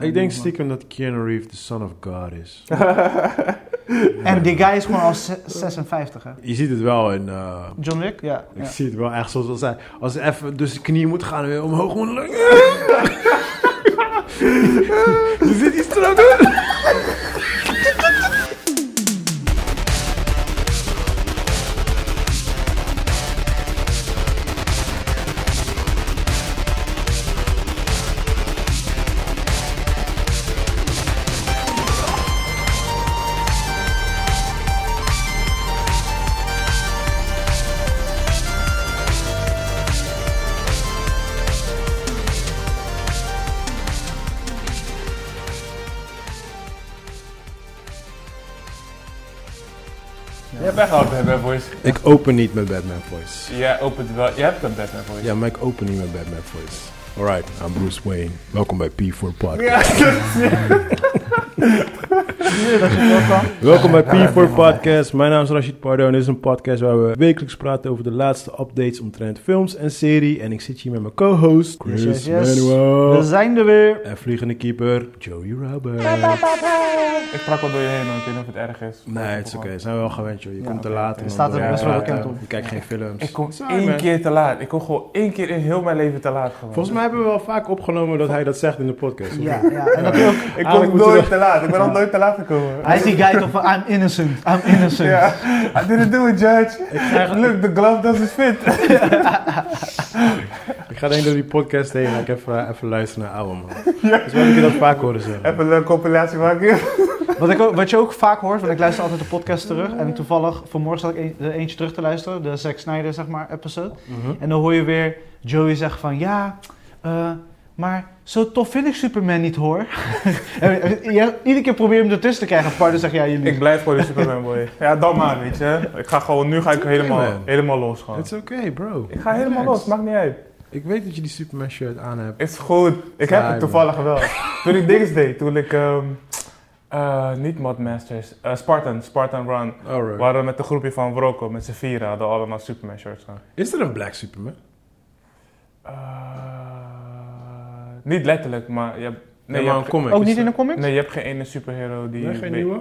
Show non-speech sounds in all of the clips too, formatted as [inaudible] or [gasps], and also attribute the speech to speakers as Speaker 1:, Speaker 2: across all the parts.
Speaker 1: Ik denk stiekem dat Keanu Reeves de son of God is.
Speaker 2: en die guy is gewoon al ze- 56, hè?
Speaker 1: Je ziet het wel in... eh,
Speaker 2: John Wick? Ja.
Speaker 1: ik
Speaker 2: ja.
Speaker 1: zie het wel echt zoals als hij... Als hij even dus de knieën moet gaan en weer omhoog moet... Je ziet iets te doen.
Speaker 3: Je hebt echt al Batman Voice.
Speaker 1: Ik open niet met Batman Voice.
Speaker 3: Jij opent wel. Je hebt een Batman Voice.
Speaker 1: Ja, maar ik open niet met Batman Voice. Alright, I'm Bruce Wayne. Welkom bij P4 Podcast. Welkom bij P4 Podcast. Mijn naam is Rashid Pardo en dit is een podcast waar we wekelijks praten over de laatste updates omtrent films en serie. En ik zit hier met mijn co-host Chris
Speaker 2: Yes, yes, yes.
Speaker 1: Manuel
Speaker 2: We zijn er weer.
Speaker 1: en vliegende keeper Joey Robert.
Speaker 3: Ik sprak wel door je heen, want ik weet niet of het erg is.
Speaker 1: Nee, het is oké. Zijn we wel gewend, joh. Je
Speaker 2: Ja,
Speaker 1: komt te
Speaker 3: oké,
Speaker 1: laat.
Speaker 3: oké.
Speaker 1: en dan
Speaker 2: Staat er
Speaker 1: wil je
Speaker 2: best wel
Speaker 1: praten.
Speaker 2: bekend op.
Speaker 1: Je kijkt geen films.
Speaker 3: Ik kom
Speaker 1: Sorry,
Speaker 3: één
Speaker 1: man.
Speaker 3: keer te laat. Ik kom gewoon één keer in heel mijn leven te laat gewoon.
Speaker 1: Volgens mij hebben we wel vaak opgenomen dat hij dat zegt in de podcast. of [laughs]
Speaker 2: Ja,
Speaker 1: niet?
Speaker 2: ja. En dat hij ook.
Speaker 3: Ik
Speaker 1: Eigenlijk moet
Speaker 3: kom
Speaker 1: je
Speaker 3: nooit
Speaker 1: dat-
Speaker 3: te laat. Ik ben al nooit te laat gekomen. [laughs]
Speaker 2: Hij is die guy toch van I'm innocent, I'm innocent.
Speaker 3: Ja, I didn't do it, Judge.
Speaker 1: Ik ga
Speaker 3: Look, the glove doesn't fit.
Speaker 1: Ik ga denk ik door die podcast heen en ik even, even luisteren naar ouwe
Speaker 3: [laughs]
Speaker 1: man. Dus we hebben dat vaak horen zeggen.
Speaker 3: Even een compilatie maken.
Speaker 2: Wat, ik ook, wat je ook vaak hoort, want ik luister altijd de podcast terug. En toevallig, vanmorgen zat ik een- er eentje terug te luisteren, de Zack Snyder, zeg maar, episode.
Speaker 1: Mhm.
Speaker 2: En dan hoor je weer Joey zeggen van, ja, eh, maar zo tof vind ik Superman niet hoor. [laughs] En je- Iedere keer probeer je hem ertussen te krijgen. Pardo zegt, ja, jullie.
Speaker 3: Ik blijf gewoon de Superman boy. Ja, dan maar, weet je. Ik ga gewoon, nu ga ik helemaal,
Speaker 1: Superman.
Speaker 3: helemaal los gewoon.
Speaker 1: It's okay, bro.
Speaker 3: Ik ga helemaal los, maakt niet uit.
Speaker 1: Ik weet dat je die Superman shirt aan hebt.
Speaker 3: Is goed. Ik heb
Speaker 1: Saai,
Speaker 3: het toevallig wel. Toen ik dingen deed, toen ik... ehm, eh, niet Modmasters, eh, Spartan, Spartan Run. We
Speaker 1: Alright.
Speaker 3: waren met een groepje van Wroko, met z'n vieren, hadden allemaal Superman shirts aan.
Speaker 1: Is er een black Superman?
Speaker 3: Eh, niet letterlijk, maar je hebt...
Speaker 1: Nee,
Speaker 3: je
Speaker 1: maar
Speaker 3: hebt
Speaker 1: een
Speaker 3: ge-
Speaker 1: comic.
Speaker 2: ook
Speaker 1: is
Speaker 2: niet in
Speaker 1: er-
Speaker 2: de comics?
Speaker 3: Nee, je hebt geen ene superhero die...
Speaker 1: Nee, geen
Speaker 3: weet-
Speaker 1: nieuwe?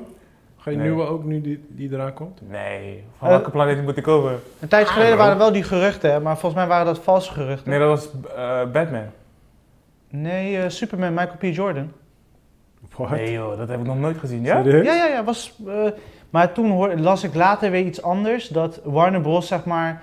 Speaker 1: Geen
Speaker 3: Nee.
Speaker 1: nieuwe ook nu die, die eraan komt?
Speaker 3: Nee, van
Speaker 2: Eh,
Speaker 3: welke planeet moet ik over?
Speaker 2: Een tijdje
Speaker 1: Ah,
Speaker 2: geleden
Speaker 1: bro.
Speaker 2: waren er wel die geruchten, hè, maar volgens mij waren dat valse geruchten.
Speaker 3: Nee, dat was eh, Batman.
Speaker 2: Nee, eh, Superman, Michael P. Jordan.
Speaker 1: What?
Speaker 3: Nee joh, dat heb ik nog nooit gezien. Ja?
Speaker 1: Serieus?
Speaker 2: Ja, ja, ja. Was, eh, maar toen hoor, las ik later weer iets anders. Dat Warner Bros, zeg maar,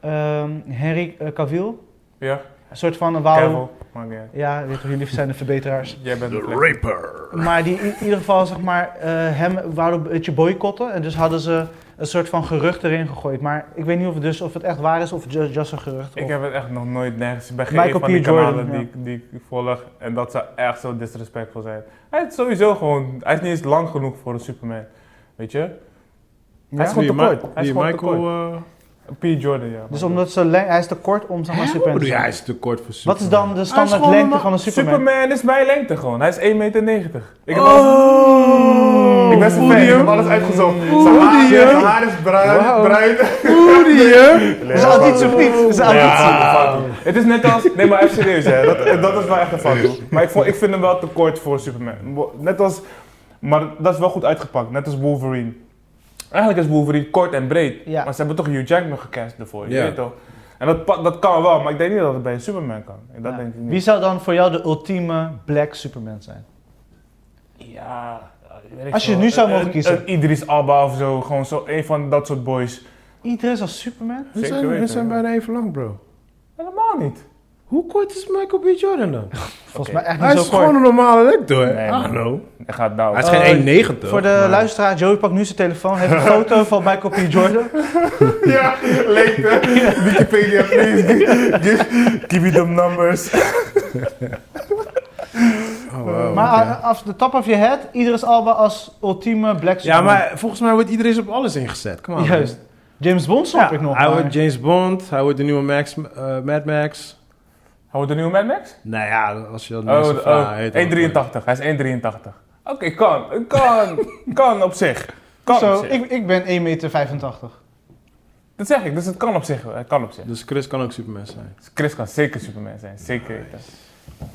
Speaker 2: ehm Henry eh, Cavill,
Speaker 3: Ja,
Speaker 2: een soort van... Wauw,
Speaker 3: Cavill. Maakt niet uit.
Speaker 2: ja, weet je, jullie zijn de verbeteraars.
Speaker 3: Jij bent
Speaker 1: The
Speaker 3: een plek.
Speaker 1: Raper.
Speaker 2: Maar die in ieder geval, zeg maar, eh, hem wouden een beetje boycotten. En dus hadden ze een soort van gerucht erin gegooid. Maar ik weet niet of het, dus, of het echt waar is of het ju- just een gerucht
Speaker 3: Ik
Speaker 2: of-
Speaker 3: heb het echt nog nooit nergens bij geen
Speaker 2: Michael
Speaker 3: van
Speaker 2: P.
Speaker 3: die
Speaker 2: Jordan,
Speaker 3: kanalen die, ik- die ik volg. En dat zou echt zo disrespectful zijn. Hij is sowieso gewoon, hij is niet eens lang genoeg voor een Superman. Weet je? Hij is
Speaker 2: Ja?
Speaker 3: gewoon te
Speaker 1: Die Ma-
Speaker 3: kort. Hij is
Speaker 1: die
Speaker 3: gewoon te
Speaker 1: Michael... eh,
Speaker 3: P. Jordan, ja.
Speaker 2: Dus omdat ze leng- hij is te kort om zeg maar
Speaker 1: hè?
Speaker 2: Superman te
Speaker 1: Ja,
Speaker 2: zijn.
Speaker 1: hij is te kort voor
Speaker 2: Wat is
Speaker 1: Superman.
Speaker 2: dan de standaard
Speaker 3: gewoon
Speaker 2: lengte
Speaker 3: een-
Speaker 2: van een Superman?
Speaker 3: Superman is mijn lengte gewoon. Hij is 1,90 meter. Ik heb alles-
Speaker 1: Oh!
Speaker 3: Ik ben zijn fan, ik heb alles uitgezocht. Zijn
Speaker 1: Voelde
Speaker 3: haar,
Speaker 1: je?
Speaker 3: zijn haar is bruin,
Speaker 1: Wauw.
Speaker 3: bruin.
Speaker 2: Dat is auditie of niet? Dat is auditie.
Speaker 3: Ja. Het is net als. Nee, maar even serieus, hè. Dat, dat is wel echt een fout. Maar ik, vond, ik vind hem wel te kort voor Superman. Net als. Maar dat is wel goed uitgepakt, net als Wolverine. Eigenlijk is Wolverine kort en breed.
Speaker 2: Ja.
Speaker 3: Maar ze hebben toch Hugh Jackman gecast ervoor, je
Speaker 1: Ja.
Speaker 3: weet toch? En dat, pa- dat kan wel, maar ik denk niet dat het bij een Superman kan. En Dat
Speaker 2: Ja.
Speaker 3: denk ik niet.
Speaker 2: Wie zou dan voor jou de ultieme black Superman zijn?
Speaker 3: Ja. weet ik
Speaker 2: Als je
Speaker 3: veel.
Speaker 2: nu zou mogen
Speaker 3: Een-
Speaker 2: kiezen.
Speaker 3: een Idris Alba of zo, gewoon zo, een van dat soort boys.
Speaker 2: Idris als Superman?
Speaker 1: We
Speaker 3: Zeker
Speaker 1: zijn, we
Speaker 3: weten,
Speaker 1: zijn
Speaker 3: ja.
Speaker 1: bijna even lang, bro.
Speaker 3: Helemaal niet.
Speaker 1: Hoe kort is Michael B. Jordan dan?
Speaker 2: Volgens
Speaker 3: Oké.
Speaker 2: mij echt niet
Speaker 1: Hij
Speaker 2: zo
Speaker 1: is
Speaker 2: kort.
Speaker 1: gewoon een normale Ah. lengte, hoor.
Speaker 3: Nee,
Speaker 1: I
Speaker 3: man.
Speaker 1: don't know.
Speaker 3: Hij gaat nou.
Speaker 1: Hij is
Speaker 2: Eh,
Speaker 1: geen 1,90.
Speaker 2: Voor de
Speaker 1: maar-
Speaker 2: luisteraar, Joey pakt nu zijn telefoon,
Speaker 1: [laughs]
Speaker 2: heeft een foto van Michael P. Jordan.
Speaker 3: Ja, lengte. Wikipedia, please. [laughs] Give, give, give me them numbers.
Speaker 1: Oh, wow,
Speaker 2: maar
Speaker 1: oké.
Speaker 2: af af de top of je head, Idris Alba als ultieme black
Speaker 1: Ja,
Speaker 2: Superman.
Speaker 1: maar volgens mij wordt iedereen op alles ingezet. Kom aan.
Speaker 2: Juist. James Bond snap
Speaker 1: Ja,
Speaker 2: ik nog.
Speaker 1: hij
Speaker 2: maar-
Speaker 1: wordt James Bond, hij wordt de nieuwe Max, eh, Mad Max.
Speaker 3: Houdt de nieuwe Mad Max?
Speaker 1: Nou ja, als je dat
Speaker 3: Oh,
Speaker 1: mensen
Speaker 3: de-
Speaker 1: vraagt,
Speaker 3: oh,
Speaker 1: heet dat
Speaker 3: 1,83. Hij is 1,83. Oké, kan. Kan. kan op zich. Kan
Speaker 2: Zo,
Speaker 3: op zich.
Speaker 2: ik, ik ben 1,85 meter.
Speaker 3: Dat zeg ik, dus het kan op zich. wel. Het kan op zich.
Speaker 1: wel. Dus Chris kan ook Superman zijn.
Speaker 3: Dus Chris kan zeker Superman zijn. Zeker weten.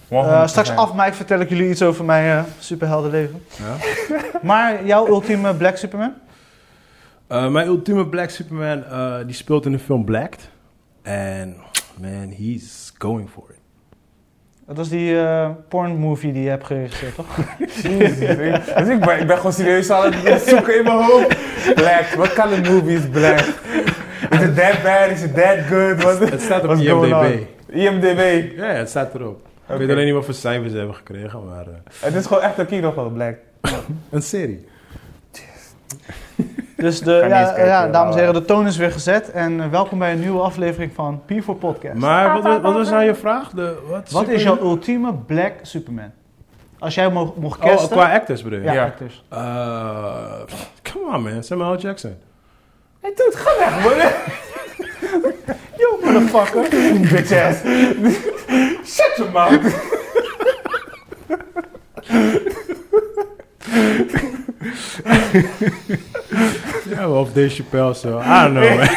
Speaker 1: Oh,
Speaker 2: Eh, straks af Mike vertel ik jullie iets over mijn eh, superheldenleven. [laughs] Maar jouw ultieme Black Superman?
Speaker 1: Eh, mijn ultieme Black Superman, eh, die speelt in de film Blacked. En man, he's going for it.
Speaker 2: Dat was die eh porn movie die je hebt geregisseerd, toch?
Speaker 3: Jezus, ik, dus ik, ben, ik ben gewoon serieus aan het zoeken in mijn hoofd. Black, what kind of movie is Black? Is it that bad? Is it that good? What,
Speaker 1: Het staat op
Speaker 3: what's going
Speaker 1: IMDb.
Speaker 3: on? IMDb.
Speaker 1: Ja, het staat erop. Ik weet
Speaker 3: Oké.
Speaker 1: alleen niet wat voor cijfers ze hebben gekregen, maar... eh,
Speaker 3: Het is gewoon echt een kino van Black. [laughs]
Speaker 1: een serie.
Speaker 2: Dus de,
Speaker 3: Ga niet eens
Speaker 2: ja,
Speaker 3: kijken,
Speaker 2: ja, dames en heren,
Speaker 3: maar-
Speaker 2: de toon is weer gezet. En eh, welkom bij een nieuwe aflevering van P4 Podcast.
Speaker 1: Maar wat, wa- wat was nou je vraag? De, wat
Speaker 2: Wat is jouw
Speaker 1: Superman?
Speaker 2: ultieme Black Superman? Als jij mocht, mocht
Speaker 1: Oh,
Speaker 2: casten...
Speaker 1: qua actors bedoel je?
Speaker 2: ja,
Speaker 3: Ja.
Speaker 2: acteurs.
Speaker 1: Eh, pff, come on man, Samuel L. Jackson.
Speaker 3: Hey dude, ga weg man. Yo motherfucker. Bitch ass. [laughs] Shut your mouth.
Speaker 1: Ja, of Dave Chappelle zo. I don't know man.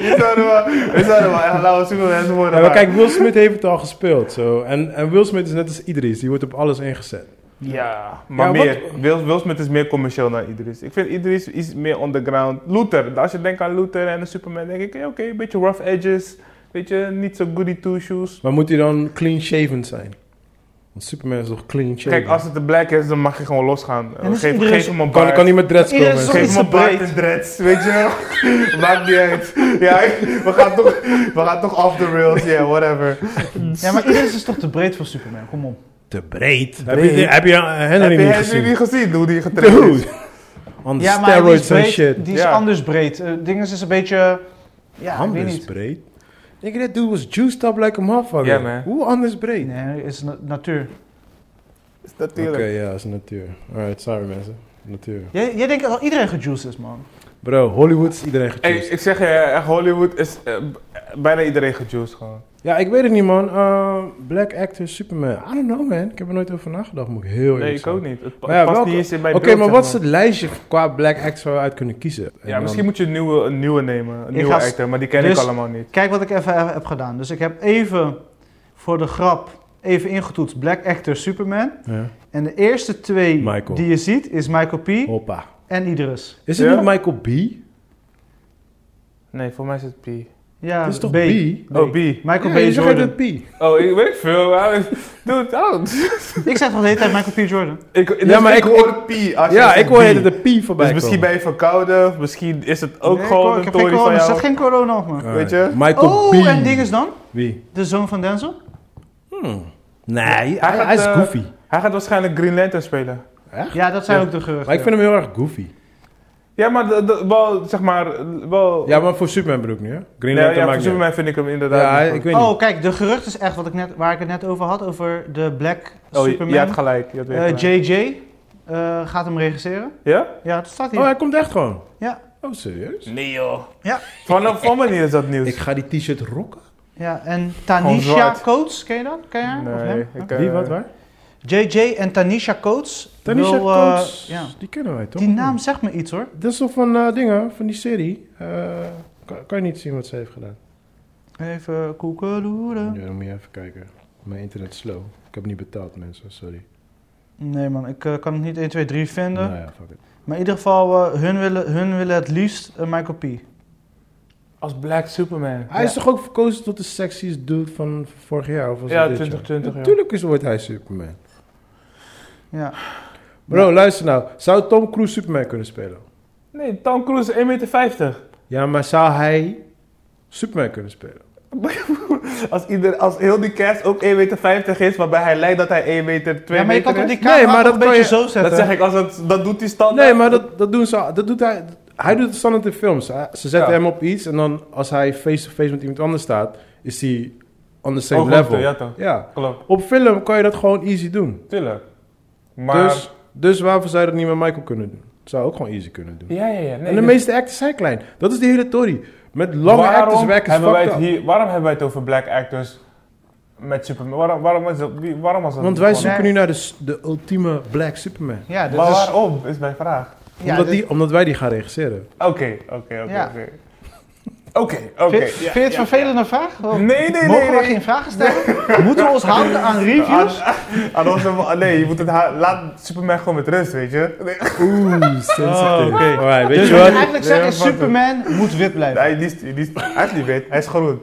Speaker 3: We zouden wel, we zouden wel echt lauwe supermensen worden.
Speaker 1: Ja, maar
Speaker 3: maar-
Speaker 1: kijk, Will Smith heeft het al gespeeld. Zo. En, en Will Smith is net als Idris, die wordt op alles ingezet.
Speaker 3: Ja, maar
Speaker 1: Ja,
Speaker 3: meer. Will, Will Smith is meer commercieel dan Idris. Ik vind Idris iets meer underground. Luther, als je denkt aan Luther en de Superman, denk ik, eh, oké, een beetje rough edges. Weet je, niet zo goody two shoes.
Speaker 1: Maar moet hij dan clean shaven zijn? Want Superman is toch clean shaven?
Speaker 3: Kijk, als het de black is, dan mag je gewoon losgaan.
Speaker 2: En dus
Speaker 3: Geef,
Speaker 2: Idris-
Speaker 3: geef hem een
Speaker 1: kan,
Speaker 3: baard.
Speaker 1: kan hij met dreads
Speaker 2: Iedereen
Speaker 1: komen?
Speaker 2: is
Speaker 1: Geef-
Speaker 3: Geef
Speaker 2: Niet
Speaker 3: hem
Speaker 2: zo
Speaker 3: een baard
Speaker 2: breed.
Speaker 3: en dreads, weet je wel. [laughs] Maakt niet uit. Ja, we gaan toch, we gaan toch off the rails, yeah, whatever.
Speaker 2: Ja, maar iedereen is toch te breed voor Superman? Kom op.
Speaker 1: Te breed. Heb je, heb je eh, Henry
Speaker 3: Heb je
Speaker 1: niet
Speaker 3: Henry
Speaker 1: gezien?
Speaker 3: niet gezien, hoe die getraind is?
Speaker 1: Dude. On
Speaker 2: Ja, maar die is,
Speaker 1: steroids en
Speaker 2: breed,
Speaker 1: shit.
Speaker 2: die is
Speaker 3: Ja.
Speaker 2: anders breed. Eh, Dinges is een beetje... Ja, ik weet
Speaker 1: Anders
Speaker 2: niet.
Speaker 1: breed? Nigga, that dude was juiced up like a motherfucker.
Speaker 3: Ja, man.
Speaker 1: Hoe anders breed?
Speaker 2: Nee, hij is na- natuur.
Speaker 3: Is
Speaker 1: Oké,
Speaker 3: Natuurlijk.
Speaker 1: ja, dat is natuur. Alright, sorry mensen. Natuur.
Speaker 2: Jij, jij denkt dat iedereen gejuiced is, man.
Speaker 1: Bro, Hollywood is iedereen
Speaker 3: Hey,
Speaker 1: gejuiced.
Speaker 3: ik zeg je, echt, Hollywood is eh, b- bijna iedereen gejuiced gewoon.
Speaker 1: Ja, ik weet het niet, man. Eh, black actor, Superman. I don't know, man. Ik heb er nooit over nagedacht, moet ik heel eerlijk
Speaker 3: Nee, ik
Speaker 1: zijn.
Speaker 3: ook niet. Het pa-
Speaker 1: Maar ja,
Speaker 3: past
Speaker 1: welke-
Speaker 3: niet eens in mijn
Speaker 1: Oké,
Speaker 3: beeld,
Speaker 1: maar
Speaker 3: zeg
Speaker 1: wat is het lijstje qua black actors waar we uit kunnen kiezen? En
Speaker 3: Ja,
Speaker 1: dan-
Speaker 3: misschien moet je een nieuwe, een nieuwe nemen. Een
Speaker 2: Ik
Speaker 3: nieuwe
Speaker 2: ga s-
Speaker 3: actor, maar die ken
Speaker 2: dus-
Speaker 3: ik allemaal niet.
Speaker 2: Kijk wat ik even eh, heb gedaan. Dus ik heb even, voor de grap, even ingetoetst Black Actor Superman.
Speaker 1: Ja.
Speaker 2: En de eerste twee
Speaker 1: Michael. Oh.
Speaker 2: die je ziet is Michael P.
Speaker 1: Hoppa.
Speaker 2: en Idris.
Speaker 1: Is het
Speaker 3: Ja?
Speaker 1: niet Michael B?
Speaker 3: Nee, voor mij is het P.
Speaker 2: Ja,
Speaker 1: Het is toch B?
Speaker 2: B.
Speaker 3: Oh, B.
Speaker 1: Ja,
Speaker 2: Michael
Speaker 1: je
Speaker 2: B.
Speaker 1: zegt
Speaker 2: Jordan.
Speaker 1: het B.
Speaker 3: Oh, ik weet veel. maar- Dude, oh.
Speaker 2: Ik zeg toch de hele tijd Michael P. Jordan.
Speaker 3: ik,
Speaker 1: Ja, maar ik-
Speaker 3: P. als je
Speaker 1: Ja,
Speaker 3: zegt
Speaker 1: ik hoor
Speaker 3: B.
Speaker 1: het de P voorbij
Speaker 3: Dus misschien ben je verkouden, misschien is het ook
Speaker 2: Nee,
Speaker 3: gewoon
Speaker 2: ik-
Speaker 3: een
Speaker 2: ik heb geen
Speaker 3: tory
Speaker 2: corona.
Speaker 3: van
Speaker 1: dus
Speaker 2: Er staat
Speaker 3: jou.
Speaker 2: geen corona op me.
Speaker 1: Alright.
Speaker 3: weet je?
Speaker 1: Michael B.
Speaker 2: Oh, en ding is dan?
Speaker 1: Wie?
Speaker 2: De zoon van Denzel?
Speaker 1: Hmm. Nee, hij,
Speaker 3: gaat,
Speaker 1: hij is
Speaker 3: eh,
Speaker 1: goofy.
Speaker 3: Hij gaat waarschijnlijk Green Lantern spelen.
Speaker 2: Ja, dat zijn
Speaker 3: Ja.
Speaker 2: ook de geruchten.
Speaker 1: Maar ik vind hem heel erg goofy.
Speaker 3: Ja, maar de- de- wel, zeg maar, wel...
Speaker 1: Ja, maar voor Superman bedoel ik nu, hè? Green Lantern
Speaker 3: ja, ja,
Speaker 1: maakt
Speaker 3: voor
Speaker 1: niet uit.
Speaker 3: Superman vind ik hem inderdaad
Speaker 1: Ja,
Speaker 3: niet
Speaker 1: hij-
Speaker 3: goed.
Speaker 1: ik weet niet.
Speaker 2: Oh, kijk, de gerucht is echt wat ik net, waar ik het net over had, over de Black
Speaker 3: Oh, je-
Speaker 2: Superman.
Speaker 3: je had gelijk. Je had weer
Speaker 2: Eh,
Speaker 3: gelijk.
Speaker 2: JJ eh, gaat hem regisseren.
Speaker 3: ja?
Speaker 2: Ja, dat staat hier.
Speaker 1: Oh, hij komt echt gewoon.
Speaker 2: Ja.
Speaker 1: Oh, serieus?
Speaker 3: Nee, joh.
Speaker 2: Ja.
Speaker 3: Vanaf van wanneer is dat nieuws?
Speaker 1: Ik ga die t-shirt rocken.
Speaker 2: Ja, en
Speaker 3: Gewoon
Speaker 2: Tanisha
Speaker 3: zwart.
Speaker 2: Coates, ken je dat? Ken je haar? Of hem?
Speaker 3: ik,
Speaker 1: Wie,
Speaker 3: eh,
Speaker 1: wat, waar?
Speaker 2: JJ en Tanisha Coates.
Speaker 1: Tanisha
Speaker 2: wil, eh,
Speaker 1: Coates.
Speaker 2: ja.
Speaker 1: Die kennen wij toch?
Speaker 2: Die naam zegt me iets hoor.
Speaker 1: Dat is toch van eh, dingen, van die serie. Eh, kan, kan je niet zien wat ze heeft gedaan?
Speaker 2: Even koekeloeren.
Speaker 1: Ja, dan moet je even kijken. Mijn internet is slow. Ik heb niet betaald, mensen. Sorry.
Speaker 2: Nee man, ik eh, kan het niet 1, 2, 3 vinden.
Speaker 1: Nou ja, fuck it.
Speaker 2: Maar in ieder geval, eh, hun, willen, hun willen het liefst eh, een Michael P.
Speaker 3: Als Black Superman.
Speaker 1: Hij is toch ook verkozen tot de sexiest dude van vorig jaar? Of was
Speaker 3: Ja,
Speaker 1: het dit jaar?
Speaker 3: 2020, ja.
Speaker 1: Natuurlijk is, wordt hij Superman.
Speaker 2: Ja.
Speaker 1: Bro, luister nou. Zou Tom Cruise Superman kunnen spelen?
Speaker 3: Nee, Tom Cruise is 1,50 meter.
Speaker 1: Ja, maar zou hij Superman kunnen spelen?
Speaker 3: Als, ieder, als heel die cast ook 1,50 meter is, waarbij hij lijkt dat hij 1 meter 2
Speaker 2: ja, maar je kan
Speaker 3: meter
Speaker 2: toch
Speaker 3: is.
Speaker 2: die
Speaker 1: Nee,
Speaker 2: camera
Speaker 1: maar
Speaker 2: toch
Speaker 1: dat
Speaker 2: een
Speaker 1: kan
Speaker 2: beetje
Speaker 1: je-
Speaker 2: zo zetten?
Speaker 3: Dat zeg ik, als het, Oh, dat doet hij standaard.
Speaker 1: Nee, maar dat, dat doen ze. Dat doet hij. Hij doet het standaard in films. Hij- Ze zetten
Speaker 3: Ja.
Speaker 1: hem op iets en dan als hij face-to-face met iemand anders staat, is hij on the same
Speaker 3: Oh, goed,
Speaker 1: level.
Speaker 3: ja, toch.
Speaker 1: Ja.
Speaker 3: Klopt,
Speaker 1: Op film kan je dat gewoon easy doen.
Speaker 3: tuurlijk. Maar...
Speaker 1: Dus, dus waarvoor zou je dat niet met Michael kunnen doen? Zou ook gewoon easy kunnen doen.
Speaker 3: ja, ja, ja. Nee,
Speaker 1: en de
Speaker 3: dus
Speaker 1: meeste actors zijn klein. Dat is de hele tory. Met lange
Speaker 3: waarom
Speaker 1: actors werken ze
Speaker 3: hebben wij
Speaker 1: fucked
Speaker 3: het
Speaker 1: up.
Speaker 3: hier, Waarom hebben wij het over Black actors met Superman? Waarom, waarom, was, dat, wie- waarom was dat?
Speaker 1: Want wij
Speaker 3: niet gewoon-
Speaker 1: zoeken nu naar de, s- de ultieme black Superman.
Speaker 2: Ja, dus- dit
Speaker 3: Maar
Speaker 1: Dus-
Speaker 2: is-
Speaker 3: waarom, is mijn vraag.
Speaker 2: ja,
Speaker 1: omdat,
Speaker 2: dit-
Speaker 1: die, omdat wij die gaan regisseren.
Speaker 3: Oké, oké, oké,
Speaker 2: Ja.
Speaker 3: oké. Oké, oké.
Speaker 2: Vind vind je het vervelende vraag?
Speaker 3: Nee, nee, nee.
Speaker 2: Mogen we
Speaker 3: nee.
Speaker 2: geen
Speaker 1: [laughs]
Speaker 2: vragen stellen? Moeten we ons houden aan reviews?
Speaker 3: Aan onze- ah, nee, je moet het ha- laat Superman gewoon met rust, weet je. Nee,
Speaker 4: Oeh,
Speaker 1: Oh,
Speaker 4: sensitive.
Speaker 1: oké. Alright, weet
Speaker 2: Dus
Speaker 1: je
Speaker 2: wat je
Speaker 1: wat?
Speaker 2: eigenlijk
Speaker 3: Nee,
Speaker 2: zeggen
Speaker 3: maar
Speaker 2: is,
Speaker 3: wat-
Speaker 2: Superman moet wit blijven.
Speaker 3: hij, is, hij, is, hij is niet wit, hij is groen.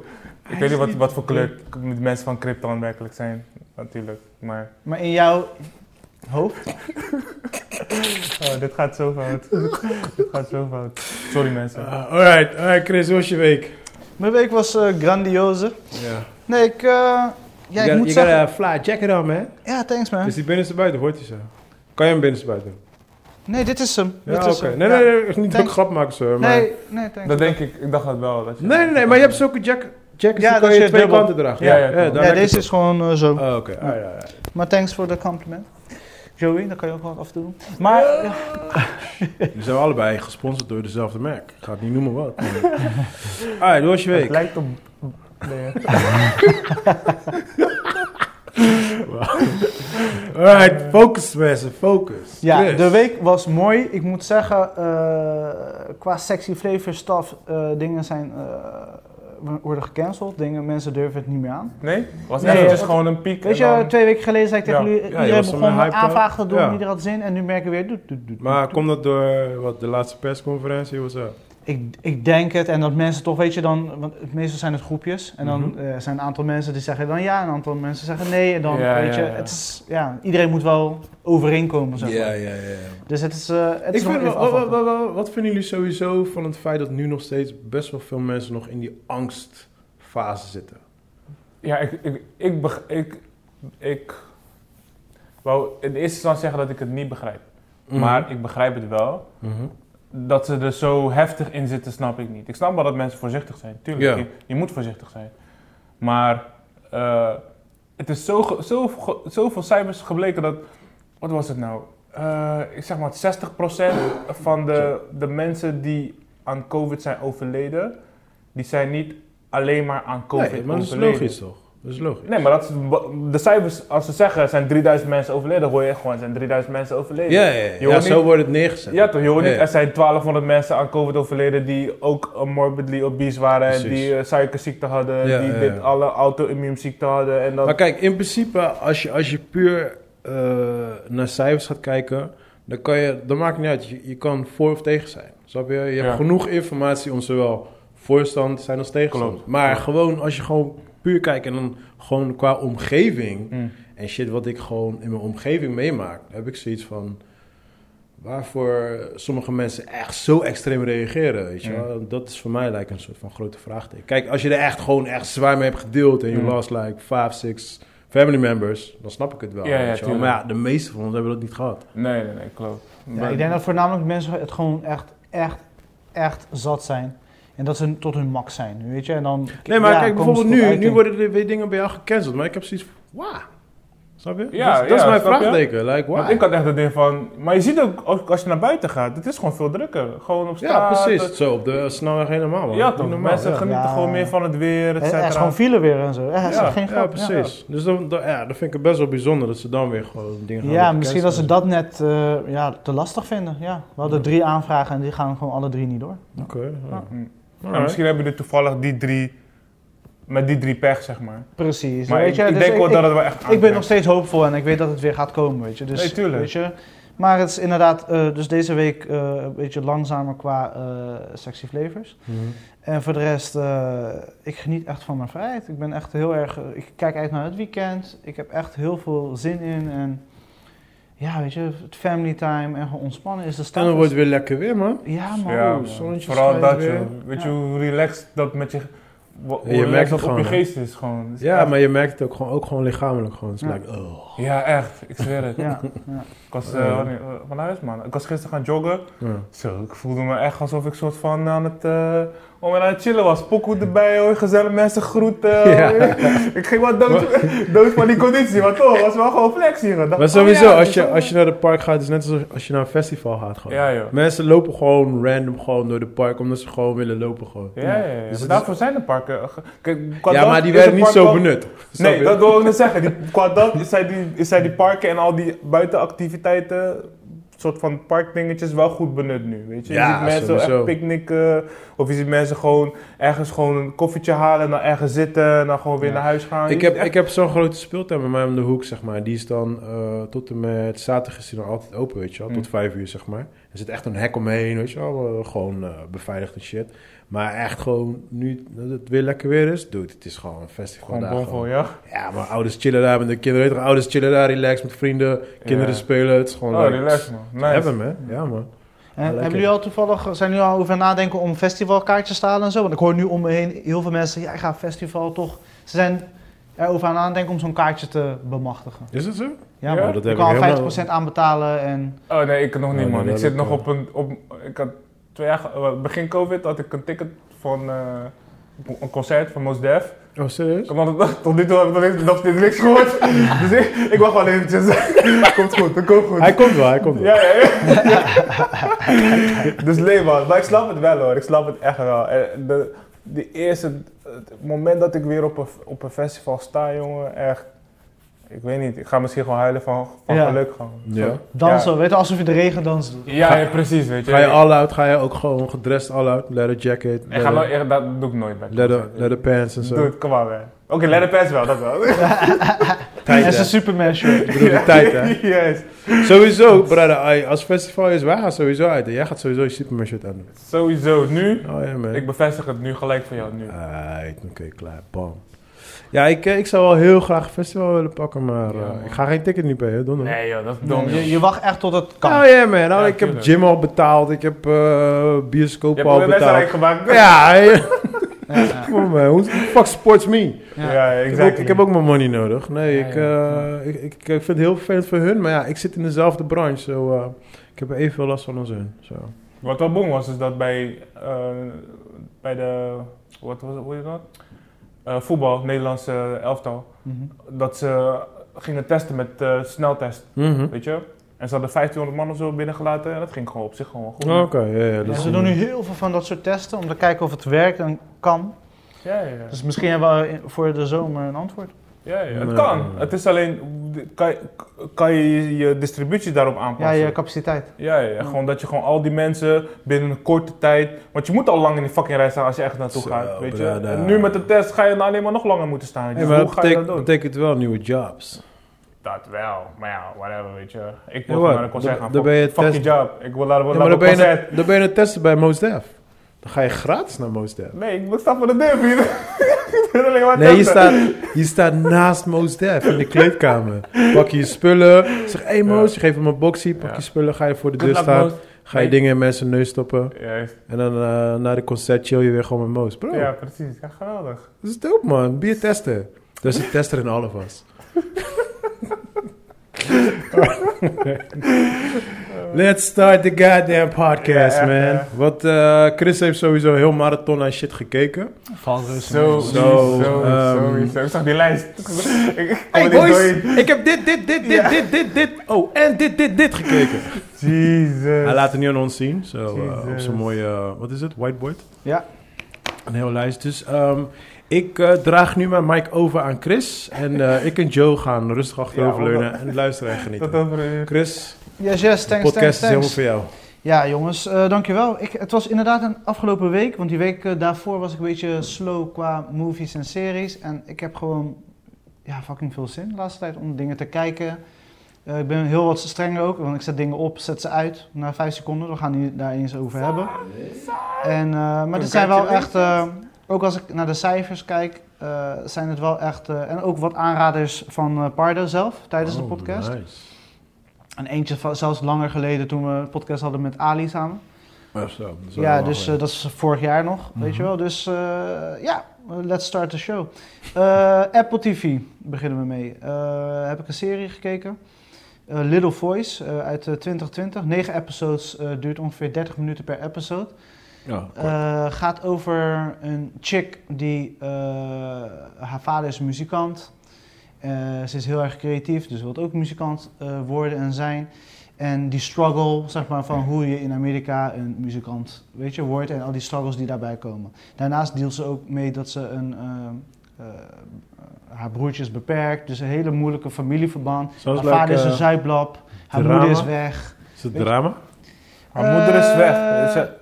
Speaker 3: Ik weet
Speaker 2: is
Speaker 3: niet wat,
Speaker 2: niet
Speaker 3: wat voor kleur k- de mensen van Krypton werkelijk zijn, natuurlijk. Maar
Speaker 2: Maar in jouw hoofd?
Speaker 3: oh, dit gaat zo fout. dit gaat zo fout. Sorry mensen.
Speaker 1: Ah, alright, alright, Chris, hoe was je week?
Speaker 2: Mijn week was eh, grandioze.
Speaker 1: Ja.
Speaker 2: Nee, ik, eh, ja, ik
Speaker 1: you
Speaker 2: moet
Speaker 1: got
Speaker 2: zeggen...
Speaker 1: a fly jacket on, man.
Speaker 2: Ja, thanks man.
Speaker 1: Is die binnenste buiten, hoort je zo? Kan je hem binnenste buiten? doen?
Speaker 2: Nee, dit is hem.
Speaker 1: Ja,
Speaker 2: Dit
Speaker 1: oké.
Speaker 2: is hem.
Speaker 1: Nee,
Speaker 2: Ja.
Speaker 1: nee, nee, echt niet een
Speaker 2: Thanks.
Speaker 1: grap maken, sir. Maar...
Speaker 2: Nee, nee, thanks.
Speaker 3: Dat denk ik, ik dacht dat wel. Dat
Speaker 1: Nee, nee, nee, maar je hebt zulke jack jackets,
Speaker 2: Ja,
Speaker 1: die
Speaker 2: dat
Speaker 1: kan je
Speaker 2: is
Speaker 1: twee
Speaker 2: dubbel.
Speaker 1: kanten dragen.
Speaker 3: Ja, ja, klopt.
Speaker 1: daar
Speaker 3: Ja,
Speaker 2: ja,
Speaker 1: lijkt
Speaker 2: deze
Speaker 1: het
Speaker 2: is gewoon eh, zo.
Speaker 1: op. Oh, oké. alright, alright.
Speaker 2: Maar thanks voor de compliment. Joey, dat kan je ook wat afdoen. Maar, ja.
Speaker 1: Die zijn allebei gesponsord door dezelfde merk. Ik ga het niet noemen wat. [laughs] alright, hoe was je
Speaker 3: Het
Speaker 1: week?
Speaker 3: lijkt op... Nee.
Speaker 1: Alright, focus mensen, focus.
Speaker 2: Ja,
Speaker 1: Chris.
Speaker 2: de week was mooi. Ik moet zeggen, eh, qua sexy flavor stuff, eh, dingen zijn, eh, worden gecanceld. Dingen, mensen durven het niet meer aan.
Speaker 3: Nee? Was
Speaker 2: Nee,
Speaker 3: echt
Speaker 2: ja.
Speaker 3: dus gewoon een piek
Speaker 2: Weet
Speaker 3: en
Speaker 2: je,
Speaker 3: dan-
Speaker 2: twee weken geleden zei ik tegen
Speaker 3: Ja.
Speaker 2: jullie,
Speaker 1: Ja, je
Speaker 2: iedereen
Speaker 1: was er
Speaker 2: begon
Speaker 1: mee hyped
Speaker 2: aanvragen te doen,
Speaker 1: Ja.
Speaker 2: iedereen had zin. En nu merken we weer, doet, doet, doet.
Speaker 1: Maar komt dat door wat, de laatste persconferentie? Was dat?
Speaker 2: Ik, ik denk het, en dat mensen toch, weet je dan, want het meestal zijn het groepjes. En dan
Speaker 1: Mhm.
Speaker 2: eh, zijn een aantal mensen die zeggen dan ja, een aantal mensen zeggen nee. En dan,
Speaker 3: Ja,
Speaker 2: weet je,
Speaker 3: ja, ja.
Speaker 2: Het is, ja, iedereen moet wel overeenkomen, zeg maar.
Speaker 1: ja, ja.
Speaker 2: Dus het is, eh, het
Speaker 1: Ik
Speaker 2: is nog
Speaker 1: vind,
Speaker 2: even
Speaker 1: wel- wat,
Speaker 2: afwachten.
Speaker 1: wat, wat, wat vinden jullie sowieso van het feit dat nu nog steeds best wel veel mensen nog in die angstfase zitten?
Speaker 3: Ja, ik, ik, ik, beg- ik, ik wou in eerste instantie zeggen dat ik het niet begrijp. Maar ik begrijp het wel.
Speaker 1: Mhm.
Speaker 3: Dat ze er zo heftig in zitten, snap ik niet. Ik snap wel dat mensen voorzichtig zijn. Tuurlijk,
Speaker 1: Ja.
Speaker 3: je, je moet voorzichtig zijn. Maar eh, het is zo, ge- zo, ge- zoveel cijfers gebleken dat... Wat was het nou? Eh, ik zeg maar 60% van de, de mensen die aan COVID zijn overleden... die zijn niet alleen maar aan COVID
Speaker 1: Nee, maar dat is
Speaker 3: overleden.
Speaker 1: logisch toch? Dat is logisch.
Speaker 3: Nee, maar dat is, de cijfers, als ze zeggen, zijn 3000 mensen overleden, dan hoor je echt gewoon, zijn 3000 mensen overleden.
Speaker 1: Ja, ja, ja.
Speaker 3: hoort
Speaker 1: ja zo
Speaker 3: niet-
Speaker 1: wordt het neergezet.
Speaker 3: Ja, toch, je hoort
Speaker 1: Ja,
Speaker 3: niet,
Speaker 1: ja.
Speaker 3: er zijn 1200 mensen aan COVID overleden die ook eh, morbidly obese waren, en
Speaker 1: Precies.
Speaker 3: die eh, suikerziekte hadden,
Speaker 1: Ja,
Speaker 3: die
Speaker 1: ja, ja.
Speaker 3: dit, alle auto-immuunziekten hadden en
Speaker 1: Maar
Speaker 3: dat.
Speaker 1: kijk, in principe, als je, als je puur eh, naar cijfers gaat kijken, dan kan je, dat maakt niet uit. Je, je kan voor of tegen zijn. Snap je? Je hebt
Speaker 3: Ja.
Speaker 1: genoeg informatie om zowel voorstand te zijn als tegenstand.
Speaker 3: Klopt.
Speaker 1: Maar
Speaker 3: Klopt.
Speaker 1: gewoon, als je gewoon puur kijkt en dan gewoon qua omgeving
Speaker 3: Mm.
Speaker 1: en shit wat ik gewoon in mijn omgeving meemaak, heb ik zoiets van. Waarvoor sommige mensen echt zo extreem reageren, weet je
Speaker 3: Mm.
Speaker 1: wel? Dat is voor mij lijkt een soort van grote vraagteken. Kijk, als je er echt gewoon echt zwaar mee hebt gedeeld en je
Speaker 3: Mm.
Speaker 1: lost like 5, 6 family members, dan snap ik het wel.
Speaker 3: Ja, ja,
Speaker 1: weet je wel. Maar
Speaker 3: tuurlijk.
Speaker 1: ja, de meeste van ons hebben dat niet gehad.
Speaker 3: Nee, nee, nee, klopt.
Speaker 2: Ja, ik denk dat voornamelijk mensen het gewoon echt, echt, echt zat zijn. En dat ze tot hun max zijn, weet je. En dan,
Speaker 1: Nee, maar
Speaker 2: ja,
Speaker 1: kijk,
Speaker 2: komen ze
Speaker 1: bijvoorbeeld
Speaker 2: tot
Speaker 1: nu, nu
Speaker 2: uiting.
Speaker 1: worden er weer dingen bij jou gecanceld, maar ik heb zoiets van, wow. Snap je?
Speaker 3: Ja,
Speaker 1: dat is, dat is
Speaker 3: ja,
Speaker 1: mijn
Speaker 3: snap je?
Speaker 1: vraagteken. Like,
Speaker 3: Want
Speaker 1: why?
Speaker 3: ik had echt het ding van, maar je ziet ook, ook als je naar buiten gaat, het is gewoon veel drukker. Gewoon op
Speaker 1: Ja,
Speaker 3: straat.
Speaker 1: precies.
Speaker 3: het-
Speaker 1: Zo, op de snelweg helemaal. man.
Speaker 3: Ja, toch.
Speaker 1: Normaal,
Speaker 3: mensen
Speaker 1: ja.
Speaker 3: genieten
Speaker 2: Ja.
Speaker 3: gewoon meer van het weer, et
Speaker 2: Er- Er
Speaker 3: cetera.
Speaker 2: is gewoon file weer en zo. Er is
Speaker 3: Ja,
Speaker 2: geen grap.
Speaker 1: Ja, precies. Dus dan, dan- ja, dat vind ik het best wel bijzonder dat ze dan weer gewoon dingen gaan
Speaker 2: Ja,
Speaker 1: laten
Speaker 2: misschien dat ze
Speaker 1: cancelen.
Speaker 2: dat net eh, ja, te lastig vinden. Ja, we hadden drie aanvragen en die gaan gewoon alle drie niet door.
Speaker 1: Oké, ja.
Speaker 2: Ja.
Speaker 3: Mm.
Speaker 1: Alright.
Speaker 3: Nou, misschien hebben we toevallig die drie, met die drie pech, zeg maar.
Speaker 2: Precies.
Speaker 3: Maar
Speaker 2: weet
Speaker 3: ik,
Speaker 2: je,
Speaker 3: ik
Speaker 2: dus
Speaker 3: denk wel
Speaker 2: ik,
Speaker 3: dat het wel
Speaker 2: ik,
Speaker 3: echt
Speaker 2: ik ben nog
Speaker 3: aantrekt.
Speaker 2: steeds hoopvol en ik weet dat het weer gaat komen, weet je. Dus,
Speaker 3: Nee, tuurlijk.
Speaker 2: Weet je, maar het is inderdaad, eh, dus deze week eh, een beetje langzamer qua eh, sexy flavors.
Speaker 1: Mhm.
Speaker 2: En voor de rest, eh, ik geniet echt van mijn vrijheid. Ik ben echt heel erg, eh, ik kijk uit naar het weekend. Ik heb echt heel veel zin in en ja, weet je, het family time en gewoon ontspannen is de
Speaker 1: En
Speaker 2: stad.
Speaker 1: dan wordt het weer lekker weer, man.
Speaker 2: Ja man.
Speaker 3: Ja,
Speaker 1: Oeh,
Speaker 3: man.
Speaker 1: zonnetje
Speaker 3: Vooral
Speaker 1: schijnt
Speaker 3: dat,
Speaker 1: weer.
Speaker 3: joh. Weet je
Speaker 2: Ja.
Speaker 3: hoe relaxed dat met je... wa- Hoe
Speaker 1: je
Speaker 3: relaxed
Speaker 1: merkt het
Speaker 3: dat op je
Speaker 1: gewoon, hè?
Speaker 3: geest is gewoon. Het is
Speaker 1: Ja,
Speaker 3: echt-
Speaker 1: maar je merkt het ook gewoon, ook gewoon lichamelijk. Gewoon. Het is
Speaker 2: Ja.
Speaker 1: like, oh.
Speaker 3: Ja, echt. Ik zweer het.
Speaker 2: Ja, ja.
Speaker 3: Ik was
Speaker 1: Ja.
Speaker 3: eh, wanneer- eh, van huis, man. Ik was gisteren gaan joggen.
Speaker 1: Ja.
Speaker 3: Zo, ik voelde me echt alsof ik soort van aan het... eh, om en aan het chillen was. Pokoe erbij, hoor. Gezellig mensen groeten.
Speaker 1: Ja.
Speaker 3: hoor. [laughs] Ik ging wel dood, dood van die conditie. Maar toch, was wel gewoon flexie. hoor. Dacht
Speaker 1: Maar
Speaker 3: van,
Speaker 1: sowieso,
Speaker 3: ja,
Speaker 1: als
Speaker 3: dus
Speaker 1: je,
Speaker 3: dan-
Speaker 1: als je naar het park gaat, is het net als als je naar een festival gaat. Gewoon.
Speaker 3: Ja, joh.
Speaker 1: Mensen lopen gewoon random gewoon door de park, omdat ze gewoon willen lopen. Gewoon.
Speaker 3: Ja, ja, ja.
Speaker 1: Dus
Speaker 3: Maar
Speaker 1: het
Speaker 3: daarvoor zijn de parken... eh, ge- Kijk, qua
Speaker 1: Ja,
Speaker 3: dans
Speaker 1: maar die
Speaker 3: is
Speaker 1: werden
Speaker 3: een
Speaker 1: niet
Speaker 3: park
Speaker 1: zo
Speaker 3: wel-
Speaker 1: benut. Snap
Speaker 3: Nee,
Speaker 1: je?
Speaker 3: dat wil ik net zeggen. Die, qua dat zijn die, zijn die parken en al die buitenactiviteiten soort van parkdingetjes wel goed benut nu. Weet je?
Speaker 1: Ja,
Speaker 3: je ziet mensen
Speaker 1: sowieso.
Speaker 3: echt picknicken. Of je ziet mensen gewoon ergens gewoon een koffietje halen en dan ergens zitten en dan gewoon weer
Speaker 2: Ja.
Speaker 3: naar huis gaan.
Speaker 1: Ik
Speaker 3: Je
Speaker 1: heb,
Speaker 3: ziet echt-
Speaker 1: ik heb zo'n grote speeltuin bij mij om de hoek, zeg maar. Die is dan eh, tot en met zaterdag is die dan altijd open, weet je wel. Tot
Speaker 3: Mm.
Speaker 1: vijf uur, zeg maar. Er zit echt een hek omheen, weet je wel. eh, gewoon eh, beveiligd en shit. Maar echt gewoon, nu dat het weer lekker weer is, dude, het is gewoon een festival.
Speaker 3: Gewoon
Speaker 1: daar
Speaker 3: bomvol,
Speaker 1: gewoon.
Speaker 3: ja.
Speaker 1: Ja, maar ouders chillen daar met de kinderen. weet je toch, Ouders chillen daar, relax met vrienden. Kinderen
Speaker 3: Ja.
Speaker 1: spelen, het is gewoon
Speaker 3: Oh,
Speaker 1: leuk.
Speaker 3: relax man. Nice.
Speaker 1: Hebben, hè? Ja, man.
Speaker 2: En
Speaker 1: lekker.
Speaker 2: hebben jullie al toevallig, zijn jullie al over aan het nadenken om festivalkaartjes te halen en zo? Want ik hoor nu om me heen heel veel mensen, ja ik ga festival toch. Ze zijn erover aan het nadenken om zo'n kaartje te bemachtigen.
Speaker 1: Is het zo?
Speaker 2: Ja,
Speaker 3: Ja,
Speaker 2: maar
Speaker 1: Oh, dat
Speaker 2: je
Speaker 1: heb
Speaker 2: kan
Speaker 1: ik
Speaker 2: al 50%
Speaker 1: helemaal-
Speaker 2: aan betalen en...
Speaker 3: Oh nee, ik nog
Speaker 1: Nee,
Speaker 3: niet
Speaker 1: nee,
Speaker 3: man. Ik
Speaker 1: dat
Speaker 3: zit
Speaker 1: ook,
Speaker 3: nog
Speaker 1: eh.
Speaker 3: op een. Op, ik had twee jaar, ge- eh, begin COVID had ik een ticket van eh, een concert van Mos Def.
Speaker 1: Oh, serieus?
Speaker 3: Ik had nog- [laughs] Tot nu toe heb ik nog niks- nog steeds
Speaker 1: [laughs]
Speaker 3: niks gehoord. Dus ik, ik wacht wel eventjes. [laughs] komt goed, dat komt goed.
Speaker 1: Hij komt wel, hij komt wel.
Speaker 3: Ja, ja, [laughs] ja. dus nee man, maar ik snap het wel hoor. Ik snap het echt wel. Eh, De, de eerste, het moment dat ik weer op een, op een festival sta jongen, echt. Ik weet niet, ik ga misschien gewoon huilen van, van
Speaker 2: Ja.
Speaker 3: geluk gewoon.
Speaker 1: Ja.
Speaker 2: Dansen, weet je, alsof je de regendans doet.
Speaker 3: Ja, ja, precies, weet je.
Speaker 1: Ga je all-out, ga je ook gewoon gedrest all-out. Leather jacket,
Speaker 3: Ik ga nooit,
Speaker 1: leather,
Speaker 3: ik- dat doe ik nooit bij
Speaker 1: leather,
Speaker 3: concerten.
Speaker 1: leather pants en zo.
Speaker 3: Doe het, kom maar man. Oké, leather pants wel, dat wel.
Speaker 1: Tijd,
Speaker 2: en
Speaker 1: hè?
Speaker 2: zijn Superman shirt.
Speaker 1: Ik bedoel, de tijd, hè?
Speaker 3: [laughs] Yes.
Speaker 1: Sowieso, brother, ai, als festival is, wij gaan sowieso uit. Jij gaat sowieso je Superman shirt aan doen.
Speaker 3: Sowieso, nu.
Speaker 1: Oh ja, man.
Speaker 3: Ik bevestig het nu gelijk voor jou, nu.
Speaker 1: Aight, oké, klaar, bam. Ja, ik, eh, ik zou wel heel graag een festival willen pakken, maar eh,
Speaker 3: Ja, man.
Speaker 1: ik ga geen ticket niet bij hè, donder.
Speaker 3: Nee joh, dat is dom
Speaker 2: Nee,
Speaker 3: joh.
Speaker 2: je, je wacht echt tot het kan.
Speaker 1: Oh ja, man. Nou,
Speaker 3: Ja,
Speaker 1: ik heb
Speaker 3: tuurlijk.
Speaker 1: gym al betaald, ik heb eh
Speaker 3: Je
Speaker 1: bioscoop
Speaker 3: hebt
Speaker 1: al
Speaker 3: een wedstrijd
Speaker 1: betaald.
Speaker 3: gemaakt.
Speaker 1: Ja, [laughs] hey,
Speaker 2: Ja, ja.
Speaker 1: come on, man. Who the fuck sports me?
Speaker 2: Ja.
Speaker 3: ja
Speaker 1: Ik heb, ook,
Speaker 3: exactly.
Speaker 1: ik heb ook mijn money nodig. Nee,
Speaker 3: Ja,
Speaker 1: ik,
Speaker 3: ja.
Speaker 1: eh, ik, ik, ik vind het heel vervelend voor hun, maar ja, ik zit in dezelfde branche. zo eh, ik heb er evenveel last van als hun. zo.
Speaker 3: Wat wel bong was, is dat bij, eh, bij de, wat was het, hoe heet dat? Eh, voetbal, Nederlandse elftal,
Speaker 2: Mhm.
Speaker 3: dat ze gingen testen met eh, sneltest,
Speaker 1: Mhm.
Speaker 3: weet je. En ze hadden 1500 man of zo binnengelaten en dat ging gewoon op zich gewoon wel goed.
Speaker 1: Oh, Oké, ja, ja, dat
Speaker 2: Ja,
Speaker 1: is
Speaker 2: ze doen nu heel veel van dat soort testen om te kijken of het werkt en kan.
Speaker 3: Ja, ja, ja.
Speaker 2: Dus misschien hebben we in- voor de zomer een antwoord.
Speaker 3: Ja, ja, het
Speaker 1: Nee.
Speaker 3: kan. Het is alleen, kan je, kan je je- je distributie daarop
Speaker 2: Ja,
Speaker 3: aanpassen?
Speaker 2: je capaciteit.
Speaker 3: ja, ja, ja. Gewoon dat je gewoon al die mensen binnen een korte tijd... Want je moet al lang in die fucking rij staan als je echt naartoe
Speaker 1: Zo,
Speaker 3: gaat, weet je.
Speaker 1: brada.
Speaker 3: En nu met de test ga je nou alleen maar nog langer moeten staan. weet je.
Speaker 1: Hey, maar
Speaker 3: Hoe
Speaker 1: dat
Speaker 3: ga je dat
Speaker 1: betekent,
Speaker 3: doen?
Speaker 1: betekent wel nieuwe jobs.
Speaker 3: Dat wel, maar ja, whatever, weet je.
Speaker 1: Ja,
Speaker 3: Ik wil
Speaker 1: wat?
Speaker 3: gewoon naar een concert
Speaker 1: Dan-
Speaker 3: gaan.
Speaker 1: dan
Speaker 3: Fuck-
Speaker 1: ben je
Speaker 3: Fuck
Speaker 1: test-
Speaker 3: je job. Ik wil naar
Speaker 1: Ja,
Speaker 3: naar
Speaker 1: maar
Speaker 3: een
Speaker 1: dan ben, je,
Speaker 3: concert.
Speaker 1: net- dan ben je het testen bij Mos Def. Dan ga je gratis naar Mos Def.
Speaker 3: Nee, ik sta voor de deur, vriend. [laughs] Ik wil alleen maar
Speaker 1: Nee, je
Speaker 3: testen.
Speaker 1: staat, je staat naast Mos Def in de kleedkamer. Pak je je spullen. Zeg, hé hey Mos, je geeft hem een boxie. Pak
Speaker 3: Ja.
Speaker 1: je spullen, ga je voor de
Speaker 3: Good
Speaker 1: deur
Speaker 3: luck,
Speaker 1: staan.
Speaker 3: Moos.
Speaker 1: Ga je
Speaker 3: Nee.
Speaker 1: dingen in mensen neus stoppen.
Speaker 3: Juist.
Speaker 1: En dan eh, na de concert chill je weer gewoon met Moos. Bro,
Speaker 3: Ja, precies. Ja, geweldig.
Speaker 1: dat is dope man. Be a tester. Dat is een tester in all of us. Let's start the goddamn podcast,
Speaker 3: Ja, echt,
Speaker 1: man.
Speaker 3: hè?
Speaker 1: Wat, eh, Chris heeft sowieso heel marathon aan shit gekeken.
Speaker 2: Valt
Speaker 3: Zo,
Speaker 1: Zo,
Speaker 3: zo, zo,
Speaker 1: ehm.
Speaker 3: zo. Ik zag die lijst. [laughs] Ik kom
Speaker 1: Hey
Speaker 3: er niet
Speaker 1: boys,
Speaker 3: doorheen.
Speaker 1: ik heb dit, dit, dit, dit,
Speaker 3: Ja.
Speaker 1: dit, dit, dit. Oh, en dit, dit, dit gekeken.
Speaker 3: Jezus.
Speaker 1: Hij laat het nu aan ons zien. Zo, eh, op
Speaker 3: Jezus.
Speaker 1: zo'n mooie, eh, wat is het, whiteboard?
Speaker 2: Ja.
Speaker 1: Een hele lijst. Dus ehm, ik eh, draag nu mijn mic over aan Chris. En eh, ik en Joe gaan rustig achteroverleunen en luisteren en
Speaker 3: Tot
Speaker 1: genieten.
Speaker 3: over een uur.
Speaker 1: Chris,
Speaker 2: Yes, yes,
Speaker 1: de
Speaker 2: thanks, thanks,
Speaker 1: podcast is helemaal
Speaker 2: thanks.
Speaker 1: voor jou.
Speaker 2: Ja, jongens, eh, dankjewel. Ik, het was inderdaad een afgelopen week, want die week eh, daarvoor was ik een beetje slow qua movies en series. En ik heb gewoon ja, fucking veel zin de laatste tijd om dingen te kijken. Eh, ik ben heel wat strenger ook, want ik zet dingen op, zet ze uit na vijf seconden. We gaan hier daar eens over hebben. En, eh, maar er zijn wel echt, eh, ook als ik naar de cijfers kijk, eh, zijn het wel echt, eh, en ook wat aanraders van eh, Pardo zelf tijdens de
Speaker 1: Oh,
Speaker 2: podcast.
Speaker 1: nice.
Speaker 2: En eentje van, zelfs langer geleden toen we een podcast hadden met Ali samen.
Speaker 1: Maar zo, dat is wel
Speaker 2: Ja,
Speaker 1: wel
Speaker 2: dus
Speaker 1: wel.
Speaker 2: eh, dat is vorig jaar nog, weet je wel. Dus eh, ja, let's start the show. Eh, Apple TV beginnen we mee. Eh, heb ik een serie gekeken. Eh, Little Voice eh, uit eh, 2020. 9 episodes, eh, duurt ongeveer 30 minuten per episode.
Speaker 1: ja, kort.
Speaker 2: Eh, gaat over een chick die. eh, haar vader is muzikant. Eh, ze is heel erg creatief, dus wil ook muzikant eh, worden en zijn. En die struggle, zeg maar, van hoe je in Amerika een muzikant weet je, wordt en al die struggles die daarbij komen. Daarnaast deelt ze ook mee dat ze een, eh, eh, haar broertje is beperkt, dus een hele moeilijke familieverband.
Speaker 1: Zoals
Speaker 2: haar vader
Speaker 1: leuk,
Speaker 2: is
Speaker 1: eh,
Speaker 2: een zuiblap, haar
Speaker 1: drama.
Speaker 2: moeder is weg.
Speaker 1: Is het
Speaker 2: Weet je-
Speaker 1: drama?
Speaker 3: Haar moeder is
Speaker 2: Eh,
Speaker 3: weg. Ze,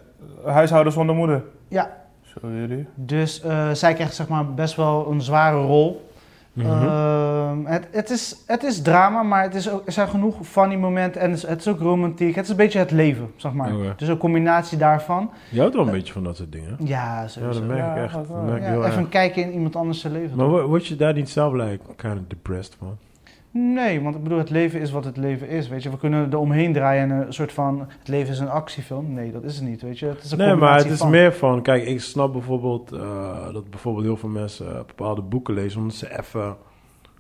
Speaker 3: huishouden zonder moeder.
Speaker 2: Ja.
Speaker 3: Sorry.
Speaker 2: Dus eh, zij krijgt zeg maar best wel een zware rol.
Speaker 1: Mhm.
Speaker 2: Ehm, het, het, is, het is drama, maar het is ook, er zijn genoeg funny momenten en het is, het is ook romantiek. Het is een beetje het leven, zeg maar.
Speaker 1: Oké.
Speaker 2: Dus een combinatie daarvan.
Speaker 1: Je houdt wel een beetje van dat soort dingen.
Speaker 2: Ja,
Speaker 1: Ja, dat
Speaker 2: sowieso.
Speaker 1: merk ik
Speaker 3: Ja,
Speaker 1: echt.
Speaker 3: dat
Speaker 1: Dat
Speaker 3: wel.
Speaker 1: merk ik
Speaker 2: Ja,
Speaker 1: heel
Speaker 2: even
Speaker 1: erg.
Speaker 2: een kijkje in iemand anders zijn leven.
Speaker 1: Maar wo- word je daar niet zelf like, kind of depressed van?
Speaker 2: Nee, want ik bedoel, het leven is wat het leven is, weet je. We kunnen er omheen draaien en een soort van, het leven is een actiefilm. Nee, dat is het niet, weet je. Het is een
Speaker 1: Nee, maar het
Speaker 2: combinatie
Speaker 1: is
Speaker 2: van.
Speaker 1: meer van... Kijk, ik snap bijvoorbeeld eh, dat bijvoorbeeld heel veel mensen eh, bepaalde boeken lezen... omdat ze even,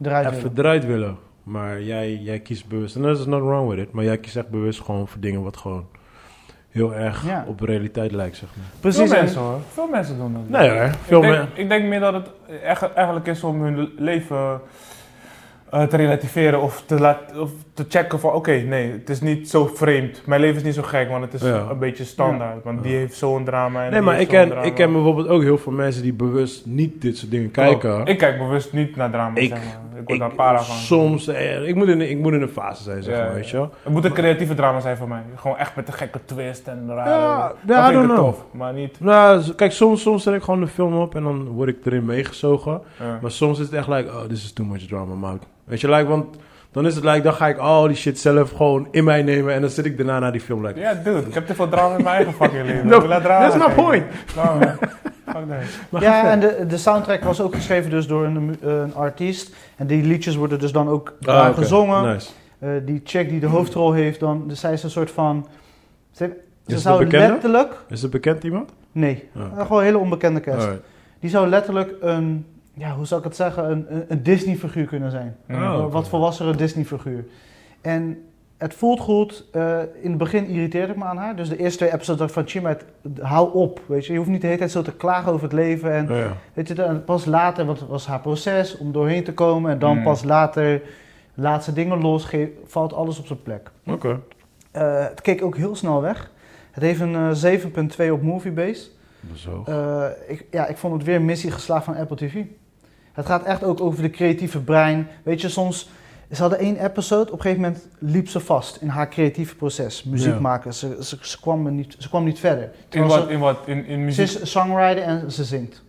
Speaker 2: Eruit
Speaker 1: even
Speaker 2: willen.
Speaker 1: eruit willen. Maar jij, jij kiest bewust... En dat is not wrong with it. Maar jij kiest echt bewust gewoon voor dingen wat gewoon... heel erg
Speaker 2: Ja.
Speaker 1: op realiteit lijkt, zeg maar.
Speaker 3: Veel
Speaker 2: Precies, en-
Speaker 3: mensen hoor. Veel mensen doen dat.
Speaker 1: Nee hoor, veel
Speaker 3: ik, denk,
Speaker 1: meer...
Speaker 3: ik denk meer dat het echt- eigenlijk is om hun leven eh, te relativeren of te, laat- of te checken van oké, nee, het is niet zo vreemd. Mijn leven is niet zo gek, want het is
Speaker 1: Ja.
Speaker 3: een beetje standaard. Want die
Speaker 1: Ja.
Speaker 3: heeft zo'n drama en
Speaker 1: Nee,
Speaker 3: die
Speaker 1: maar ik
Speaker 3: heeft zo'n
Speaker 1: ken,
Speaker 3: drama.
Speaker 1: ik ken bijvoorbeeld ook heel veel mensen die bewust niet dit soort dingen kijken.
Speaker 3: Oh, ik kijk bewust niet naar drama,
Speaker 1: Ik-
Speaker 3: zeg maar. Ik word
Speaker 1: Ik-
Speaker 3: daar para van.
Speaker 1: Soms, eh, ik, moet in, ik moet in een fase zijn, zeg
Speaker 3: Ja,
Speaker 1: maar,
Speaker 3: ja.
Speaker 1: weet je wel.
Speaker 3: Het moet een creatieve drama zijn voor mij. Gewoon echt met een gekke twist en rare...
Speaker 1: Ja,
Speaker 3: dat
Speaker 1: ja, I
Speaker 3: vind
Speaker 1: don't
Speaker 3: ik het
Speaker 1: know.
Speaker 3: tof, maar niet...
Speaker 1: Nou, z- kijk, soms, soms zet ik gewoon de film op en dan word ik erin meegezogen.
Speaker 3: ja.
Speaker 1: Maar soms is het echt like, oh, this is too much drama, man. Weet je, like, want dan is het like, dan ga ik al die shit zelf gewoon in mij nemen en dan zit ik daarna naar die film like.
Speaker 3: Ja, dude, ik heb te veel drama in mijn eigen fucking
Speaker 1: [laughs]
Speaker 3: leven.
Speaker 1: No,
Speaker 3: Ik wil naar drama
Speaker 1: that's my
Speaker 3: kijken.
Speaker 1: point.
Speaker 3: [laughs] Nou, man. Fuck that.
Speaker 1: Maar ga
Speaker 2: Ja,
Speaker 1: verder.
Speaker 2: en de, de soundtrack was ook geschreven dus door een, mu- eh, een artiest. En die liedjes worden dus dan ook
Speaker 1: Ah,
Speaker 2: daar
Speaker 1: oké,
Speaker 2: gezongen.
Speaker 1: Nice.
Speaker 2: Eh, die chick die de hoofdrol heeft, dan, dus zij is een soort van... Ze, ze
Speaker 1: het
Speaker 2: zou
Speaker 1: een bekende?
Speaker 2: letterlijk...
Speaker 1: Is het bekend iemand?
Speaker 2: Nee,
Speaker 1: Ah, oké.
Speaker 2: eh, gewoon een hele onbekende cast.
Speaker 1: Alright.
Speaker 2: Die zou letterlijk een... Ja, hoe zou ik het zeggen? Een, een, een Disney-figuur kunnen zijn.
Speaker 3: Mm.
Speaker 1: Oh,
Speaker 2: Een
Speaker 1: oké.
Speaker 2: Wat volwassere Disney-figuur. En het voelt goed. Eh, in het begin irriteerde ik me aan haar. Dus de eerste twee episodes dacht ik van... Chima, het- hou op, weet je. Je hoeft niet de hele tijd zo te klagen over het leven en...
Speaker 1: Oh, ja.
Speaker 2: Weet je, dan pas later, want het was haar proces om doorheen te komen. En
Speaker 1: Hmm.
Speaker 2: dan
Speaker 3: Mm.
Speaker 2: pas later, laat ze dingen los, ge- valt alles op zijn plek.
Speaker 1: Oké.
Speaker 2: Eh, het keek ook heel snel weg. Het heeft een eh, 7.2 op Moviebase.
Speaker 1: Dat is hoog.
Speaker 2: Eh ik, ja, ik vond het weer een missie geslaagd van Apple TV. Het gaat echt ook over de creatieve brein. Weet je, soms... Ze hadden één episode, op een gegeven moment liep ze vast in haar creatieve proces. Muziek
Speaker 1: Ja.
Speaker 2: maken, ze, ze, ze, kwam er niet, ze kwam niet verder.
Speaker 3: In
Speaker 2: Terwijl
Speaker 3: wat? In wat? In, in
Speaker 2: ze, ze
Speaker 3: muziek?
Speaker 2: is songwriter en ze zingt.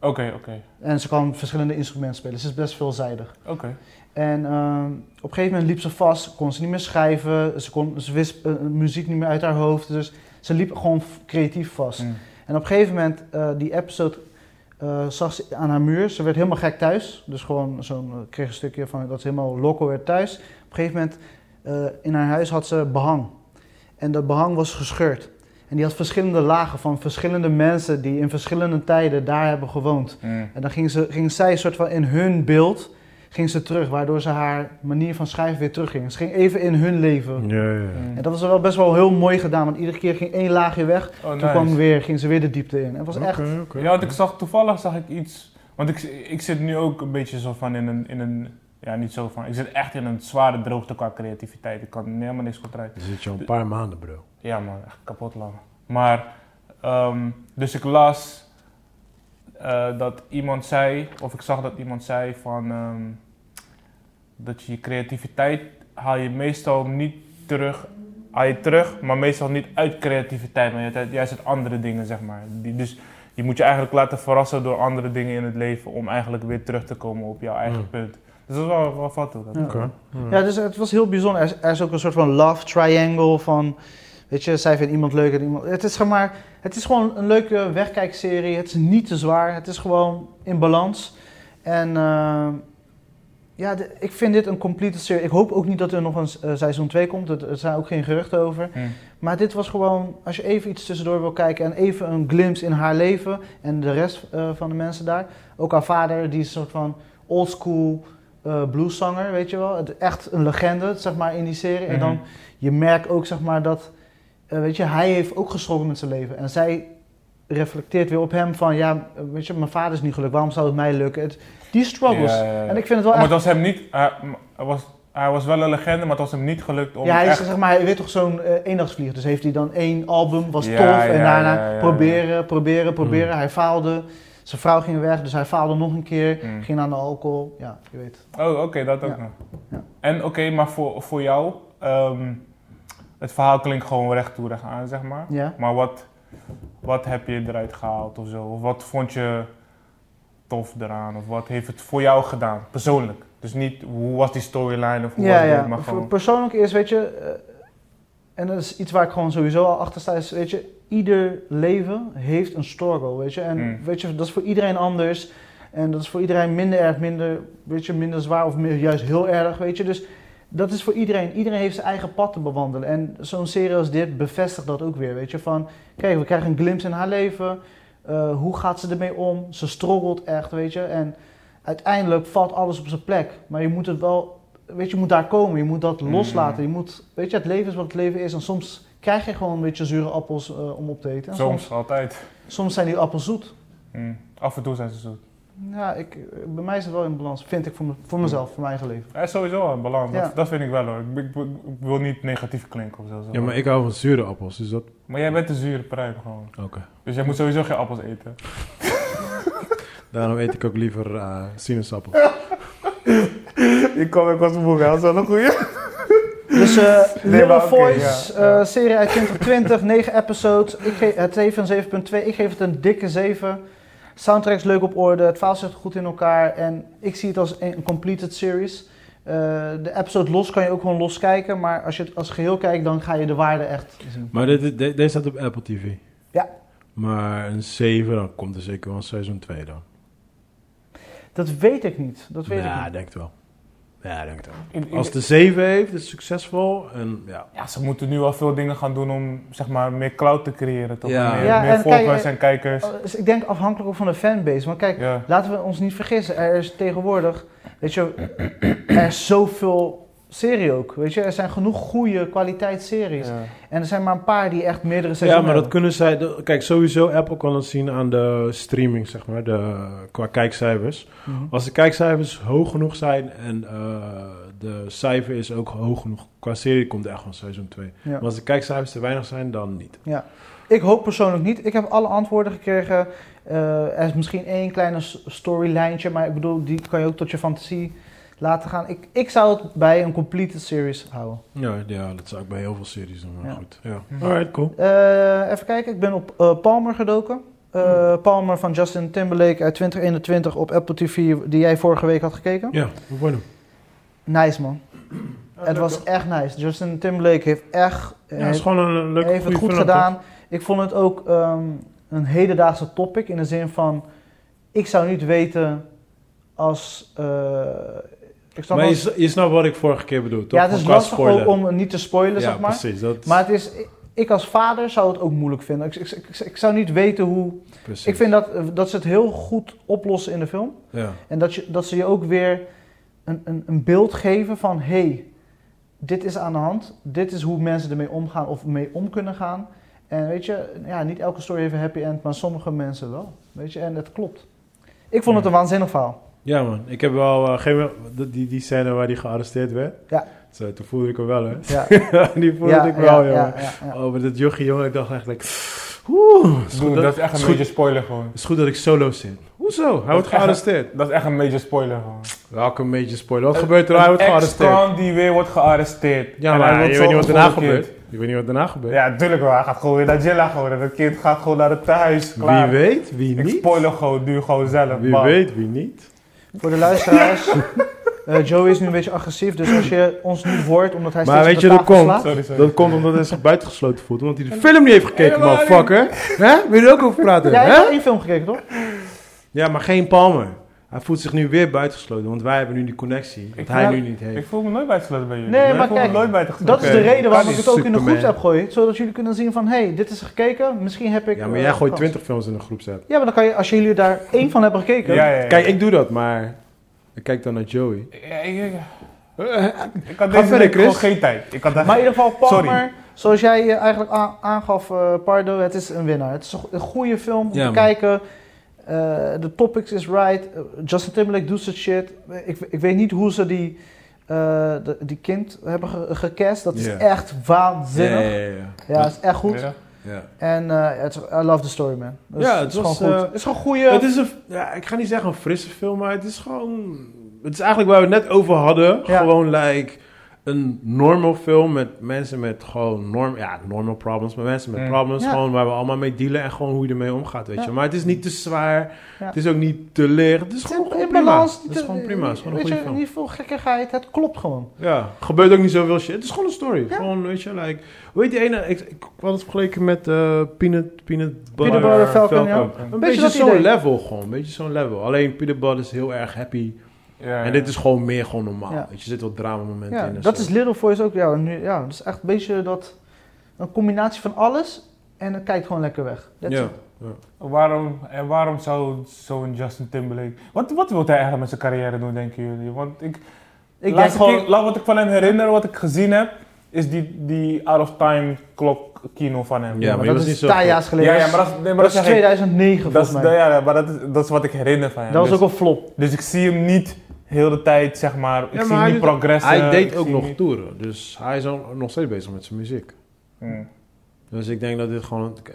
Speaker 3: Oké, oké.
Speaker 2: En ze kan verschillende instrumenten spelen. Ze is best veelzijdig.
Speaker 3: Oké.
Speaker 2: En ehm, op een gegeven moment liep ze vast, kon ze niet meer schrijven, ze, kon, ze wist eh, muziek niet meer uit haar hoofd. Dus ze liep gewoon f- creatief vast.
Speaker 3: Mm.
Speaker 2: En op een gegeven moment, eh, die episode, eh, zag ze aan haar muur. Ze werd helemaal gek thuis. Dus gewoon zo'n, eh, kreeg een stukje van dat ze helemaal loco werd thuis. Op een gegeven moment, eh, in haar huis had ze behang. En dat behang was gescheurd. En die had verschillende lagen van verschillende mensen die in verschillende tijden daar hebben gewoond.
Speaker 3: Mm.
Speaker 2: En dan ging, ze, ging zij soort van in hun beeld ging ze terug, waardoor ze haar manier van schrijven weer terugging. Ze ging even in hun leven.
Speaker 1: Ja, ja, ja.
Speaker 3: Mm.
Speaker 2: En dat was wel best wel heel mooi gedaan, want iedere keer ging één laagje weg.
Speaker 3: Oh,
Speaker 2: Toen kwam
Speaker 3: nice.
Speaker 2: weer, ging ze weer de diepte in. En het was echt...
Speaker 1: Oké, oké.
Speaker 3: Ja, want ik zag toevallig zag ik iets. Want ik, ik zit nu ook een beetje zo van in een, in een. Ja, niet zo van. Ik zit echt in een zware droogte qua creativiteit. Ik kan helemaal niks goed uit.
Speaker 1: Dan zit je al een paar maanden, bro.
Speaker 3: Ja, man, echt kapot lang. Maar, ehm, dus ik las eh, dat iemand zei, of ik zag dat iemand zei van. ehm, dat je je creativiteit haal je meestal niet terug. Haal je terug, maar meestal niet uit creativiteit, maar ju- juist uit andere dingen, zeg maar. Die, dus je moet je eigenlijk laten verrassen door andere dingen in het leven om eigenlijk weer terug te komen op jouw eigen
Speaker 1: Mm.
Speaker 3: punt. Dus dat is wel, wel vat hoor. Dat-
Speaker 2: Hmm. Ja.
Speaker 1: Oké.
Speaker 2: Ja, dus het was heel bijzonder. Er is, er is ook een soort van love triangle van... Weet je, zij vindt iemand leuk en iemand... Het is, zeg maar, het is gewoon een leuke wegkijkserie. Het is niet te zwaar. Het is gewoon in balans. En eh, ja, de- ik vind dit een complete serie. Ik hoop ook niet dat er nog een s- eh, seizoen 2 komt. Er er zijn ook geen geruchten over.
Speaker 3: Mm.
Speaker 2: Maar dit was gewoon, als je even iets tussendoor wil kijken en even een glimpse in haar leven en de rest eh, van de mensen daar. Ook haar vader, die is een soort van oldschool eh blueszanger, weet je wel. Het- Echt een legende, zeg maar, in die serie. En dan,
Speaker 3: Mhm.
Speaker 2: je merkt ook, zeg maar, dat, eh, weet je, hij heeft ook geschrokken met zijn leven. En zij reflecteert weer op hem van, ja, eh, weet je, mijn vader is niet gelukt, waarom zou het mij lukken? Het, die struggles.
Speaker 3: Ja, ja, ja.
Speaker 2: dus.
Speaker 3: Oh,
Speaker 2: En ik vind het wel
Speaker 3: Maar
Speaker 2: echt...
Speaker 3: het was hem niet. Hij, hij was, hij was wel een legende, maar het was hem niet gelukt om.
Speaker 2: Ja, hij is
Speaker 3: echt-
Speaker 2: zeg maar, je weet toch zo'n eh, eendagsvlieger. Dus heeft hij dan één album, was
Speaker 3: Ja,
Speaker 2: tof. en
Speaker 3: ja,
Speaker 2: daarna
Speaker 3: ja, Mm. ja, ja.
Speaker 2: proberen, proberen, proberen. Hij faalde. Zijn vrouw ging weg, dus hij faalde nog een keer.
Speaker 3: Mm.
Speaker 2: Ging aan de alcohol. Ja, je weet.
Speaker 3: Oh, oké, dat ook
Speaker 2: Ja.
Speaker 3: nog.
Speaker 2: Ja.
Speaker 3: En oké, maar voor, voor jou, ehm, het verhaal klinkt gewoon recht toe recht aan, zeg maar.
Speaker 2: Ja.
Speaker 3: Maar wat, wat heb je eruit gehaald of zo? Of wat vond je tof eraan? Of wat heeft het voor jou gedaan, persoonlijk? Dus niet hoe was die storyline of hoe
Speaker 2: Ja,
Speaker 3: was dit,
Speaker 2: ja.
Speaker 3: maar
Speaker 2: Voor-
Speaker 3: gewoon...
Speaker 2: Persoonlijk is, weet je, eh, en dat is iets waar ik gewoon sowieso al achter sta, is, weet je, ieder leven heeft een struggle, weet je. En
Speaker 3: Mm.
Speaker 2: weet je, dat is voor iedereen anders. En dat is voor iedereen minder erg, minder, weet je, minder zwaar of meer, juist heel erg, weet je. Dus dat is voor iedereen. Iedereen heeft zijn eigen pad te bewandelen. En zo'n serie als dit bevestigt dat ook weer, weet je. Van, kijk, we krijgen een glimpse in haar leven. Eh, hoe gaat ze ermee om? Ze struggelt echt, weet je. En uiteindelijk valt alles op zijn plek. Maar je moet het wel, weet je, je moet daar komen. Je moet dat
Speaker 3: Mm.
Speaker 2: loslaten. Je moet, weet je, het leven is wat het leven is. En soms krijg je gewoon een beetje zure appels eh, om op te eten. En
Speaker 3: Soms, altijd.
Speaker 2: soms zijn die appels zoet.
Speaker 3: Mm. Af en toe zijn ze zoet.
Speaker 2: Ja, ik, bij mij is het wel in balans. Vind ik voor, me- voor mezelf, voor mijn eigen leven.
Speaker 3: Ja, sowieso een balans,
Speaker 2: Ja.
Speaker 3: dat, dat vind ik wel hoor. Ik, ik- ik wil niet negatief klinken of zo. zeg
Speaker 1: Ja, maar ik hou van zure appels, dus dat...
Speaker 3: Maar jij bent een zure pruim gewoon.
Speaker 1: Oké.
Speaker 3: Dus jij moet sowieso geen appels eten.
Speaker 1: Daarom eet ik ook liever eh sinaasappel.
Speaker 3: ik kwam, ik was moe, dat is wel een goeie.
Speaker 2: Dus eh
Speaker 3: Nee,
Speaker 2: Little
Speaker 3: maar oké,
Speaker 2: Voice,
Speaker 3: ja, ja.
Speaker 2: eh, serie uit
Speaker 3: [laughs]
Speaker 2: 2020, 9 episodes. Ik ge- eh, het heeft een 7.2, ik geef het een dikke 7. Soundtrack is leuk op orde, het verhaal zit goed in elkaar. En ik zie het als een een completed series. Eh, de episode los kan je ook gewoon los kijken. Maar als je het als geheel kijkt, dan ga je de waarde echt zien.
Speaker 1: Maar dit, dit- de- deze staat op Apple TV.
Speaker 2: Ja.
Speaker 1: Maar een 7, dan komt er zeker wel een seizoen 2 dan.
Speaker 2: Dat weet ik niet, dat weet ik
Speaker 1: Ja,
Speaker 2: niet.
Speaker 1: denk het wel. Ja, denk het wel.
Speaker 3: Ik- ik-
Speaker 1: Als de 7 heeft, is het succesvol. En ja.
Speaker 3: Ja, ze moeten nu al veel dingen gaan doen om zeg maar meer cloud te creëren. Toch?
Speaker 1: Ja.
Speaker 3: Meer,
Speaker 2: Ja,
Speaker 3: meer
Speaker 2: en kijk,
Speaker 3: volgers
Speaker 2: eh,
Speaker 3: en kijkers.
Speaker 2: Eh, dus ik denk afhankelijk ook van de fanbase. Want kijk,
Speaker 3: Ja.
Speaker 2: Laten we ons niet vergissen, er is tegenwoordig, weet je, er is zoveel serie ook, weet je. Er zijn genoeg goede kwaliteitsseries.
Speaker 3: Ja.
Speaker 2: En er zijn maar een paar die echt meerdere
Speaker 1: ja,
Speaker 2: seizoenen
Speaker 1: maar dat
Speaker 2: hebben.
Speaker 1: kunnen zij... dat- Kijk, sowieso Apple kan het zien aan de streaming, zeg maar. De, qua kijkcijfers.
Speaker 2: Mhm.
Speaker 1: Als de kijkcijfers hoog genoeg zijn en eh, de cijfer is ook hoog genoeg. Qua serie komt er echt van seizoen 2.
Speaker 2: Ja.
Speaker 1: Maar als de kijkcijfers te weinig zijn, dan niet.
Speaker 2: Ik hoop persoonlijk niet. Ik heb alle antwoorden gekregen. Eh, er is misschien één kleine s- storylijntje, maar ik bedoel, die kan je ook tot je fantasie laten gaan. Ik, ik zou het bij een complete series houden.
Speaker 1: Ja, ja, dat zou ik bij heel veel series doen, maar
Speaker 2: Ja.
Speaker 1: goed. Ja.
Speaker 3: Hm.
Speaker 1: Alright, cool.
Speaker 2: Eh, even kijken, ik ben op eh, Palmer gedoken. Eh, Palmer van Justin Timberlake uit 2021 op Apple TV, die jij vorige week had gekeken.
Speaker 1: Ja, we worden
Speaker 2: Eh, Nice man. het was echt nice. Justin Timberlake heeft echt
Speaker 1: hem. Ja, het is
Speaker 2: heeft,
Speaker 1: gewoon een leuke
Speaker 2: heeft het
Speaker 1: goede
Speaker 2: goed
Speaker 1: film,
Speaker 2: gedaan. Ik vond het ook ehm, een hedendaagse topic in de zin van ik zou niet weten als eh, ik
Speaker 1: toch?
Speaker 2: snap
Speaker 1: Maar je,
Speaker 2: als-
Speaker 1: s- je snapt wat ik vorige keer bedoel, toch?
Speaker 2: ja, het is
Speaker 1: Qua
Speaker 2: lastig
Speaker 1: spoiler.
Speaker 2: ook om niet te
Speaker 1: Ja,
Speaker 2: spoilen zeg maar.
Speaker 1: precies. Dat,
Speaker 2: Maar het is ik als vader zou het ook moeilijk vinden. Ik, ik, ik, ik zou niet weten hoe.
Speaker 1: precies.
Speaker 2: Ik vind dat, eh, dat ze het heel goed oplossen in de film.
Speaker 1: Ja.
Speaker 2: En dat, je, dat ze je ook weer een, een, een beeld geven van... hé, hey, dit is aan de hand. Dit is hoe mensen ermee omgaan of mee om kunnen gaan. En weet je, ja, niet elke story heeft een happy end... maar sommige mensen wel. Weet je, en het klopt. Ik vond het een
Speaker 1: [laughs]
Speaker 2: waanzinnig verhaal.
Speaker 1: ja, man. Ik heb wel... eh, geen, die- die, die scène waar hij gearresteerd werd.
Speaker 2: Ja.
Speaker 1: Zo, toen voelde ik hem wel, hè. [laughs]
Speaker 2: Ja,
Speaker 1: die voelde
Speaker 2: ja,
Speaker 1: ik wel, jongen.
Speaker 2: ja, ja, ja.
Speaker 1: Oh, maar dat jochie, jongen. Ik dacht eigenlijk... Oeh, het is,
Speaker 3: Dude,
Speaker 1: goed dat,
Speaker 3: dat is echt
Speaker 1: is
Speaker 3: een
Speaker 1: goed.
Speaker 3: major spoiler gewoon.
Speaker 1: het is goed dat ik solo zit. Hoezo? Hij
Speaker 3: Dat
Speaker 1: wordt
Speaker 3: is echt-
Speaker 1: gearresteerd.
Speaker 3: Dat is echt een major spoiler gewoon.
Speaker 1: Welke een beetje spoiler. Wat gebeurt er? Hij wordt gearresteerd.
Speaker 3: Een die weer wordt gearresteerd.
Speaker 1: Ja,
Speaker 3: En hij
Speaker 1: maar
Speaker 3: wordt
Speaker 1: je weet niet
Speaker 3: zo
Speaker 1: wat daarna
Speaker 3: opgevoerd.
Speaker 1: gebeurt. Je weet niet wat daarna gebeurt.
Speaker 3: Ja, tuurlijk wel. Hij gaat gewoon weer naar Jilla gewoon. En dat kind gaat gewoon naar het thuis.
Speaker 1: Wie
Speaker 3: Klaar.
Speaker 1: weet, wie
Speaker 3: Ik
Speaker 1: niet.
Speaker 3: spoiler gewoon nu gewoon zelf.
Speaker 1: Wie
Speaker 3: bam.
Speaker 1: weet, wie niet.
Speaker 2: Voor de luisteraars...
Speaker 1: [laughs]
Speaker 2: eh, Joey is nu een beetje agressief, dus als je ons niet hoort omdat hij
Speaker 1: Maar
Speaker 2: steeds
Speaker 1: weet
Speaker 2: op de
Speaker 1: je, dat
Speaker 2: tafel
Speaker 1: komt.
Speaker 2: slaat...
Speaker 3: Sorry, sorry.
Speaker 1: Dat komt omdat hij zich buitengesloten voelt. Omdat hij de film niet heeft gekeken,
Speaker 3: Helemaal
Speaker 1: motherfucker. Hè? Wil je er ook over praten?
Speaker 2: Jij hebt
Speaker 1: Hè?
Speaker 2: al één film gekeken, toch?
Speaker 1: Ja, maar geen Palmer. Hij voelt zich nu weer buitengesloten. Want wij hebben nu die connectie. Wat
Speaker 3: Ik
Speaker 1: hij
Speaker 3: ben-
Speaker 1: nu niet heeft.
Speaker 3: Ik voel me nooit buitengesloten bij jullie.
Speaker 2: Nee,
Speaker 3: ik
Speaker 2: maar
Speaker 3: voel me
Speaker 2: kijk,
Speaker 3: nooit buitengesloten.
Speaker 2: Dat is de
Speaker 1: Oké,
Speaker 2: reden waarom
Speaker 1: kan
Speaker 2: ik het
Speaker 1: niet.
Speaker 2: ook in de
Speaker 1: Superman.
Speaker 2: groepsapp gooi. Zodat jullie kunnen zien van, hé, hey, dit is gekeken. Misschien heb ik...
Speaker 1: Ja, maar
Speaker 2: eh,
Speaker 1: jij gooit
Speaker 2: kans.
Speaker 1: 20 films in een groepsapp.
Speaker 2: Ja, maar dan kan je, als jullie daar één van hebben gekeken...
Speaker 3: Ja, ja, ja.
Speaker 1: Kijk, ik doe dat, maar... Ik kijk dan naar Joey.
Speaker 3: Ja,
Speaker 1: [laughs]
Speaker 3: ik- ik-
Speaker 1: Eh,
Speaker 3: Ik had
Speaker 1: Ga
Speaker 3: deze
Speaker 1: verder,
Speaker 3: week gewoon
Speaker 1: Chris.
Speaker 3: geen tijd. Ik had daar
Speaker 2: Maar in ieder geval, Palmer,
Speaker 3: Sorry.
Speaker 2: zoals jij eh, eigenlijk a- aangaf, eh, Pardo, het is een winnaar. Het is een go- een goede film
Speaker 1: Ja,
Speaker 2: om te
Speaker 1: man.
Speaker 2: kijken. Eh, De topics is right. Eh, Justin Timberlake doet zijn shit. Ik, ik weet niet hoe ze die, eh, de- die kind hebben ge- gecast. Dat is
Speaker 1: Ja.
Speaker 2: echt waanzinnig.
Speaker 1: Ja, ja, ja,
Speaker 2: Ja, het is echt goed.
Speaker 3: Ja.
Speaker 1: ja.
Speaker 2: En eh, het is- I love the story, man. Dus
Speaker 1: Ja, het
Speaker 2: het is
Speaker 1: was,
Speaker 2: gewoon goed.
Speaker 1: eh,
Speaker 2: het is gewoon goede...
Speaker 1: Het is een, ja, ik ga niet zeggen een frisse film, maar het is gewoon... Het is eigenlijk waar we het net over hadden.
Speaker 2: Ja.
Speaker 1: Gewoon, like... eh, een normal film met mensen met gewoon norm, ja, normal problems, maar mensen met
Speaker 3: Mm.
Speaker 1: problems
Speaker 2: Ja.
Speaker 1: gewoon waar we allemaal mee dealen en gewoon hoe je ermee omgaat, weet
Speaker 2: Ja.
Speaker 1: je. Maar het is niet te zwaar,
Speaker 2: Ja.
Speaker 1: het is ook niet te licht, het is
Speaker 2: Het
Speaker 1: gewoon,
Speaker 2: is
Speaker 1: gewoon
Speaker 2: in
Speaker 1: prima.
Speaker 2: balans.
Speaker 1: het is gewoon prima, het is gewoon een
Speaker 2: Weet
Speaker 1: goede
Speaker 2: je,
Speaker 1: film.
Speaker 2: Niet veel gekkigheid, het klopt gewoon.
Speaker 1: Ja, gebeurt ook niet zoveel shit. Het is gewoon een story.
Speaker 2: Ja.
Speaker 1: Gewoon, weet je, like... Hoe heet die ene? Ik, ik had het vergeleken met eh, Peanut, Peanut Butter,
Speaker 2: Peanut Butter Falcon, ja.
Speaker 1: Een
Speaker 2: Beetje
Speaker 1: beetje
Speaker 2: dat
Speaker 1: zo'n
Speaker 2: idee.
Speaker 1: level gewoon. Een beetje zo'n level. Alleen Peanut Butter is heel erg happy.
Speaker 3: Ja,
Speaker 1: En dit is gewoon meer gewoon normaal.
Speaker 2: Ja.
Speaker 1: Weet je, er zit wat drama momenten
Speaker 2: Ja,
Speaker 1: in. en
Speaker 2: dat
Speaker 1: zo.
Speaker 2: is Little Voice ook. Ja, nu, ja, dat is echt een beetje dat, een combinatie van alles en het kijkt gewoon lekker weg. That's
Speaker 1: Ja.
Speaker 2: it.
Speaker 3: Waarom, en waarom zou zo'n Justin Timberlake... Wat, wat wil hij eigenlijk met zijn carrière doen, denken jullie? Want ik,
Speaker 2: Ik denk
Speaker 3: laatste
Speaker 2: gewoon,
Speaker 3: keer- laat wat ik van hem herinner, wat ik gezien heb, is die, die out-of-time klok kino van hem.
Speaker 1: Ja,
Speaker 2: maar
Speaker 1: maar
Speaker 2: dat
Speaker 1: was
Speaker 2: is
Speaker 1: niet zo
Speaker 2: tien
Speaker 1: goed.
Speaker 2: jaar geleden.
Speaker 3: ja, ja, maar dat is, nee, maar
Speaker 2: dat is
Speaker 3: zeg ik.
Speaker 2: 2009
Speaker 3: Dat is,
Speaker 2: volgens mij.
Speaker 3: ja, maar dat is, dat is wat ik herinner van hem.
Speaker 2: Dat was
Speaker 3: dus,
Speaker 2: ook een flop.
Speaker 3: dus ik zie hem niet heel de tijd, zeg maar. Ik
Speaker 1: Ja, maar
Speaker 3: zie hem
Speaker 1: hij
Speaker 3: niet
Speaker 1: doet-
Speaker 3: progressen.
Speaker 1: Hij deed
Speaker 3: ik
Speaker 1: ook
Speaker 3: zie
Speaker 1: nog
Speaker 3: niet-
Speaker 1: toeren. Dus hij is al- nog steeds bezig met zijn muziek.
Speaker 3: Hmm.
Speaker 1: Dus ik denk dat dit gewoon... eh,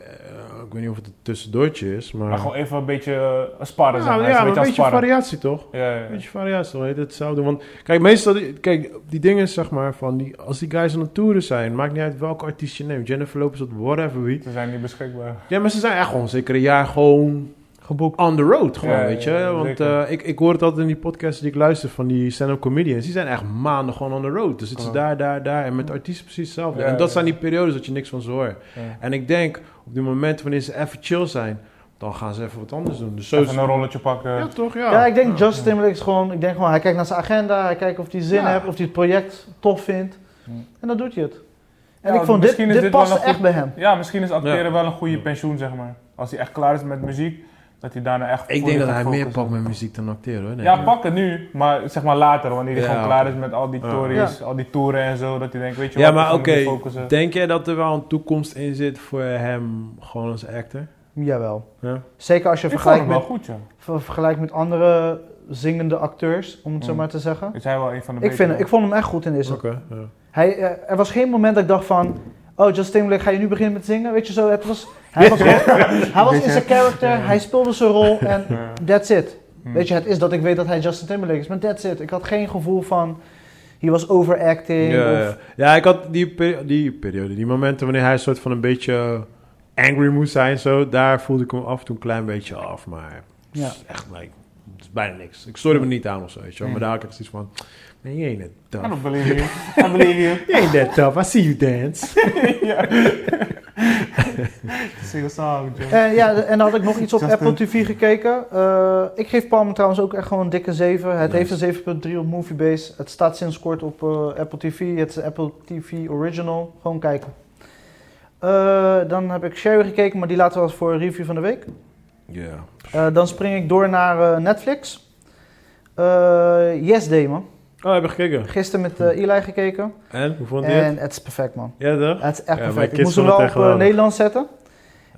Speaker 1: ik weet niet of het een tussendoortje is, maar...
Speaker 3: Maar gewoon even een beetje eh, sparren, zeg
Speaker 1: ja,
Speaker 3: maar.
Speaker 1: Nou, ja, maar
Speaker 3: Hij is
Speaker 1: een beetje
Speaker 3: aan sparren.
Speaker 1: variatie, toch?
Speaker 3: Ja, ja,
Speaker 1: Een
Speaker 3: ja.
Speaker 1: beetje variatie, hoor. hetzelfde. Want kijk, meestal, die- kijk, die dingen zeg maar van die, als die guys aan het toeren zijn, maakt niet uit welke artiest je neemt, Jennifer Lopez of whatever wie.
Speaker 3: Ze zijn niet beschikbaar.
Speaker 1: Ja, maar ze zijn echt gewoon zeker een jaar gewoon
Speaker 2: Geboekt.
Speaker 1: on the road, gewoon,
Speaker 3: Ja, ja,
Speaker 1: weet je.
Speaker 3: ja,
Speaker 1: Want
Speaker 3: zeker.
Speaker 1: eh, ik, ik hoor het altijd in die podcasts die ik luister van die stand-up comedians, die zijn echt maanden gewoon on the road. Dus zitten ze
Speaker 3: Ja.
Speaker 1: daar, daar, daar en met artiesten precies hetzelfde.
Speaker 3: Oh. Ja,
Speaker 1: en dat
Speaker 3: ja.
Speaker 1: zijn die periodes dat je niks van ze hoort.
Speaker 3: Ja.
Speaker 1: En ik denk, op die momenten wanneer ze even chill zijn, dan gaan ze even wat anders doen. Dus zo is
Speaker 3: Even een rolletje pakken.
Speaker 1: Ja, toch? Ja.
Speaker 2: Ja, ik denk
Speaker 1: Ja.
Speaker 2: Justin Timberlake is gewoon, ik denk gewoon, hij kijkt naar zijn agenda, hij kijkt of hij zin
Speaker 1: Ja.
Speaker 2: heeft, of hij het project tof vindt.
Speaker 3: Hm.
Speaker 2: En dan doet hij het. En
Speaker 3: Ja,
Speaker 2: ik vond dit,
Speaker 3: misschien is
Speaker 2: dit,
Speaker 3: dit wel
Speaker 2: past
Speaker 3: een goed-
Speaker 2: echt bij hem.
Speaker 3: Ja, misschien is acteren
Speaker 1: Ja.
Speaker 3: wel een goede pensioen, zeg maar. Als hij echt klaar is met muziek, dat hij daarna echt.
Speaker 1: Ik
Speaker 3: volledig
Speaker 1: denk dat
Speaker 3: gaat
Speaker 1: hij meer
Speaker 3: focussen.
Speaker 1: pakt met muziek dan acteren, hoor. denk
Speaker 3: Ja,
Speaker 1: ik.
Speaker 3: pak het nu, maar zeg maar later, wanneer hij
Speaker 1: Ja,
Speaker 3: gewoon
Speaker 1: oké.
Speaker 3: klaar is met al die
Speaker 1: Ja.
Speaker 3: tories, al die toeren en zo, dat hij denkt, weet je
Speaker 1: Ja,
Speaker 3: wat,
Speaker 1: maar
Speaker 3: ik ga me
Speaker 1: oké.
Speaker 3: nu focussen.
Speaker 1: Denk jij dat er wel een toekomst in zit voor hem gewoon als actor?
Speaker 2: Jawel.
Speaker 1: Ja.
Speaker 2: Zeker als je
Speaker 3: Ik vond
Speaker 2: vergelijkt
Speaker 3: hem wel
Speaker 2: met,
Speaker 3: goed, ja.
Speaker 2: ver- vergelijkt met andere zingende acteurs, om het zo
Speaker 1: Mm.
Speaker 3: Hm.
Speaker 2: maar te zeggen.
Speaker 3: Is hij wel een van de
Speaker 2: Ik, vind,
Speaker 3: betere.
Speaker 2: ik vond hem echt goed in deze.
Speaker 1: Oké. ja.
Speaker 2: Hij, eh, er was geen moment dat ik dacht van, oh Justin Timberlake, ga je nu beginnen met zingen? Weet je zo, het was,
Speaker 1: [laughs]
Speaker 2: hij was, hij was in zijn character, hij speelde zijn rol en
Speaker 3: Ja.
Speaker 2: that's it.
Speaker 1: Hmm.
Speaker 3: Hm.
Speaker 2: Weet je, het is dat ik weet dat hij Justin Timberlake is, maar that's it. Ik had geen gevoel van, hij was overacting.
Speaker 1: Ja,
Speaker 2: of,
Speaker 1: ja. ja, ik had die, peri- die periode, die momenten wanneer hij een soort van een beetje angry moest zijn, zo, daar voelde ik hem af en toe een klein beetje af, maar
Speaker 2: Ja.
Speaker 1: pff, echt, nee, het is bijna niks. Ik stoorde me niet aan of zo, weet je wel. Maar daar had ik echt iets van, nee, je ain't net
Speaker 3: I
Speaker 1: tough.
Speaker 3: don't believe you. I believe you.
Speaker 1: Je ain't that tough, I see you dance.
Speaker 2: [laughs]
Speaker 3: ja. Sing a song, Joe.
Speaker 2: En, Eh, ja, en dan had ik nog iets op
Speaker 3: Justin.
Speaker 2: Apple TV gekeken. Eh, ik geef Palmer trouwens ook echt gewoon een dikke 7. Het
Speaker 1: Nice.
Speaker 2: heeft een 7.3 op Moviebase. Het staat sinds kort op eh, Apple TV. Het is een Apple TV Original. Gewoon kijken. Eh, dan heb ik Sherry gekeken, maar die laten we als voor een review van de week.
Speaker 1: Ja.
Speaker 2: Eh, dan spring ik door naar eh, Netflix. Eh, yes Day, man.
Speaker 1: Oh, heb je gekeken?
Speaker 2: Gisteren met eh, Eli gekeken.
Speaker 1: En, hoe vond je het?
Speaker 2: En het is perfect, man.
Speaker 1: Ja, toch?
Speaker 2: Het is echt
Speaker 1: mijn
Speaker 2: perfect. Ik
Speaker 1: kids
Speaker 2: moest hem
Speaker 1: vonden het
Speaker 2: wel op
Speaker 1: echt
Speaker 2: eh,
Speaker 1: geweldig.
Speaker 2: Nederlands zetten.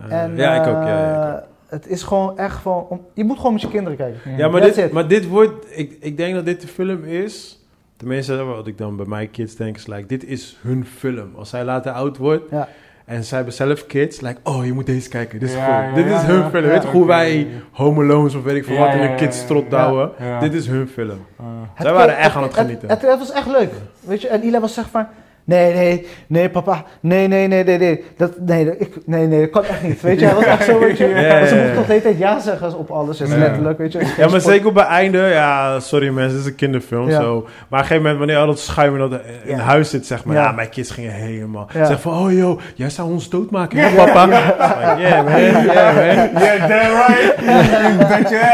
Speaker 1: Eh,
Speaker 2: En,
Speaker 1: ja, ik ook, ja, ja, ik ook.
Speaker 2: eh, Het is gewoon echt van. om- je moet gewoon met je kinderen kijken.
Speaker 1: Ja, maar
Speaker 2: That's
Speaker 1: dit,
Speaker 2: it.
Speaker 1: maar dit wordt... Ik, ik denk dat dit de film is... Tenminste, wat ik dan bij mijn kids denk is... Like, dit is hun film. Als zij later oud wordt...
Speaker 2: Ja.
Speaker 1: En zij hebben zelf kids... Like, oh, je moet deze kijken. Dit is
Speaker 3: Ja,
Speaker 1: cool.
Speaker 3: ja,
Speaker 1: dit
Speaker 3: ja,
Speaker 1: is hun
Speaker 3: ja.
Speaker 1: film.
Speaker 2: Ja.
Speaker 1: Weet je hoe
Speaker 3: Oké.
Speaker 1: wij Home Alone's of weet ik veel
Speaker 3: Ja,
Speaker 1: wat... in
Speaker 3: ja,
Speaker 1: hun
Speaker 3: ja,
Speaker 1: kids
Speaker 3: ja,
Speaker 1: strot
Speaker 3: ja.
Speaker 1: douwen.
Speaker 3: Ja.
Speaker 1: Dit is hun film.
Speaker 3: Eh,
Speaker 1: Zij
Speaker 2: Het keek-
Speaker 1: waren echt aan het genieten.
Speaker 2: Het, het was echt leuk. Weet je, en Ila was echt van. Nee, nee, nee, papa. Nee, nee, nee, nee, nee. Dat, nee, ik, nee, nee, dat kan echt niet. Weet je, hij was echt zo. Weet
Speaker 1: [laughs]
Speaker 2: je,
Speaker 1: Ja, ja,
Speaker 2: Maar Ze
Speaker 1: ja.
Speaker 2: moest toch de hele tijd ja zeggen op alles. Het is
Speaker 3: Ja.
Speaker 2: letterlijk, weet je. het is
Speaker 1: Ja, maar
Speaker 2: sport-
Speaker 1: zeker op het einde... Ja, sorry mensen, dit is een kinderfilm.
Speaker 2: Ja.
Speaker 1: Zo. Maar op een gegeven moment, wanneer al dat schuim in, dat, in
Speaker 2: Ja.
Speaker 1: huis zit, zeg maar...
Speaker 2: Ja.
Speaker 1: Ja, mijn kids gingen helemaal...
Speaker 2: Ja.
Speaker 1: Zeg van, oh joh, jij zou ons doodmaken, hè papa? Like, yeah, man. Yeah, man.
Speaker 3: Yeah, damn right! you bet your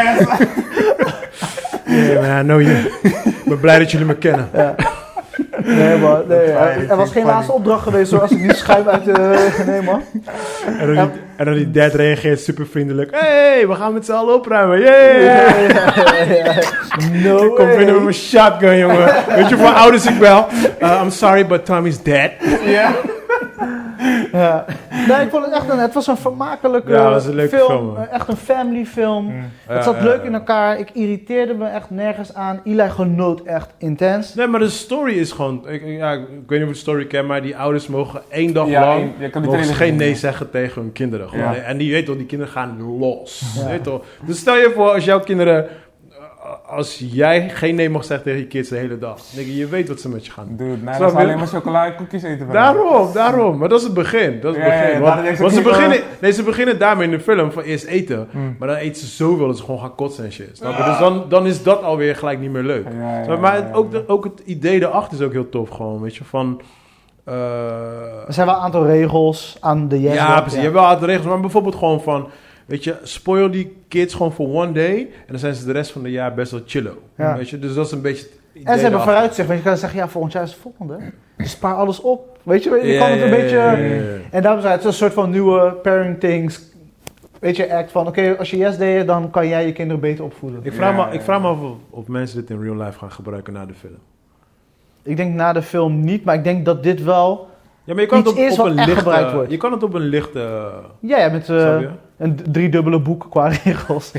Speaker 3: ass!
Speaker 1: Ja, maar I know you. Ik ben blij dat jullie me kennen.
Speaker 2: Ja. Nee, man. Nee,
Speaker 3: Dat
Speaker 2: er,
Speaker 3: vind
Speaker 2: er was
Speaker 3: ik
Speaker 2: geen
Speaker 3: funny.
Speaker 2: laatste opdracht geweest hoor. Als ik nu schuim uit de. [laughs] Nee, man.
Speaker 1: En dan die, en dan die dad reageert super vriendelijk. hey, we gaan met z'n allen opruimen.
Speaker 2: [laughs]
Speaker 1: Yeah! [laughs]
Speaker 2: No.
Speaker 1: Ik kom
Speaker 2: way.
Speaker 1: binnen met mijn shotgun, jongen. Weet je hoeveel ouders ik bel? Uh, I'm sorry, but Tommy's dead.
Speaker 2: Ja. Nee, ik vond het echt een, het was een vermakelijke
Speaker 1: Ja, het was een leuke film, man.
Speaker 2: Eh, Echt een family film.
Speaker 3: Mm.
Speaker 2: het zat leuk in elkaar. Ik irriteerde me echt nergens aan. Eli genoot echt intens.
Speaker 1: Nee, maar de story is gewoon... Ik, ik- ja, ik weet niet of je de story kent, maar die ouders mogen één dag
Speaker 3: Ja,
Speaker 1: lang...
Speaker 3: je- je kan die
Speaker 1: Mogen ze
Speaker 3: trailer
Speaker 1: geen
Speaker 3: zien.
Speaker 1: nee zeggen tegen hun kinderen. Gewoon.
Speaker 3: Ja.
Speaker 1: En die weet wel, die kinderen gaan los.
Speaker 2: Ja.
Speaker 1: Weet toch? Dus stel je voor, als jouw kinderen eh, als jij geen nee mag zeggen tegen je kids de hele dag. Dan denk je, je weet wat ze met je gaan doen.
Speaker 3: Dude, nee,
Speaker 1: Snap
Speaker 3: dat
Speaker 1: je?
Speaker 3: is alleen maar chocola en koekjes eten. bij mij.
Speaker 1: Ah. Daarom, daarom. Maar dat is het begin. Dat is het
Speaker 3: Ja, ja,
Speaker 1: begin.
Speaker 3: ja,
Speaker 1: want
Speaker 3: daarom denk ik
Speaker 1: want
Speaker 3: ook
Speaker 1: ze,
Speaker 3: niet,
Speaker 1: beginnen, nee, ze beginnen daarmee in de film van eerst eten.
Speaker 3: Hmm.
Speaker 1: Maar dan eten ze zoveel dat ze gewoon gaan kotsen en shit. Snap je? Dus dan, dan is dat alweer gelijk niet meer leuk.
Speaker 3: Ja, ja, ja,
Speaker 1: Snap je? maar
Speaker 3: ja,
Speaker 1: het- ook, de- ook het idee erachter is ook heel tof gewoon. Weet je, van... eh,
Speaker 2: Er zijn wel een aantal regels aan de yes
Speaker 1: ja,
Speaker 2: web,
Speaker 1: precies. Je hebt wel harde regels. Maar bijvoorbeeld gewoon van... Weet je, spoil die kids gewoon voor one day. En dan zijn ze de rest van het jaar best wel chillo.
Speaker 2: Ja.
Speaker 1: Weet je, dus dat is een beetje het idee
Speaker 2: En ze hebben
Speaker 1: erachter.
Speaker 2: vooruitzicht, want je kan zeggen, ja, volgend jaar is het volgende. Dus spaar alles op. Weet je, je kan het een
Speaker 1: Ja, ja,
Speaker 2: beetje...
Speaker 1: ja, ja, ja, ja.
Speaker 2: En daarom zijn het een soort van nieuwe parenting weet je, act van, oké, als je yes deed, dan kan jij je kinderen beter opvoeden.
Speaker 1: Ik vraag,
Speaker 3: Ja,
Speaker 1: me,
Speaker 3: ja,
Speaker 1: ik vraag me af of, of mensen dit in real life gaan gebruiken na de film.
Speaker 2: Ik denk na de film niet, maar ik denk dat dit wel...
Speaker 1: Ja, maar je kan
Speaker 2: Iets
Speaker 1: het op,
Speaker 2: is
Speaker 1: op
Speaker 2: wat
Speaker 1: een
Speaker 2: echt
Speaker 1: lichte...
Speaker 2: gebruikt wordt.
Speaker 1: Je kan het op een lichte... eh,
Speaker 2: Ja, ja met eh,
Speaker 1: snap je?
Speaker 2: een d- driedubbele boek qua [laughs] regels.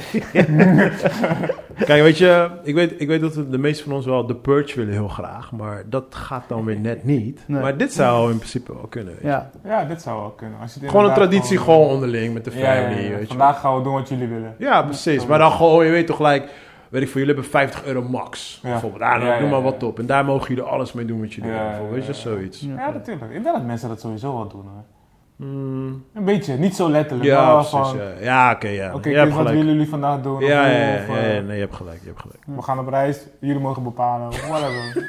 Speaker 1: Kijk, weet je, ik weet, ik weet dat de meeste van ons wel The Purge willen heel graag, maar dat gaat dan weer net niet.
Speaker 2: Nee.
Speaker 1: Maar dit zou in principe wel kunnen. weet je.
Speaker 2: ja.
Speaker 3: Ja, dit zou wel kunnen. Als je het
Speaker 1: Gewoon een
Speaker 3: inderdaad
Speaker 1: traditie gewoon, onderling met de family,
Speaker 3: Ja, ja, ja.
Speaker 1: weet je.
Speaker 3: Vandaag gaan we doen wat jullie willen.
Speaker 1: Ja, precies. Maar dan gewoon, je weet toch gelijk, weet ik voor jullie hebben 50 euro max.
Speaker 3: Ja.
Speaker 1: Bijvoorbeeld, ah, nou,
Speaker 3: Ja, ja,
Speaker 1: noem maar
Speaker 3: ja.
Speaker 1: wat op. En daar mogen jullie alles mee doen wat jullie
Speaker 3: Ja,
Speaker 1: willen,
Speaker 3: ja,
Speaker 1: bijvoorbeeld, weet je,
Speaker 3: ja.
Speaker 1: zoiets.
Speaker 2: Ja.
Speaker 3: Ja, natuurlijk. Ik denk dat mensen dat sowieso wel doen. Hoor.
Speaker 1: Mm,
Speaker 3: Een beetje, niet zo letterlijk.
Speaker 1: ja,
Speaker 3: maar wel
Speaker 1: precies.
Speaker 3: van,
Speaker 1: Ja, ja oké, ja.
Speaker 3: Oh, Oké,
Speaker 1: je
Speaker 3: dit
Speaker 1: hebt
Speaker 3: is wat
Speaker 1: gelijk.
Speaker 3: willen jullie vandaag doen? Of,
Speaker 1: Ja, ja, ja,
Speaker 3: of,
Speaker 1: ja,
Speaker 3: eh,
Speaker 1: ja, nee, je hebt gelijk, je hebt gelijk.
Speaker 3: We gaan op reis, jullie mogen bepalen.
Speaker 1: [laughs]
Speaker 3: Whatever.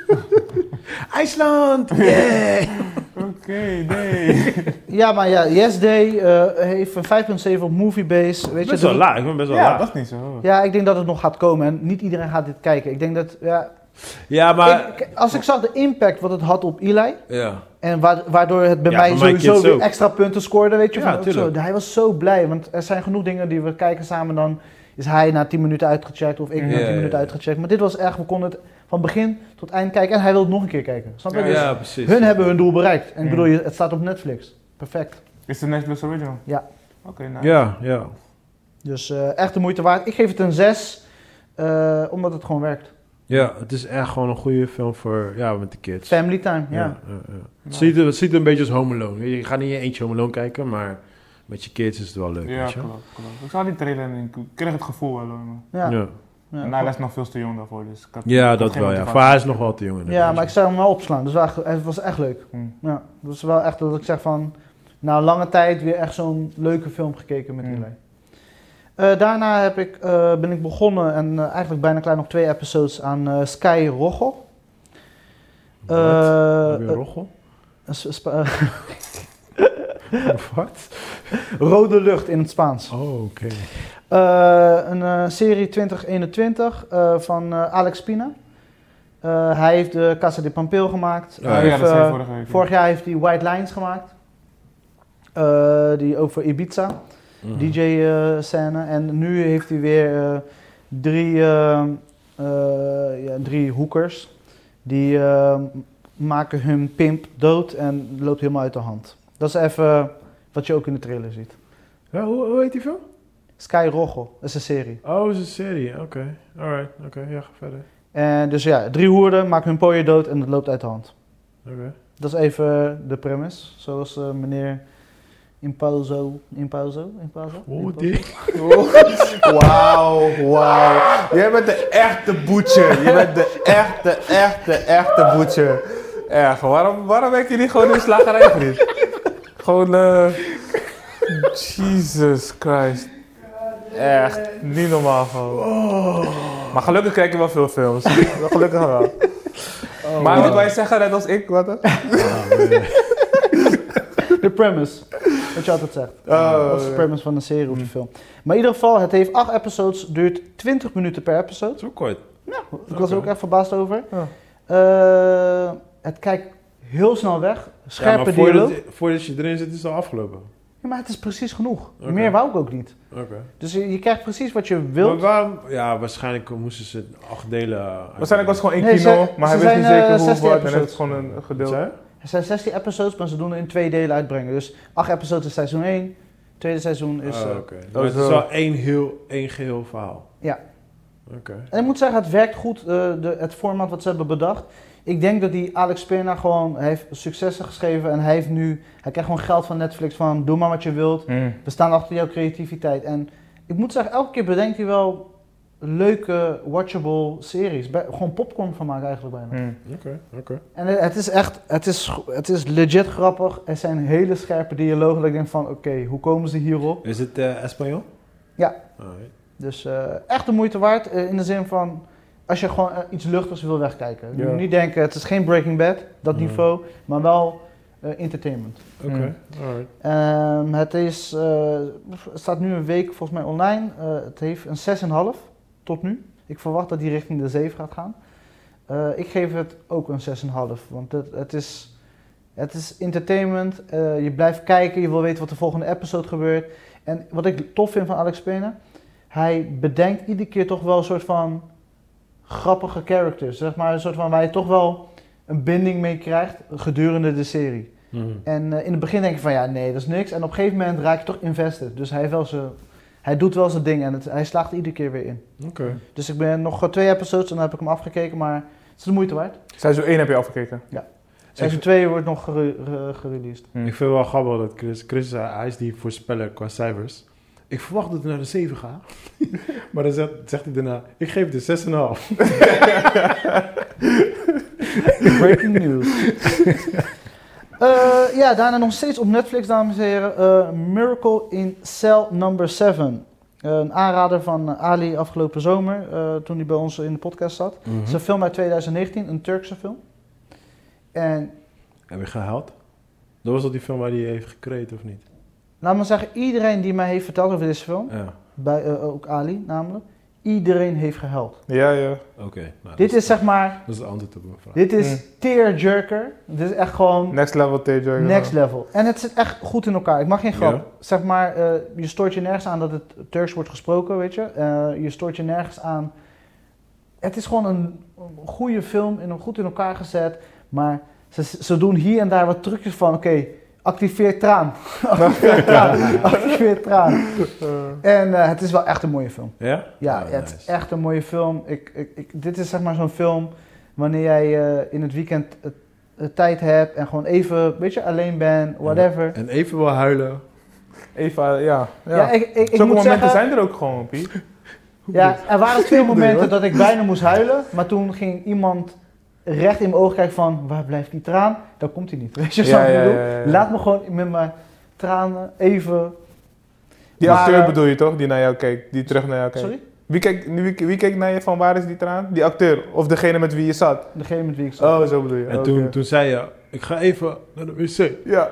Speaker 1: IJsland! Yeah!
Speaker 3: Oké, nee.
Speaker 2: ja, maar ja, yes day eh, heeft een 5.7 op Moviebase. Weet
Speaker 1: best
Speaker 2: je,
Speaker 1: wel
Speaker 2: dat-
Speaker 1: laag, ik ben best wel
Speaker 3: Ja,
Speaker 1: laag.
Speaker 3: dat is niet zo.
Speaker 2: Ja, ik denk dat het nog gaat komen en niet iedereen gaat dit kijken. Ik denk dat, ja,
Speaker 1: Ja, maar...
Speaker 2: ik- als ik zag de impact wat het had op Eli,
Speaker 1: ja.
Speaker 2: en wa- waardoor het bij
Speaker 1: Ja,
Speaker 2: mij
Speaker 1: voor mijn
Speaker 2: sowieso
Speaker 1: kids
Speaker 2: weer
Speaker 1: ook.
Speaker 2: extra punten scoorde, weet je,
Speaker 1: Ja,
Speaker 2: van, ook zo.
Speaker 1: tuurlijk.
Speaker 2: hij was zo blij, want er zijn genoeg dingen die we kijken samen, dan is hij na 10 minuten uitgecheckt of ik na
Speaker 3: Ja,
Speaker 2: 10
Speaker 1: ja,
Speaker 2: minuten
Speaker 1: ja.
Speaker 2: uitgecheckt. Maar dit was echt, we konden het van begin tot eind kijken en hij wil het nog een keer kijken. Snap je?
Speaker 3: Ja,
Speaker 2: Dus
Speaker 1: Ja, precies.
Speaker 2: hun hebben hun doel bereikt. En ik
Speaker 3: Mm.
Speaker 2: bedoel, je- het staat op Netflix. Perfect.
Speaker 3: Is de Netflix original?
Speaker 2: Ja.
Speaker 3: Oké, nou.
Speaker 1: Ja, ja.
Speaker 2: Dus eh, echt de moeite waard. Ik geef het een 6, eh, omdat het gewoon werkt.
Speaker 1: Ja, het is echt gewoon een goede film voor... Ja, met de kids.
Speaker 2: Family time, ja.
Speaker 1: ja, ja. Het, ziet, er- het ziet er een beetje als Home Alone. Je gaat niet in je eentje Home Alone kijken, maar met je kids is het wel leuk,
Speaker 3: Ja,
Speaker 1: weet je.
Speaker 3: klopt, klopt. Ik zag die trailer en ik kreeg het gevoel wel. hoor, maar-
Speaker 2: Ja.
Speaker 1: ja.
Speaker 2: Ja.
Speaker 3: En hij is nog veel te jong daarvoor, dus ik had- ik
Speaker 1: Ja,
Speaker 3: had
Speaker 1: dat
Speaker 3: geen
Speaker 1: wel, ja.
Speaker 3: motivatie.
Speaker 1: Voor haar is nog wel te jong.
Speaker 2: Ja,
Speaker 1: inderdaad.
Speaker 2: maar ik zou hem wel opslaan. Dus wel echt- het was echt leuk.
Speaker 3: Hm.
Speaker 2: Ja, dat is wel echt dat ik zeg van... Na lange tijd weer echt zo'n leuke film gekeken met
Speaker 3: Mm.
Speaker 2: Eli. Eh, daarna heb ik, eh, ben ik begonnen en eh, eigenlijk bijna klaar nog twee episodes aan eh, Sky Rochel.
Speaker 1: Wat?
Speaker 2: Eh,
Speaker 1: Heb je een rochel?
Speaker 2: eh, s- Spa- [laughs] eh,
Speaker 1: Wat?
Speaker 2: Rode Lucht in het Spaans.
Speaker 1: Oh, oké.
Speaker 2: Eh, een eh, serie 2021 eh, van eh, Alex Pina. Eh, hij heeft de Casa de Pampeel gemaakt.
Speaker 1: Ja,
Speaker 2: Hij
Speaker 3: Ja,
Speaker 2: heeft,
Speaker 3: dat zei
Speaker 2: eh,
Speaker 3: je vorige week.
Speaker 2: Vorig jaar heeft hij White Lines gemaakt. Eh, die over Ibiza,
Speaker 1: Mhm.
Speaker 2: DJ-scène. eh, en nu heeft hij weer eh, drie, eh, eh, ja, drie hoekers. Die eh, maken hun pimp dood en het loopt helemaal uit de hand. Dat is even wat je ook in de trailer ziet.
Speaker 1: Ja, hoe, hoe heet die film?
Speaker 2: Sky Rochel, dat is een serie.
Speaker 1: Oh, het is een serie. Oké. Alright. Oké, ja, ga verder.
Speaker 2: En dus ja, drie hoeren maken hun pooier dood en het loopt uit de hand.
Speaker 1: Oké.
Speaker 2: Dat is even de premise, zoals eh, meneer Impauzo, Impauzo, Impauzo?
Speaker 1: Oh,
Speaker 2: Impauzo?
Speaker 1: die.
Speaker 3: Oh,
Speaker 4: Wauw, wauw. Jij bent de echte boetje. Je bent de echte, echte, echte boetje.
Speaker 3: Erg, waarom, waarom werk je niet gewoon in de slagerij, vriend? gewoon, eh... Jesus Christ. Echt, niet normaal gewoon. Maar gelukkig kijk je wel veel films.
Speaker 2: [laughs]
Speaker 3: gelukkig wel.
Speaker 2: Oh,
Speaker 3: maar wat wij zeggen, net als ik, wat? hè?
Speaker 2: De premise, wat je altijd zegt.
Speaker 3: eh,
Speaker 4: Oh,
Speaker 1: Eh,
Speaker 2: dat is de
Speaker 4: ja.
Speaker 2: premise van een serie
Speaker 1: hmm.
Speaker 2: of een film. Maar in ieder geval, het heeft acht episodes, duurt 20 minuten per episode.
Speaker 1: Zo kort.
Speaker 2: Nou, ik was er
Speaker 1: Oké.
Speaker 2: ook echt verbaasd over.
Speaker 3: Ja.
Speaker 2: Eh, het kijkt heel snel weg,
Speaker 1: Ja,
Speaker 2: scherpe
Speaker 1: maar
Speaker 2: ja, dialoog.
Speaker 1: voordat, voordat je erin zit, is het al afgelopen.
Speaker 2: Ja, maar het is precies genoeg.
Speaker 1: Oké.
Speaker 2: Meer wou ik ook niet.
Speaker 1: Oké.
Speaker 2: Dus je, je krijgt precies wat je wilt.
Speaker 1: Maar waarom? Ja, waarschijnlijk moesten ze het acht delen. eh,
Speaker 3: Waarschijnlijk was het gewoon één
Speaker 2: Nee, ze-
Speaker 3: kino, maar
Speaker 2: ze
Speaker 3: hij wist
Speaker 2: zijn,
Speaker 3: niet
Speaker 2: eh,
Speaker 3: zeker hoe
Speaker 2: 16
Speaker 3: of wat. En het
Speaker 2: episodes.
Speaker 3: is gewoon een
Speaker 1: Wat
Speaker 3: gedeelte.
Speaker 1: zei je?
Speaker 2: Er zijn 16 episodes, maar ze doen het in twee delen uitbrengen. Dus acht episodes is seizoen 1, tweede seizoen is...
Speaker 1: Oh,
Speaker 2: eh,
Speaker 1: oké.
Speaker 3: dat
Speaker 1: Maar
Speaker 3: is
Speaker 1: het is
Speaker 3: wel-
Speaker 1: wel één, heel, één geheel verhaal.
Speaker 2: Ja.
Speaker 1: Oké.
Speaker 2: En ik moet zeggen, het werkt goed, eh, de, het format wat ze hebben bedacht. Ik denk dat die Alex Pena gewoon hij heeft successen geschreven en hij heeft nu... Hij krijgt gewoon geld van Netflix van doe maar wat je wilt.
Speaker 3: Mm.
Speaker 2: We staan achter jouw creativiteit. En ik moet zeggen, elke keer bedenkt hij wel leuke, watchable series. Bij- gewoon popcorn van maken eigenlijk bijna.
Speaker 3: Hmm.
Speaker 1: Oké, oké.
Speaker 2: En het- het is echt, het is, go- het is legit grappig. Er zijn hele scherpe dialogen dat ik denk van, oké, hoe komen ze hierop?
Speaker 1: Is het eh Espanol?
Speaker 2: Ja.
Speaker 1: Alright.
Speaker 2: Dus eh, echt de moeite waard eh, in de zin van, als je gewoon eh, iets luchtigs wil wegkijken. Je
Speaker 3: Ja.
Speaker 2: moet niet denken, het is geen Breaking Bad, dat
Speaker 1: Mm.
Speaker 2: niveau, maar wel eh, entertainment.
Speaker 1: Oké,
Speaker 3: Mm.
Speaker 1: alright.
Speaker 2: Ehm, het is, eh, het staat nu een week volgens mij online. Eh, het heeft een 6,5 tot nu. Ik verwacht dat die richting de 7 gaat gaan. Eh, ik geef het ook een 6,5, want het, het, is, het is entertainment. Eh, je blijft kijken, je wil weten wat de volgende episode gebeurt. En wat ik tof vind van Alex Pena, hij bedenkt iedere keer toch wel een soort van grappige characters. Zeg maar een soort van waar je toch wel een binding mee krijgt gedurende de serie.
Speaker 3: Mm.
Speaker 1: Mhm.
Speaker 2: En eh, in het begin denk je van ja, nee, dat is niks. En op een gegeven moment raak je toch invested. Dus hij, heeft wel zijn- hij doet wel zijn ding en het, hij slaagt er iedere keer weer in.
Speaker 1: Oké.
Speaker 2: Dus ik ben nog twee episodes en dan heb ik hem afgekeken, maar het is de moeite waard.
Speaker 3: Seizoen 1 heb je afgekeken.
Speaker 2: Seizoen 2 wordt nog gere- ge- gereleased.
Speaker 1: Ik
Speaker 2: [laughs]
Speaker 1: vind het wel grappig dat Chris, Chris eh, hij is die voorspeller qua cijfers. Ik verwacht dat we naar de 7 gaan. [laughs] maar dan zegt, zegt hij daarna, ik geef de 6,5.
Speaker 2: Breaking news. Eh, ja, daarna nog steeds op Netflix, dames en heren. eh, Miracle in Cell Number 7. Eh, een aanrader van eh, Ali afgelopen zomer, eh, toen hij bij ons in de podcast zat. Het is een film uit 2019, een Turkse film. En
Speaker 1: Heb je gehaald? Dat was al die film waar hij heeft gecreëerd, of niet?
Speaker 2: Laat maar zeggen, iedereen die mij heeft verteld over deze film,
Speaker 1: Ja,
Speaker 2: bij, eh, ook Ali namelijk, iedereen heeft gehuild.
Speaker 3: Ja, ja.
Speaker 1: oké. Nou,
Speaker 2: Dit
Speaker 1: dat
Speaker 2: is zeg maar,
Speaker 1: Dat is het antwoord op mijn vraag.
Speaker 2: dit is tearjerker. Dit is echt gewoon
Speaker 3: Next level TJ.
Speaker 2: next level. En het zit echt goed in elkaar. Ik mag geen grap.
Speaker 1: Ja.
Speaker 2: Zeg maar, eh, je stoort je nergens aan dat het Turks wordt gesproken, weet je. Eh, je stoort je nergens aan. Het is gewoon een een goede film, in, goed in elkaar gezet. Maar ze, ze doen hier en daar wat trucjes van, oké, activeer traan. [laughs] activeer traan. activeer traan. En eh, het is wel echt een mooie film.
Speaker 1: Ja?
Speaker 2: Ja,
Speaker 3: Oh,
Speaker 1: Ah,
Speaker 2: het is
Speaker 1: nice.
Speaker 2: echt een mooie film. Ik, ik, ik, dit is zeg maar zo'n film wanneer jij eh, in het weekend eh, eh, tijd hebt en gewoon even een beetje alleen bent, whatever.
Speaker 1: En even wel huilen.
Speaker 3: Eva, ja.
Speaker 2: Ja,
Speaker 3: ja.
Speaker 2: ik, ik, ik
Speaker 3: Zulke
Speaker 2: moet
Speaker 3: momenten
Speaker 2: zeggen,
Speaker 3: zijn er ook gewoon, Pie.
Speaker 2: ja, er waren twee momenten
Speaker 1: hoor.
Speaker 2: dat ik bijna moest huilen, maar toen ging iemand recht in mijn oog kijken van waar blijft die traan? Dan komt hij niet. [laughs] Weet je wat
Speaker 3: Ja,
Speaker 2: ik
Speaker 3: ja,
Speaker 2: bedoel?
Speaker 3: ja, ja, ja.
Speaker 2: Laat me gewoon met mijn tranen even...
Speaker 3: Die
Speaker 2: Maar,
Speaker 3: acteur
Speaker 2: eh,
Speaker 3: bedoel je toch? Die naar jou kijkt, die terug naar jou kijkt.
Speaker 2: Sorry?
Speaker 3: Wie kijkt, wie, wie kijkt naar je van waar is die traan? Die acteur of degene met wie je zat?
Speaker 2: Degene met wie ik zat.
Speaker 3: Oh, zo bedoel je.
Speaker 1: En
Speaker 3: Oké.
Speaker 1: toen, toen zei je, ik ga even naar de wc.
Speaker 3: Ja.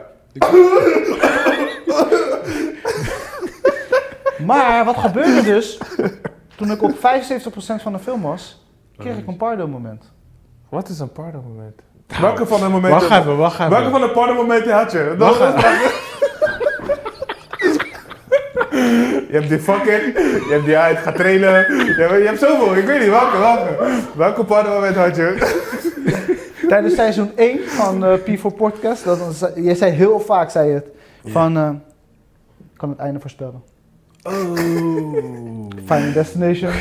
Speaker 2: Maar wat gebeurde
Speaker 3: [laughs]
Speaker 2: dus toen ik op 75% van de film was, kreeg ik een pardo moment.
Speaker 3: Wat is een pardo moment? Welke van de momenten?
Speaker 1: Nou, Wacht even, wacht even.
Speaker 3: Welke van de pardo momenten had je?
Speaker 1: Wacht
Speaker 3: Dat was- [laughs] Je hebt die fucking, je hebt die uit, gaat trainen. Je hebt, je hebt zoveel, ik weet niet welke, welke. Welke pardo moment had je?
Speaker 2: Tijdens seizoen 1 van eh P4 Podcast, dat, was- eh, jij zei heel vaak, zei je het, van eh, ik kan het einde voorspellen.
Speaker 1: [laughs] Oh.
Speaker 2: Final Destination,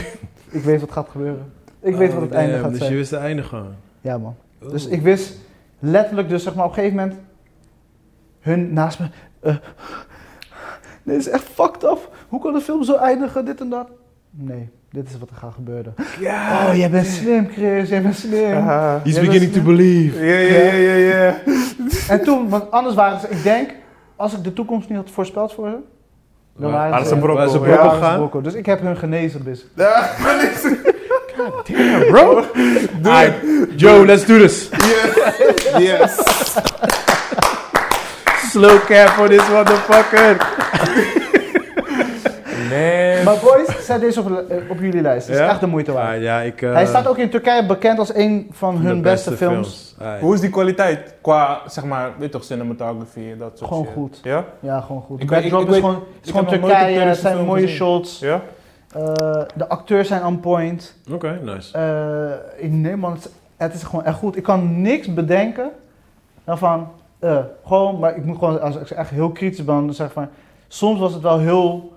Speaker 2: ik weet wat gaat gebeuren. Ik weet
Speaker 1: Oh,
Speaker 2: wat het
Speaker 1: damn,
Speaker 2: einde gaat
Speaker 1: Dus
Speaker 2: zijn.
Speaker 1: je wist het einde gewoon.
Speaker 2: Ja man,
Speaker 1: Oh.
Speaker 2: dus ik wist letterlijk dus zeg maar op een gegeven moment, hun naast me, eh, dit is echt fucked up. Hoe kan de film zo eindigen, dit en dat? Nee, dit is wat er gaat gebeuren.
Speaker 3: Ja.
Speaker 2: Oh, jij bent slim Chris, jij bent slim.
Speaker 3: Ja,
Speaker 1: He's
Speaker 2: Ja,
Speaker 1: beginning
Speaker 2: dat
Speaker 1: to
Speaker 2: is-
Speaker 1: believe.
Speaker 3: ja, ja, ja, ja.
Speaker 2: En toen, want anders waren ze, ik denk, als ik de toekomst niet had voorspeld voor ze, dan
Speaker 1: Waar-
Speaker 2: waren
Speaker 1: waar
Speaker 2: ze,
Speaker 1: ze brokkel-
Speaker 2: waren
Speaker 1: waar ze brokkel
Speaker 2: waren
Speaker 1: gaan?
Speaker 2: brokkel. Dus ik heb hun genezen, bis.
Speaker 3: Ja, maar dit is-
Speaker 1: Bro! [laughs] Aight, Joe, let's do this.
Speaker 3: Yes. Yes.
Speaker 1: Slow cap for this motherfucker.
Speaker 3: Nee.
Speaker 2: Maar boys, zet deze op, eh, op jullie lijst. Het is
Speaker 1: Ja?
Speaker 2: echt de moeite waard.
Speaker 1: Ah, ja, ik, eh,
Speaker 2: Hij staat ook in Turkije bekend als een van
Speaker 1: de
Speaker 2: hun beste, films.
Speaker 1: Aight.
Speaker 3: Hoe is die kwaliteit qua, zeg maar, weet toch, cinematography, dat soort
Speaker 2: Gewoon
Speaker 3: shit?
Speaker 2: goed.
Speaker 3: Ja?
Speaker 2: Ja, gewoon goed.
Speaker 3: Ik
Speaker 2: Ik
Speaker 3: weet-
Speaker 2: weet,
Speaker 3: ik-
Speaker 2: is
Speaker 3: ik weet-
Speaker 2: gewoon, het is
Speaker 3: ik
Speaker 2: gewoon
Speaker 3: heb nog nooit een
Speaker 2: Turkije, het
Speaker 3: Turkse
Speaker 2: zijn
Speaker 3: film
Speaker 2: mooie
Speaker 3: gezien.
Speaker 2: shots.
Speaker 3: Ja?
Speaker 2: eh, de acteurs zijn on point.
Speaker 1: Oké, nice.
Speaker 2: Eh, ik nee man, het, het is gewoon echt goed. Ik kan niks bedenken dan van, eh, gewoon, maar ik moet gewoon, als ik echt heel kritisch ben, dan zeg ik van, soms was het wel heel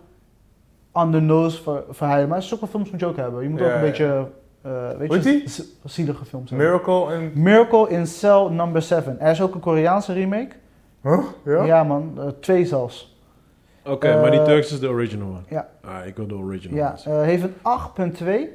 Speaker 2: on the nose voor, voor hij, maar zulke films moet je ook hebben. Je moet
Speaker 3: Ja,
Speaker 2: ook een
Speaker 3: ja.
Speaker 2: beetje, eh, weet
Speaker 3: Hoe
Speaker 2: je,
Speaker 3: heet die?
Speaker 2: z- zielige films hebben.
Speaker 3: Miracle en...
Speaker 2: Miracle in Cell Number 7. Er is ook een Koreaanse remake.
Speaker 3: Huh?
Speaker 2: Ja, man, eh, twee zelfs.
Speaker 1: Oké, maar die
Speaker 2: Eh,
Speaker 1: Turks is de original one.
Speaker 2: ja.
Speaker 1: Ah, ik wil de original
Speaker 2: Ja,
Speaker 1: ones.
Speaker 2: eh, heeft een 8.2.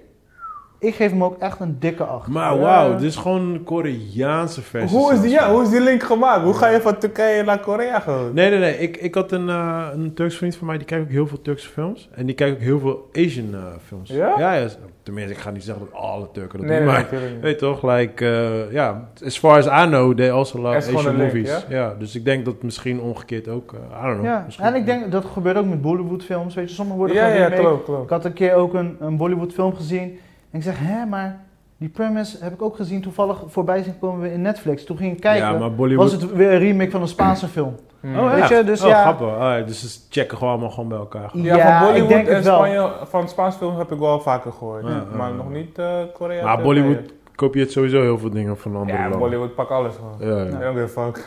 Speaker 2: Ik geef hem ook echt een dikke 8.
Speaker 1: maar
Speaker 3: ja.
Speaker 1: wauw, dit is gewoon een Koreaanse versie.
Speaker 3: Hoe is, die,
Speaker 1: zelfs.
Speaker 3: ja, hoe is die link gemaakt? Hoe ga je van Turkije naar Korea gewoon?
Speaker 1: Nee, nee, nee. Ik, ik had een, eh, een Turks vriend van mij, die kijkt ook heel veel Turkse films. En die kijkt ook heel veel Asian eh, films.
Speaker 3: Ja?
Speaker 1: Ja, ja. Tenminste, ik ga niet zeggen dat alle Turken dat
Speaker 3: Nee,
Speaker 1: doen,
Speaker 3: nee,
Speaker 1: maar...
Speaker 3: natuurlijk niet.
Speaker 1: Weet toch, like, eh, ja, as far as I know, they also love
Speaker 3: Er is gewoon
Speaker 1: Asian
Speaker 3: een link,
Speaker 1: movies. ja? dus ik denk dat misschien omgekeerd ook, eh, I don't know.
Speaker 2: ja.
Speaker 1: misschien-
Speaker 2: En ik denk, dat gebeurt ook met Bollywood-films. Weet je, sommige worden
Speaker 3: Ja,
Speaker 2: gewoon
Speaker 3: ja,
Speaker 2: remake.
Speaker 3: klopt, klopt.
Speaker 2: Ik had een keer ook een, een Bollywood-film gezien. En ik zeg, hè, maar die premise heb ik ook gezien. Toevallig voorbij zien komen we in Netflix. Toen ging ik kijken.
Speaker 1: Ja, maar Bollywood...
Speaker 2: eh, Was het weer een remake van een Spaanse film?
Speaker 3: Hmm.
Speaker 1: Oh,
Speaker 2: Weet
Speaker 1: ja.
Speaker 2: je, dus
Speaker 1: oh,
Speaker 2: ja.
Speaker 1: grappig. Alright, dus ze checken gewoon allemaal gewoon bij elkaar.
Speaker 3: Ja,
Speaker 2: Ja,
Speaker 3: van
Speaker 2: ik
Speaker 3: Bollywood
Speaker 2: denk het
Speaker 3: en
Speaker 2: wel.
Speaker 3: Spanje, van Spaanse films heb ik wel vaker gehoord.
Speaker 1: Ja,
Speaker 3: maar
Speaker 1: ja,
Speaker 3: nog
Speaker 1: ja.
Speaker 3: niet eh, Korea.
Speaker 1: Maar
Speaker 3: Turkije.
Speaker 1: Bollywood kopieert sowieso heel veel dingen van andere
Speaker 3: Ja,
Speaker 1: landen.
Speaker 3: Bollywood pakt alles gewoon.
Speaker 1: Ja, ja.
Speaker 3: I don't give a fuck.
Speaker 1: Ik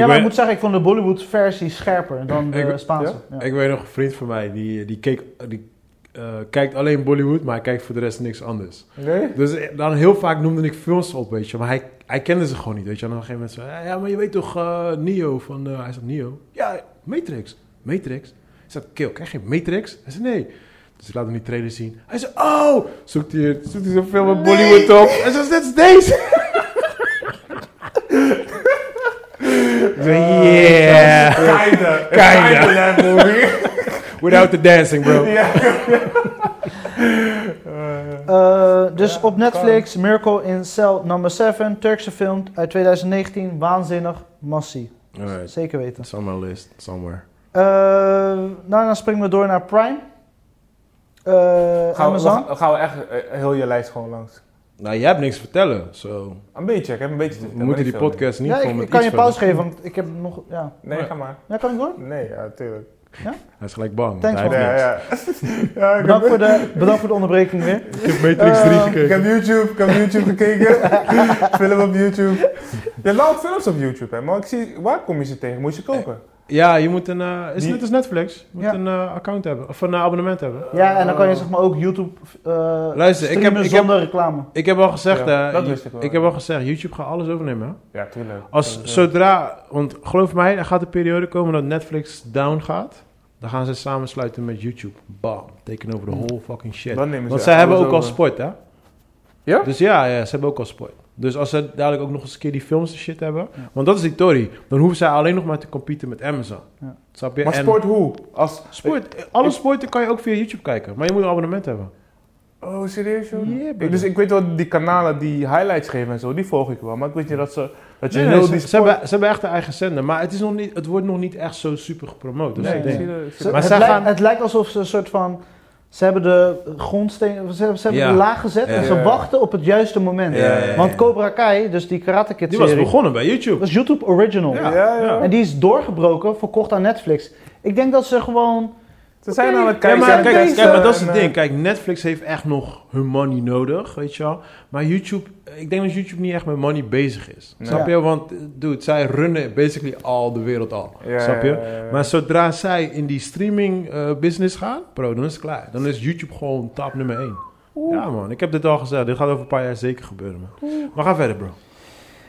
Speaker 2: Ja, maar ik
Speaker 1: weet-
Speaker 2: moet zeggen, ik vond de Bollywood-versie scherper dan de
Speaker 1: Ik weet-
Speaker 2: Spaanse. Ja?
Speaker 1: Ik weet nog een vriend van mij, die, die, keek, die eh, kijkt alleen Bollywood, maar hij kijkt voor de rest niks anders.
Speaker 3: Nee?
Speaker 1: Dus eh, dan heel vaak noemde ik films op, weet je. Maar hij, hij kende ze gewoon niet, weet je. En dan op een gegeven moment zei hij, ja, maar je weet toch eh Neo van... eh, hij zegt, Neo? Ja, Matrix. Matrix? Ik zei, kill, krijg je Matrix? Hij zei, nee. Dus ik laat hem die trailer zien. Hij zei, oh! Zoekt hij, zoekt hij zo'n film met Bollywood op. Hij zegt, dit is deze! Ik zei, yeah!
Speaker 3: Kinda.
Speaker 1: Kinda.
Speaker 3: Kinda that movie.
Speaker 1: Without the dancing, bro.
Speaker 3: Eh,
Speaker 2: Eh, dus
Speaker 3: Ja,
Speaker 2: op Netflix, Miracle in Cell number 7, Turkse film uit 2019, waanzinnig, massie.
Speaker 1: Alright.
Speaker 2: Zeker weten.
Speaker 1: It's on my list somewhere.
Speaker 2: Eh, nou, dan springen we door naar Prime. Eh
Speaker 3: Gaan we,
Speaker 2: Amazon.
Speaker 3: we- gaan we echt eh, heel je lijst gewoon langs.
Speaker 1: Nou, jij hebt niks te vertellen. zo.
Speaker 3: Een beetje, ik heb een beetje te
Speaker 1: we
Speaker 3: vertellen,
Speaker 1: moeten
Speaker 3: niet
Speaker 1: die
Speaker 3: veel,
Speaker 1: podcast niet
Speaker 2: ja,
Speaker 1: gewoon
Speaker 2: ik,
Speaker 1: met
Speaker 2: ik kan je
Speaker 1: iets
Speaker 2: pauze
Speaker 1: vullen.
Speaker 2: geven, want ik heb nog... Ja,
Speaker 3: Nee,
Speaker 1: Nee.
Speaker 3: ga maar.
Speaker 2: ja kan ik door?
Speaker 3: Nee, ja, tuurlijk.
Speaker 1: Hij is gelijk bang.
Speaker 2: Thanks,
Speaker 1: hij
Speaker 2: man.
Speaker 1: heeft
Speaker 3: Ja,
Speaker 1: niks.
Speaker 3: ja.
Speaker 1: [laughs]
Speaker 3: ja ik,
Speaker 2: Bedankt
Speaker 3: heb,
Speaker 2: voor de, bedankt voor de onderbreking weer.
Speaker 1: Ik heb Matrix 3
Speaker 2: Eh,
Speaker 3: ik
Speaker 1: gekeken.
Speaker 3: heb YouTube, ik heb YouTube gekeken. [laughs] film op
Speaker 1: [laughs]
Speaker 3: YouTube. Je laat films op YouTube, hè? Maar ik zie, waar kom je ze tegen? Moet je ze kopen?
Speaker 1: Ja, je moet een... eh, is
Speaker 3: Die-
Speaker 1: net als Netflix. Je moet
Speaker 2: Ja.
Speaker 1: een eh, account hebben. Of een eh, abonnement hebben.
Speaker 2: Ja, en dan kan je zeg maar ook YouTube eh
Speaker 1: Luister, ik heb-
Speaker 2: streamen
Speaker 1: ik heb-
Speaker 2: zonder reclame.
Speaker 1: Ik heb al gezegd...
Speaker 3: Ja,
Speaker 1: eh,
Speaker 3: dat
Speaker 1: je-
Speaker 3: wist ik wel.
Speaker 1: heb al gezegd, YouTube gaat alles overnemen. hè.
Speaker 3: Ja, tuurlijk.
Speaker 1: Als, Zodra... Want geloof mij, er gaat een periode komen dat Netflix down gaat. Dan gaan ze samensluiten met YouTube. Bam. Teken over de whole fucking shit.
Speaker 3: Dan nemen ze
Speaker 1: Want
Speaker 3: echt
Speaker 1: zij hebben
Speaker 3: Hmm. alles
Speaker 1: ook al
Speaker 3: over.
Speaker 1: sport, hè?
Speaker 3: Ja?
Speaker 1: Dus ja, ja, ze hebben ook al sport. Dus als ze dadelijk ook nog eens een keer die films en shit hebben... Want dat is die Tory. Dan hoeven zij alleen nog maar te competen met Amazon.
Speaker 2: Ja.
Speaker 1: Snap je?
Speaker 3: Maar
Speaker 1: En
Speaker 3: sport hoe? Als...
Speaker 1: sport, alle sporten kan je ook via YouTube kijken. Maar je moet een abonnement hebben.
Speaker 3: Oh, serieus joh?
Speaker 1: Yeah,
Speaker 3: Ik-
Speaker 1: brother.
Speaker 3: dus ik weet wel, die kanalen die highlights geven en zo, die volg ik wel. Maar ik weet niet dat ze... Dat je
Speaker 1: Nee, nee,
Speaker 3: heel
Speaker 1: ze,
Speaker 3: die
Speaker 1: ze
Speaker 3: sport-
Speaker 1: hebben, ze hebben echt een eigen zender. Maar het, is nog niet, het wordt nog niet echt zo super gepromoot. Dat is
Speaker 3: Nee,
Speaker 1: het
Speaker 3: ik
Speaker 1: ding.
Speaker 3: zie dat- ik zie
Speaker 2: Ze-
Speaker 1: Maar
Speaker 2: het,
Speaker 1: zij
Speaker 2: lijkt,
Speaker 1: gaan-
Speaker 2: het lijkt alsof ze een soort van. Ze hebben de grondsteen, ze, hebben- ze hebben
Speaker 1: Ja.
Speaker 2: de laag gezet en
Speaker 1: Ja.
Speaker 2: ze wachten op het juiste moment.
Speaker 1: Ja, ja, ja,
Speaker 2: Want
Speaker 1: ja.
Speaker 2: Cobra Kai, dus die Karate Kid
Speaker 1: Die was
Speaker 2: serie,
Speaker 1: begonnen bij YouTube.
Speaker 2: was YouTube original.
Speaker 3: dat. Ja, ja.
Speaker 2: En die is doorgebroken, verkocht aan Netflix. Ik denk dat ze gewoon...
Speaker 3: Ze zijn aan het
Speaker 1: Ja,
Speaker 3: kijken.
Speaker 1: maar,
Speaker 3: ze zijn
Speaker 1: kijk,
Speaker 3: aan
Speaker 1: kijk, maar dat is
Speaker 3: en,
Speaker 1: het
Speaker 3: eh,
Speaker 1: ding. Kijk, Netflix heeft echt nog hun money nodig, weet je wel. Maar YouTube, eh, ik denk dat YouTube niet echt met money bezig is.
Speaker 3: Nee.
Speaker 1: Snap je? Want, eh, dude, zij runnen basically al de wereld al.
Speaker 3: Ja,
Speaker 1: snap je?
Speaker 3: ja, ja, ja.
Speaker 1: Maar zodra zij in die streaming eh, business gaan, bro, dan is het klaar. Dan is YouTube gewoon top nummer 1. Ja man, ik heb dit al gezegd. Dit gaat over een paar jaar zeker gebeuren, man. Maar ga verder, bro.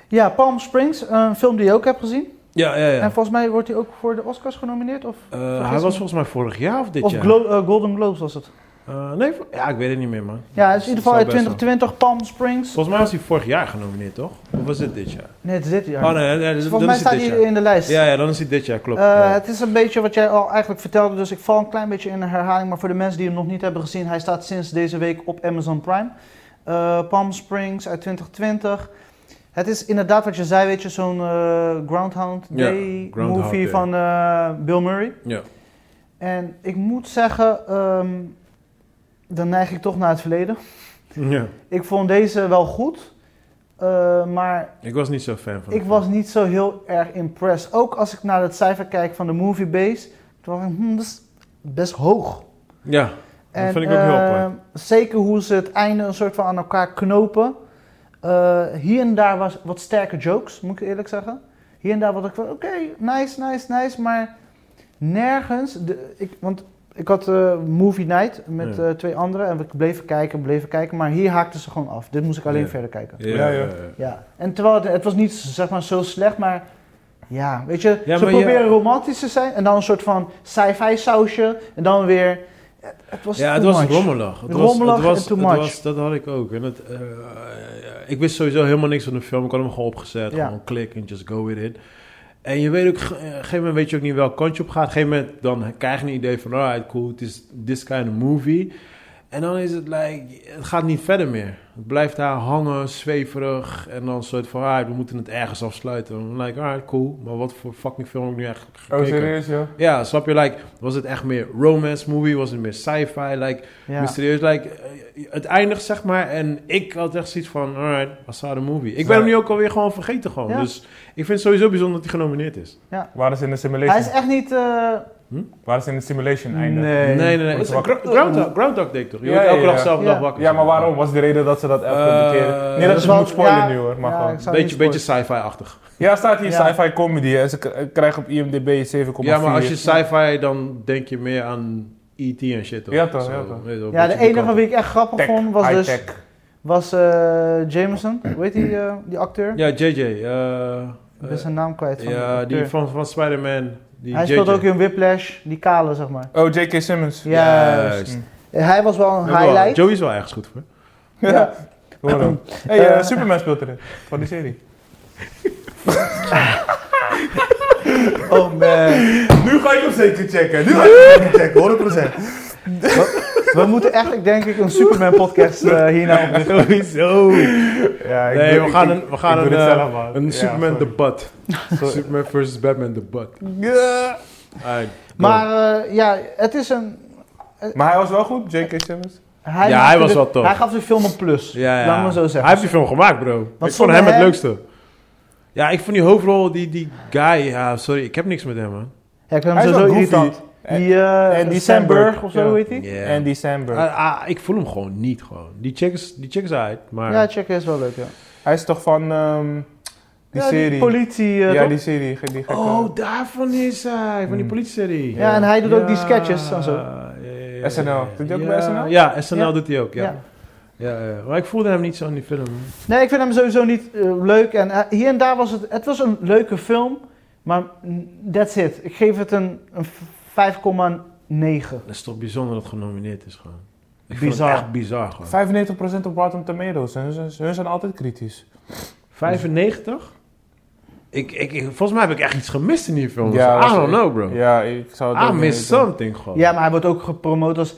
Speaker 2: Ja, Palm Springs, een film die je ook hebt gezien.
Speaker 1: Ja, ja,
Speaker 2: En
Speaker 1: ja.
Speaker 2: volgens mij wordt hij ook voor de Oscars genomineerd. Of,
Speaker 1: Eh,
Speaker 2: vergis
Speaker 1: hij
Speaker 2: me.
Speaker 1: was volgens mij vorig jaar of dit
Speaker 2: of
Speaker 1: jaar?
Speaker 2: Glo- eh, Golden Globes was het.
Speaker 1: Eh, nee, vo- ja, ik weet het niet meer, man.
Speaker 2: Ja, het is in ieder geval
Speaker 1: Dat zou
Speaker 2: uit
Speaker 1: best wel.
Speaker 2: 2020, Palm Springs.
Speaker 1: Volgens mij was hij vorig jaar genomineerd, toch? Of was dit dit jaar?
Speaker 2: Nee, het is dit jaar.
Speaker 1: Oh nee, nee, dan
Speaker 2: Dus Volgens mij
Speaker 1: is het
Speaker 2: staat
Speaker 1: dit
Speaker 2: hij
Speaker 1: jaar.
Speaker 2: in de lijst.
Speaker 1: Ja, ja, dan is hij dit jaar, klopt.
Speaker 2: Eh,
Speaker 1: Ja.
Speaker 2: Het is een beetje wat jij al eigenlijk vertelde, dus ik val een klein beetje in de herhaling. Maar voor de mensen die hem nog niet hebben gezien, hij staat sinds deze week op Amazon Prime. Eh, Palm Springs uit 2020. Het is inderdaad wat je zei, weet je, zo'n eh, Groundhound
Speaker 1: Ja,
Speaker 2: Day
Speaker 1: Groundhog
Speaker 2: movie
Speaker 1: Day.
Speaker 2: van eh, Bill Murray.
Speaker 1: Ja. [laughs]
Speaker 2: En ik moet zeggen, ehm, dan neig ik toch naar het verleden.
Speaker 1: ja.
Speaker 2: Ik vond deze wel goed, eh, maar
Speaker 1: Ik was niet zo fan van
Speaker 2: ik
Speaker 1: hem.
Speaker 2: was niet zo heel erg impressed. Ook als ik naar het cijfer kijk van de Moviebase, toen dacht ik, hm, dat is best hoog.
Speaker 1: Ja, dat vind ik ook heel
Speaker 2: eh,
Speaker 1: apart.
Speaker 2: Zeker hoe ze het einde een soort van aan elkaar knopen. Eh, hier en daar was wat sterke jokes, moet ik eerlijk zeggen. Hier en daar was ik van, oké, nice, nice, nice, maar nergens. De, ik, want ik had eh, Movie Night met
Speaker 1: Ja.
Speaker 2: eh, twee anderen en we bleven kijken, bleven kijken, maar hier haakten ze gewoon af. Dit moest ik alleen
Speaker 1: Ja.
Speaker 2: verder kijken.
Speaker 1: Ja,
Speaker 3: Ja,
Speaker 1: ja,
Speaker 3: ja.
Speaker 1: ja.
Speaker 2: Ja, en terwijl het, het was niet zeg maar zo slecht, maar Ja, weet je,
Speaker 1: Ja,
Speaker 2: ze
Speaker 1: maar je-
Speaker 2: proberen romantisch te zijn en dan een soort van sci-fi sausje en dan weer... Het, het was
Speaker 1: Ja, het
Speaker 2: too
Speaker 1: was
Speaker 2: much.
Speaker 1: rommelig. Het
Speaker 2: Rommelig
Speaker 1: was, het was,
Speaker 2: en too
Speaker 1: het
Speaker 2: much.
Speaker 1: was- dat had ik ook. En het, eh, ik wist sowieso helemaal niks van de film. Ik had hem gewoon opgezet.
Speaker 2: Ja.
Speaker 1: Gewoon klik en just go with it. En je weet ook, eh, op een gegeven moment weet je ook niet welk kantje op gaat. Op een gegeven moment dan krijg je een idee van, alright, cool, het is this kind of movie. En dan is het like, het gaat niet verder meer. Het blijft daar hangen, zweverig. En dan een soort van, alright, we moeten het ergens afsluiten. En dan like, alright, cool. Maar wat voor fucking film heb ik nu echt gekeken?
Speaker 3: Oh, serieus, joh?
Speaker 1: Ja, snap je? Like, was het echt meer romance movie? Was het meer sci-fi? Like,
Speaker 2: Ja.
Speaker 1: mysterieus. Like, eh, het eindigt, zeg maar. En ik had echt zoiets van, alright, I saw the movie. Ik ben
Speaker 3: Ja.
Speaker 1: hem nu ook alweer gewoon vergeten gewoon.
Speaker 2: Ja.
Speaker 1: Dus ik vind het sowieso bijzonder dat hij genomineerd is.
Speaker 3: Waren ze in de
Speaker 2: Hij
Speaker 3: simulation?
Speaker 2: is echt niet... eh,
Speaker 3: Waren ze in de simulation einde?
Speaker 1: Nee, nee, nee.
Speaker 3: Wordt
Speaker 1: Het is
Speaker 3: wakker.
Speaker 1: gro- groundhog, groundhog Day toch? Je
Speaker 3: Ja,
Speaker 1: wordt
Speaker 3: ja,
Speaker 1: elke dag
Speaker 3: ja.
Speaker 1: zelf
Speaker 2: Ja.
Speaker 1: dag wakker.
Speaker 3: Ja, maar waarom? Was de reden dat ze dat even
Speaker 1: Eh,
Speaker 3: keer... Niet
Speaker 1: dat
Speaker 3: dat
Speaker 1: is
Speaker 3: ze
Speaker 2: wel-
Speaker 3: moet spoilen
Speaker 2: ja,
Speaker 3: nu hoor, maar
Speaker 2: ja,
Speaker 3: gewoon.
Speaker 2: ik zou
Speaker 1: Beetje,
Speaker 2: niet
Speaker 1: beetje
Speaker 2: spoilen.
Speaker 1: sci-fi-achtig.
Speaker 3: Ja, staat hier
Speaker 2: Ja.
Speaker 3: sci-fi comedy en ze k- eh, krijgen op IMDb 7,4.
Speaker 1: Ja, maar als je sci-fi, dan denk je meer aan E.T. en shit toch?
Speaker 3: Ja, toch,
Speaker 1: Zo,
Speaker 3: ja, toch.
Speaker 1: weet je wel,
Speaker 2: Ja,
Speaker 1: beetje
Speaker 2: de
Speaker 1: die
Speaker 2: enige
Speaker 1: kant
Speaker 2: wie ik echt grappig
Speaker 3: Tech,
Speaker 2: vond was dus...
Speaker 3: high-tech.
Speaker 2: Was eh, Jameson, hoe heet die, eh, die acteur?
Speaker 1: op. Ja, JJ. eh, eh,
Speaker 2: Ik ben zijn naam kwijt van de
Speaker 1: ja,
Speaker 2: acteur.
Speaker 1: die van, van Spider-Man. Die
Speaker 2: Hij
Speaker 1: JJ.
Speaker 2: speelt ook in Whiplash, die kale zeg maar.
Speaker 3: Oh, J.K. Simmons.
Speaker 2: Juist.
Speaker 3: Hm.
Speaker 2: Hij was wel een
Speaker 1: Ja, wel.
Speaker 2: highlight.
Speaker 1: Joey is wel ergens goed voor. [laughs]
Speaker 2: Ja.
Speaker 3: Hoor hem. [laughs] Hey, eh,
Speaker 2: Eh.
Speaker 3: Superman speelt erin. Van die serie.
Speaker 2: Oh man.
Speaker 4: Nu ga ik hem zeker checken. Nu ga ik hem checken, 100%.
Speaker 2: We moeten eigenlijk denk ik een Superman podcast eh, hierna op.
Speaker 1: Sowieso.
Speaker 3: Ja, ik
Speaker 1: Nee,
Speaker 3: doe-
Speaker 1: we
Speaker 3: ik-
Speaker 1: gaan
Speaker 3: ik-
Speaker 1: een, we gaan
Speaker 3: ik
Speaker 1: een,
Speaker 3: doe dit
Speaker 1: eh,
Speaker 3: zelf, man. Ja,
Speaker 1: een Superman
Speaker 3: sorry.
Speaker 1: debat.
Speaker 3: [laughs] Sorry.
Speaker 1: Superman versus Batman debat.
Speaker 3: Ja.
Speaker 1: Alright, go.
Speaker 2: Maar eh, ja, het is een...
Speaker 3: Maar hij was wel goed, J.K. Simmons.
Speaker 2: Hij
Speaker 1: Ja,
Speaker 2: maakte
Speaker 1: hij was
Speaker 2: de-
Speaker 1: wel tof.
Speaker 2: Hij gaf de film een plus.
Speaker 1: ja, ja.
Speaker 2: Laat maar zo zeggen.
Speaker 1: Hij heeft die film gemaakt, bro. ik vond
Speaker 2: zonder
Speaker 1: hem het
Speaker 2: hem-
Speaker 1: leukste. Ja, ik vond die hoofdrol, die, die guy, ja, sorry, ik heb niks met hem, man.
Speaker 2: Ja, ik vind
Speaker 3: Hij
Speaker 2: hem
Speaker 3: is
Speaker 2: sowieso
Speaker 3: wel
Speaker 2: irritant.
Speaker 3: goofy. En-
Speaker 2: Die, eh
Speaker 3: en die
Speaker 2: Sam
Speaker 3: Sandberg,
Speaker 2: Burg of zo,
Speaker 3: ja.
Speaker 2: hoe heet die?
Speaker 1: Yeah.
Speaker 3: En December.
Speaker 1: Ah, ah, ik voel hem gewoon niet, gewoon. Die chick is, die chick is uit, maar...
Speaker 2: Ja, check is wel leuk, ja.
Speaker 3: Hij is toch van ehm, die
Speaker 2: ja,
Speaker 3: serie?
Speaker 2: Die politie. eh,
Speaker 3: ja,
Speaker 2: toch?
Speaker 3: die serie. ge- Die gekke-
Speaker 1: oh, daarvan is hij,
Speaker 3: Hmm.
Speaker 1: van die politie-serie.
Speaker 2: Ja, en hij doet ook die sketches en zo.
Speaker 1: Ja, ja, ja, ja.
Speaker 3: SNL. Doet hij ook
Speaker 1: Ja,
Speaker 3: bij SNL?
Speaker 1: Ja, SNL
Speaker 2: Ja.
Speaker 1: doet hij ook, ja.
Speaker 2: Ja.
Speaker 1: Ja. Ja, Maar ik voelde hem niet zo in die film. man.
Speaker 2: Nee, ik vind hem sowieso niet eh, leuk. En eh, hier en daar was het... Het was een leuke film, maar mm, that's it. Ik geef het een, een v- 5,9.
Speaker 1: Dat is toch bijzonder dat het genomineerd is gewoon. Ik vind
Speaker 2: Bizar.
Speaker 1: het echt bizar gewoon.
Speaker 3: 95% op Rotten Tomatoes. Hun, hun- hun zijn altijd kritisch.
Speaker 1: 95? Ik, ik, ik- volgens mij heb ik echt iets gemist in die film.
Speaker 3: Ja,
Speaker 1: I don't
Speaker 3: zeker.
Speaker 1: know bro.
Speaker 3: Ja, ik zou het
Speaker 1: I
Speaker 3: ook niet
Speaker 1: missed
Speaker 3: weten.
Speaker 1: something gewoon.
Speaker 2: Ja, maar hij wordt ook gepromoot als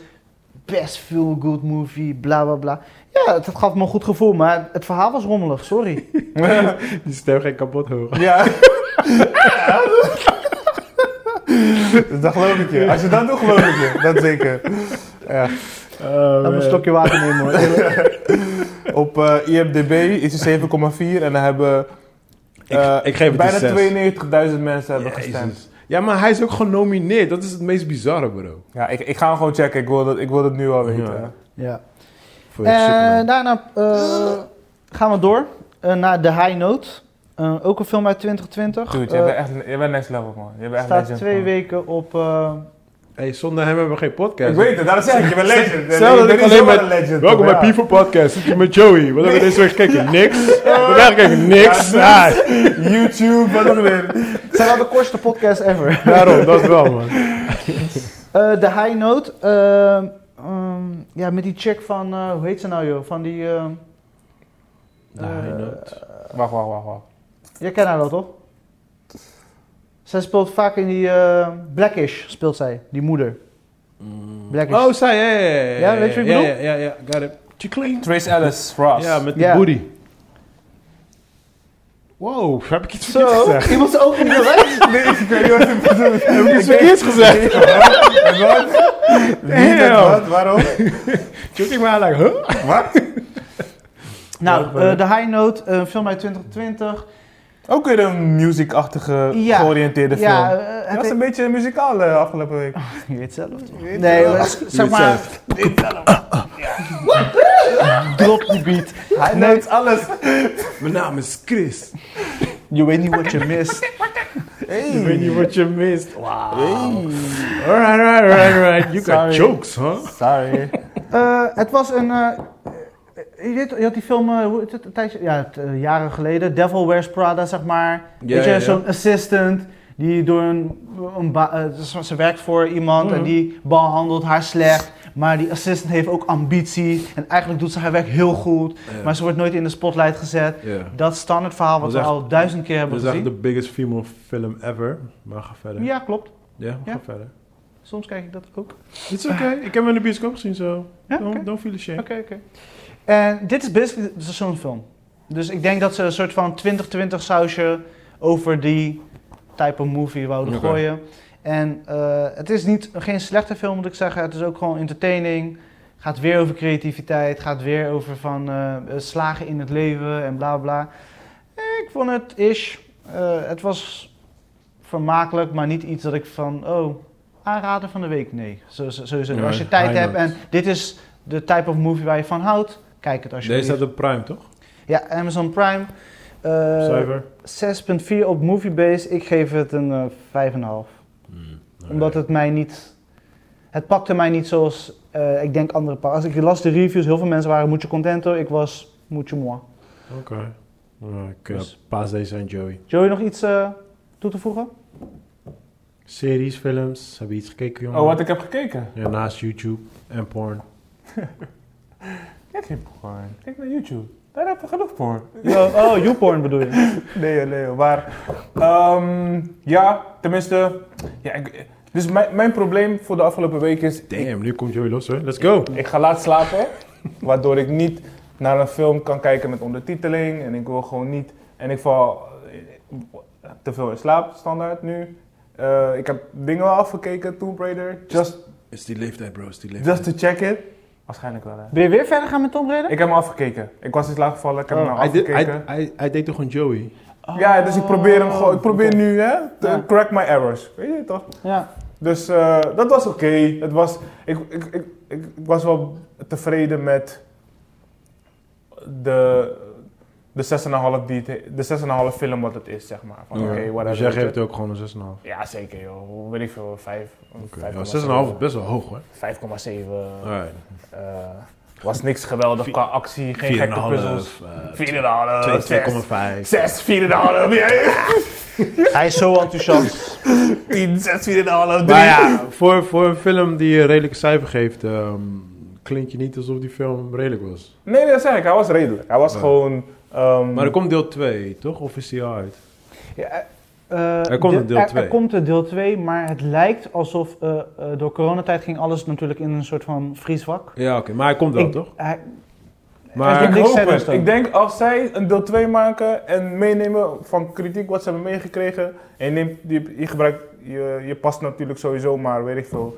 Speaker 2: best feel good movie, bla bla bla. Ja, het, het gaf me een goed gevoel, maar het verhaal was rommelig, sorry.
Speaker 3: Eh, [laughs]
Speaker 1: Die stem geen kapot horen.
Speaker 3: ja. [laughs] dat geloof ik je. Als je dat doet, geloof ik je. Dat zeker.
Speaker 2: Laat me een slokje water nemen
Speaker 3: [laughs]
Speaker 2: hoor.
Speaker 3: Op eh, IMDb is het 7,4 en dan hebben eh,
Speaker 1: ik, ik geef het
Speaker 3: bijna
Speaker 1: een zes.
Speaker 3: 92.000 mensen hebben
Speaker 1: Jezus.
Speaker 3: gestemd.
Speaker 1: Ja, maar hij is ook genomineerd. Dat is het meest bizarre bro.
Speaker 3: Ja, ik, ik ga hem gewoon checken. Ik wil dat, ik wil dat nu al weten.
Speaker 1: Ja.
Speaker 2: Ja.
Speaker 1: Voor
Speaker 2: En
Speaker 1: Superman.
Speaker 2: daarna eh, gaan we door eh, naar The High Note. Eh, ook een film uit 2020. Eh,
Speaker 3: Dude, jij bent echt jij bent next level, man. Jij bent echt
Speaker 2: staat
Speaker 3: legend,
Speaker 2: twee
Speaker 3: man.
Speaker 2: weken op... eh,
Speaker 1: hey, zonder hem hebben we geen podcast.
Speaker 3: Ik weet het, daar zeg ik, je bent legend.
Speaker 1: Stel dat
Speaker 3: Je
Speaker 1: ik
Speaker 3: bent
Speaker 1: alleen
Speaker 3: zomaar
Speaker 1: maar-
Speaker 3: een legend.
Speaker 1: Welkom
Speaker 3: ja.
Speaker 1: bij People Podcast. Zit je met Joey? Wat hebben we deze week gekeken? Niks. We hebben daar gekeken niks.
Speaker 3: Ja,
Speaker 1: Ah,
Speaker 3: YouTube, wat dan weer.
Speaker 2: het zijn wel de kortste podcast ever.
Speaker 1: daarom, dat is wel man.
Speaker 2: Eh, The High Note. ehm, ehm, ja, met die chick van... eh, hoe heet ze nou joh? Van die... ehm,
Speaker 1: The High Note.
Speaker 2: eh,
Speaker 3: Wacht, wacht, wacht, wacht.
Speaker 2: Jij kent haar wel, toch? Zij speelt vaak in die... eh, Blackish speelt zij, die moeder.
Speaker 3: Mm.
Speaker 2: Blackish.
Speaker 1: Oh, zij, ja, ja, ja, ja.
Speaker 2: Ja, weet je wat ik
Speaker 1: ja,
Speaker 2: bedoel?
Speaker 1: Ja, ja, ja, got it. Chicleen.
Speaker 3: Trace Ellis, Ross.
Speaker 1: Ja, met die
Speaker 2: Ja.
Speaker 1: booty. Wow, heb ik iets
Speaker 2: Zo, [laughs] iemand zijn ogen niet eruit.
Speaker 3: nee, ik weet niet wat ik bedoel. [laughs]
Speaker 1: Heb ik iets verkeerds gezegd?
Speaker 3: Wat? Wie met
Speaker 1: Damn.
Speaker 3: wat? Waarom?
Speaker 1: Toen ik maar like, huh?
Speaker 3: Wat?
Speaker 2: Nou, eh, The High Note, een film uit 2020.
Speaker 3: Ook weer een music-achtige,
Speaker 2: Ja.
Speaker 3: georiënteerde film.
Speaker 2: Ja, eh,
Speaker 3: Dat was
Speaker 2: het
Speaker 3: een beetje muzikaal eh, afgelopen week.
Speaker 2: Je weet zelf.
Speaker 3: weet
Speaker 2: Nee,
Speaker 3: zelf.
Speaker 2: maar s- zeg maar. Drop die beat.
Speaker 3: Hij
Speaker 2: Nee.
Speaker 3: neemt alles.
Speaker 1: Mijn naam is Chris.
Speaker 2: Je weet niet wat je mist.
Speaker 1: Ik weet niet wat je mist.
Speaker 3: Hey.
Speaker 1: Alright, [laughs] alright, alright, alright. You got
Speaker 3: Sorry.
Speaker 1: jokes, huh?
Speaker 3: Sorry.
Speaker 2: het was een. eh, Je, weet, je had die film, eh, hoe heet het, een tijdje, ja, het, eh, jaren geleden, Devil Wears Prada, zeg maar. weet je,
Speaker 1: ja, ja.
Speaker 2: zo'n assistant die door een, een ba- eh, ze- ze werkt voor iemand en die behandelt haar slecht. Maar die assistant heeft ook ambitie en eigenlijk doet ze haar werk heel goed.
Speaker 1: Ja.
Speaker 2: Maar ze wordt nooit in de spotlight gezet.
Speaker 1: Ja.
Speaker 2: Dat standaardverhaal
Speaker 1: Dat
Speaker 2: wat we
Speaker 1: is echt-
Speaker 2: al duizend keer
Speaker 1: Dat
Speaker 2: hebben
Speaker 1: is echt de
Speaker 2: gezien.
Speaker 1: biggest female film ever. Maar ga verder.
Speaker 2: Ja, klopt.
Speaker 1: Ja, ga
Speaker 2: Ja.
Speaker 1: verder.
Speaker 2: Soms kijk ik dat ook.
Speaker 1: It's okay. Ik heb hem in de bioscoop gezien zo.
Speaker 2: Ja,
Speaker 1: don't,
Speaker 2: oké.
Speaker 1: don't feel ashamed.
Speaker 2: Oké, oké. En dit is basically dit is zo'n film. Dus ik denk dat ze een soort van 2020 sausje over die type movie wouden
Speaker 4: Oké.
Speaker 2: gooien. En eh, het is niet, geen slechte film moet ik zeggen. Het is ook gewoon entertaining. Gaat weer over creativiteit. Gaat weer over van eh, slagen in het leven en bla bla. Eh, Ik vond het ish. Eh, het was vermakelijk, maar niet iets dat ik van, oh, aanraden van de week. Nee, zo, zo, sowieso. niet.
Speaker 1: Nee,
Speaker 2: als je tijd
Speaker 1: high
Speaker 2: hebt en
Speaker 1: notes.
Speaker 2: dit is de type of movie waar je van houdt, kijk het
Speaker 1: Deze
Speaker 2: alsjeblieft.
Speaker 1: staat op Prime, toch?
Speaker 2: Ja, Amazon Prime. eh,
Speaker 1: Cijfer?
Speaker 2: 6.4 op Moviebase. Ik geef het een eh, 5,5.
Speaker 1: Hmm.
Speaker 2: Omdat het mij niet... Het pakte mij niet zoals eh, ik denk andere pa- Als ik las de reviews, heel veel mensen waren mucho contento. Ik was mucho moi.
Speaker 1: Oké. Nou, ik, eh,
Speaker 2: Dus-
Speaker 1: Paas deze aan Joey.
Speaker 2: Joey, nog iets eh, toe te
Speaker 3: [laughs]
Speaker 2: voegen?
Speaker 1: Series, films. Heb je iets gekeken, jongen?
Speaker 3: Oh, wat ik heb gekeken?
Speaker 1: Ja, naast YouTube en porn.
Speaker 3: Kijk geen porn. Kijk naar YouTube. Daar heb je genoeg voor.
Speaker 2: Oh, oh YouPorn bedoel je?
Speaker 3: Nee, Leo, maar... ehm, ja, tenminste... Ja, ik, dus mijn, mijn probleem voor de afgelopen week is... Ik,
Speaker 1: Damn, nu komt Joey los, hè? Let's go!
Speaker 3: ik ga laat slapen, waardoor ik niet naar een film kan kijken met ondertiteling. En ik wil gewoon niet... En ik val eh, te veel in slaap, standaard nu. Eh, ik heb dingen wel afgekeken, Tomb Raider. Just,
Speaker 1: Is die leeftijd, bro. Is die
Speaker 3: just to check it. Waarschijnlijk wel, hè.
Speaker 2: Ben je weer verder gaan met Tom Raider?
Speaker 3: Ik heb hem afgekeken. Ik was in slaap gevallen, ik heb hem
Speaker 2: Oh,
Speaker 3: nou
Speaker 1: Hij deed,
Speaker 3: afgekeken.
Speaker 1: hij, hij, hij deed toch een Joey?
Speaker 3: Ja, dus ik probeer hem gewoon. Ik probeer nu, hè? te-
Speaker 2: Oh, Ja.
Speaker 3: Correct my errors. Weet je toch?
Speaker 2: Ja.
Speaker 3: Dus eh, dat was oké. Het was. Ik, ik, ik, ik, ik was wel tevreden met. de. de 6,5 die het- de 6,5 film wat het is, zeg maar. Van oké, whatever.
Speaker 1: Dus jij
Speaker 3: weet je.
Speaker 1: geeft het ook gewoon een 6,5.
Speaker 3: Ja, zeker, joh. Hoe Weet ik veel, 5.
Speaker 1: Oké. Ja, 6,5 is best wel hoog, hoor.
Speaker 3: 5,7.
Speaker 1: Alright.
Speaker 3: eh, was niks geweldig qua actie, geen gekke puzzels.
Speaker 1: 4,5. eh,
Speaker 3: 4,5. 6,
Speaker 1: 2,5.
Speaker 3: 6, 4,5. ja.
Speaker 2: Hij is zo enthousiast.
Speaker 3: 10, 6, 4,5, 3.
Speaker 1: Maar ja, voor, voor een film die een redelijk cijfer geeft, ehm, klinkt je niet alsof die film redelijk was.
Speaker 3: Nee, dat zeg ik. Hij was redelijk. Hij was
Speaker 1: Ja.
Speaker 3: gewoon... ehm,
Speaker 1: Maar er komt deel 2, toch? Of is die al uit?
Speaker 2: Ja, eh,
Speaker 1: Er komt
Speaker 2: de-
Speaker 1: een deel
Speaker 2: er-
Speaker 1: twee.
Speaker 2: Er komt een deel 2, maar het lijkt alsof eh, eh, door coronatijd ging alles natuurlijk in een soort van vrieswak.
Speaker 1: Ja, oké. Maar hij komt wel,
Speaker 2: Ik-
Speaker 1: toch?
Speaker 2: Hij-
Speaker 1: Maar
Speaker 2: ik-
Speaker 3: ik
Speaker 2: niks
Speaker 3: hoop
Speaker 2: verder
Speaker 3: het.
Speaker 2: dan.
Speaker 3: Ik denk dus als zij een deel 2 maken en meenemen van kritiek wat ze hebben meegekregen. En je, neemt, je, je gebruikt... Je, je past natuurlijk sowieso maar, weet ik veel,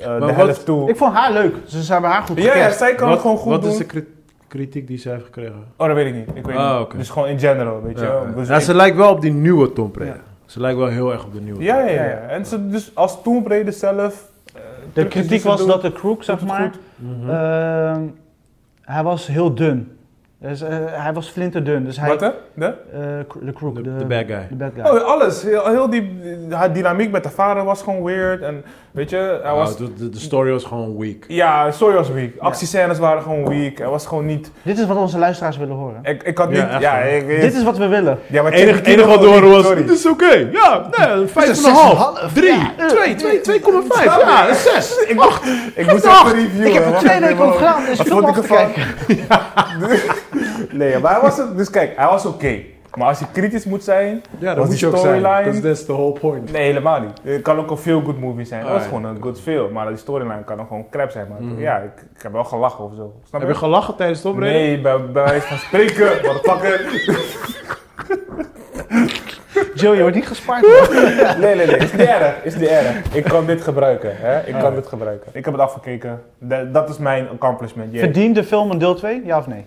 Speaker 3: eh, de
Speaker 1: wat-
Speaker 3: helft toe.
Speaker 2: Ik vond haar leuk, ze ze hebben haar goed
Speaker 3: ja, ja,
Speaker 2: gecast.
Speaker 3: zij kan
Speaker 1: wat,
Speaker 3: het gewoon goed
Speaker 1: wat
Speaker 3: doen.
Speaker 1: is de kri- kritiek die ze heeft gekregen?
Speaker 3: Oh, dat weet ik niet. Ik weet
Speaker 1: Ah,
Speaker 3: niet.
Speaker 1: oké.
Speaker 3: Dus gewoon in general, weet je
Speaker 1: Ja,
Speaker 3: wel.
Speaker 1: ja.
Speaker 3: Dus
Speaker 1: Ja,
Speaker 3: ik-
Speaker 1: ze lijkt wel op die nieuwe Tom Brady.
Speaker 2: Ja.
Speaker 1: Ze lijkt wel heel erg op de nieuwe
Speaker 3: ja,
Speaker 1: Tom
Speaker 3: ja, ja.
Speaker 1: Brady.
Speaker 3: En ze, dus als Tomb Raider zelf... eh,
Speaker 2: De
Speaker 3: trucjes die
Speaker 2: kritiek
Speaker 3: ze
Speaker 2: was
Speaker 3: doen,
Speaker 2: dat de crook, zeg
Speaker 3: het
Speaker 2: maar,
Speaker 3: goed.
Speaker 1: Mhm.
Speaker 2: ehm, hij was heel dun. Dus, eh, hij was flinterdun, dus hij...
Speaker 3: Wat hè? De?
Speaker 2: eh, cro- de crook,
Speaker 1: De-
Speaker 2: de,
Speaker 1: de bad guy.
Speaker 2: de bad guy.
Speaker 3: Oh, alles. Heel, heel die, haar dynamiek met de vader was gewoon weird. En weet je, hij
Speaker 1: Nou,
Speaker 3: was...
Speaker 1: de, de- de story was gewoon weak.
Speaker 3: Ja, sorry was weak. Actiescènes waren gewoon weak. Hij was gewoon niet...
Speaker 2: Dit is wat onze luisteraars willen horen.
Speaker 3: Ik, ik had
Speaker 1: Ja,
Speaker 3: niet...
Speaker 1: echt,
Speaker 3: Ja,
Speaker 1: hè?
Speaker 3: ik, ik-
Speaker 2: Dit is wat we willen.
Speaker 3: ja maar
Speaker 1: Het enige,
Speaker 3: Taylor
Speaker 1: enige
Speaker 3: Kitsch
Speaker 1: wat
Speaker 3: gewoon
Speaker 1: door
Speaker 3: niet,
Speaker 1: was,
Speaker 3: sorry.
Speaker 1: dit is oké. Ja, nee, 5,5. 3, 2, 2, 2,5. Ja, een 6.
Speaker 3: Ik mocht... Ik moest
Speaker 1: Acht.
Speaker 3: even reviewen.
Speaker 2: Ik heb
Speaker 3: want
Speaker 2: er twee weken
Speaker 3: helemaal-
Speaker 2: op gedaan, dus
Speaker 3: Wat
Speaker 2: film
Speaker 3: vond ik
Speaker 2: af te
Speaker 3: ervan?
Speaker 2: kijken.
Speaker 3: Nee, maar hij was... het- Dus kijk, hij was oké. Maar als je kritisch moet zijn...
Speaker 1: Ja, dat
Speaker 3: was
Speaker 1: moet je
Speaker 3: die
Speaker 1: ook zijn.
Speaker 3: storyline-
Speaker 1: Because that's the whole point.
Speaker 3: Nee, helemaal niet. Het kan ook een feel-good movie zijn. Het was
Speaker 1: Alright.
Speaker 3: gewoon een good film. Maar die storyline kan ook gewoon crap zijn. Maar ja, ik, ik heb wel gelachen of zo.
Speaker 1: Mhm.
Speaker 3: Snap
Speaker 1: Heb je gelachen tijdens Tom Brady?
Speaker 3: Nee, bij, bij wijze van spreken, [laughs] motherfucker.
Speaker 2: Joey wordt niet gespaard. hoor.
Speaker 3: Nee, nee, nee. Is niet erg. Is niet erg. Ik kan dit gebruiken. Hè? Ik kan dit gebruiken. Ik heb het afgekeken. Dat, dat is mijn accomplishment. yeah.
Speaker 2: Verdient de film een deel 2, ja of nee?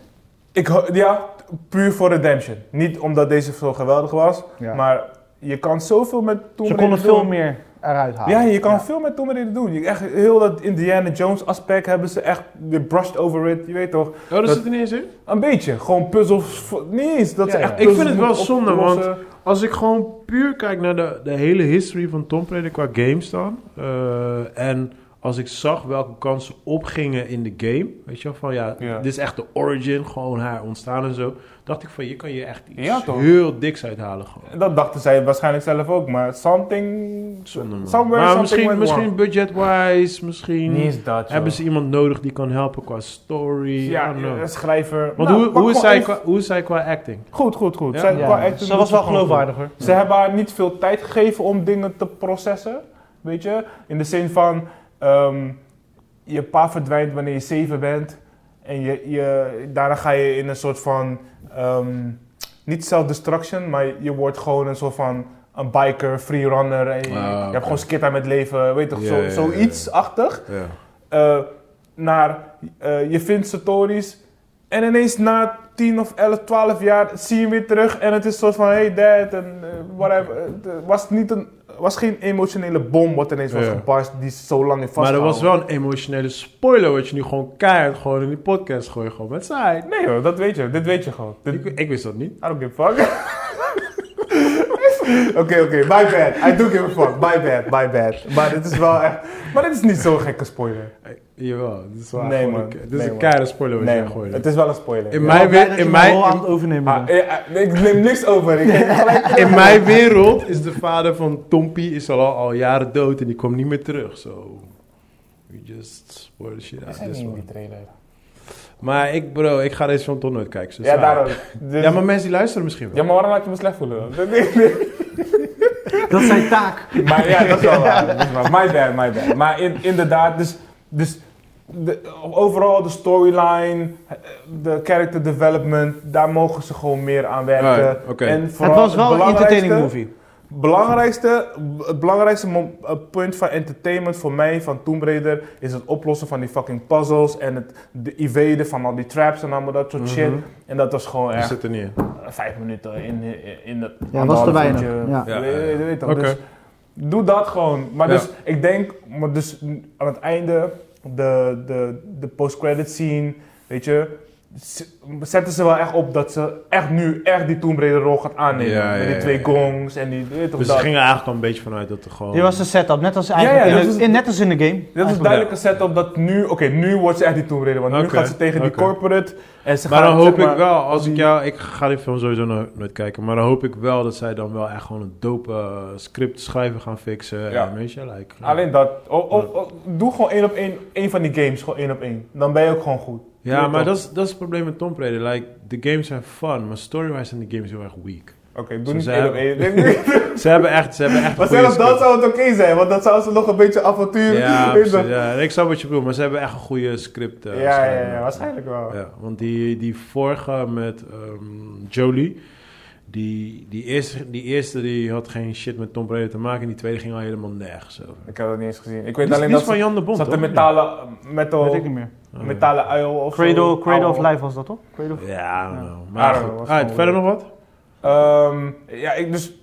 Speaker 3: Ik, ho- ja, puur voor redemption. Niet omdat deze film geweldig was.
Speaker 2: Ja.
Speaker 3: Maar je kan zoveel met Tomb
Speaker 2: Ze
Speaker 3: Raider
Speaker 2: konden
Speaker 3: doen.
Speaker 2: veel meer eruit halen.
Speaker 3: Ja, je kan veel met Tomb Raider doen. Je, echt, heel dat Indiana Jones aspect hebben ze echt de brushed over it. Je weet toch?
Speaker 1: Oh, dat
Speaker 3: Dat-
Speaker 1: zit er niet eens in?
Speaker 3: Een beetje. Gewoon puzzels. voor- Niet eens. Dat ze
Speaker 2: Ja, ja.
Speaker 3: echt
Speaker 1: Ik vind
Speaker 3: puzzels
Speaker 1: het wel
Speaker 3: moeten
Speaker 1: zonde,
Speaker 3: oplossen.
Speaker 1: Als ik gewoon puur kijk naar de, de hele history van Tom Brady qua games dan. eh, en als ik zag welke kansen opgingen in de game, weet je wel, van ja,
Speaker 3: Ja.
Speaker 1: dit is echt de origin, gewoon haar ontstaan en zo, dacht ik van, je kan je echt iets
Speaker 3: Ja, toch?
Speaker 1: heel diks uithalen gewoon.
Speaker 3: Dat dachten zij waarschijnlijk zelf ook, maar something...
Speaker 1: Zonder man.
Speaker 3: Somewhere,
Speaker 1: maar
Speaker 3: something
Speaker 1: misschien, misschien
Speaker 3: went
Speaker 1: budget-wise, misschien
Speaker 3: Niet eens dat, joh.
Speaker 1: hebben ze iemand nodig die kan helpen qua story, I
Speaker 3: Ja,
Speaker 1: don't know.
Speaker 3: een schrijver.
Speaker 1: Want
Speaker 3: Nou,
Speaker 1: hoe,
Speaker 3: pak
Speaker 1: hoe, is
Speaker 3: gewoon
Speaker 1: zij
Speaker 3: even-
Speaker 1: qua, hoe is zij qua acting?
Speaker 3: Goed, goed, goed.
Speaker 1: Ja.
Speaker 3: Zij,
Speaker 2: Ja,
Speaker 3: qua acting
Speaker 2: ze
Speaker 3: doet
Speaker 2: was wel
Speaker 3: gewoon goed.
Speaker 2: geloofwaardig hoor.
Speaker 3: Ze hebben haar niet veel tijd gegeven om dingen te processen. Weet je? In de zin van, ehm, je pa verdwijnt wanneer je zeven bent. En je, je, daarna ga je in een soort van, ehm, niet self-destruction, maar je wordt gewoon een soort van een biker, freerunner. En je,
Speaker 1: Ah,
Speaker 3: je
Speaker 1: oké.
Speaker 3: hebt gewoon skit aan met leven, weet je toch,
Speaker 1: Ja,
Speaker 3: zo,
Speaker 1: ja, ja, ja.
Speaker 3: zoiets-achtig
Speaker 1: Ja.
Speaker 3: eh, naar eh, je vindt Satoris. En ineens na 10 of 11, 12 jaar zie je hem weer terug. En het is een soort van: hey dad, en eh, whatever. Het eh, was, niet een, was geen emotionele bom wat ineens was
Speaker 1: Ja.
Speaker 3: gebarst die zo lang heeft
Speaker 1: Maar er was
Speaker 3: vastgehouden.
Speaker 1: wel een emotionele spoiler wat je nu gewoon keihard gewoon in die podcast gooit gewoon met saai.
Speaker 3: Nee hoor, dat weet je. Dit weet je gewoon. Dit,
Speaker 1: Ik, ik wist dat niet.
Speaker 3: I don't give a fuck. [laughs]
Speaker 4: Oké, oké, my bad. I do give a fuck. My bad, my bad. Maar dit is wel echt...
Speaker 3: maar dit is niet zo'n gekke spoiler.
Speaker 1: Eh, Jawel, dit is wel
Speaker 3: Nee,
Speaker 1: gewoon
Speaker 3: man.
Speaker 1: een, dit is
Speaker 3: Nee,
Speaker 1: een
Speaker 3: man.
Speaker 1: keiharde spoiler wat
Speaker 3: Nee,
Speaker 1: je
Speaker 3: man,
Speaker 1: gooit.
Speaker 3: het is wel een spoiler.
Speaker 1: In
Speaker 3: Ja.
Speaker 1: mijn,
Speaker 2: Ik ben blij
Speaker 1: we-
Speaker 2: dat je
Speaker 1: in,
Speaker 2: me
Speaker 1: mijn,
Speaker 2: wel aan
Speaker 1: in,
Speaker 2: het overnemen
Speaker 3: Ah,
Speaker 2: bent.
Speaker 3: ja, nee, ik neem niks
Speaker 1: [laughs]
Speaker 3: over. Ik neem gelijk
Speaker 1: in mijn wereld is de vader van Tompie is al, al jaren dood en die kwam niet meer terug. So, we just spoil the shit out of
Speaker 3: Dus
Speaker 1: this one.
Speaker 3: trailer.
Speaker 1: Maar ik bro, ik ga deze film toch nooit kijken. so
Speaker 3: Ja,
Speaker 1: saai.
Speaker 3: daarom. Dus-
Speaker 1: Ja, maar mensen die luisteren misschien wel.
Speaker 3: ja, maar waarom laat je me slecht voelen? dan?
Speaker 2: Dat is zijn taak.
Speaker 3: [laughs] Maar ja, dat is wel waar. Dat is waar. My bad, my bad. Maar in, inderdaad, dus, dus de, overal de storyline, de character development, daar mogen ze gewoon meer aan werken.
Speaker 1: Right, oké.
Speaker 3: En
Speaker 2: Het
Speaker 3: vooral
Speaker 2: was wel een
Speaker 3: belangrijkste-
Speaker 2: entertaining movie.
Speaker 3: Belangrijkste, het belangrijkste mom- eh, punt van entertainment voor mij van Tomb Raider is het oplossen van die fucking puzzles en het de evaden van al die traps en allemaal dat soort shit.
Speaker 1: Mhm.
Speaker 3: En dat was gewoon
Speaker 1: Die
Speaker 3: echt
Speaker 1: zit er niet in.
Speaker 3: Eh, vijf minuten in, in, in dat
Speaker 2: Ja, was te
Speaker 3: anderhalf
Speaker 2: weinig.
Speaker 3: uurtje.
Speaker 2: Ja.
Speaker 1: Ja,
Speaker 3: Weet-
Speaker 1: ja, ja.
Speaker 3: weet- weet toch,
Speaker 1: Oké.
Speaker 3: dus doe dat gewoon. Maar
Speaker 1: Ja.
Speaker 3: dus, ik denk, maar dus aan het einde, de, de, de post-credit scene, weet je, z- zetten ze wel echt op dat ze echt nu echt die Tomb Raider rol gaat aannemen.
Speaker 1: Ja, ja,
Speaker 3: Met die
Speaker 1: ja,
Speaker 3: twee
Speaker 1: ja.
Speaker 3: gongs en die, weet je toch,
Speaker 1: Dus ze
Speaker 3: dat.
Speaker 1: gingen eigenlijk al een beetje vanuit dat er gewoon...
Speaker 2: Dit was de setup, net als,
Speaker 3: ja,
Speaker 2: eigenlijk in
Speaker 3: dat
Speaker 2: de-
Speaker 3: is-
Speaker 2: in, net als in de game.
Speaker 3: Dit is
Speaker 2: Eigenlijk.
Speaker 3: duidelijk een setup dat nu, oké, nu wordt ze echt die Tomb Raider, want nu
Speaker 1: Oké,
Speaker 3: gaat ze tegen die
Speaker 1: oké.
Speaker 3: corporate en ze
Speaker 1: Maar
Speaker 3: gaat,
Speaker 1: dan hoop
Speaker 3: zeg maar,
Speaker 1: ik wel, als ik jou, ik ga die film sowieso no- nooit kijken, maar dan hoop ik wel dat zij dan wel echt gewoon een dope eh, script schrijven gaan fixen.
Speaker 3: Ja.
Speaker 1: En, weet je, like, ja.
Speaker 3: Alleen dat, o- o- o- doe gewoon één op één, één van die games, gewoon één op één. Dan ben je ook gewoon goed.
Speaker 1: Ja, maar
Speaker 3: Doe
Speaker 1: dat is, dat is het probleem met Tomb Raider. Like, de games zijn fun, maar story-wise zijn de games heel erg weak.
Speaker 3: Oké, doe
Speaker 1: Zo
Speaker 3: niet
Speaker 1: zijn
Speaker 3: één op
Speaker 1: we. [laughs]
Speaker 3: één.
Speaker 1: Ze hebben echt, ze hebben echt
Speaker 3: Maar
Speaker 1: een goede
Speaker 3: zelfs dat
Speaker 1: script.
Speaker 3: zou het oké zijn, want dat zou ze nog een beetje avontuur...
Speaker 1: Ja,
Speaker 3: weet je.
Speaker 1: precies, ja, ik snap wat je bedoelt, maar ze hebben echt een goede script. eh,
Speaker 3: ja, ja,
Speaker 1: schrijven.
Speaker 3: ja, waarschijnlijk wel.
Speaker 1: Ja, want die, die vorige met ehm, Jolie, die, die, eerste, die eerste die had geen shit met Tomb Raider te maken en die tweede ging al helemaal nergens over.
Speaker 3: Ik heb dat niet eens gezien. Ik
Speaker 1: Die
Speaker 3: weet
Speaker 1: is-
Speaker 3: alleen
Speaker 1: die
Speaker 3: dat
Speaker 1: is van
Speaker 3: ze,
Speaker 1: Jan de Bond,
Speaker 3: ze had
Speaker 1: toch?
Speaker 3: een metalen,
Speaker 2: Weet ik
Speaker 3: metal,
Speaker 2: niet meer.
Speaker 1: Oh, ja.
Speaker 3: metalen uil of zo.
Speaker 2: Cradle, Cradle of
Speaker 3: Uil.
Speaker 2: Life was dat toch? Cradle of...
Speaker 1: Ja, I don't know.
Speaker 3: I
Speaker 1: maar
Speaker 3: don't know,
Speaker 1: goed.
Speaker 3: was
Speaker 1: Alright,
Speaker 3: gewoon
Speaker 1: verder nog wat?
Speaker 3: Ehm, ja, ik dus,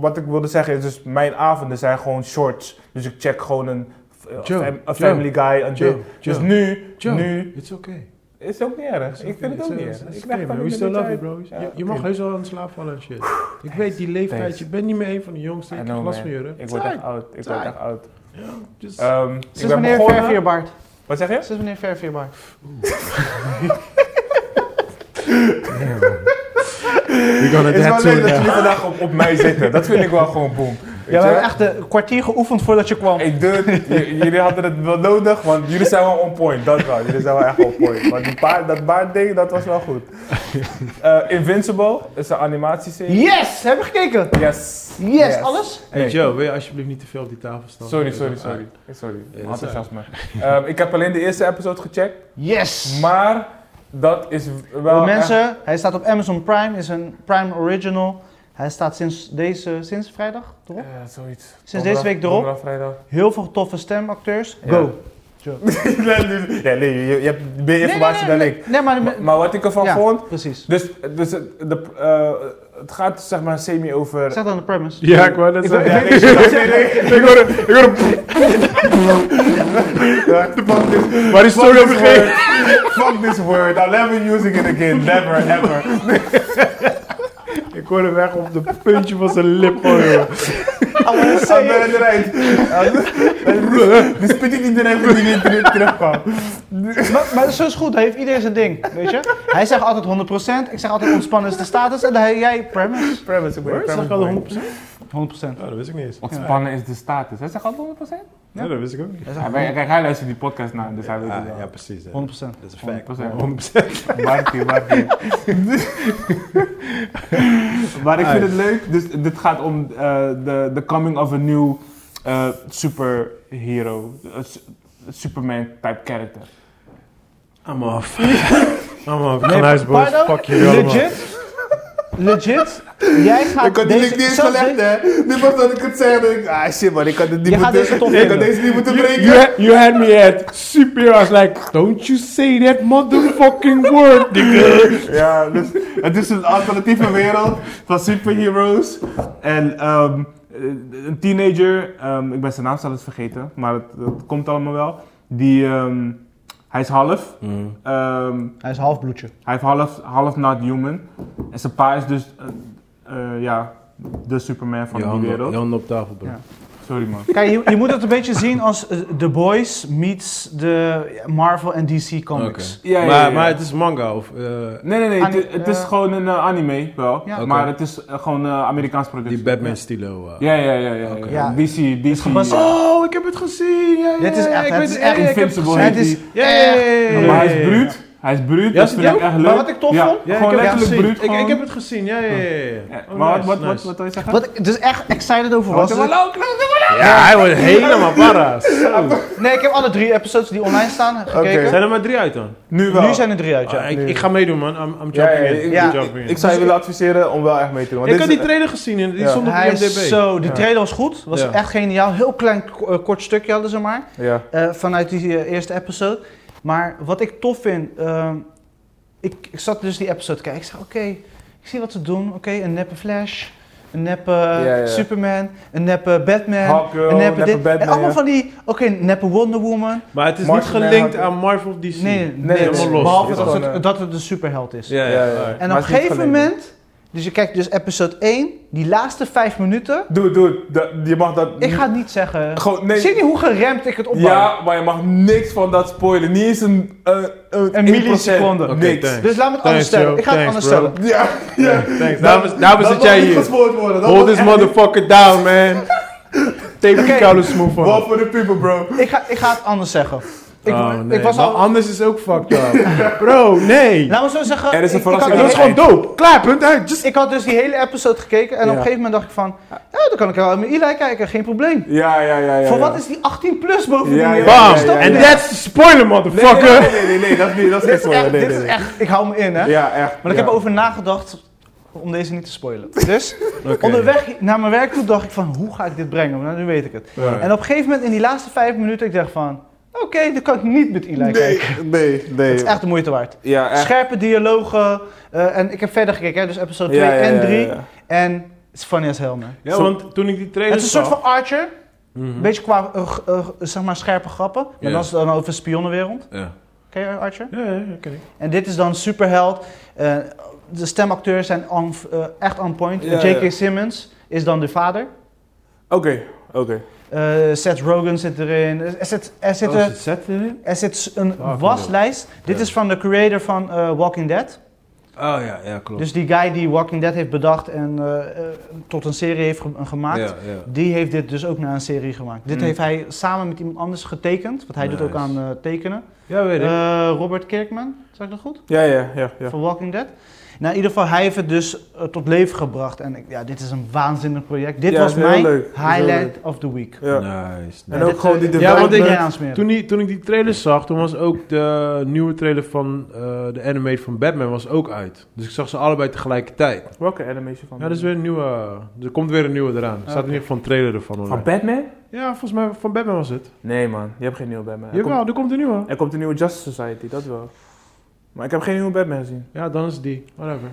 Speaker 3: wat ik wilde zeggen is dus, mijn avonden zijn gewoon shorts. Dus ik check gewoon een, een
Speaker 1: Joe,
Speaker 3: fam- een
Speaker 1: Joe,
Speaker 3: Family Guy. en
Speaker 1: Joe,
Speaker 3: dit. Dus
Speaker 1: Joe,
Speaker 3: nu,
Speaker 1: Joe.
Speaker 3: nu,
Speaker 1: It's okay.
Speaker 3: is ook niet erg. Ik vind het ook niet
Speaker 1: It's
Speaker 3: erg. Ik
Speaker 1: okay,
Speaker 3: krijg
Speaker 1: man.
Speaker 3: dat
Speaker 1: We
Speaker 3: niet
Speaker 1: still
Speaker 3: meer
Speaker 1: love you,
Speaker 3: uit.
Speaker 1: bro. Je-
Speaker 3: Ja,
Speaker 1: je
Speaker 3: oké.
Speaker 1: mag heus wel aan de slaap vallen en shit. Ik weet, die leeftijd,
Speaker 3: thanks.
Speaker 1: je bent niet meer een van de jongste.
Speaker 3: I
Speaker 1: Ik
Speaker 3: know,
Speaker 1: heb last
Speaker 3: man.
Speaker 1: van je rug.
Speaker 3: Ik word echt oud. Ik word
Speaker 2: Saai.
Speaker 3: echt oud.
Speaker 1: Just-
Speaker 3: Ehm, ik
Speaker 2: Sinds
Speaker 3: ben
Speaker 2: wanneer
Speaker 3: begonnen-
Speaker 2: verf je je baard?
Speaker 3: Wat zeg je?
Speaker 2: Sinds wanneer verf je je baard?
Speaker 1: We're gonna
Speaker 3: Het is wel
Speaker 1: dance
Speaker 3: leuk dat
Speaker 1: to it.
Speaker 3: jullie vandaag op, op mij zitten. Dat vind ik wel gewoon boom.
Speaker 2: Ja, we hebben echt een kwartier geoefend voordat je kwam.
Speaker 3: Ik doe het. J- jullie hadden het wel nodig, want jullie zijn wel on point. Dat wel. Jullie zijn wel echt on point. Maar die baard, dat baardding, dat was wel goed. Eh, Invincible is een animatieserie.
Speaker 2: Yes! Hebben we gekeken?
Speaker 3: Yes.
Speaker 2: Yes, alles?
Speaker 1: Hey
Speaker 3: Nee.
Speaker 1: Joe, wil je alsjeblieft niet te veel op die tafel staan?
Speaker 3: Sorry, sorry, sorry. Sorry,
Speaker 1: Ja, dat is
Speaker 3: enthousiasme. Ehm, ik heb alleen de eerste episode gecheckt,
Speaker 2: Yes!
Speaker 3: maar dat is wel
Speaker 2: Voor
Speaker 3: echt-
Speaker 2: mensen, hij staat op Amazon Prime, is een Prime Original. Hij staat sinds deze, sinds vrijdag, toch?
Speaker 3: Ja, zoiets. Sinds
Speaker 2: deze week erop?
Speaker 3: vrijdag.
Speaker 2: Heel veel toffe stemacteurs.
Speaker 3: Ja.
Speaker 2: Go!
Speaker 3: [laughs] nee, nee, nee, nee, je, je hebt meer informatie
Speaker 2: nee, nee,
Speaker 3: dan ik.
Speaker 2: nee, maar...
Speaker 3: Maar, maar wat ik ervan
Speaker 2: ja,
Speaker 3: vond,
Speaker 2: precies.
Speaker 3: dus, dus het- de, eh, het gaat zeg maar semi over...
Speaker 2: Zeg dan de premise.
Speaker 1: Ja, ik wou dat
Speaker 3: Ik wil-
Speaker 1: zeggen.
Speaker 3: ja, nee, shit, nee, nee, ik hoor het- ik hoor het- Ja, de fuck this-
Speaker 1: Maar die story
Speaker 3: fuck
Speaker 1: over
Speaker 3: this
Speaker 1: geen...
Speaker 3: word. Fuck this word. I'll never using it again. Never, ever.
Speaker 1: Ik hoorde hem echt op de puntje van zijn lip gooien.
Speaker 2: Oh,
Speaker 4: Als ben het eruit.
Speaker 3: Dus spit ik niet erin voor die niet terug- terugkwam.
Speaker 2: Maar, maar zo is goed, hij heeft iedereen zijn ding, weet je? Hij zegt altijd 100%, ik zeg altijd ontspannen is de status en hij, jij premise.
Speaker 3: Premise, ik ben
Speaker 1: Word?
Speaker 3: premise
Speaker 1: Zeg al
Speaker 3: boy.
Speaker 1: 100%?
Speaker 2: 100%.
Speaker 1: Ja, dat wist ik niet eens.
Speaker 3: Ontspannen is de status. Hij zegt al 100%?
Speaker 1: Ja, dat wist ik ook niet.
Speaker 2: Hij
Speaker 3: Hij,
Speaker 2: zegt
Speaker 3: weet- kijk, hij luistert die podcast naar, dus hij weet het
Speaker 1: Ah,
Speaker 3: wel.
Speaker 1: ja, precies. hè.
Speaker 2: 100%.
Speaker 1: Dat is een fact.
Speaker 3: 100%.
Speaker 1: 100%.
Speaker 3: Barkie, Barkie. maar ik vind het leuk, dus dit gaat om eh, de de coming of a new eh, superhero. eh, su- Superman-type character.
Speaker 1: I'm [laughs] off. I'm off. Ik ga naar huis, boys.
Speaker 2: Pardon?
Speaker 1: Fuck jullie allemaal.
Speaker 2: Legit? Legit? Jij gaat
Speaker 4: Ik had die
Speaker 2: deze...
Speaker 4: link niet eens
Speaker 2: zo
Speaker 4: gelegd,
Speaker 2: zeg-
Speaker 4: hè. Nu pas dat ik het zeg, denk ik, ah shit man, ik had dit niet
Speaker 2: Je gaat
Speaker 4: moeten...
Speaker 2: deze toch
Speaker 4: Ik had
Speaker 2: vinden.
Speaker 4: deze niet moeten
Speaker 1: You,
Speaker 4: breken.
Speaker 1: had- you had me at superhero. I was like, don't you say that motherfucking word, nigga.
Speaker 3: Ja, dus het is een alternatieve wereld van superheroes. En ehm, een teenager, ehm, ik ben zijn naam zelfs vergeten, maar het, het komt allemaal wel. Die, ehm, hij is half.
Speaker 1: Mm.
Speaker 3: Ehm,
Speaker 2: Hij is halfbloedje.
Speaker 3: hij heeft half, half not human. En zijn pa is dus, eh, eh, ja, de Superman van
Speaker 1: Je
Speaker 3: die
Speaker 1: handen-
Speaker 3: wereld.
Speaker 1: je handen op tafel, bro.
Speaker 2: Ja.
Speaker 3: Sorry man.
Speaker 2: Kijk, je, je moet het een beetje zien als eh, The Boys meets de Marvel en DC comics.
Speaker 3: Ja, ja,
Speaker 1: maar,
Speaker 3: ja, ja.
Speaker 1: maar het is manga of... eh,
Speaker 3: Nee, nee, nee.
Speaker 2: Ani-
Speaker 3: het, het is
Speaker 2: eh,
Speaker 3: gewoon een eh, anime wel.
Speaker 2: Ja.
Speaker 1: Oké.
Speaker 3: Maar het is eh, gewoon een Amerikaans productie.
Speaker 1: die Batman stilo. eh.
Speaker 3: Ja, ja, ja. ja, ja.
Speaker 2: Ja.
Speaker 3: DC, DC.
Speaker 2: gebaseerd-
Speaker 3: ja.
Speaker 1: Oh, ik heb het gezien. Ja, ja,
Speaker 2: Dit is
Speaker 1: ja,
Speaker 2: echt-
Speaker 1: ik
Speaker 2: het
Speaker 1: weet-
Speaker 2: is
Speaker 1: ja,
Speaker 2: echt
Speaker 1: ja, ik heb het
Speaker 3: Invincible.
Speaker 1: gezien.
Speaker 2: Het is
Speaker 1: Ja, ja, ja, ja, ja,
Speaker 3: Maar hij
Speaker 1: ja,
Speaker 3: is
Speaker 1: ja.
Speaker 3: bruut. Hij is bruut.
Speaker 1: Ja,
Speaker 3: dat
Speaker 1: ze-
Speaker 3: vind
Speaker 1: ja,
Speaker 3: ik echt leuk.
Speaker 2: Maar wat ik tof
Speaker 3: Ja.
Speaker 2: vond...
Speaker 1: Ja,
Speaker 3: Gewoon
Speaker 1: ik heb
Speaker 3: letterlijk
Speaker 1: het gezien.
Speaker 3: bruut,
Speaker 1: Ik- Ik,
Speaker 3: gewoon.
Speaker 1: heb het gezien, ja, ja, ja, ja.
Speaker 3: Ja,
Speaker 1: Oh,
Speaker 3: maar
Speaker 1: nice,
Speaker 3: wat, wat, wat,
Speaker 1: nice.
Speaker 3: wat wil je zeggen?
Speaker 2: Wat ik dus echt excited over
Speaker 3: Wat
Speaker 2: was...
Speaker 3: wil je ook?
Speaker 1: Ja, hij wordt helemaal para. Zo.
Speaker 2: Nee, ik heb alle drie episodes die online staan gekeken.
Speaker 4: Oké.
Speaker 1: Zijn er maar drie uit dan?
Speaker 3: Nu wel.
Speaker 2: Nu zijn er drie uit, ja.
Speaker 1: Ah, ik, ik ga meedoen, man. I'm, I'm jumping
Speaker 4: Ja, ja,
Speaker 1: in.
Speaker 4: ik-
Speaker 1: I'm
Speaker 2: ja,
Speaker 1: jumping in.
Speaker 4: Ik zou je willen adviseren om wel echt mee te doen. want
Speaker 1: Ik
Speaker 4: dit
Speaker 1: had
Speaker 4: is-
Speaker 1: die trailer gezien, en die
Speaker 4: Ja.
Speaker 1: stond op
Speaker 2: Hij
Speaker 1: IMDb.
Speaker 2: is zo, de
Speaker 1: Ja.
Speaker 2: trailer was goed, was
Speaker 1: Ja.
Speaker 2: echt geniaal. Heel klein ko- eh, kort stukje hadden ze maar,
Speaker 4: Ja.
Speaker 2: eh, vanuit die eh, eerste episode. Maar wat ik tof vind, ehm, ik, ik zat dus die episode te kijken. Ik zei, oké, ik zie wat ze doen. Oké, een neppe Flash, een neppe
Speaker 4: ja.
Speaker 2: Superman, een neppe Batman,
Speaker 4: Hawkgirl,
Speaker 2: een
Speaker 4: neppe
Speaker 2: dit.
Speaker 4: Batman,
Speaker 2: en allemaal
Speaker 4: ja.
Speaker 2: van die, oké, neppe Wonder Woman.
Speaker 1: Maar het is
Speaker 4: Martian
Speaker 1: niet gelinkt
Speaker 4: Man had-
Speaker 1: aan Marvel of DC.
Speaker 2: Nee, nee,
Speaker 4: nee,
Speaker 2: niks.
Speaker 1: helemaal los.
Speaker 2: behalve
Speaker 1: Dit
Speaker 2: dat
Speaker 1: is
Speaker 2: het,
Speaker 4: gewoon, eh,
Speaker 2: dat het een superheld is.
Speaker 1: Ja,
Speaker 4: Ja,
Speaker 1: ja, ja.
Speaker 4: ja.
Speaker 2: En
Speaker 4: Maar
Speaker 2: op een
Speaker 4: het is niet
Speaker 2: gegeven
Speaker 4: geleden.
Speaker 2: moment, dus je kijkt dus episode 1, die laatste vijf minuten.
Speaker 4: Doe, doe. dat- Je mag dat...
Speaker 2: Ik ga het niet zeggen.
Speaker 4: Gewoon, nee.
Speaker 2: Zie je hoe geremd ik het opbouw?
Speaker 4: Ja, maar je mag niks van dat spoilen. Niet eens een... Een,
Speaker 2: Een
Speaker 4: 1%.
Speaker 2: milliseconde.
Speaker 1: Oké,
Speaker 4: Niks.
Speaker 1: thanks.
Speaker 2: Dus laat me het
Speaker 1: Thanks,
Speaker 2: anders stellen.
Speaker 1: Joe.
Speaker 2: Ik ga het
Speaker 1: Thanks,
Speaker 2: anders
Speaker 1: bro.
Speaker 2: stellen.
Speaker 4: Ja, ja.
Speaker 1: Thanks. Daarom, daarom
Speaker 4: Dat
Speaker 1: zit
Speaker 4: mag
Speaker 1: jij
Speaker 4: niet
Speaker 1: hier.
Speaker 4: gespoord worden. dat
Speaker 1: Hold
Speaker 4: mag
Speaker 1: this
Speaker 4: echt niet.
Speaker 1: motherfucker down,
Speaker 2: [laughs]
Speaker 1: man. Tape die
Speaker 2: Oké.
Speaker 1: koude smoel van.
Speaker 4: Wel voor de people, bro.
Speaker 2: Ik ga, ik ga het anders zeggen. Ik,
Speaker 1: Oh, nee.
Speaker 2: ik was
Speaker 1: maar
Speaker 2: al...
Speaker 1: anders is ook fucked up. Bro, nee.
Speaker 2: Laat me zo zeggen.
Speaker 4: Er is een
Speaker 2: ik- ik had-
Speaker 4: verrassing
Speaker 1: Dat is gewoon dope. Klaar, punt uit. Just-
Speaker 2: Ik had dus die hele episode gekeken en op
Speaker 4: Ja.
Speaker 2: een gegeven moment dacht ik van... Ja, dan kan ik wel aan mijn Eli kijken, geen probleem.
Speaker 4: Ja, ja, ja. ja
Speaker 2: Voor
Speaker 4: ja.
Speaker 2: wat is die 18 plus bovendien?
Speaker 4: Ja, ja,
Speaker 2: joh?
Speaker 1: Bam.
Speaker 4: ja, ja,
Speaker 1: En
Speaker 4: ja.
Speaker 1: that's the spoiler,
Speaker 4: Nee, nee,
Speaker 1: motherfucker.
Speaker 4: Nee, nee, nee, nee, dat is niet, dat is geen
Speaker 2: Dit is
Speaker 4: spoiler.
Speaker 2: echt,
Speaker 4: Nee,
Speaker 2: dit
Speaker 4: nee,
Speaker 2: is
Speaker 4: nee.
Speaker 2: echt... Ik hou me in, hè.
Speaker 4: Ja, echt.
Speaker 2: Maar ik
Speaker 4: ja.
Speaker 2: heb over nagedacht om deze niet te
Speaker 4: [laughs]
Speaker 2: spoilen. Dus
Speaker 1: Oké.
Speaker 2: onderweg naar mijn werk toe dacht ik van hoe ga ik dit brengen? Nou, nu weet ik het.
Speaker 4: Ja.
Speaker 2: En op een gegeven moment in die laatste vijf minuten ik dacht van oké, dan kan ik niet met Eli kijken.
Speaker 4: Nee, nee, nee.
Speaker 2: Het is echt de moeite waard.
Speaker 4: Ja, echt.
Speaker 2: Scherpe dialogen. eh, en ik heb verder gekeken, hè, dus episode 2
Speaker 4: Ja, ja,
Speaker 2: en
Speaker 4: ja,
Speaker 2: 3.
Speaker 4: ja.
Speaker 2: En het is funny as hell, man.
Speaker 1: Ja, want toen ik die trailer
Speaker 2: het is een soort
Speaker 1: zag-
Speaker 2: van Archer. Een
Speaker 1: Mhm.
Speaker 2: beetje qua eh, g- eh, zeg maar scherpe grappen. Maar
Speaker 1: Ja.
Speaker 2: dan is het dan over spionnenwereld.
Speaker 1: Ja.
Speaker 2: Ken je Archer?
Speaker 1: Ja, ja, ja, ken ik.
Speaker 2: En dit is dan superheld. Eh, de stemacteurs zijn on- eh, echt on point.
Speaker 4: Ja,
Speaker 2: J.K.
Speaker 4: ja.
Speaker 2: Simmons is dan de vader.
Speaker 4: Oké, oké.
Speaker 2: Eh, Seth Rogen zit erin. Er zit, er zit,
Speaker 1: Oh,
Speaker 2: een-
Speaker 1: zit Seth erin?
Speaker 2: er zit een
Speaker 1: Ah,
Speaker 2: waslijst. Dit
Speaker 1: Ja.
Speaker 2: is van de creator van eh, Walking Dead.
Speaker 1: Oh ja, ja, klopt.
Speaker 2: Dus die guy die Walking Dead heeft bedacht en eh, eh, tot een serie heeft ge- gemaakt.
Speaker 1: Ja, ja.
Speaker 2: Die heeft dit dus ook naar een serie gemaakt. Dit
Speaker 4: Mm.
Speaker 2: heeft hij samen met iemand anders getekend. Want hij doet ook
Speaker 1: Nice.
Speaker 2: aan eh, tekenen.
Speaker 1: Ja, weet ik.
Speaker 2: Eh, Robert Kirkman, zeg ik dat goed?
Speaker 4: Ja, ja, ja, ja.
Speaker 2: van Walking Dead. Nou, in ieder geval, hij heeft het dus eh, tot leven gebracht. En ik, ja, dit is een waanzinnig project. Dit
Speaker 4: Ja,
Speaker 2: was
Speaker 4: het is heel
Speaker 2: mijn
Speaker 4: leuk. Het is heel
Speaker 2: highlight of the week.
Speaker 4: ja.
Speaker 1: Nice.
Speaker 4: En ook
Speaker 2: Dit,
Speaker 4: gewoon die
Speaker 2: eh,
Speaker 1: Ja, want
Speaker 4: development.
Speaker 1: ik-
Speaker 2: daar aansmeren.
Speaker 1: Toen, die, toen ik die trailer zag, toen was ook de nieuwe trailer van eh, de anime van Batman was ook uit. Dus ik zag ze allebei tegelijkertijd.
Speaker 3: Welke animation van?
Speaker 1: Ja, dat is weer een nieuwe. eh, Er komt weer een nieuwe eraan. Er staat in ieder geval een trailer ervan.
Speaker 4: Van
Speaker 1: online.
Speaker 4: Batman?
Speaker 1: ja, volgens mij van Batman was het.
Speaker 4: Nee man, je hebt geen nieuwe Batman. Er komt,
Speaker 1: Jawel, er komt een nieuwe.
Speaker 4: er komt een nieuwe Justice Society, dat wel. Maar ik heb geen nieuwe Batman gezien.
Speaker 1: Ja, dan is het die. Whatever.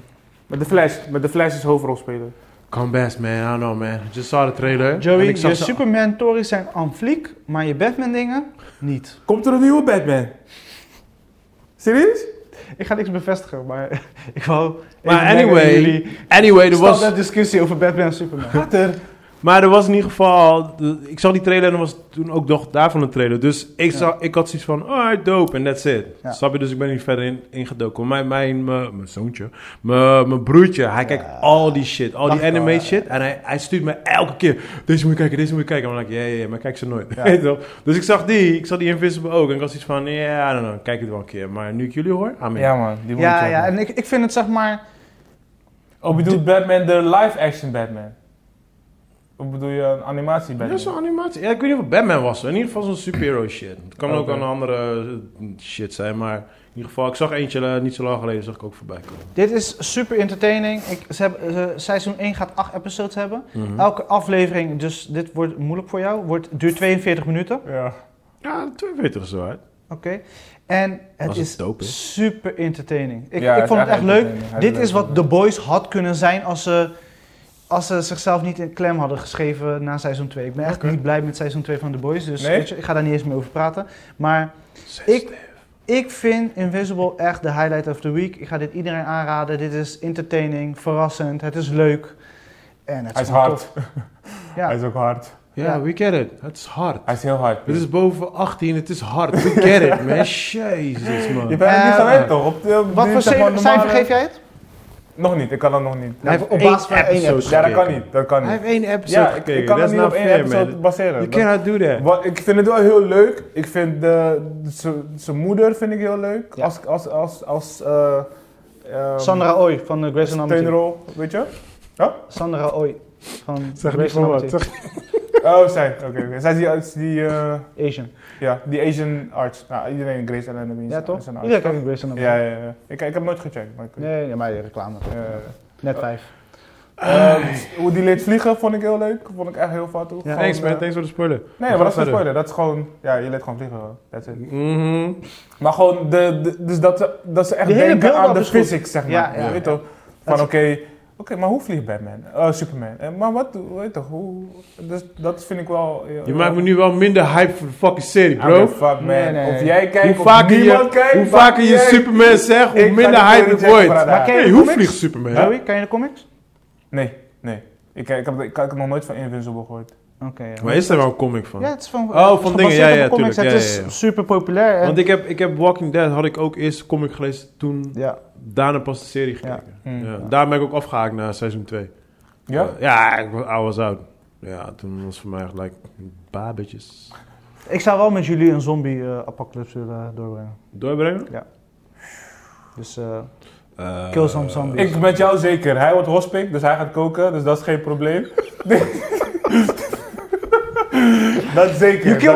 Speaker 4: Met de Flash, met de Flash is hoofdrolspeler.
Speaker 1: Come best, man. I don't know, man. I Just saw the trailer. En
Speaker 2: Joey,
Speaker 1: ik zag
Speaker 2: je
Speaker 1: ze-
Speaker 2: Superman tories zijn aan fliek, maar je Batman dingen niet.
Speaker 4: Komt er een nieuwe Batman? Serieus?
Speaker 2: Ik ga niks bevestigen, maar [laughs] ik wou
Speaker 1: Maar
Speaker 2: even merken
Speaker 1: anyway,
Speaker 2: dat jullie
Speaker 1: Anyway, er
Speaker 2: was
Speaker 1: was.
Speaker 2: dat discussie over Batman en Superman.
Speaker 4: Gaat er?
Speaker 1: Maar er was in ieder geval... de- ik zag die trailer en er was toen ook nog daarvan een trailer. Dus ik,
Speaker 2: Ja.
Speaker 1: zag, ik had zoiets van, alright, dope, en that's it.
Speaker 2: Ja.
Speaker 1: Snap je? Dus ik ben niet verder in- ingedoken. In mijn, mijn, mijn, mijn zoontje, mijn, mijn broertje, hij kijkt al die shit. Al
Speaker 2: Dacht
Speaker 1: die
Speaker 2: ik al,
Speaker 1: anime
Speaker 2: ja.
Speaker 1: shit. En hij, hij stuurt me elke keer, deze moet je kijken, deze moet je kijken. En dan denk ik, ja, ja, ja, maar ik kijk ze nooit. [laughs] Weet je wel? dus ik zag die, ik zag die Invisible ook. En ik was iets van, ja, I don't know, kijk het wel een keer. Maar nu ik jullie hoor, amen.
Speaker 3: Ja man, die moet je
Speaker 2: Ja,
Speaker 3: checken.
Speaker 2: ja, en ik, ik vind het zeg maar...
Speaker 3: Oh, bedoel Batman de live-action Batman? Of bedoel je een animatie
Speaker 1: Dat
Speaker 3: Batman?
Speaker 1: is zo'n animatie. Ja, ik weet niet of het Batman was. hoor. In ieder geval zo'n superhero shit. Het kan ook
Speaker 3: Oké.
Speaker 1: een andere eh, shit zijn, maar in ieder geval... Ik zag eentje eh, niet zo lang geleden, zag ik ook voorbij komen.
Speaker 2: Dit is super entertaining. Ik, ze hebben, eh, seizoen 1 gaat 8 episodes hebben.
Speaker 1: Mhm.
Speaker 2: Elke aflevering, dus dit wordt moeilijk voor jou, wordt, duurt 42 minuten.
Speaker 3: Ja.
Speaker 1: Ja, 42 is zo, hè?
Speaker 2: Oké. En het
Speaker 1: Als het
Speaker 2: is
Speaker 1: dope is.
Speaker 2: super entertaining. Ik,
Speaker 3: Ja, hij
Speaker 2: ik
Speaker 3: is
Speaker 2: vond het echt leuk.
Speaker 3: entertaining. Hij
Speaker 2: Dit is
Speaker 3: leuk.
Speaker 2: wat The Boys had kunnen zijn als ze, als ze zichzelf niet in klem hadden geschreven na seizoen 2. Ik ben echt
Speaker 3: Oké.
Speaker 2: niet blij met seizoen 2 van The Boys, dus
Speaker 3: Nee?
Speaker 2: weet je, ik ga daar niet eens meer over praten. Maar ik, ik vind Invisible echt de highlight of the week. Ik ga dit iedereen aanraden. Dit is entertaining, verrassend, het is leuk. En het
Speaker 3: Hij is
Speaker 2: gewoon
Speaker 3: hard.
Speaker 2: tof.
Speaker 3: [laughs]
Speaker 2: Ja.
Speaker 3: Hij is ook hard.
Speaker 1: Ja,
Speaker 2: Ja.
Speaker 1: we get it. Het is hard.
Speaker 3: Hij is heel hard.
Speaker 1: Het is boven 18, het is hard. We get it, man. [laughs] Jezus, man.
Speaker 3: Je bent het niet
Speaker 2: Eh,
Speaker 3: gewend toch? Op de,
Speaker 2: Wat voor
Speaker 3: zeg maar
Speaker 2: cijfer, cijfer
Speaker 3: normale-
Speaker 2: geef jij het?
Speaker 3: Nog niet, ik kan dat nog niet.
Speaker 1: Hij heeft
Speaker 2: op
Speaker 1: één
Speaker 2: basis van één
Speaker 1: episode
Speaker 3: Ja, dat kan
Speaker 1: gekeken.
Speaker 3: niet. Dat kan
Speaker 1: Hij
Speaker 3: niet.
Speaker 1: heeft één episode
Speaker 3: Ja, ik,
Speaker 1: gekeken.
Speaker 3: ik kan
Speaker 1: That's
Speaker 3: het niet
Speaker 1: not
Speaker 2: nou
Speaker 3: op één
Speaker 1: fair,
Speaker 3: episode
Speaker 1: man.
Speaker 3: baseren.
Speaker 1: You
Speaker 3: Dat-
Speaker 1: cannot do that.
Speaker 3: Wat, ik vind het wel heel leuk. Ik vind de, de- zijn moeder vind ik heel leuk.
Speaker 2: Ja.
Speaker 3: Als, als, als, als eh, ehm,
Speaker 2: Sandra Ooi van de Grey's Anatomy.
Speaker 3: steunrol, weet je?
Speaker 2: Sandra Ooi van
Speaker 1: Zeg niet
Speaker 2: Grey's
Speaker 1: voor wat.
Speaker 2: Anatomy.
Speaker 1: zeg-
Speaker 3: [laughs] Oh, zij. Oké, oké. zij is die, is die, eh,
Speaker 2: Asian.
Speaker 3: ja, die Asian arts. Nou, iedereen Grace Anatomy is,
Speaker 2: Ja toch?
Speaker 3: is een arts.
Speaker 2: Iedereen kijkt Grey's Anatomy.
Speaker 3: Ja, ja, ja. Ik, ik heb nooit gecheckt. Maar ik,
Speaker 2: Nee, nee, maar je reclame.
Speaker 3: eh,
Speaker 2: Net vijf.
Speaker 3: eh, hoe die leert vliegen vond ik heel leuk. Vond ik echt heel fout toe. Gewoon,
Speaker 1: Thanks, man.
Speaker 3: eh,
Speaker 1: Thanks voor de spoiler.
Speaker 3: Nee, maar dat is geen spoiler. Dat is gewoon, ja, je leert gewoon vliegen. hoor. That's it.
Speaker 1: Mhm.
Speaker 3: Maar gewoon, de, de- dus dat ze, dat ze echt
Speaker 2: De hele
Speaker 3: denken
Speaker 2: build-up
Speaker 3: aan de
Speaker 2: is goed.
Speaker 3: physics, zeg maar.
Speaker 2: Ja, ja,
Speaker 3: je weet
Speaker 2: ja.
Speaker 3: toch? Van
Speaker 2: Dat
Speaker 3: oké,
Speaker 2: is-
Speaker 3: oké, maar hoe vliegt Batman? Eh, Superman. Eh, maar wat, hoe- weet toch, hoe... Dus, dat vind ik wel...
Speaker 1: Je maakt me nu wel minder hype voor de fucking serie, bro.
Speaker 3: fuck man.
Speaker 2: Nee, nee.
Speaker 3: Of jij kijkt,
Speaker 1: Hoe vaker
Speaker 3: of niemand
Speaker 1: je,
Speaker 3: kijkt.
Speaker 1: hoe
Speaker 3: fuck
Speaker 1: vaker je
Speaker 3: jij.
Speaker 1: Superman zegt, hoe
Speaker 3: Ik ga
Speaker 1: minder
Speaker 3: die
Speaker 1: hype
Speaker 3: Tony
Speaker 1: het
Speaker 3: Jack
Speaker 1: wordt.
Speaker 3: praten.
Speaker 1: Maar
Speaker 2: ken je
Speaker 1: hey,
Speaker 2: de
Speaker 1: hoe
Speaker 2: comics?
Speaker 1: vliegt Superman?
Speaker 2: Joey, ken je de comics?
Speaker 3: Nee, nee. Ik, ik, heb, ik, ik heb nog nooit van Invincible gehoord.
Speaker 2: Oké. ja.
Speaker 1: Maar is er wel een comic van?
Speaker 2: Ja, het is van.
Speaker 1: Oh, van dingen, ja, ja,
Speaker 2: tuurlijk.
Speaker 1: tuurlijk,
Speaker 2: Het
Speaker 1: ja,
Speaker 2: is
Speaker 1: ja, ja.
Speaker 2: super populair. En,
Speaker 1: Want ik heb, ik heb Walking Dead, had ik ook eerst een comic gelezen, toen
Speaker 2: ja.
Speaker 1: daarna pas de serie gekeken.
Speaker 3: Hmm.
Speaker 1: Ja. Daar ben ik ook afgehaakt na seizoen 2.
Speaker 3: Ja?
Speaker 1: Eh, ja, ik was, I was out. Ja, toen was voor mij gelijk een paar bitches
Speaker 2: Ik zou wel met jullie een zombie-apocalypse willen doorbrengen.
Speaker 1: doorbrengen.
Speaker 2: Dus eh,
Speaker 1: Eh,
Speaker 2: Kill some zombies.
Speaker 3: Ik met jou zeker. Hij wordt hospik, dus hij gaat koken, dus dat is geen probleem. [laughs] dat zeker. Dat-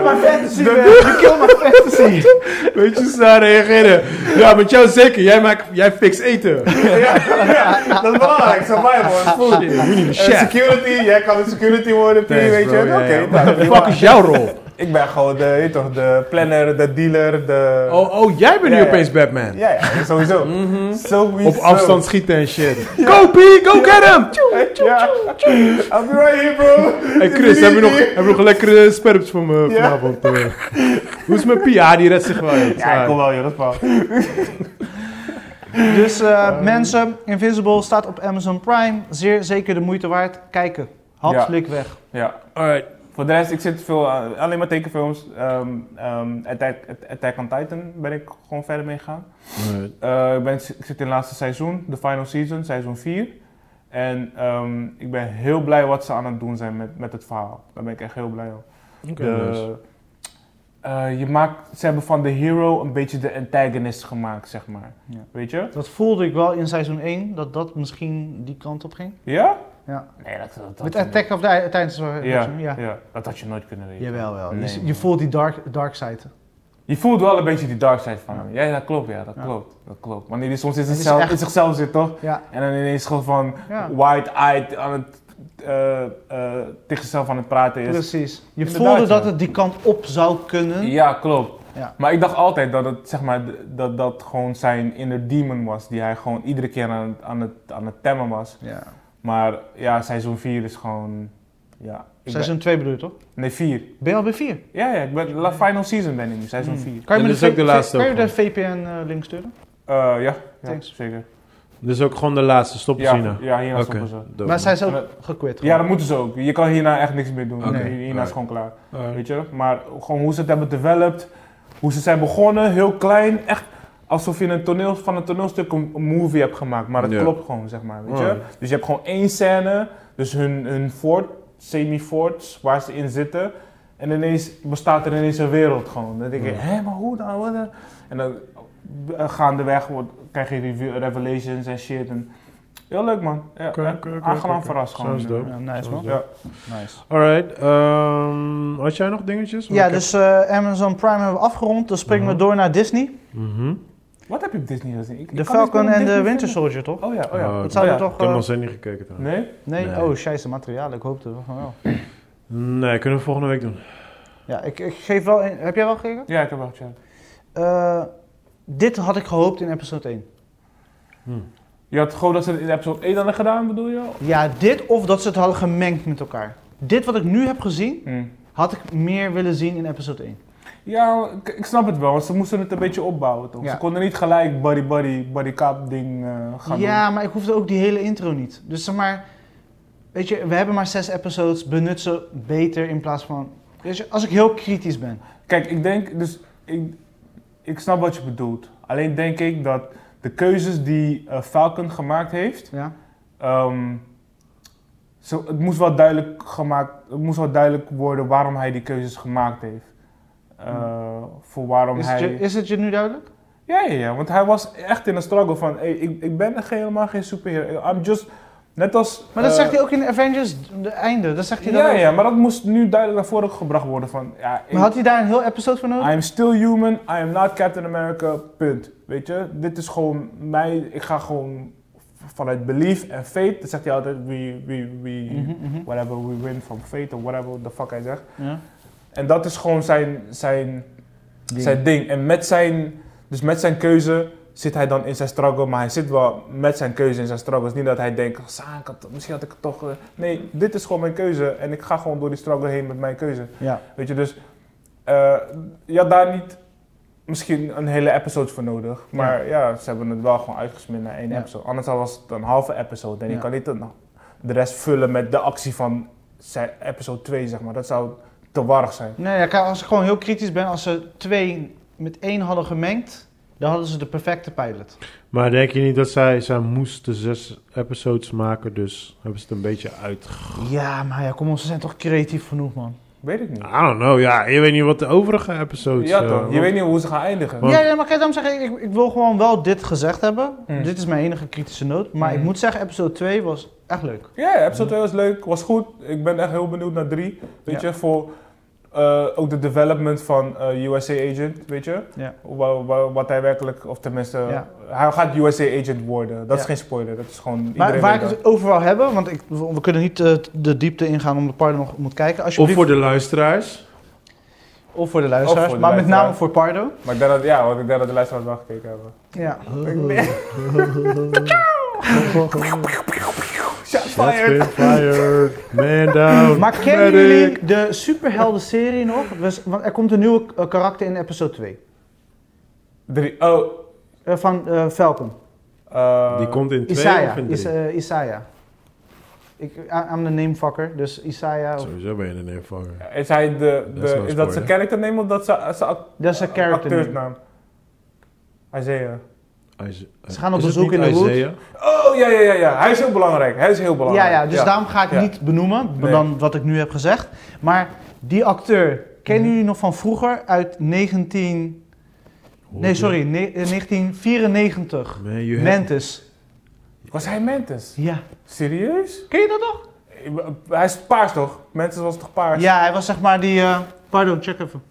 Speaker 1: [laughs]
Speaker 2: fantasy, man! You kill my fantasy!
Speaker 1: [laughs] Weet je, ze reageren. Ja, met jou zeker. Jij, maakt, jij fix [laughs] eten.
Speaker 3: [laughs] Ja, dat is belangrijk. Survival is food.
Speaker 1: Shit, we need a
Speaker 3: Eh,
Speaker 1: chef.
Speaker 3: security, jij kan een security worden, P,
Speaker 1: Thanks,
Speaker 3: weet je.
Speaker 1: bro.
Speaker 3: Oké,
Speaker 1: Ja, ja.
Speaker 3: nou,
Speaker 1: What the
Speaker 3: prima.
Speaker 1: fuck is jouw [laughs] rol?
Speaker 3: Ik ben gewoon de, weet je toch, de planner, de dealer, de...
Speaker 1: Oh, oh jij bent
Speaker 3: Ja,
Speaker 1: nu
Speaker 3: ja.
Speaker 1: opeens Batman.
Speaker 3: Ja, ja, [laughs] sowieso. Sowieso.
Speaker 1: Op afstand schieten en shit. Go P, go get him! Tjoe.
Speaker 3: Ja. I'll be right here, bro.
Speaker 1: Hey Chris, heb je nog, heb je nog lekkere sperps voor me vanavond? eh? Hoe is mijn P? Ja, die redt zich wel.
Speaker 3: Ja, ik kom wel, joh, dat is wel.
Speaker 2: Dus eh, mensen, Invisible staat op Amazon Prime. Zeer zeker de moeite waard. Kijken.
Speaker 3: Ja.
Speaker 2: Hapslik weg.
Speaker 3: Ja.
Speaker 1: Alright.
Speaker 3: Voor de rest, ik zit veel aan, alleen maar tekenfilms. Ehm ehm, Attack, Attack on Titan ben ik gewoon verder mee gegaan. Eh, ik, ben, ik zit in het laatste seizoen, de final season, seizoen 4. En ehm, ik ben heel blij wat ze aan het doen zijn met, met het verhaal. Daar ben ik echt heel blij om. De- eh, je maakt, ze hebben van de hero een beetje de antagonist gemaakt, zeg maar.
Speaker 2: Ja.
Speaker 3: Weet je?
Speaker 2: Dat voelde ik wel in seizoen 1, dat dat misschien die kant op ging.
Speaker 3: Ja?
Speaker 2: Ja.
Speaker 3: Nee, dat, dat, dat
Speaker 2: Met Attack of the Titans.
Speaker 3: ja,
Speaker 2: eh,
Speaker 3: ja.
Speaker 2: ja.
Speaker 3: dat had je nooit kunnen weten.
Speaker 2: Jawel, wel.
Speaker 3: Nee,
Speaker 2: je,
Speaker 3: man.
Speaker 2: je voelt die dark, dark side.
Speaker 3: Je voelt wel een beetje die dark side van hem. Ja, ja, dat klopt, ja, dat
Speaker 2: Ja.
Speaker 3: klopt. Dat klopt. Wanneer hij soms in
Speaker 2: is
Speaker 3: zichzelf,
Speaker 2: echt-
Speaker 3: in zichzelf zit, toch?
Speaker 2: Ja.
Speaker 3: En dan ineens gewoon van
Speaker 2: Ja.
Speaker 3: wide-eyed aan het, eh, eh, tegen zichzelf aan het praten is.
Speaker 2: Precies. Je
Speaker 3: Inderdaad,
Speaker 2: voelde dat
Speaker 3: ja.
Speaker 2: het die kant op zou kunnen.
Speaker 3: Ja, klopt.
Speaker 2: Ja.
Speaker 3: Maar ik dacht altijd dat het, zeg maar, dat dat gewoon zijn inner demon was, die hij gewoon iedere keer aan, het- aan, het, aan het temmen was.
Speaker 2: Ja.
Speaker 3: Maar ja, seizoen 4 is gewoon, ja. ik ben-
Speaker 2: Seizoen 2 bedoel je toch?
Speaker 3: nee, 4.
Speaker 2: Ben je al bij 4?
Speaker 3: Ja, ja, ik ben, la final season ben ik nu,
Speaker 2: Hmm.
Speaker 3: seizoen 4.
Speaker 1: En
Speaker 2: Kan je me
Speaker 1: dat is ook de laatste
Speaker 2: Kan je
Speaker 1: ook
Speaker 2: de VPN eh, link sturen?
Speaker 3: Eh, ja, ja
Speaker 2: Thanks.
Speaker 3: zeker.
Speaker 1: Dus ook gewoon de laatste, stoppen ze
Speaker 3: Ja,
Speaker 1: hierna.
Speaker 3: ja hierna
Speaker 1: Oké.
Speaker 3: stoppen ze.
Speaker 1: dope.
Speaker 2: Maar zij is
Speaker 3: Maar-
Speaker 2: ook gekwit.
Speaker 3: Ja,
Speaker 2: gewoon.
Speaker 3: dat moeten ze ook. Je kan hierna echt niks meer doen.
Speaker 1: Oké.
Speaker 3: Nee, Hierna is
Speaker 1: Alright.
Speaker 3: gewoon klaar.
Speaker 1: Alright.
Speaker 3: Weet je? Maar gewoon hoe ze het hebben developed, hoe ze zijn begonnen, heel klein, echt alsof je een toneel, van een toneelstuk een een movie hebt gemaakt. Maar het
Speaker 1: Ja. Hmm.
Speaker 3: klopt gewoon, zeg maar. Weet je?
Speaker 1: Alright.
Speaker 3: Dus je hebt gewoon één scène, dus hun, hun fort, semi-forts, waar ze in zitten. En ineens bestaat er ineens een wereld gewoon. Dan denk je,
Speaker 1: Ja.
Speaker 3: hé, maar hoe dan? Wat dan? En dan eh, gaandeweg wordt, krijg je review, revelations en shit. En, heel leuk, man. Ja,
Speaker 1: Oké,
Speaker 3: en
Speaker 1: oké, oké,
Speaker 3: aangenaam
Speaker 1: oké.
Speaker 3: verrast gewoon.
Speaker 1: Sounds dope.
Speaker 2: Ja, nice man.
Speaker 3: Ja.
Speaker 2: Nice.
Speaker 1: Alright, ehm, had jij nog dingetjes? Want
Speaker 2: Ja,
Speaker 1: ik heb-
Speaker 2: dus eh, Amazon Prime hebben we afgerond. Dan springen
Speaker 1: Mhm.
Speaker 2: we door naar Disney.
Speaker 1: Mhm.
Speaker 3: Wat heb je op Disney gezien? Ik- ik
Speaker 2: De
Speaker 3: kan niet
Speaker 2: Falcon
Speaker 3: meer op
Speaker 2: en de
Speaker 3: Disney
Speaker 2: Winter
Speaker 3: vinden.
Speaker 2: Soldier, toch?
Speaker 3: Oh ja, oh ja.
Speaker 1: Oh,
Speaker 2: Dat zouden
Speaker 3: ja.
Speaker 2: we
Speaker 1: Ik
Speaker 2: toch...
Speaker 1: heb
Speaker 2: eh,
Speaker 1: nog steeds niet gekeken trouwens.
Speaker 3: Nee?
Speaker 2: nee?
Speaker 1: Nee.
Speaker 2: Oh, scheisse materiaal. Ik hoopte van wel.
Speaker 1: Nee. kunnen we volgende week doen.
Speaker 2: Ja, ik, ik geef wel... een- heb jij wel gekeken?
Speaker 3: Ja, ik heb wel gecheckt.
Speaker 2: Eh, dit had ik gehoopt in episode 1.
Speaker 3: Je had gewoon dat ze het in episode 1 hadden gedaan, bedoel je?
Speaker 2: Ja, dit of dat ze het hadden gemengd met elkaar. Dit wat ik nu heb gezien,
Speaker 3: Mm.
Speaker 2: had ik meer willen zien in episode 1.
Speaker 3: Ja, ik, ik snap het wel. want Ze moesten het een beetje opbouwen, toch?
Speaker 2: Ja.
Speaker 3: Ze konden niet gelijk buddy buddy buddy cop ding eh, gaan
Speaker 2: ja, maar ik hoefde ook die hele intro niet. Dus zeg maar, weet je, we hebben maar zes episodes, benut ze beter in plaats van... Weet je, als ik heel kritisch ben.
Speaker 3: doen. Kijk, ik denk, dus ik, ik snap wat je bedoelt. Alleen denk ik dat de keuzes die eh, Falcon gemaakt heeft,
Speaker 2: Ja,
Speaker 3: Ehm, zo, het, moest wel duidelijk gemaakt, het moest wel duidelijk worden waarom hij die keuzes gemaakt heeft. Eh, Voor waarom
Speaker 2: is,
Speaker 3: hij.
Speaker 2: het je, is het je nu duidelijk?
Speaker 3: Ja, ja, ja, want hij was echt in een struggle van: hey, ik, ik ben geen- helemaal geen superhero. I'm just. Net als.
Speaker 2: Maar dat
Speaker 3: eh,
Speaker 2: zegt hij ook in Avengers, de einde. Dat zegt hij dan
Speaker 3: Ja,
Speaker 2: ook.
Speaker 3: ja, maar dat moest nu duidelijk naar voren gebracht worden: van ja, ik,
Speaker 2: Maar had hij daar een heel episode voor nodig?
Speaker 3: I am still human, I am not Captain America, punt. Weet je, dit is gewoon mij, ik ga gewoon vanuit belief en fate, dat zegt hij altijd, we, we, we,
Speaker 2: Mhm, mhm.
Speaker 3: whatever we win from fate of whatever the fuck hij zegt.
Speaker 2: Ja.
Speaker 3: En dat is gewoon zijn, zijn, zijn ding. En met zijn, dus met zijn keuze zit hij dan in zijn struggle, maar hij zit wel met zijn keuze in zijn struggle. Het is niet dat hij denkt, "Ah, Saan, ik had- misschien had ik het toch... eh." Nee, dit is gewoon mijn keuze en ik ga gewoon door die struggle heen met mijn keuze.
Speaker 2: Ja.
Speaker 3: Weet je, dus eh, je had daar niet misschien een hele episode voor nodig. Maar ja, ze hebben het wel gewoon uitgesmeerd naar één
Speaker 2: Ja.
Speaker 3: episode. Anders was het een halve episode. En je
Speaker 2: Ja.
Speaker 3: kan niet een, de rest vullen met de actie van se- episode 2, zeg maar. Dat zou te warrig zijn.
Speaker 2: Nee, ja, kijk, als ik gewoon heel kritisch ben, als ze twee met één hadden gemengd, dan hadden ze de perfecte pilot.
Speaker 1: Maar denk je niet dat zij, zij moesten zes episodes maken, dus hebben ze het een beetje uit...
Speaker 2: Ja, maar ja, kom op, ze zijn toch creatief genoeg, man.
Speaker 3: Weet ik niet.
Speaker 1: I don't know, ja, je weet niet wat de overige episodes...
Speaker 3: ja,
Speaker 1: eh,
Speaker 3: toch?
Speaker 1: want-
Speaker 3: Je weet niet hoe ze gaan eindigen.
Speaker 1: Want-
Speaker 2: Ja, ja, maar kijk, daarom zeg ik, ik, ik wil gewoon wel dit gezegd hebben.
Speaker 3: Mm.
Speaker 2: Dit is mijn enige kritische noot. Maar ik
Speaker 3: Mm.
Speaker 2: moet zeggen, episode 2 was echt leuk.
Speaker 3: Ja, episode 2 was leuk, was goed. Ik ben echt heel benieuwd naar 3. Weet
Speaker 2: Ja.
Speaker 3: je, voor eh, ook de development van eh, USA Agent, weet je.
Speaker 2: Ja.
Speaker 3: Wa- wa- wat hij werkelijk, of tenminste,
Speaker 2: Ja.
Speaker 3: hij gaat USA Agent worden. Dat is
Speaker 2: Ja.
Speaker 3: geen spoiler, dat is gewoon
Speaker 2: Maar
Speaker 3: iedereen
Speaker 2: waar ik
Speaker 3: weet dat.
Speaker 2: het over wil hebben, want ik, we we kunnen niet eh, de diepte ingaan om de Pardo nog moet kijken.
Speaker 1: Of
Speaker 2: Alsjeblieft,
Speaker 1: voor de luisteraars.
Speaker 2: of voor de luisteraars,
Speaker 3: Of voor de
Speaker 2: maar met
Speaker 3: luisteraars.
Speaker 2: name voor Pardo.
Speaker 3: Maar ik denk dat, ja, want ik denk dat de luisteraars wel gekeken hebben.
Speaker 2: Ja.
Speaker 3: Shot
Speaker 1: Shots
Speaker 3: fired!
Speaker 1: been fired. Man down. [laughs]
Speaker 2: Maar kennen
Speaker 1: Medic.
Speaker 2: jullie de superhelden-serie nog? We- Want er komt een nieuwe eh, karakter in episode 2.
Speaker 3: Drie. Oh,
Speaker 2: Eh, van eh, Falcon.
Speaker 3: eh,
Speaker 1: Die komt in twee of in
Speaker 2: Isaiah.
Speaker 1: drie?
Speaker 2: Is, eh, Isaiah. Ik, I- I'm the namefucker, dus Isaiah. of-
Speaker 1: Sowieso ben je een invanger.
Speaker 3: Is, hij de,
Speaker 1: Dat
Speaker 3: de,
Speaker 1: is no
Speaker 3: is dat zijn
Speaker 1: spoiler.
Speaker 3: character name of dat zijn zijn act-
Speaker 2: Dat is een character name.
Speaker 3: acteursnaam? Isaiah.
Speaker 2: Ze gaan op bezoek in de hoed.
Speaker 3: Oh, ja, ja, ja, ja. Hij is heel belangrijk. Hij is heel belangrijk.
Speaker 2: Ja, ja, dus daarom ga ik
Speaker 3: Ja.
Speaker 2: niet benoemen
Speaker 3: Nee.
Speaker 2: dan wat ik nu heb gezegd. Maar die acteur, kennen
Speaker 1: Mhm.
Speaker 2: jullie nog van vroeger uit 19... Nee, sorry, ne- eh, 1994.
Speaker 1: Man, you had-
Speaker 2: Mantis.
Speaker 3: Was hij Mantis?
Speaker 2: Ja.
Speaker 3: Serieus?
Speaker 2: Ken je dat nog?
Speaker 3: Hij is paars toch? Mantis was toch paars?
Speaker 2: Ja, hij was zeg maar die... eh, pardon, check even.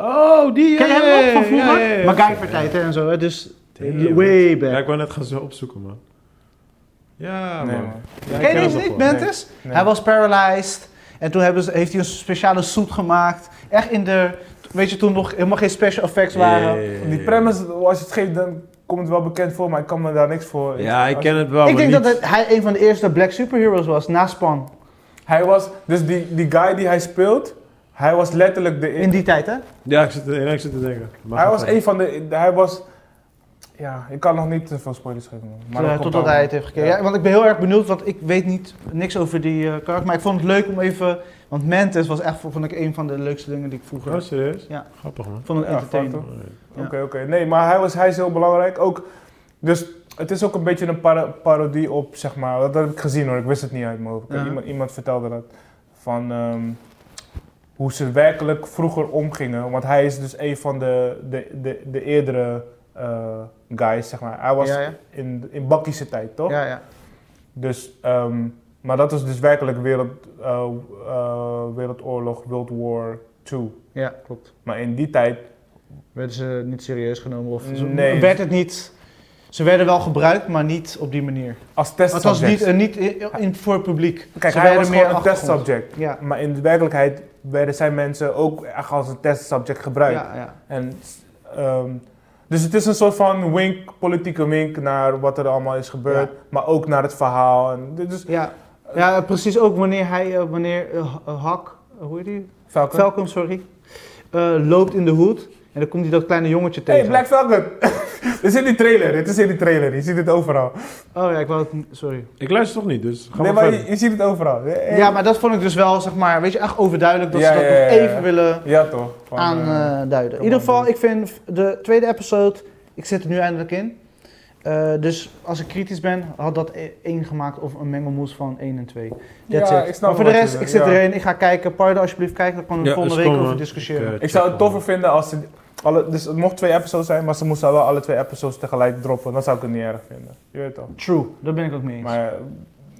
Speaker 1: Oh, die.
Speaker 2: Ken je
Speaker 1: ja,
Speaker 2: hem
Speaker 1: ja,
Speaker 2: nog van
Speaker 1: ja,
Speaker 2: vroeger?
Speaker 1: ja, ja.
Speaker 2: MacGyver-tijd hè, en zo, hè, dus
Speaker 1: Damn.
Speaker 2: way back.
Speaker 1: Ja, ik wou net gaan zo opzoeken, man. Ja,
Speaker 3: Nee,
Speaker 1: man.
Speaker 3: man.
Speaker 1: Ja, ik hem
Speaker 2: Ken je deze
Speaker 1: nog
Speaker 2: niet,
Speaker 1: wel.
Speaker 2: Mantis?
Speaker 3: Nee.
Speaker 2: Hij was paralyzed. En toen hebben ze, heeft hij een speciale soep gemaakt. Echt in de... Weet je, toen nog helemaal geen special effects waren.
Speaker 1: Ja, ja, ja,
Speaker 3: Die
Speaker 1: ja.
Speaker 3: premise, als je het geeft, dan komt het wel bekend voor, maar ik kan me daar niks voor.
Speaker 1: Ja, ik
Speaker 3: Als-
Speaker 1: ken het wel.
Speaker 2: ik
Speaker 1: maar
Speaker 2: denk
Speaker 1: niet-
Speaker 2: dat het- hij een van de eerste black superheroes was, na Spawn.
Speaker 3: Hij was, dus die, die guy die hij speelt, hij was letterlijk de.
Speaker 2: In die tijd, hè?
Speaker 1: Ja, ik zit, er- ik zit te denken. Maar
Speaker 3: hij
Speaker 1: ga
Speaker 3: was
Speaker 1: verder.
Speaker 3: een van de. Hij was. Ja, ik kan nog niet te veel spoilers geven. Man. Maar
Speaker 2: Eh,
Speaker 3: dat komt
Speaker 2: totdat
Speaker 3: wel.
Speaker 2: hij het heeft gekeken.
Speaker 3: Ja.
Speaker 2: Ja, want ik ben heel erg benieuwd, want ik weet niet, niks over die eh, karakter. Maar ik vond het leuk om even... Want Mantis was echt, vond ik, een van de leukste dingen die ik vroeger...
Speaker 1: Oh, serieus?
Speaker 2: Ja.
Speaker 1: Grappig, man.
Speaker 2: vond het
Speaker 3: Ja,
Speaker 2: entertainend.
Speaker 3: fuck
Speaker 1: Oh, ja.
Speaker 3: Oké, oké. Nee, maar hij, was, hij is heel belangrijk. Ook, dus het is ook een beetje een para- parodie op, zeg maar. Dat, dat heb ik gezien hoor, ik wist het niet uit mijn hoofd. Ik heb
Speaker 2: Ja.
Speaker 3: Iemand, iemand vertelde dat. Van ehm, hoe ze werkelijk vroeger omgingen. Want hij is dus een van de, de, de, de eerdere eh, guys, zeg maar. Hij was
Speaker 2: Ja, ja.
Speaker 3: in, in Bakkies' tijd, toch?
Speaker 2: Ja, ja.
Speaker 3: Dus, ehm, maar dat is dus werkelijk wereld, eh, eh, Wereldoorlog, World War II.
Speaker 2: ja, klopt.
Speaker 3: Maar in die tijd
Speaker 2: Werden ze niet serieus genomen of ze-
Speaker 3: Nee.
Speaker 2: werd het niet... Ze werden wel gebruikt, maar niet op die manier.
Speaker 3: als
Speaker 2: Het was
Speaker 3: testsubject.
Speaker 2: niet, eh, niet in, in- voor het publiek.
Speaker 3: Kijk,
Speaker 2: Ze
Speaker 3: hij
Speaker 2: werden
Speaker 3: was gewoon een
Speaker 2: achtergrond.
Speaker 3: testsubject.
Speaker 2: Ja.
Speaker 3: Maar in de werkelijkheid werden zijn mensen ook echt als een testsubject gebruikt.
Speaker 2: Ja, ja.
Speaker 3: En, ehm, dus het is een soort van wink, politieke wink naar wat er allemaal is gebeurd. Maar ook naar het verhaal. En, dit is
Speaker 2: Ja. ja, precies ook wanneer hij, eh, wanneer eh, Hak, eh, hoe heet die?
Speaker 3: Falcon.
Speaker 2: Falcon, sorry. Eh, loopt in de hoed. En dan komt hij dat kleine jongetje tegen.
Speaker 3: hey, Black Falcon! [laughs] dit is in die trailer, dit is in die trailer. Je ziet het overal.
Speaker 2: Oh ja, ik wou het niet- Sorry.
Speaker 1: Ik luister toch niet, dus ga
Speaker 3: Nee,
Speaker 1: maar
Speaker 3: maar
Speaker 1: verder.
Speaker 3: je, je ziet het overal. Hey.
Speaker 2: Ja, maar dat vond ik dus wel, zeg maar, weet je, echt overduidelijk dat
Speaker 3: Ja,
Speaker 2: ze dat
Speaker 3: ja, ja,
Speaker 2: nog
Speaker 3: ja.
Speaker 2: even willen
Speaker 3: Ja, toch? Van, eh,
Speaker 2: aanduiden. in ieder geval, ik vind de tweede episode, ik zit er nu eindelijk in. Eh, dus als ik kritisch ben, had dat e- één gemaakt of een mengelmoes van 1 en 2. That's
Speaker 3: Ja,
Speaker 2: it.
Speaker 3: ik snap
Speaker 2: maar voor de
Speaker 3: wat je
Speaker 2: rest,
Speaker 3: wil,
Speaker 2: ik zit
Speaker 3: ja.
Speaker 2: erin, ik ga kijken. Pardo, alsjeblieft, kijk, dan kunnen we
Speaker 1: Ja,
Speaker 2: volgende
Speaker 1: is
Speaker 2: week
Speaker 1: gewoon,
Speaker 2: over
Speaker 1: man.
Speaker 2: discussiëren.
Speaker 1: eh,
Speaker 3: ik zou het
Speaker 1: check
Speaker 3: toffer vinden als ze... Alle, dus het mocht twee episodes zijn, maar ze moesten wel alle twee episodes tegelijk droppen. Dan zou ik het niet erg vinden. Je weet toch?
Speaker 2: True, daar ben ik ook mee eens.
Speaker 3: Maar eh,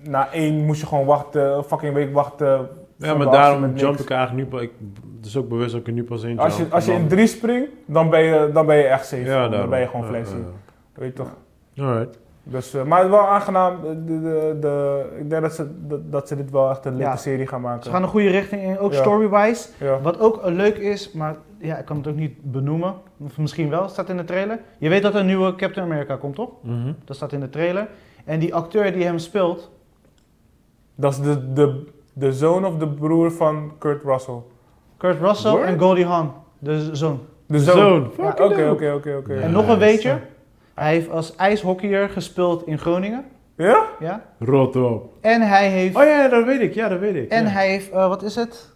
Speaker 3: na één moest je gewoon wachten, een fucking week wachten.
Speaker 1: Ja, maar daarom jump ik eigenlijk nu pas. Ik, het is ook bewust dat ik er nu pas in jump.
Speaker 3: Als je, als je
Speaker 1: en
Speaker 3: in
Speaker 1: dan-
Speaker 3: drie springt, dan ben je, dan ben je echt safe.
Speaker 1: Ja,
Speaker 3: dan
Speaker 1: daarom.
Speaker 3: ben je gewoon
Speaker 1: Ja,
Speaker 3: flashy.
Speaker 1: ja,
Speaker 3: Weet je toch?
Speaker 1: ja. Alright.
Speaker 3: Dus, eh, maar wel aangenaam. De, de, de- ik denk dat ze, dat, dat ze dit wel echt een leuke
Speaker 2: Ja.
Speaker 3: serie gaan maken.
Speaker 2: Ze gaan de goede richting in, ook
Speaker 3: Ja.
Speaker 2: story-wise.
Speaker 3: Ja.
Speaker 2: Wat ook eh, leuk is, maar ja, ik kan het ook niet benoemen. Of misschien wel, staat in de trailer. Je weet dat er een nieuwe Captain America komt, toch?
Speaker 1: Mhm.
Speaker 2: Dat staat in de trailer. En die acteur die hem speelt,
Speaker 3: Dat is de, de, de zoon of de broer van Kurt Russell.
Speaker 2: Kurt Russell
Speaker 3: Word?
Speaker 2: en Goldie Hawn, de z- zoon.
Speaker 3: De
Speaker 1: Zoon.
Speaker 3: zoon.
Speaker 1: Fucking
Speaker 3: Ja, Oké,
Speaker 1: dope.
Speaker 3: oké, oké, oké.
Speaker 1: Ja.
Speaker 2: En nog een
Speaker 1: Nice.
Speaker 2: weetje. Hij heeft als ijshockeyer gespeeld in Groningen.
Speaker 3: Ja?
Speaker 2: Ja.
Speaker 1: Rot op.
Speaker 2: En hij heeft,
Speaker 1: Oh ja, dat weet ik. Ja, dat weet ik.
Speaker 2: en
Speaker 1: ja.
Speaker 2: hij heeft eh, wat is het?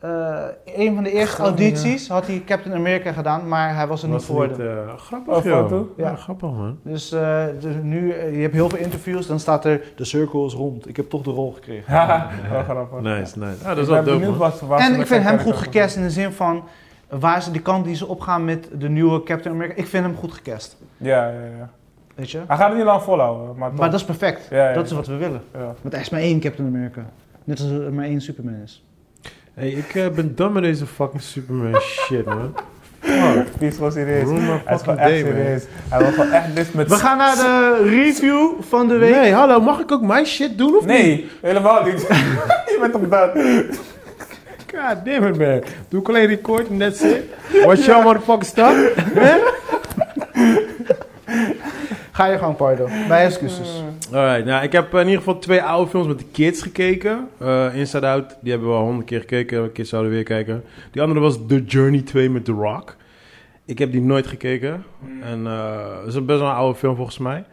Speaker 2: Eh, een van de eerste
Speaker 3: Groningen.
Speaker 2: audities had hij Captain America gedaan, maar hij was er niet
Speaker 1: was
Speaker 2: voor.
Speaker 1: niet, eh,
Speaker 3: Oh,
Speaker 1: grappig,
Speaker 3: fuck,
Speaker 1: joh.
Speaker 3: toch?
Speaker 1: Ja.
Speaker 2: Ja.
Speaker 1: grappig, man.
Speaker 2: Dus, eh, dus nu, eh, je hebt heel veel interviews, dan staat er de cirkel is rond. Ik heb toch de rol gekregen.
Speaker 3: Haha, wel grappig.
Speaker 1: Nice, nice. Ah, dat
Speaker 3: Ik
Speaker 1: is
Speaker 3: ben
Speaker 1: wel dope,
Speaker 3: benieuwd
Speaker 1: man.
Speaker 3: wat, wat ze
Speaker 2: En
Speaker 3: met
Speaker 2: ik vind
Speaker 3: zijn
Speaker 2: hem goed
Speaker 3: character gaan
Speaker 2: gecast in de zin van eh, waar ze die kant die ze opgaan met de nieuwe Captain America. Ik vind hem goed gecast.
Speaker 3: doen. Ja, ja, ja.
Speaker 2: Weet je?
Speaker 3: Hij gaat het niet lang volhouden, maar,
Speaker 2: Maar
Speaker 3: toch.
Speaker 2: dat is perfect.
Speaker 3: Ja, ja,
Speaker 2: Dat is wat we willen.
Speaker 3: ja.
Speaker 2: Want hij is maar één Captain America. Net als er maar één Superman is.
Speaker 1: Hey, ik eh, ben dom met deze fucking
Speaker 3: [laughs]
Speaker 1: Superman shit, man.
Speaker 3: Oh, [laughs] die is gewoon serieus.
Speaker 1: Roem maar
Speaker 3: Hij is
Speaker 1: fucking
Speaker 3: gewoon echt
Speaker 1: day, man.
Speaker 3: serieus. Hij wil gewoon echt dit met...
Speaker 2: We gaan naar
Speaker 4: Eh,
Speaker 2: de review van de week.
Speaker 1: Nee, hallo, mag ik ook mijn shit doen of niet?
Speaker 3: Nee, helemaal niet. [laughs] je bent toch dat?
Speaker 1: God damn it, man. Doe ik alleen record en that's
Speaker 3: [laughs]
Speaker 1: it? What's your motherfucking stuff?
Speaker 2: Ga je gang, Pardo. Mijn excuses.
Speaker 1: Alright, nou, ik heb in ieder geval twee oude films met de kids gekeken. Eh, Inside Out, die hebben we al honderd keer gekeken. De kids zouden weer kijken. Die andere was The Journey 2 met The Rock. Ik heb die nooit gekeken.
Speaker 2: Hmm.
Speaker 1: En eh het is een best wel een oude film volgens mij.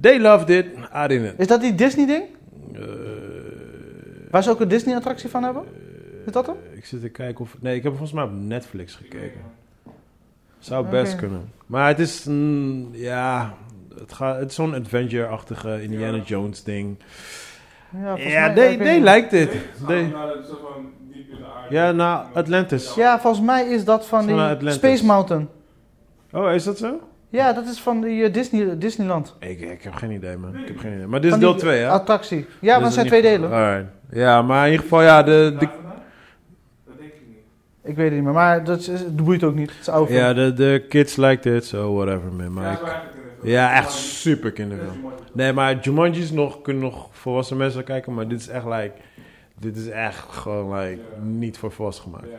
Speaker 1: They loved it, I didn't.
Speaker 2: Is dat die Disney-ding?
Speaker 1: Eh,
Speaker 2: Waar ze ook een Disney-attractie van hebben? Is dat hem?
Speaker 1: ik zit te kijken of... Nee, ik heb volgens mij op Netflix gekeken. Zou best
Speaker 2: Oké.
Speaker 1: kunnen. Maar het is... mm, ja... Het, gaat, het is zo'n adventure-achtige Indiana
Speaker 3: Ja.
Speaker 1: Jones ding.
Speaker 2: Ja, volgens
Speaker 1: Ja,
Speaker 2: mij-
Speaker 1: they,
Speaker 2: ik weet
Speaker 1: they
Speaker 2: niet.
Speaker 1: liked it. They- Ja, nou, Atlantis.
Speaker 2: Ja, volgens mij is dat van
Speaker 1: Van, eh,
Speaker 2: die
Speaker 1: Atlantis.
Speaker 2: Space Mountain.
Speaker 1: Oh, is dat zo?
Speaker 2: Ja, dat is van die eh, Disney, Disneyland.
Speaker 1: Ik, ik heb geen idee, man. Ik heb geen idee. Maar dit is
Speaker 2: Van die
Speaker 1: deel 2, hè?
Speaker 2: Attractie.
Speaker 1: Dit
Speaker 2: Ja, want
Speaker 1: is
Speaker 2: er zijn
Speaker 1: in
Speaker 2: twee
Speaker 1: ieder
Speaker 2: delen.
Speaker 1: geval- Alright. Ja, maar in ieder geval, ja, de, de,
Speaker 3: Dat denk ik niet.
Speaker 2: Ik weet het niet meer, maar dat, is, dat boeit ook niet. Het is oud.
Speaker 1: ja, de, de kids liked it, so whatever, man. Maar ik- ja, echt super
Speaker 3: eh, Dat is
Speaker 1: kinderfilm.
Speaker 3: mooi.
Speaker 1: Nee, maar Jumanji's nog, kunnen nog volwassen mensen kijken, maar dit is echt, like... Dit is echt gewoon, like,
Speaker 3: Ja.
Speaker 1: niet voor volwassen gemaakt. [laughs]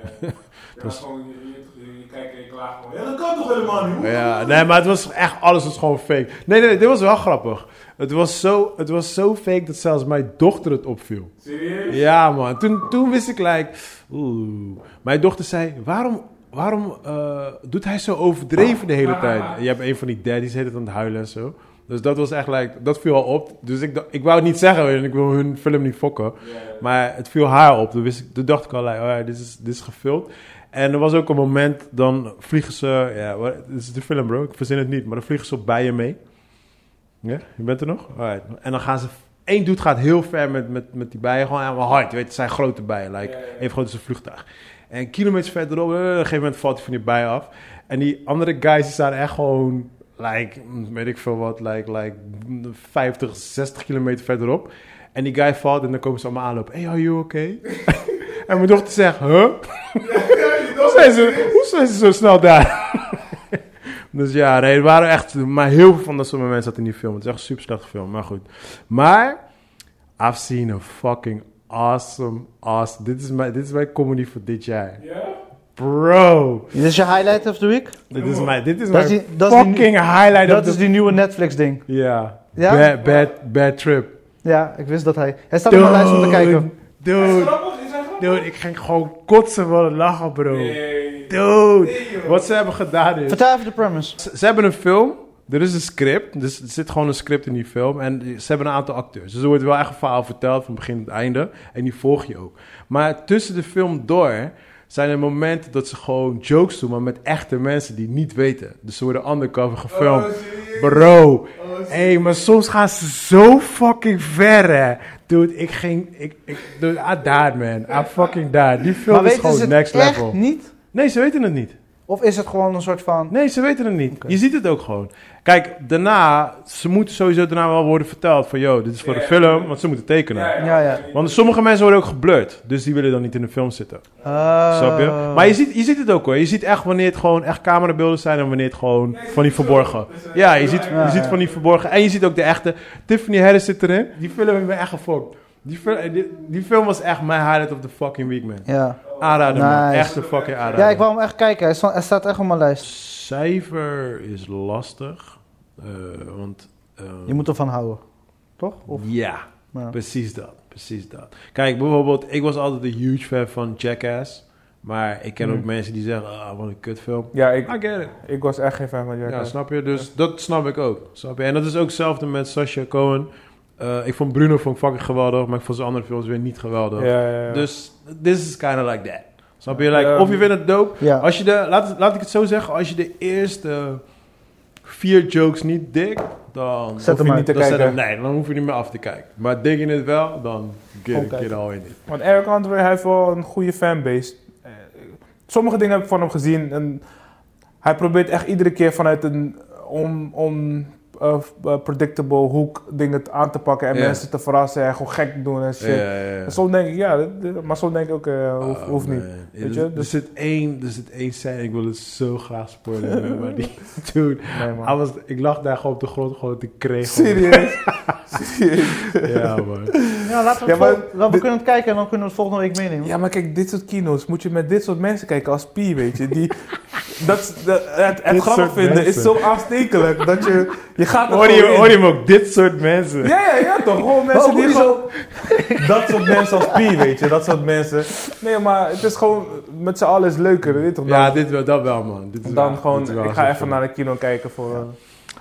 Speaker 3: Ja, gewoon, je- je je kijkt en je klaagt gewoon. Ja, dat kan toch helemaal niet?
Speaker 1: Ja, nee, maar het was echt, alles was gewoon fake. Nee, nee, dit was wel grappig. Het was zo, het was zo fake dat zelfs mijn dochter het opviel.
Speaker 3: Serieus?
Speaker 1: Ja, man. Toen, toen wist ik, like, oeh. Mijn dochter zei, waarom, waarom eh, doet hij zo overdreven de hele tijd? En Je hebt een van die daddies heet het aan het huilen en zo. Dus dat was echt, like, dat viel al op. Dus ik, dacht- ik wou het niet zeggen, en ik wil hun film niet fokken. [laughs] Maar het viel haar op. Toen, wist ik, toen dacht ik al, like, oh ja, dit is, dit is gefilmd. En er was ook een moment, dan vliegen ze... Ja, wat- dit is de film, bro. Ik verzin het niet. Maar dan vliegen ze op bijen mee. Ja, je bent er nog? Alright. En dan gaan ze... Eén dude gaat heel ver met, met, met die bijen. Gewoon helemaal hard. Je weet, het zijn grote bijen. Like, Even groot als een vliegtuig. En kilometers verderop, eh, op een gegeven moment valt hij van die bij af. En die andere guys die staan echt gewoon, like, mm, weet ik veel wat, like, like mm, 50, 60 kilometer verderop. En die guy valt en dan komen ze allemaal aanlopen. Hey, are you okay? [laughs] en mijn dochter zegt, huh? hoe, zijn ze, hoe zijn ze zo snel daar? [laughs] dus ja, nee, er waren echt, maar heel veel van dat soort mensen zat in die film. Het is echt een super slecht film, maar goed. Maar, I've seen a fucking awesome, awesome, dit is mijn, dit is mijn comedy voor dit jaar. Bro,
Speaker 2: Dit is je highlight of the week?
Speaker 1: dit is mijn, dit is
Speaker 2: Dat is
Speaker 1: mijn
Speaker 2: die- dat is die-
Speaker 1: fucking highlight
Speaker 2: dat
Speaker 1: of
Speaker 2: is
Speaker 1: the...
Speaker 2: die nieuwe Netflix-ding.
Speaker 1: Ja,
Speaker 2: Ja?
Speaker 1: bad, bad, bad trip.
Speaker 2: Ja, ik wist dat hij... Hij staat op mijn lijst om te kijken.
Speaker 1: Dude,
Speaker 3: Grappig, is dat grappig?
Speaker 1: dude, ik ging gewoon kotsen van het lachen, bro.
Speaker 3: Nee.
Speaker 1: Dude, wat ze hebben gedaan is...
Speaker 2: Vertel even de premise.
Speaker 1: Ze, ze hebben een film. Er is een script. Dus er zit gewoon een script in die film. En ze hebben een aantal acteurs. Dus er wordt wel echt een verhaal verteld van begin tot einde. En die volg je ook. Maar tussen de film door zijn er momenten dat ze gewoon jokes doen. Maar met echte mensen die het niet weten. Dus ze worden undercover
Speaker 2: Oh,
Speaker 1: gefilmd. Bro. Hé, hey, maar soms gaan ze zo fucking ver, hè. Dude, ik ging... Ik, ik, dude, I died, man. I fucking died. Die film
Speaker 2: Maar
Speaker 1: is
Speaker 2: weten
Speaker 1: gewoon
Speaker 2: ze het
Speaker 1: next
Speaker 2: echt
Speaker 1: level.
Speaker 2: niet?
Speaker 1: Nee, ze weten het niet.
Speaker 2: Of is het gewoon een soort van...
Speaker 1: Nee, ze weten het niet. Je ziet het ook gewoon. Kijk, daarna, ze moeten sowieso daarna wel worden verteld van, yo, dit is voor de
Speaker 3: Ja, ja.
Speaker 1: film, want ze moeten tekenen.
Speaker 2: Ja, ja.
Speaker 1: Want sommige mensen worden ook geblurred, dus die willen dan niet in de film zitten.
Speaker 2: Eh,
Speaker 1: Snap je? Maar je ziet, je ziet het ook hoor. Je ziet echt wanneer het gewoon echt camerabeelden zijn en wanneer het gewoon van die verborgen. Ja, je ziet, je ziet van die verborgen. En je ziet ook de echte. Tiffany Harris zit erin. Die film heeft me echt gefokt. Die, fil- die, die film was echt mijn highlight of the fucking week, man.
Speaker 2: Ja.
Speaker 1: Aanrader, man.
Speaker 2: Nice.
Speaker 1: Echt een fucking aanrader.
Speaker 2: ja, ik wou hem echt kijken. Hij sta- hij staat echt op mijn lijst.
Speaker 1: Cijfer is lastig. eh, want. eh,
Speaker 2: Je moet ervan houden. Toch? Of,
Speaker 1: Ja,
Speaker 2: ja.
Speaker 1: precies dat. Precies dat. Kijk, bijvoorbeeld, ik was altijd een huge fan van Jackass. Maar ik ken ook mensen die zeggen: ah, wat een kutfilm.
Speaker 3: Ja,
Speaker 1: I
Speaker 3: ik,
Speaker 1: get it.
Speaker 3: ik was echt geen fan van
Speaker 1: Ja,
Speaker 3: Jackass.
Speaker 1: snap je? Dus dat snap ik ook. Snap je? En dat is ook hetzelfde met Sasha Cohen. Eh, ik vond Bruno vond ik fucking geweldig, maar ik vond zijn andere films weer niet geweldig.
Speaker 3: ja, ja, ja.
Speaker 1: Dus this is kind of like that. Snap je? Like,
Speaker 3: Ja.
Speaker 1: of je vindt het dope,
Speaker 2: Ja.
Speaker 1: Als je de, laat, laat ik het zo zeggen, als je de eerste vier jokes niet dikt, dan,
Speaker 2: Zet hem
Speaker 3: je
Speaker 2: uit.
Speaker 3: niet te
Speaker 1: dan zet
Speaker 3: kijken.
Speaker 1: hem- nee, dan hoef je niet meer af te kijken. Maar dik je het wel, dan
Speaker 2: Gewoon
Speaker 1: get, get
Speaker 2: kijken.
Speaker 1: all in it.
Speaker 3: Want Eric Andre hij heeft wel een goede fanbase. Eh, Sommige dingen heb ik van hem gezien. En hij probeert echt iedere keer vanuit een on, on, eh, eh, predictable hoek dingen aan te pakken. En
Speaker 1: Ja.
Speaker 3: mensen te verrassen en gewoon gek doen en
Speaker 1: Ja,
Speaker 3: shit.
Speaker 1: ja, ja.
Speaker 3: En soms denk ik, ja, dit- dit- maar soms denk ik ook, eh, hoeft,
Speaker 1: Oh,
Speaker 3: hoeft
Speaker 1: man.
Speaker 3: niet.
Speaker 1: Ja,
Speaker 3: Weet
Speaker 1: er-
Speaker 3: je,
Speaker 1: Er
Speaker 3: dus-
Speaker 1: zit één, er zit één scène, ik wil het zo graag spoilen. maar die, [laughs] dude,
Speaker 3: Nee, man.
Speaker 1: I was, ik lag daar gewoon op de grond gewoon te kregen. [laughs]
Speaker 3: Serieus? Serieus?
Speaker 1: Ja,
Speaker 3: [laughs]
Speaker 1: man.
Speaker 2: Ja, laten we,
Speaker 3: Ja,
Speaker 2: het
Speaker 3: maar
Speaker 2: vol- laten we
Speaker 3: dit-
Speaker 2: kunnen het kijken en dan kunnen we het volgende week meenemen.
Speaker 3: Ja, maar kijk, dit soort kino's moet je met dit soort mensen kijken als P, weet je. Die, [laughs] dat, is- dat- het het
Speaker 1: Dit
Speaker 3: grappig
Speaker 1: soort
Speaker 3: vinden is
Speaker 1: mensen.
Speaker 3: zo aanstekelijk dat je... Je gaat er
Speaker 1: Hoor je,
Speaker 3: gewoon in.
Speaker 1: hoor je hem ook, dit soort mensen.
Speaker 3: Ja, ja, ja, toch? Gewoon mensen die zo. Dat soort mensen als P, weet je, dat soort mensen. Nee, maar het is gewoon met z'n allen is leuker, weet je toch? Dan,
Speaker 1: Ja, dit wel, dat wel, man. Dit is
Speaker 3: dan
Speaker 1: wel-
Speaker 3: gewoon,
Speaker 1: dit is wel
Speaker 3: ik
Speaker 1: een
Speaker 3: ga even
Speaker 1: soort-
Speaker 3: naar de kino kijken voor. eh,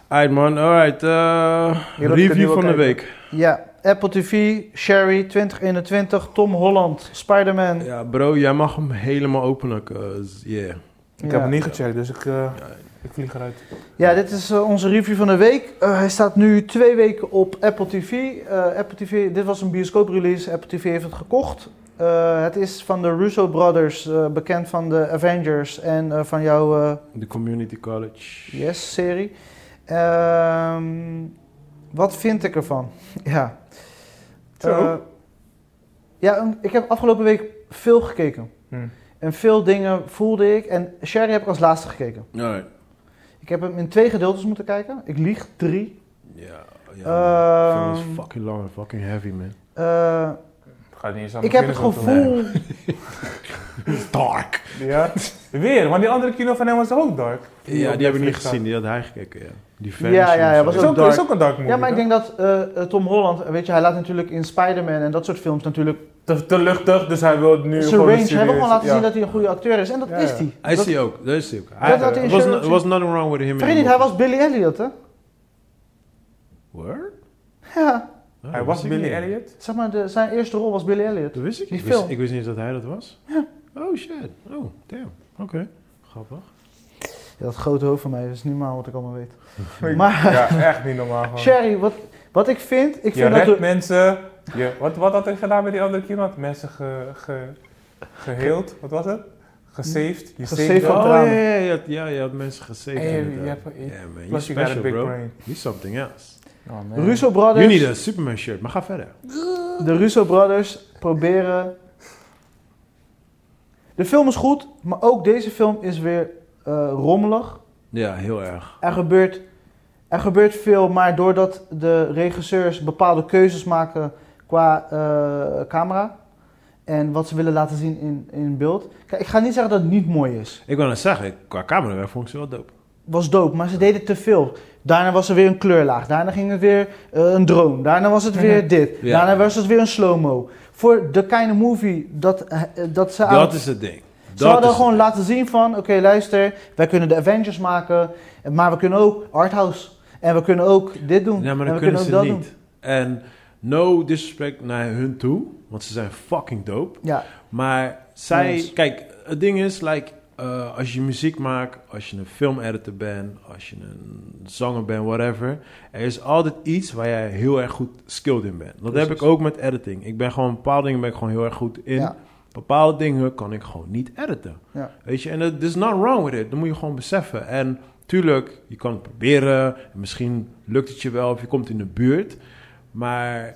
Speaker 1: Alright, man. Alright. eh,
Speaker 3: Hier heb ik het nu
Speaker 1: review
Speaker 3: wel
Speaker 1: van de
Speaker 3: kijken.
Speaker 1: week.
Speaker 2: Ja, Apple TV, Sherry 2021, Tom Holland, Spider-Man.
Speaker 1: Ja, bro, jij mag hem helemaal openen. cause, yeah.
Speaker 3: Ik
Speaker 2: Ja.
Speaker 3: heb hem niet gecheckt, dus ik, eh, ik vlieg eruit.
Speaker 2: Ja, dit is eh, onze review van de week. Eh, hij staat nu twee weken op Apple TV. Eh, Apple TV, dit was een bioscooprelease. Apple TV heeft het gekocht. Eh, het is van de Russo Brothers, eh, bekend van de Avengers en eh, van jouw eh,
Speaker 1: De community college.
Speaker 2: Yes-serie. Ehm, wat vind ik ervan? [laughs] ja.
Speaker 3: Zo.
Speaker 2: Eh, ja, een- ik heb afgelopen week veel gekeken.
Speaker 3: Hmm.
Speaker 2: En veel dingen voelde ik. En Sherry heb ik als laatste gekeken.
Speaker 1: Alright.
Speaker 2: Ik heb hem in twee gedeeltes moeten kijken. Ik lieg, drie.
Speaker 1: Ja,
Speaker 2: Ehm.
Speaker 1: ja. man. Film is fucking lang en fucking heavy, man.
Speaker 3: [laughs]
Speaker 2: Eh,
Speaker 3: Ik ga het niet eens aan
Speaker 2: ik heb
Speaker 3: mijn
Speaker 2: het
Speaker 3: kinderen doen.
Speaker 2: gevoel...
Speaker 1: Dark.
Speaker 3: Ja?
Speaker 2: [laughs]
Speaker 3: Weer, want die andere kino van hem was ook dark.
Speaker 1: Ja, die heb ik niet
Speaker 3: Netflix
Speaker 1: gezien. Die had hij gekeken, ja. Die
Speaker 2: Ja,
Speaker 1: Vanishing
Speaker 2: ja, ja,
Speaker 1: of
Speaker 2: was
Speaker 1: zo.
Speaker 3: staat. Is ook,
Speaker 2: dark.
Speaker 3: is ook een dark movie.
Speaker 2: Ja, maar ik
Speaker 3: hè?
Speaker 2: denk dat eh, eh, Tom Holland... Weet je, hij laat natuurlijk in Spider-Man en dat soort films natuurlijk
Speaker 3: te, te luchtig, dus hij wil nu
Speaker 2: Zijn
Speaker 3: gewoon
Speaker 2: range
Speaker 3: een
Speaker 2: hebben gewoon
Speaker 3: serieus-
Speaker 2: laten
Speaker 3: ja.
Speaker 2: zien dat hij een goede acteur is. En dat
Speaker 3: Ja,
Speaker 2: is
Speaker 3: ja.
Speaker 2: hij.
Speaker 1: Hij
Speaker 2: Dat-
Speaker 1: is hij ook, dat is hij ook.
Speaker 2: Dat had hij in
Speaker 1: was,
Speaker 2: Sherlock
Speaker 1: was nothing wrong with him.
Speaker 2: Vergeet niet, hij was Billy Elliot, hè?
Speaker 1: Word?
Speaker 2: Ja.
Speaker 1: Oh,
Speaker 3: Hij
Speaker 1: dat
Speaker 3: was
Speaker 1: wist ik
Speaker 3: Billy
Speaker 1: niet.
Speaker 3: Elliot.
Speaker 2: Zeg maar, de, zijn eerste rol was Billy Elliot.
Speaker 1: Dat wist ik
Speaker 2: Die
Speaker 1: niet. Ik wist,
Speaker 2: film.
Speaker 1: ik wist niet dat hij dat was. Oh shit. Oh, damn. Oké. Grappig.
Speaker 2: Ja, dat grote hoofd van mij is niet maar wat ik allemaal weet.
Speaker 3: Ik-
Speaker 2: Maar
Speaker 3: Ja, echt niet normaal gewoon.
Speaker 2: Sherry, wat, wat ik vind, ik
Speaker 3: Je
Speaker 2: vind dat
Speaker 3: redt
Speaker 2: we...
Speaker 3: mensen. Je, wat, wat had ik gedaan bij die andere kino? Had mensen ge, ge, geheeld? Wat was het? Gesaved? Je
Speaker 2: Gesaved
Speaker 3: saved
Speaker 2: van
Speaker 3: them.
Speaker 1: oh ja,
Speaker 2: tranen.
Speaker 1: ja, je had, ja, je had mensen gesaved.
Speaker 3: Hey,
Speaker 1: inderdaad.
Speaker 3: je hebt- je-
Speaker 1: yeah, man, you're
Speaker 3: Plus you got a
Speaker 1: special,
Speaker 3: big
Speaker 1: bro.
Speaker 3: brain.
Speaker 1: You're something else.
Speaker 3: Oh, man.
Speaker 2: De Russo
Speaker 1: You need
Speaker 2: Brothers,
Speaker 1: a Superman shirt, maar ga verder.
Speaker 2: de Russo Brothers proberen... De film is goed, maar ook deze film is weer eh, rommelig.
Speaker 1: Ja, heel erg.
Speaker 2: Er gebeurt, er gebeurt veel, maar doordat de regisseurs bepaalde keuzes maken qua eh, camera en wat ze willen laten zien in, in beeld. Kijk, ik ga niet zeggen dat het niet mooi is.
Speaker 1: Ik wil net zeggen, qua camerawerk vond ik ze wel dope.
Speaker 2: was dope, maar ze deden te veel. Daarna was er weer een kleurlaag, daarna ging het weer eh, een drone, daarna was het
Speaker 3: Mhm.
Speaker 2: weer dit,
Speaker 1: Ja.
Speaker 2: daarna was het weer een slow-mo. Voor de kind of movie dat, eh, eh, dat ze aan-
Speaker 1: Dat is het ding.
Speaker 2: ze
Speaker 1: Dat
Speaker 2: hadden
Speaker 1: is
Speaker 2: gewoon
Speaker 1: het
Speaker 2: laten zien van, oké luister, wij kunnen de Avengers maken, maar we kunnen ook arthouse. En we kunnen ook dit doen.
Speaker 1: ding. Ja, maar
Speaker 2: en
Speaker 1: dat
Speaker 2: we
Speaker 1: kunnen
Speaker 2: ook
Speaker 1: ze
Speaker 2: dat
Speaker 1: niet.
Speaker 2: doen.
Speaker 1: En no disrespect naar hun toe, want ze zijn fucking dope.
Speaker 2: Ja,
Speaker 1: Maar zij,
Speaker 2: Yes.
Speaker 1: kijk, het ding is, like, eh, als je muziek maakt, als je een filmeditor bent, als je een zanger bent, whatever. Er is altijd iets waar jij heel erg goed skilled in bent. Dat heb
Speaker 2: Precies.
Speaker 1: ik ook met editing. Ik ben gewoon, bepaalde dingen ben ik gewoon heel erg goed in.
Speaker 2: Ja.
Speaker 1: Bepaalde dingen kan ik gewoon niet editen.
Speaker 2: Ja.
Speaker 1: Weet je, en dat is not wrong with it. Dat moet je gewoon beseffen. En tuurlijk, je kan het proberen. En misschien lukt het je wel of je komt in de buurt. Maar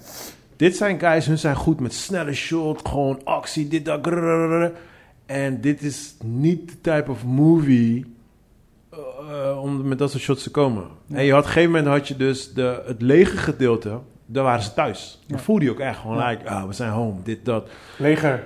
Speaker 1: dit zijn guys, hun zijn goed met snelle shot, gewoon actie, dit, dat. grrrr. En dit is niet de type of movie eh, om met dat soort shots te komen. En je had, op een gegeven moment had je dus de, het lege gedeelte, daar waren ze thuis. Dan
Speaker 2: Ja.
Speaker 1: voelde je ook echt gewoon,
Speaker 2: Ja.
Speaker 1: like, ah, we zijn home, dit, dat.
Speaker 3: Leger.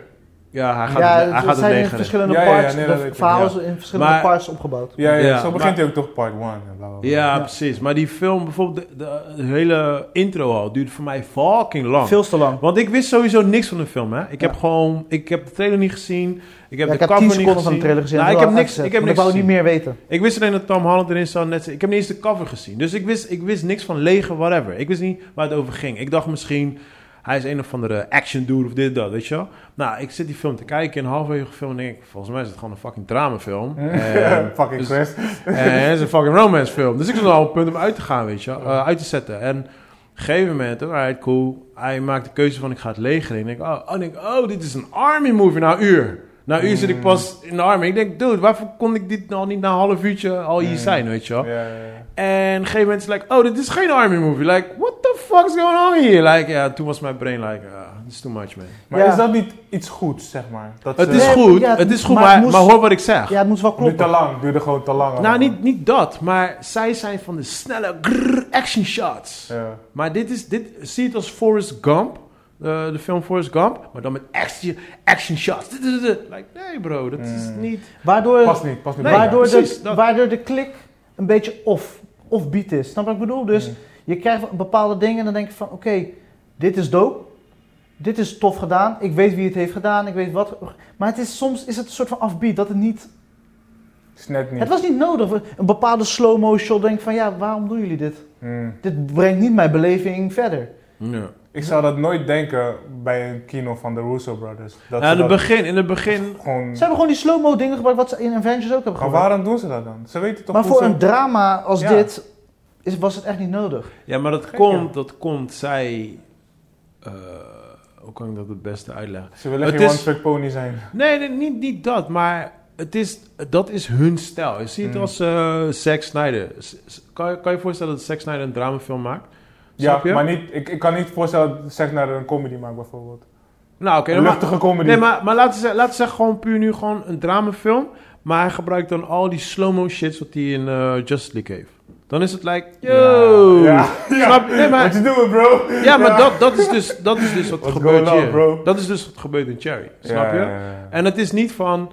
Speaker 1: Ja, hij gaat
Speaker 2: ja
Speaker 1: het, hij
Speaker 2: het,
Speaker 1: gaat het
Speaker 2: zijn in
Speaker 1: leger in.
Speaker 2: verschillende
Speaker 3: Ja, ja, ja,
Speaker 2: parts,
Speaker 3: nee, dat weet
Speaker 2: de
Speaker 3: ik,
Speaker 2: verhalen
Speaker 3: ja.
Speaker 2: zijn in verschillende
Speaker 1: Maar-
Speaker 2: parts opgebouwd.
Speaker 3: Ja, ja,
Speaker 1: Ja,
Speaker 3: zo begint
Speaker 1: maar-
Speaker 3: hij ook toch part 1. en bla, bla, bla. [laughs]
Speaker 1: Ja,
Speaker 2: Ja.
Speaker 1: precies. Maar die film, bijvoorbeeld de, de- de hele intro al, duurde voor mij fucking lang.
Speaker 2: Veel te lang.
Speaker 1: Want ik wist sowieso niks van de film, hè. Ik
Speaker 2: Ja.
Speaker 1: heb gewoon... Ik heb de trailer niet gezien. Ik heb
Speaker 2: Ja,
Speaker 1: de
Speaker 2: ik heb 10
Speaker 1: cover niet
Speaker 2: seconden van
Speaker 1: gezien.
Speaker 2: de trailer gezien.
Speaker 1: Nou,
Speaker 2: en
Speaker 1: ik
Speaker 2: toen
Speaker 1: heb
Speaker 2: wel
Speaker 1: niks,
Speaker 2: uitgezet,
Speaker 1: ik heb
Speaker 2: want
Speaker 1: niks
Speaker 2: Ik wou niet
Speaker 1: gezien.
Speaker 2: meer weten.
Speaker 1: Ik wist alleen dat Tom Holland erin zou net... Ik heb niet eens de cover gezien. Dus ik wist, ik wist niks van leger, whatever. Ik wist niet waar het over ging. Ik dacht misschien... Hij is een of andere action dude of dit, dat, weet je wel. Nou, ik zit die film te kijken en halverwege de film denk ik... Volgens mij is het gewoon een fucking dramafilm. Eh,
Speaker 3: Fucking
Speaker 1: dus-
Speaker 3: Chris.
Speaker 1: en het is een fucking romance film. Dus ik zat al op het punt om uit te gaan, weet je. wel, eh, uit te zetten. En op een gegeven moment, alright, cool. Hij maakt de keuze van ik ga het leger in. Ik denk, oh, oh, ik denk, oh dit is een army movie na een uur. Na een uur zit ik pas in de army. Ik denk, dude, waarvoor kon ik dit nou niet na een half uurtje al hier
Speaker 3: Mm.
Speaker 1: zijn, weet je wel.
Speaker 3: Ja, ja, ja.
Speaker 1: En op een gegeven moment is het like, oh, dit is geen army movie. Like, what the fuck is going on here? Like, ja, toen was mijn brain like, ah, this is too much, man.
Speaker 3: Maar
Speaker 2: Ja.
Speaker 3: is dat niet iets goeds, zeg maar? Dat
Speaker 1: Het
Speaker 3: ze-
Speaker 1: is
Speaker 2: maar
Speaker 1: goed,
Speaker 2: ja,
Speaker 1: het is goed,
Speaker 2: maar
Speaker 1: maar,
Speaker 2: het
Speaker 1: maar,
Speaker 2: moest-
Speaker 1: hoor wat ik zeg.
Speaker 2: Ja, het moet wel
Speaker 3: Duurde
Speaker 2: kloppen.
Speaker 3: te lang, duurde gewoon te lang.
Speaker 1: Nou,
Speaker 3: allemaal.
Speaker 1: niet, niet dat, maar zij zijn van de snelle grrr action shots.
Speaker 3: Ja.
Speaker 1: Maar dit is, dit, zie het als Forrest Gump, eh, de film Forrest Gump, maar dan met action, action shots. Dit, dit, dit. Like, nee bro, dat is
Speaker 3: Mm.
Speaker 1: niet...
Speaker 2: Waardoor,
Speaker 3: Past niet, past niet.
Speaker 1: Nee,
Speaker 3: bij
Speaker 2: waardoor,
Speaker 1: precies,
Speaker 2: de,
Speaker 1: dat-
Speaker 2: waardoor de klik een beetje off, off beat is. Snap je wat ik bedoel? Dus
Speaker 3: Mm.
Speaker 2: je krijgt bepaalde dingen en dan denk je van oké, dit is dope. Dit is tof gedaan. Ik weet wie het heeft gedaan. Ik weet wat. Maar het is, soms is het een soort van afbeat dat het niet...
Speaker 3: elkaar. Is net niet.
Speaker 2: Het was niet nodig. Een bepaalde slow-mo shot denk ik van ja, waarom doen jullie dit?
Speaker 3: Mm.
Speaker 2: Dit brengt niet mijn beleving verder.
Speaker 1: Ja.
Speaker 3: Ik zou dat nooit denken bij een kino van de Russo Brothers. Dat
Speaker 1: Ja,
Speaker 3: ze
Speaker 1: in het
Speaker 3: dat
Speaker 1: begin, in het begin...
Speaker 3: gewoon...
Speaker 2: Ze hebben gewoon die slow-mo dingen gebruikt wat ze in Avengers ook hebben
Speaker 3: Maar
Speaker 2: gebruikt.
Speaker 3: waarom doen ze dat dan? Ze weten toch
Speaker 2: Maar
Speaker 3: hoe
Speaker 2: voor
Speaker 3: ze-
Speaker 2: een drama als
Speaker 3: Ja.
Speaker 2: dit is, was het echt niet nodig.
Speaker 1: Ja, maar dat
Speaker 3: Gek,
Speaker 1: komt, dat komt, zij... eh, hoe kan ik dat het beste uitleggen?
Speaker 3: Ze willen
Speaker 1: Het
Speaker 3: geen
Speaker 1: is-
Speaker 3: one-trick pony zijn.
Speaker 1: Nee, nee, niet, niet dat, maar het is, dat is hun stijl. Je ziet het
Speaker 3: Mm.
Speaker 1: als eh Zack Snyder. S- s- Kan, je- kan je voorstellen dat Zack Snyder een dramafilm maakt?
Speaker 3: Ja,
Speaker 1: Snap je?
Speaker 3: maar niet, ik, ik kan niet voorstellen dat zeg naar een comedy maakt bijvoorbeeld.
Speaker 1: Nou, oké,
Speaker 3: een
Speaker 1: dan ma-
Speaker 3: luchtige comedy.
Speaker 1: Nee, maar, maar laten we zeggen, laten we zeggen gewoon puur nu gewoon een dramafilm. Maar hij gebruikt dan al die slow-mo shits wat hij in eh Justice League heeft. Dan is het like, yo.
Speaker 3: Ja.
Speaker 1: [laughs] Snap je? Nee,
Speaker 3: Wat
Speaker 1: maar,
Speaker 3: je doen, bro?
Speaker 1: ja, maar Dat, dat, is dus, dat is dus wat
Speaker 3: What's
Speaker 1: gebeurt
Speaker 3: going on,
Speaker 1: hier.
Speaker 3: bro?
Speaker 1: Dat is dus wat gebeurt in Cherry.
Speaker 3: Ja,
Speaker 1: Snap je?
Speaker 3: ja, ja, ja.
Speaker 1: En het is niet van...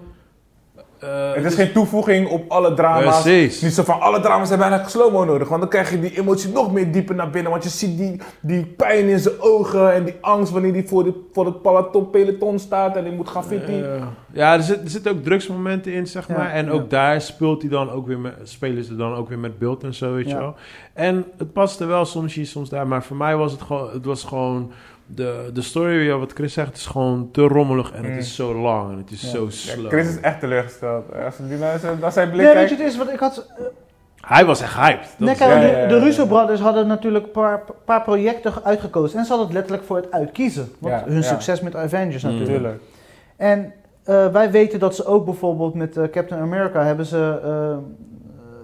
Speaker 1: eh,
Speaker 3: Het is geen toevoeging op alle drama's.
Speaker 1: Precies.
Speaker 3: Niet zo van alle drama's hebben eigenlijk slow-mo nodig. Want dan krijg je die emotie nog meer dieper naar binnen. Want je ziet die, die pijn in zijn ogen en die angst wanneer hij voor, die- voor het palaton, peloton staat en hij moet graffiti.
Speaker 1: eh, ja, er zitten er zitten ook drugsmomenten in, zeg
Speaker 2: Ja,
Speaker 1: maar. En
Speaker 2: ja.
Speaker 1: ook daar speelt hij dan ook weer met, spelen ze dan ook weer met beeld en zo, weet
Speaker 2: Ja.
Speaker 1: je wel. En het paste wel soms hier, soms daar. Maar voor mij was het gewoon, het was gewoon de, de story, ja, wat Chris zegt, is gewoon te rommelig. En
Speaker 3: Mm.
Speaker 1: het is zo lang en het is
Speaker 2: Ja.
Speaker 1: zo
Speaker 3: Ja,
Speaker 1: slow.
Speaker 3: Chris is echt teleurgesteld. Eh, Als je die naar, naar zijn blik
Speaker 2: Nee, weet
Speaker 3: kijkt.
Speaker 2: je, het is, want ik had
Speaker 1: Hij was echt hyped. Dat
Speaker 2: Nee,
Speaker 1: is-
Speaker 2: kijk,
Speaker 3: Ja,
Speaker 2: de,
Speaker 3: ja, ja,
Speaker 2: de
Speaker 3: ja.
Speaker 2: Russo Brothers hadden natuurlijk een paar, paar projecten uitgekozen. En ze hadden het letterlijk voor het uitkiezen. Want
Speaker 3: Ja,
Speaker 2: hun
Speaker 3: ja.
Speaker 2: succes met Avengers
Speaker 1: Mm.
Speaker 2: natuurlijk.
Speaker 3: Tuurlijk.
Speaker 2: En eh, wij weten dat ze ook bijvoorbeeld met eh, Captain America hebben ze... eh,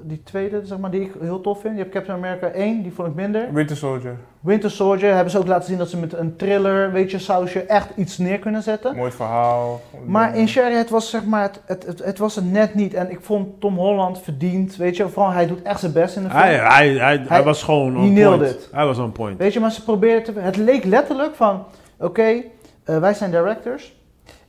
Speaker 2: die tweede, zeg maar, die ik heel tof vind. Je hebt Captain America 1, die vond ik minder.
Speaker 3: Winter Soldier.
Speaker 2: Winter Soldier hebben ze ook laten zien dat ze met een thriller, weet je, sausje echt iets neer kunnen zetten.
Speaker 3: Mooi verhaal.
Speaker 2: Maar in Sherry, het was zeg maar, het, het, het, het was het net niet. En ik vond Tom Holland verdiend, weet je. Vooral, hij doet echt zijn best in
Speaker 3: Ah,
Speaker 2: de film.
Speaker 1: Hij, hij, hij, hij
Speaker 2: Hij-
Speaker 1: was gewoon
Speaker 2: he
Speaker 1: on
Speaker 2: nailed
Speaker 1: point.
Speaker 2: it.
Speaker 1: Hij was on point.
Speaker 2: Weet je, maar ze probeerden te... Het leek letterlijk van, oké, eh, wij zijn directors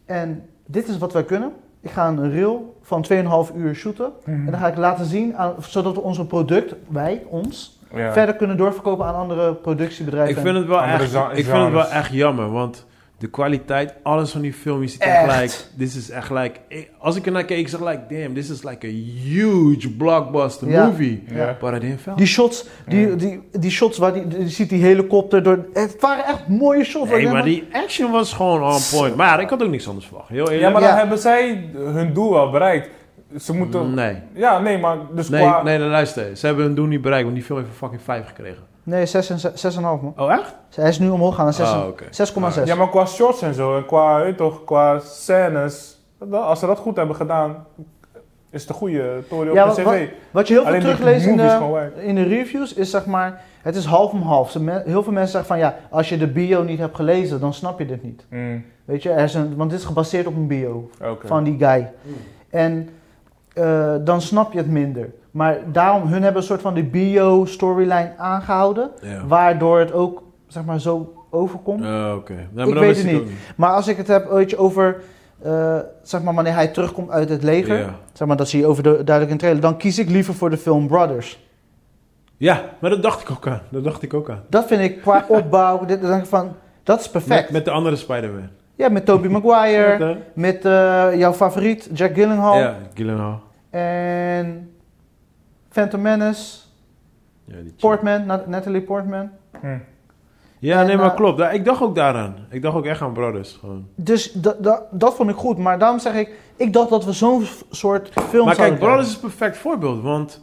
Speaker 2: en dit is wat wij kunnen. Ik ga een reel van 2,5 uur shooten en dan ga ik laten zien, aan, zodat we onze product, wij, ons,
Speaker 3: Ja.
Speaker 2: verder kunnen doorverkopen aan andere productiebedrijven.
Speaker 1: Ik vind het wel,
Speaker 3: Andere
Speaker 1: echt,
Speaker 3: za-
Speaker 1: ik vind het wel
Speaker 3: genres.
Speaker 1: echt jammer, want de kwaliteit, alles van die film, je ziet echt,
Speaker 2: Echt.
Speaker 1: gelijk, dit is echt gelijk, ik- als ik ernaar keek, ik zeg like, damn, this is like a huge blockbuster
Speaker 2: Ja.
Speaker 1: movie.
Speaker 3: Ja.
Speaker 1: But I didn't feel.
Speaker 2: Die shots, die, die, die shots waar die, die ziet die helikopter door... Het waren echt mooie shots. waar
Speaker 1: Nee,
Speaker 2: je
Speaker 1: maar
Speaker 2: helemaal-
Speaker 1: die action was gewoon on point. Maar ik had ook niks anders verwacht. Heel eerlijk.
Speaker 3: Ja, maar dan
Speaker 2: Ja.
Speaker 3: hebben zij hun doel wel bereikt. Ze moeten...
Speaker 1: Nee.
Speaker 3: Ja, nee, maar dus
Speaker 1: Nee,
Speaker 3: qua...
Speaker 1: nee, nee, luister. Ze hebben hun doel niet bereikt, want die film heeft een fucking 5 gekregen.
Speaker 2: Nee, 6,5 man.
Speaker 1: Oh, echt?
Speaker 2: Hij is nu omhoog gegaan naar zes-
Speaker 1: Ah, oké.
Speaker 2: 6,6.
Speaker 3: Ja, maar qua shorts en zo, en qua, weet je toch, qua scènes, dat- als ze dat goed hebben gedaan, is het een goede toren op
Speaker 2: Ja,
Speaker 3: de
Speaker 2: wa-
Speaker 3: cv.
Speaker 2: wa- Wat je heel veel
Speaker 3: Alleen die
Speaker 2: terugleest in
Speaker 3: movie is
Speaker 2: de,
Speaker 3: gewoon wack.
Speaker 2: in de reviews is zeg maar, het is half om half. Ze me- Heel veel mensen zeggen van ja, als je de bio niet hebt gelezen, dan snap je dit niet.
Speaker 3: Mm,
Speaker 2: Weet je, er is een, want dit is gebaseerd op een bio
Speaker 3: oké.
Speaker 2: van die guy. En eh, dan snap je het minder. Maar daarom, hun hebben een soort van de bio-storyline aangehouden,
Speaker 1: Ja.
Speaker 2: waardoor het ook zeg maar zo overkomt.
Speaker 1: Eh, Oké. Nee, maar
Speaker 2: Ik
Speaker 1: dat
Speaker 2: weet
Speaker 1: wist
Speaker 2: het
Speaker 1: ook
Speaker 2: Maar als ik het heb weet je, over, eh, zeg maar wanneer hij terugkomt uit het leger,
Speaker 1: Ja.
Speaker 2: zeg maar dat zie je over de, duidelijk in de trailer, dan kies ik liever voor de film Brothers.
Speaker 1: Ja, maar dat dacht ik ook aan. Dat dacht ik ook aan.
Speaker 2: Dat vind ik
Speaker 1: [laughs]
Speaker 2: qua opbouw, dit, dan denk ik van, dat is perfect.
Speaker 1: Met, met de andere Spider-Man.
Speaker 2: Ja, met Tobey Maguire,
Speaker 1: Met, eh,
Speaker 2: met eh, jouw favoriet Jack Gyllenhaal
Speaker 1: Ja, Gyllenhaal.
Speaker 2: en Phantom Menace,
Speaker 1: Ja, die chick.
Speaker 2: Portman, Na- Natalie Portman.
Speaker 3: Hm.
Speaker 1: Ja,
Speaker 2: En,
Speaker 1: nee, maar
Speaker 2: eh,
Speaker 1: klopt. Ja, Ik dacht ook daaraan. Ik dacht ook echt aan Brothers. Gewoon.
Speaker 2: Dus da- da- dat vond ik goed, maar daarom zeg ik, ik dacht dat we zo'n f- soort
Speaker 1: Maar
Speaker 2: film
Speaker 1: kijk,
Speaker 2: zouden
Speaker 1: Brothers is een perfect voorbeeld, want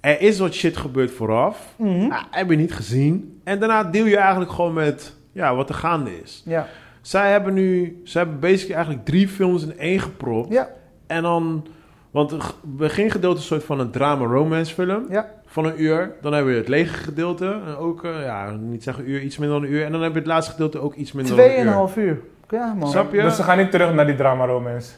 Speaker 1: er is wat shit gebeurd vooraf.
Speaker 2: doen. Mhm.
Speaker 1: Ah, heb je niet gezien. En daarna deel je eigenlijk gewoon met ja, wat er gaande is.
Speaker 2: Ja,
Speaker 1: Zij hebben nu, ze hebben basically eigenlijk drie films in één gepropt.
Speaker 2: ja,
Speaker 1: En dan, want het g- begingedeelte is een soort van een drama-romance film.
Speaker 2: ja.
Speaker 1: van een uur. Dan hebben we het lege gedeelte. En ook, eh, ja, niet zeggen uur, iets minder dan een uur. En dan heb je het laatste gedeelte ook iets minder dan een uur.
Speaker 2: Tweeënhalf uur. Ja, man.
Speaker 1: Snap je?
Speaker 3: Dus ze gaan niet terug naar die drama romance.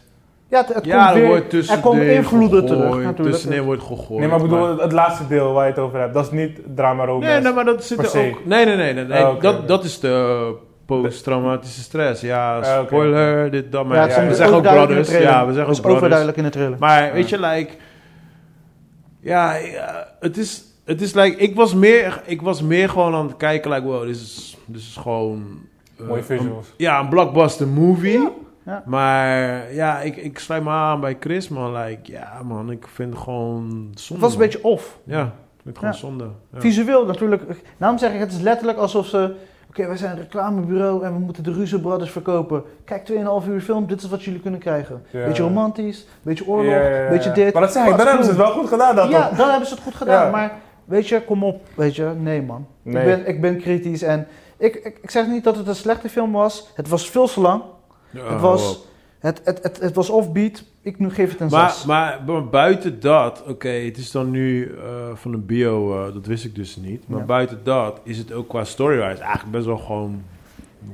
Speaker 2: Ja, het, het
Speaker 1: ja,
Speaker 2: komt
Speaker 1: er
Speaker 2: weer,
Speaker 1: wordt tussen
Speaker 2: er komen invloeden terug natuurlijk.
Speaker 1: Tussenin wordt gegooid.
Speaker 3: nee, maar ik bedoel, het laatste deel waar je het over hebt, dat is niet drama romance.
Speaker 1: Nee, nee, maar dat zit
Speaker 3: per
Speaker 1: er
Speaker 3: se.
Speaker 1: ook... Nee, nee, nee. nee, nee.
Speaker 3: Ah, oké,
Speaker 1: dat,
Speaker 3: oké.
Speaker 1: dat is de posttraumatische stress. Ja,
Speaker 3: Ah, oké.
Speaker 1: spoiler, dit, dat, maar...
Speaker 2: Ja, het
Speaker 3: Ja,
Speaker 2: is
Speaker 3: ja,
Speaker 1: we
Speaker 3: ja.
Speaker 1: zeggen ook
Speaker 2: duidelijk in de
Speaker 1: brothers.
Speaker 2: trailer.
Speaker 1: Ja, we zeggen
Speaker 2: Het
Speaker 1: ook
Speaker 2: is
Speaker 1: brothers.
Speaker 2: overduidelijk in de trailer.
Speaker 1: Maar weet je, like... Ja, ja, het is... Het is like... Ik was meer, ik was meer gewoon aan het kijken, like... Wow, dit is, dit is gewoon... eh,
Speaker 3: Mooie
Speaker 1: een-
Speaker 3: visuals.
Speaker 1: ja, een blockbuster movie.
Speaker 2: Ja.
Speaker 1: Maar ja, ik, ik sluit me aan bij Chris, man. Like, ja, man, ik vind het gewoon zonde.
Speaker 2: Het was
Speaker 1: man.
Speaker 2: een beetje off.
Speaker 1: Ja, ik vind het gewoon
Speaker 2: Ja.
Speaker 1: zonde. Ja.
Speaker 2: Visueel natuurlijk. Daarom zeg ik, het is letterlijk alsof ze... Oké, wij zijn een reclamebureau en we moeten de Russo Brothers verkopen. Kijk, 2,5 uur film, dit is wat jullie kunnen krijgen.
Speaker 3: Ja.
Speaker 2: Beetje romantisch, beetje
Speaker 3: Ja,
Speaker 2: oorlog,
Speaker 3: ja, ja, ja.
Speaker 2: beetje dit.
Speaker 3: Maar dat zeg ik, dan
Speaker 2: Pas
Speaker 3: hebben ze het wel goed gedaan, dat
Speaker 2: Ja,
Speaker 3: toch?
Speaker 2: dan hebben ze het goed gedaan.
Speaker 3: Ja.
Speaker 2: Maar weet je, kom op. Weet je, nee man.
Speaker 3: Nee.
Speaker 2: Ik, ben, ik ben kritisch en ik, ik, ik zeg niet dat het een slechte film was. Het was veel te lang.
Speaker 3: Oh,
Speaker 1: Ja,
Speaker 2: het,
Speaker 1: hou
Speaker 2: was,
Speaker 1: op.
Speaker 2: het, het, het, het was offbeat. Ik nu geef het een
Speaker 1: Maar,
Speaker 2: 6.
Speaker 1: maar, bu- buiten dat, oké, het is dan nu eh, van een bio, eh, dat wist ik dus niet. Maar
Speaker 2: Ja.
Speaker 1: buiten dat is het ook qua storywise eigenlijk best wel gewoon...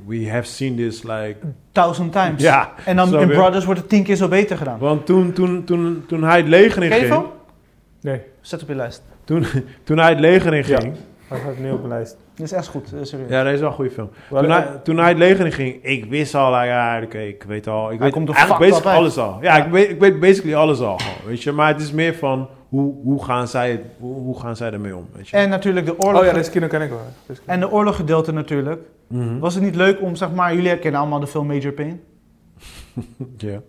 Speaker 1: We have seen this, like...
Speaker 2: Thousand times.
Speaker 1: Ja,
Speaker 2: En dan
Speaker 1: snap
Speaker 2: in
Speaker 1: je?
Speaker 2: Brothers wordt het tien keer zo beter gedaan.
Speaker 1: Want toen, toen, toen, toen hij het leger in
Speaker 2: Ken je
Speaker 1: ging...
Speaker 2: van?
Speaker 3: Nee.
Speaker 2: Zet op je lijst.
Speaker 1: Toen, toen hij het leger in
Speaker 3: Ja.
Speaker 1: ging...
Speaker 3: Hij staat nu op mijn lijst.
Speaker 2: Dit is echt goed, eh, serieus.
Speaker 1: Ja, dat is wel een goede film.
Speaker 3: Wel,
Speaker 1: Toen
Speaker 3: eh,
Speaker 1: hij, toen hij het leger in ging, ik wist al, ah, ja, oké, ik weet al. Ik weet
Speaker 2: komt er
Speaker 1: eigenlijk
Speaker 2: fucked
Speaker 1: basic
Speaker 2: up uit.
Speaker 1: alles al. Ja, Ik, weet, ik weet basically alles al, gewoon, weet je. Maar het is meer van, hoe, hoe, gaan, zij, hoe, hoe gaan zij ermee om, weet je.
Speaker 2: En natuurlijk de oorlog.
Speaker 3: Oh ja, deze kino ken ik wel. Deze kino.
Speaker 2: En de oorloggedeelte natuurlijk.
Speaker 3: Hm.
Speaker 1: Mhm.
Speaker 2: Was het niet leuk om, zeg maar, jullie herkennen allemaal de film Major Pain,
Speaker 1: ja.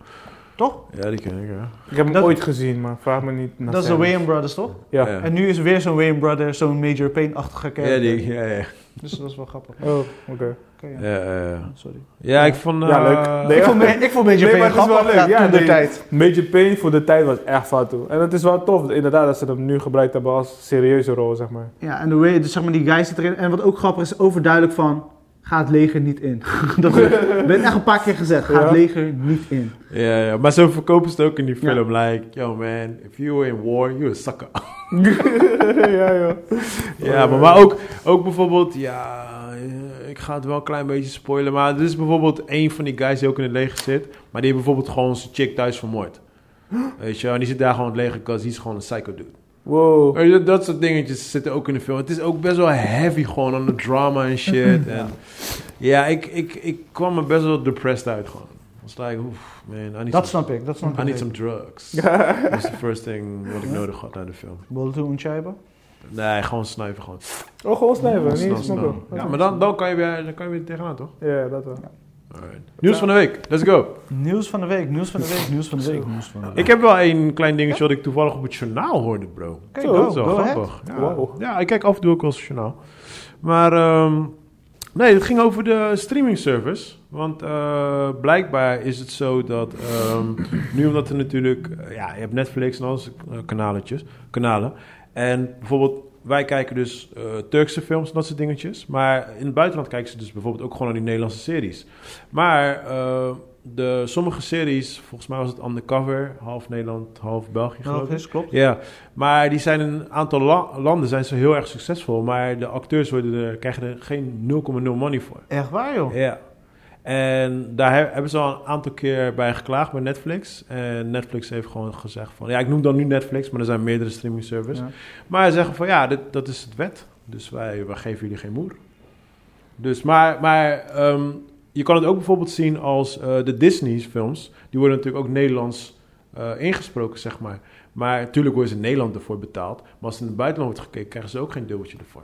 Speaker 2: toch?
Speaker 1: ja, die ken ik, ja.
Speaker 3: Ik heb hem
Speaker 2: dat-
Speaker 3: ooit gezien, maar vraag me niet naar
Speaker 2: Dat is de
Speaker 3: verder.
Speaker 2: Wayne Brothers, toch?
Speaker 3: Ja.
Speaker 1: Ja.
Speaker 2: En nu is weer zo'n Wayne Brothers, zo'n Major Pain-achtige kerk.
Speaker 1: Ja, die, ja, ja.
Speaker 2: Dus dat is wel grappig.
Speaker 3: Oh, oké.
Speaker 2: Oké, ja.
Speaker 1: Ja, ja, ja.
Speaker 2: Sorry.
Speaker 1: Ja, ik vond...
Speaker 3: Ja, leuk.
Speaker 1: eh,
Speaker 3: Nee,
Speaker 2: ik, vond, me- ik vond Major
Speaker 3: Nee, maar
Speaker 2: Pain
Speaker 3: het is wel
Speaker 2: grappig
Speaker 3: leuk.
Speaker 2: ja,
Speaker 3: Ja,
Speaker 2: toen de
Speaker 3: nee.
Speaker 2: tijd.
Speaker 3: Major Pain voor de tijd was echt fout toe. En het is wel tof, inderdaad, dat ze hem nu gebruikt hebben als serieuze rol, zeg maar. [laughs]
Speaker 2: Ja, en de way, dus zeg maar die guy zit erin. En wat ook grappig is, overduidelijk van... Ga het leger niet in. [laughs] dat
Speaker 3: [laughs]
Speaker 2: ben echt een paar keer gezegd. Ga
Speaker 3: Ja.
Speaker 2: het leger niet in.
Speaker 1: eh, Ja, ja, maar zo verkopen ze het ook in die
Speaker 2: Ja.
Speaker 1: film. Like, yo man, if you were in war, you a sucker.
Speaker 3: ja, joh.
Speaker 1: ja, maar, maar ook, ook bijvoorbeeld, ja, eh, ik ga het wel een klein beetje spoilen. Maar er is bijvoorbeeld één van die guys die ook in het leger zit. Maar die heeft bijvoorbeeld gewoon zijn chick thuis vermoord. Weet je, wel, en die zit daar gewoon in het leger, because die is gewoon een psycho dude.
Speaker 3: Wow. [laughs]
Speaker 1: Weet je, dat- dat soort dingetjes zitten ook in de film. Het is ook best wel heavy gewoon aan de drama en shit. En, ja, ik, ik, ik kwam er best wel depressed uit gewoon. I was like, oef, man, I need
Speaker 2: Dat
Speaker 1: some-
Speaker 2: snap ik, dat snap ik.
Speaker 1: I need some
Speaker 2: zeker.
Speaker 1: drugs. Dat is de first thing wat ik nodig had naar de film.
Speaker 2: Bulletin ontschrijven?
Speaker 1: Nee, gewoon snipen gewoon.
Speaker 3: Oh, gewoon snijden,
Speaker 1: Snel,
Speaker 3: niet
Speaker 1: snel.
Speaker 3: smokken.
Speaker 1: Ja, maar dan, dan, kan je weer, dan kan je weer tegenaan, toch?
Speaker 3: Ja, dat wel.
Speaker 1: Alright. Nieuws van de week, let's go.
Speaker 2: Nieuws van de week, nieuws van de week, nieuws van de week. Nieuws van de week.
Speaker 1: Ik heb wel één klein dingetje wat ik toevallig op het journaal hoorde, bro.
Speaker 2: Oké,
Speaker 3: Zo,
Speaker 2: go,
Speaker 1: Dat is oh, wel
Speaker 2: go ahead.
Speaker 1: grappig. Ja.
Speaker 3: Wow.
Speaker 1: ja, ik kijk af en toe ook wel eens het journaal. Maar ehm, nee, het ging over de streaming service. Want eh, blijkbaar is het zo dat ehm, nu omdat er natuurlijk... eh, Ja, je hebt Netflix en alles, eh, kanaletjes, kanalen. En bijvoorbeeld, wij kijken dus eh, Turkse films en dat soort dingetjes. Maar in het buitenland kijken ze dus bijvoorbeeld ook gewoon naar die Nederlandse series. Maar eh, de, sommige series, volgens mij was het Undercover. Half Nederland, half België geloof ik.
Speaker 2: Dat is, klopt.
Speaker 1: Ja, maar die zijn in een aantal la- landen zijn ze heel erg succesvol, maar de acteurs worden er, krijgen er geen 0,0 money voor.
Speaker 2: Echt waar, joh.
Speaker 1: Ja. En daar he- hebben ze al een aantal keer bij geklaagd bij Netflix. En Netflix heeft gewoon gezegd van... Ja, ik noem dan nu Netflix, maar er zijn meerdere streaming services.
Speaker 2: Ja.
Speaker 1: Maar ze zeggen van ja, dit, dat is het wet. Dus wij, wij geven jullie geen moer. Dus, maar maar ehm, je kan het ook bijvoorbeeld zien als eh, de Disney films. Die worden natuurlijk ook Nederlands eh, ingesproken, zeg maar. Maar natuurlijk worden ze in Nederland ervoor betaald. Maar als het in het buitenland wordt gekeken, krijgen ze ook geen dubbeltje ervoor.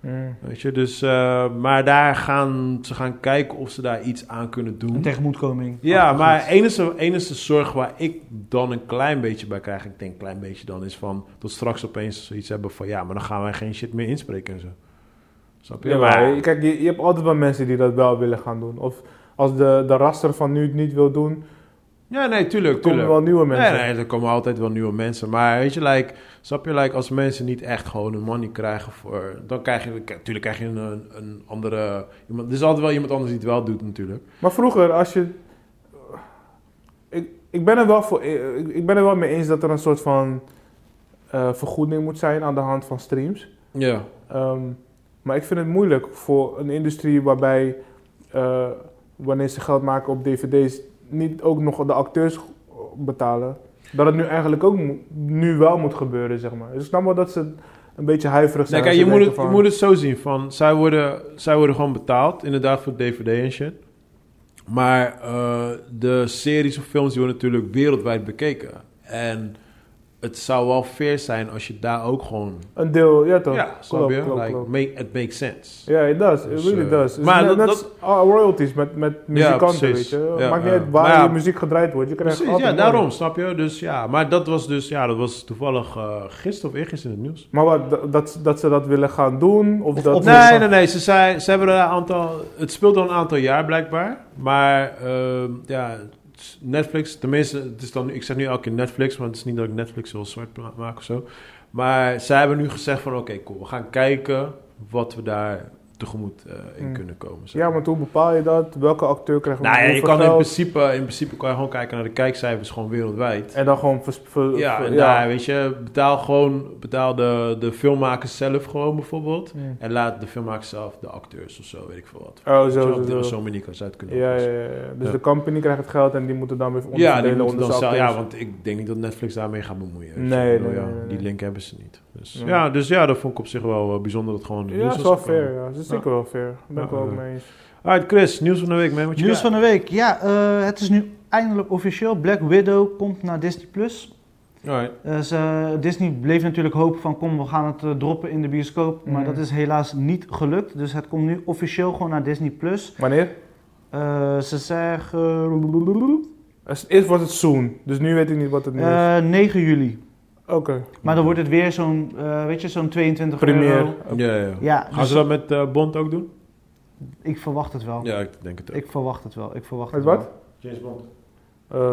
Speaker 3: Mm.
Speaker 1: Weet je, dus, eh, maar daar gaan ze gaan kijken of ze daar iets aan kunnen doen.
Speaker 2: Een tegemoetkoming. Oh,
Speaker 1: Ja,
Speaker 3: Oh,
Speaker 2: Goed.
Speaker 1: maar enige, enige zorg waar ik dan een klein beetje bij krijg, ik denk een klein beetje dan, is van dat straks opeens zoiets hebben van ja, maar dan gaan wij geen shit meer inspreken en zo. Snap je?
Speaker 3: Ja, maar kijk, je, je hebt altijd wel mensen die dat wel willen gaan doen. Of als de, de raster van nu het niet wil doen,
Speaker 1: ja, nee, tuurlijk.
Speaker 3: komen
Speaker 1: tuurlijk.
Speaker 3: er wel nieuwe mensen.
Speaker 1: Nee, nee, er komen altijd wel nieuwe mensen. Maar weet je, like, snap je, like, als mensen niet echt gewoon hun money krijgen voor... Dan krijg je, natuurlijk krijg je een, een- een andere... Iemand, er is altijd wel iemand anders die het wel doet natuurlijk.
Speaker 3: Maar vroeger, als je. Ik, ik, ben er wel voor, ik, ik ben er wel mee eens dat er een soort van eh, vergoeding moet zijn aan de hand van streams.
Speaker 1: Ja.
Speaker 3: Ehm, maar ik vind het moeilijk voor een industrie waarbij eh, wanneer ze geld maken op dvd's, niet ook nog de acteurs betalen. Dat het nu eigenlijk ook mo- nu wel moet gebeuren, zeg maar. Dus ik snap wel dat ze een beetje huiverig
Speaker 1: Nee,
Speaker 3: zijn.
Speaker 1: kijk,
Speaker 3: als
Speaker 1: je
Speaker 3: ze
Speaker 1: moet, het,
Speaker 3: denken
Speaker 1: je
Speaker 3: van-
Speaker 1: moet het zo zien. Van, zij, worden, zij worden gewoon betaald, inderdaad, voor DVD en shit. Maar eh, de series of films die worden natuurlijk wereldwijd bekeken. En het zou wel fair zijn als je daar ook gewoon...
Speaker 3: Een deel, ja toch?
Speaker 1: ja, snap
Speaker 3: Klopt,
Speaker 1: je?
Speaker 3: klopt,
Speaker 1: Like,
Speaker 3: klopt.
Speaker 1: make- it makes sense.
Speaker 3: Ja, it does.
Speaker 1: Dus,
Speaker 3: it really
Speaker 1: eh,
Speaker 3: does. Dus
Speaker 1: maar
Speaker 3: net-
Speaker 1: dat-
Speaker 3: net
Speaker 1: dat-
Speaker 3: als al royalties met, met muzikanten,
Speaker 1: precies.
Speaker 3: weet je.
Speaker 1: Ja,
Speaker 3: Maakt niet
Speaker 1: ja.
Speaker 3: uit waar
Speaker 1: Maar ja.
Speaker 3: je muziek gedraaid wordt. Je krijgt
Speaker 1: Precies,
Speaker 3: altijd
Speaker 1: ja,
Speaker 3: money.
Speaker 1: daarom, snap je? Dus ja, maar dat was dus... Ja, dat was toevallig eh gisteren of eergisteren in het nieuws.
Speaker 3: Maar wat, dat- dat, dat ze dat willen gaan doen? Of,
Speaker 2: Of
Speaker 3: dat...
Speaker 2: op-
Speaker 1: Nee, nee, nee. Ze, zei, ze hebben er een aantal. Het speelt al een aantal jaar blijkbaar. Maar ehm, ja, Netflix, tenminste, het is dan, ik zeg nu elke keer Netflix, want het is niet dat ik Netflix wil zwart pla- maken of zo. Maar zij hebben nu gezegd van oké, cool, we gaan kijken wat we daar tegemoet eh, in
Speaker 3: Hmm.
Speaker 1: kunnen komen. zeg
Speaker 3: Ja, maar hoe bepaal je dat? Welke acteur krijgt
Speaker 1: Nou ja, je
Speaker 3: hoeveel
Speaker 1: kan in
Speaker 3: geld?
Speaker 1: principe, in principe kan je gewoon kijken naar de kijkcijfers gewoon wereldwijd.
Speaker 3: En dan gewoon... vers- ver-
Speaker 1: Ja,
Speaker 3: ver-
Speaker 1: en
Speaker 3: ja.
Speaker 1: daar, weet je, betaal gewoon, betaal de, de filmmakers zelf gewoon bijvoorbeeld.
Speaker 3: Hmm.
Speaker 1: En laat de filmmakers zelf, de acteurs of zo, weet ik veel wat.
Speaker 3: Oh, zo,
Speaker 1: Zo,
Speaker 3: zo,
Speaker 1: op die-
Speaker 3: zo.
Speaker 1: op zo'n manier kan ze uit kunnen
Speaker 3: Ja, ja,
Speaker 1: oplossen.
Speaker 3: ja, ja. Dus
Speaker 1: Ja.
Speaker 3: de company krijgt het geld en die moeten dan weer
Speaker 1: Ja, die
Speaker 3: onderdelen
Speaker 1: moeten
Speaker 3: onder
Speaker 1: dan
Speaker 3: de
Speaker 1: zelf, ja,
Speaker 3: acteurs.
Speaker 1: want ik denk niet dat Netflix daarmee gaat bemoeien. weet je.
Speaker 3: Nee,
Speaker 1: Ik bedoel,
Speaker 3: nee,
Speaker 1: ja,
Speaker 3: nee, nee,
Speaker 1: Die
Speaker 3: nee.
Speaker 1: link hebben ze niet. Dus,
Speaker 3: Ja.
Speaker 1: ja. dus ja, dat vond ik op zich wel eh, bijzonder dat het gewoon in het
Speaker 3: Ja,
Speaker 1: nieuws
Speaker 3: dat is
Speaker 1: was
Speaker 3: wel
Speaker 1: gekomen.
Speaker 3: fair. Ja. Dat is zeker wel fair. Daar ben ik
Speaker 1: Ja,
Speaker 3: wel ook
Speaker 1: ja.
Speaker 3: mee eens.
Speaker 1: Alright, Chris, nieuws van de week, man. Wat je
Speaker 2: Nieuws
Speaker 1: got?
Speaker 2: van de week. Ja, eh, het is nu eindelijk officieel. Black Widow komt naar Disney+. Plus. Eh,
Speaker 1: Alright.
Speaker 2: Disney bleef natuurlijk hopen van kom, we gaan het eh, droppen in de bioscoop. Maar
Speaker 3: Mhm.
Speaker 2: dat is helaas niet gelukt. Dus het komt nu officieel gewoon naar Disney+. Plus. Eh,
Speaker 3: Wanneer?
Speaker 2: ze zeggen
Speaker 3: Als- Eerst was het soon, dus nu weet ik niet wat het nu is.
Speaker 2: eh, 9 juli.
Speaker 3: Oké,
Speaker 2: Maar dan wordt het weer zo'n, eh, weet je, zo'n 22 euro.
Speaker 3: premier.
Speaker 1: Oh. Ja, ja. ja.
Speaker 2: Ja,
Speaker 1: Gaan
Speaker 2: dus
Speaker 1: ze dat met eh, Bond ook doen?
Speaker 2: ik verwacht het wel.
Speaker 1: Ja, ik denk het ook.
Speaker 2: Oh. Ik verwacht het wel. Ik verwacht
Speaker 3: Met
Speaker 2: het
Speaker 3: wat?
Speaker 2: wel.
Speaker 1: James Bond.
Speaker 3: Eh,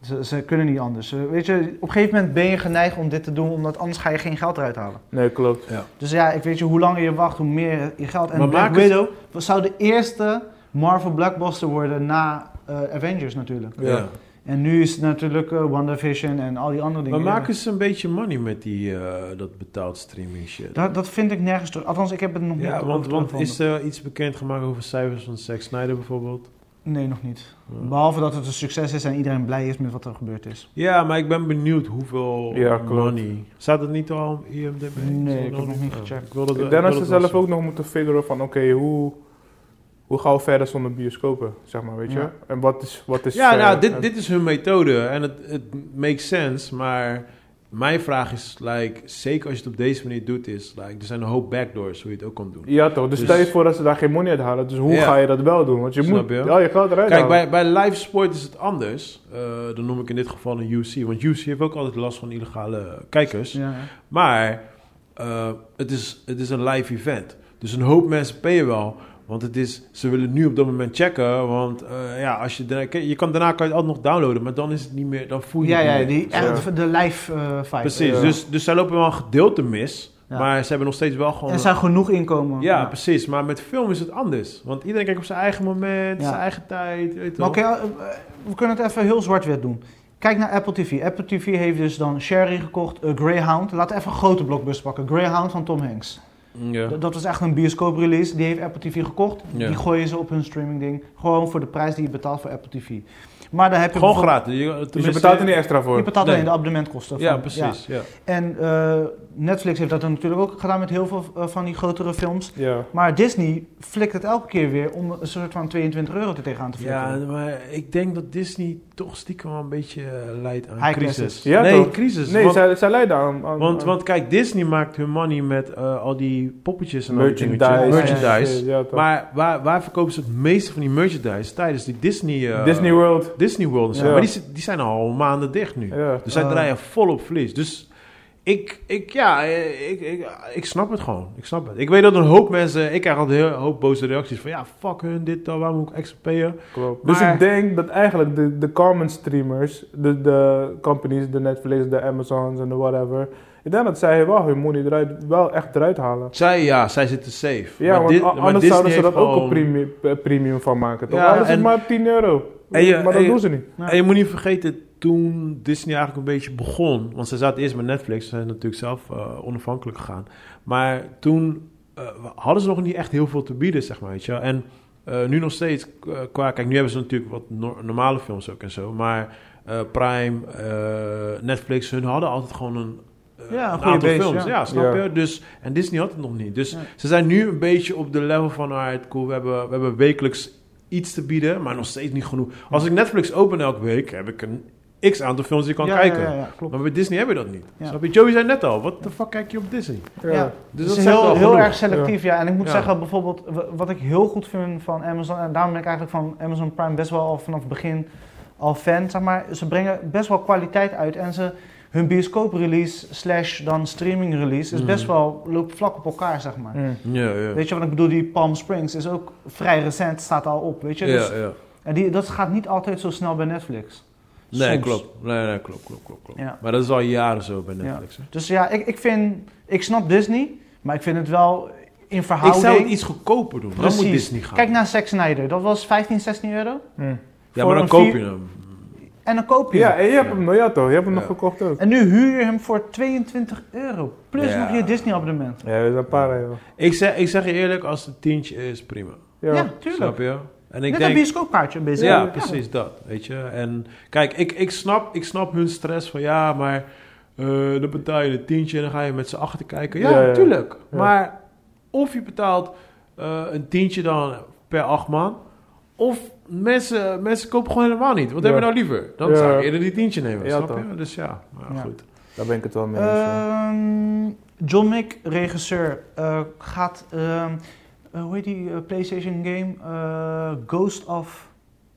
Speaker 2: Ze, ze kunnen niet anders. Eh, Weet je, op een gegeven moment ben je geneigd om dit te doen, omdat anders ga je geen geld eruit halen.
Speaker 3: nee, klopt.
Speaker 2: Dus ja, ik weet je, hoe langer je wacht, hoe meer je geld. En
Speaker 1: Maar
Speaker 2: Black
Speaker 1: maken ze-
Speaker 2: Widow zou de eerste Marvel blockbuster worden na eh, Avengers natuurlijk.
Speaker 1: Ja.
Speaker 3: Ja.
Speaker 2: En nu is het natuurlijk eh, WandaVision en al die andere
Speaker 1: Maar
Speaker 2: dingen.
Speaker 1: maken ze een beetje money met die, eh, dat betaald streaming shit?
Speaker 2: dat, dat vind ik nergens terug. Althans, ik heb het nog niet
Speaker 1: ja, want,
Speaker 2: over
Speaker 1: want
Speaker 2: teruggevonden.
Speaker 1: is er iets bekend gemaakt over cijfers van Zack Snyder bijvoorbeeld?
Speaker 2: Nee, nog niet.
Speaker 1: Ja.
Speaker 2: Behalve dat het een succes is en iedereen blij is met wat er gebeurd is.
Speaker 1: Ja, maar ik ben benieuwd hoeveel
Speaker 3: Ja, klopt.
Speaker 1: money. Staat het niet al op IMDb?
Speaker 2: Nee,
Speaker 1: Zo
Speaker 2: ik heb nog niet
Speaker 1: Oh,
Speaker 2: gecheckt.
Speaker 1: Ik wil dat,
Speaker 3: Ik
Speaker 1: ik
Speaker 3: denk
Speaker 1: wil
Speaker 3: dat ze
Speaker 1: dat wel
Speaker 3: zelf
Speaker 1: zien.
Speaker 3: ook nog moeten figuren van, oké, hoe, hoe gaan we verder zonder bioscopen, zeg maar, weet je?
Speaker 2: Ja.
Speaker 3: En wat is, wat is eh,
Speaker 1: Ja,
Speaker 3: fair?
Speaker 1: nou,
Speaker 3: En-
Speaker 1: dit, dit is hun methode en het, het makes sense, maar mijn vraag is, like, zeker als je het op deze manier doet, is, like, er zijn een hoop backdoors hoe je het ook kan doen.
Speaker 3: Ja toch, dus,
Speaker 1: Dus-
Speaker 3: stel je voor dat ze daar geen money uit halen, dus hoe
Speaker 1: Ja.
Speaker 3: ga je dat wel doen? Want je
Speaker 1: Snap
Speaker 3: moet
Speaker 1: je?
Speaker 3: al je geld eruit
Speaker 1: Kijk,
Speaker 3: halen.
Speaker 1: bij, bij live sport is het anders. Eh, dan noem ik in dit geval een UC, want UC heeft ook altijd last van illegale kijkers.
Speaker 2: Ja.
Speaker 1: Maar eh, het, is, het is een live event. Dus een hoop mensen payen wel. Want het is, ze willen nu op dat moment checken. Want eh, ja, als je, daarna- je kan, daarna kan je het altijd nog downloaden. Maar dan is het niet meer, dan voel je
Speaker 2: Ja,
Speaker 1: het niet
Speaker 2: ja,
Speaker 1: meer.
Speaker 2: die,
Speaker 3: Ja.
Speaker 2: echt de live eh fight.
Speaker 1: Precies,
Speaker 3: Ja.
Speaker 1: dus, dus zij lopen wel een gedeelte mis.
Speaker 2: Ja.
Speaker 1: Maar ze hebben nog steeds wel gewoon...
Speaker 2: Er zijn genoeg inkomen.
Speaker 1: Ja, precies. Maar met film is het anders. Want iedereen kijkt op zijn eigen moment,
Speaker 2: Ja.
Speaker 1: zijn eigen tijd. Weet je
Speaker 2: Maar
Speaker 1: wel.
Speaker 2: oké, eh, eh, we kunnen het even heel zwart-wit doen. Kijk naar Apple TV. Apple TV heeft dus dan Sherry gekocht, eh, Greyhound. Laten we even een grote blockbuster pakken. Greyhound van Tom Hanks.
Speaker 1: Ja.
Speaker 2: D- Dat was echt een bioscoop-release. Die heeft Apple TV gekocht.
Speaker 1: Ja.
Speaker 2: Die gooien ze op hun streaming-ding. Gewoon voor de prijs die je betaalt voor Apple TV. Maar daar heb je...
Speaker 1: Gewoon
Speaker 2: bijvoorbeeld-
Speaker 1: gratis. Je,
Speaker 3: dus je
Speaker 1: tenminste-
Speaker 3: betaalt er niet extra voor.
Speaker 2: Je betaalt
Speaker 1: Nee.
Speaker 2: alleen de abonnementkosten.
Speaker 1: Ja,
Speaker 2: van-
Speaker 1: precies. Ja.
Speaker 2: ja. En eh, Netflix heeft dat dan natuurlijk ook gedaan met heel veel eh, van die grotere films.
Speaker 3: Ja.
Speaker 2: Maar Disney flikt het elke keer weer om een soort van 22 euro er tegenaan te flikken.
Speaker 1: Ja, maar ik denk dat Disney toch stiekem wel een beetje eh, leidt aan
Speaker 2: High
Speaker 1: crisis.
Speaker 2: crisis.
Speaker 3: Ja,
Speaker 1: nee,
Speaker 3: toch?
Speaker 1: crisis.
Speaker 3: Nee,
Speaker 1: want,
Speaker 3: zij, zij leiden aan... aan-
Speaker 1: Dus want,
Speaker 3: aan
Speaker 1: want kijk, Disney maakt hun money met eh, al die poppetjes en al die
Speaker 3: merchandise.
Speaker 1: dingetjes.
Speaker 3: Ja,
Speaker 1: merchandise.
Speaker 3: ja, toch.
Speaker 1: Maar waar, waar verkopen ze het meeste van die merchandise? Tijdens die Disney, eh,
Speaker 3: Disney World.
Speaker 1: Disney World. en zo.
Speaker 3: Ja.
Speaker 1: Maar die, zi- die zijn al maanden dicht nu.
Speaker 3: Ja.
Speaker 1: Dus zij
Speaker 2: Ah.
Speaker 1: draaien volop vlees. Dus ik, ik, ja, eh, ik, ik, ik snap het gewoon. Ik snap het. Ik weet dat een hoop mensen... Ik krijg altijd een heel- hoop boze reacties van... Ja, fuck hun, dit, dan, waar moet ik extra payen?
Speaker 3: Klopt. dus
Speaker 1: Maar-
Speaker 3: ik denk dat eigenlijk de, de common streamers, de, de companies, de Netflix, de Amazons en de whatever, ik denk dat zij wel hun money eruit, wel echt eruit halen.
Speaker 1: Zij, ja, zij zitten safe.
Speaker 3: Ja,
Speaker 1: Maar
Speaker 3: want
Speaker 1: dit-
Speaker 3: a-
Speaker 1: maar
Speaker 3: anders
Speaker 1: Disney
Speaker 3: zouden ze
Speaker 1: heeft
Speaker 3: dat ook een
Speaker 1: gewoon-
Speaker 3: premium, eh, premium van maken. Toch?
Speaker 1: Ja,
Speaker 3: Anders is
Speaker 1: en-
Speaker 3: het maar 10 euro.
Speaker 1: En je-
Speaker 3: maar dat
Speaker 1: en je-
Speaker 3: doen ze niet.
Speaker 2: Nou.
Speaker 1: En je moet niet vergeten, toen Disney eigenlijk een beetje begon... Want ze zaten eerst met Netflix. Ze zijn natuurlijk zelf eh, onafhankelijk gegaan. Maar toen eh, hadden ze nog niet echt heel veel te bieden, zeg maar. Weet je? wel. En eh, nu nog steeds eh, qua... Kijk, nu hebben ze natuurlijk wat no- normale films ook en zo. Maar eh, Prime, eh, Netflix, hun hadden altijd gewoon een... eh,
Speaker 2: Ja, een goede
Speaker 1: aantal
Speaker 2: base,
Speaker 1: films.
Speaker 2: ja.
Speaker 1: Ja, snap
Speaker 3: Ja.
Speaker 1: je? Dus, en Disney had het nog niet. Dus
Speaker 2: Ja.
Speaker 1: ze zijn nu een beetje op de level van... Alright, cool, we hebben, we hebben wekelijks iets te bieden, maar nog steeds niet genoeg. Als ik Netflix open elke week, heb ik een x aantal films die ik kan
Speaker 2: Ja,
Speaker 1: kijken.
Speaker 2: Ja, ja, ja, klopt.
Speaker 1: Maar bij Disney hebben we dat niet.
Speaker 2: Ja.
Speaker 1: Snap je? Joey zei net al, wat de fuck kijk je op Disney?
Speaker 3: Ja.
Speaker 2: Ja.
Speaker 1: Dus dat is
Speaker 2: Dus heel, heel erg selectief, ja. En ik moet
Speaker 1: Ja.
Speaker 2: zeggen, bijvoorbeeld, w- wat ik heel goed vind van Amazon, en daarom ben ik eigenlijk van Amazon Prime best wel al vanaf het begin al fan, zeg maar. Ze brengen best wel kwaliteit uit en ze, hun bioscoop-release slash dan streaming-release is best
Speaker 1: Mhm.
Speaker 2: wel, loopt vlak op elkaar, zeg maar.
Speaker 3: Mm.
Speaker 1: Ja, ja.
Speaker 2: Weet je wat ik bedoel? Die Palm Springs is ook vrij recent, staat al op, weet je. Dus,
Speaker 1: Ja, ja.
Speaker 2: en die, dat gaat niet altijd zo snel bij Netflix.
Speaker 1: Nee,
Speaker 2: Soms.
Speaker 1: klopt. Nee, nee, klopt, klopt, klopt. klopt.
Speaker 2: Ja.
Speaker 1: Maar dat is al jaren zo bij Netflix. hè.
Speaker 2: Dus ja, ik, ik vind, ik snap Disney, maar ik vind het wel, in
Speaker 1: Ik
Speaker 2: verhouding.
Speaker 1: zou het iets goedkoper doen. Dan moet
Speaker 2: Precies.
Speaker 1: Disney gaan.
Speaker 2: Kijk naar Zack Snyder, dat was 15, 16 euro.
Speaker 3: Hm.
Speaker 1: ja, maar dan
Speaker 2: voor een
Speaker 1: koop je
Speaker 2: vier-
Speaker 1: hem.
Speaker 2: En dan koop je
Speaker 3: Ja,
Speaker 2: hem.
Speaker 3: en je hebt hem, ja toch, je hebt hem
Speaker 1: Ja.
Speaker 3: nog gekocht ook.
Speaker 2: En nu huur je hem voor 22 euro. Plus
Speaker 1: Ja.
Speaker 2: nog je Disney abonnement.
Speaker 3: Ja, dat is een paar euro.
Speaker 1: Ik zeg, ik zeg je eerlijk, als het tientje is, prima.
Speaker 3: Ja.
Speaker 2: Ja, tuurlijk.
Speaker 1: Snap je? En ik
Speaker 2: Net een
Speaker 1: denk,
Speaker 2: bioscoopkaartje. Een beetje.
Speaker 1: ja, precies dat, weet je. En kijk, ik, ik, snap, ik snap hun stress van ja, maar eh, dan betaal je een tientje en dan ga je met z'n achter kijken. Ja,
Speaker 3: Ja, ja.
Speaker 1: tuurlijk.
Speaker 3: Ja.
Speaker 1: Maar of je betaalt eh, een tientje dan per acht man, of mensen, mensen kopen gewoon helemaal niet. Wat
Speaker 3: Ja.
Speaker 1: hebben we nou liever? Dan
Speaker 3: Ja.
Speaker 1: zou ik eerder die tientje nemen,
Speaker 3: Ja,
Speaker 1: snap
Speaker 3: toch.
Speaker 1: je? Dus ja, maar
Speaker 2: Ja.
Speaker 1: goed.
Speaker 3: Daar ben ik het wel mee eens. ja.
Speaker 2: Ehm, John Wick, regisseur, eh, gaat. ehm, eh, hoe heet die eh, PlayStation game? Eh, Ghost of.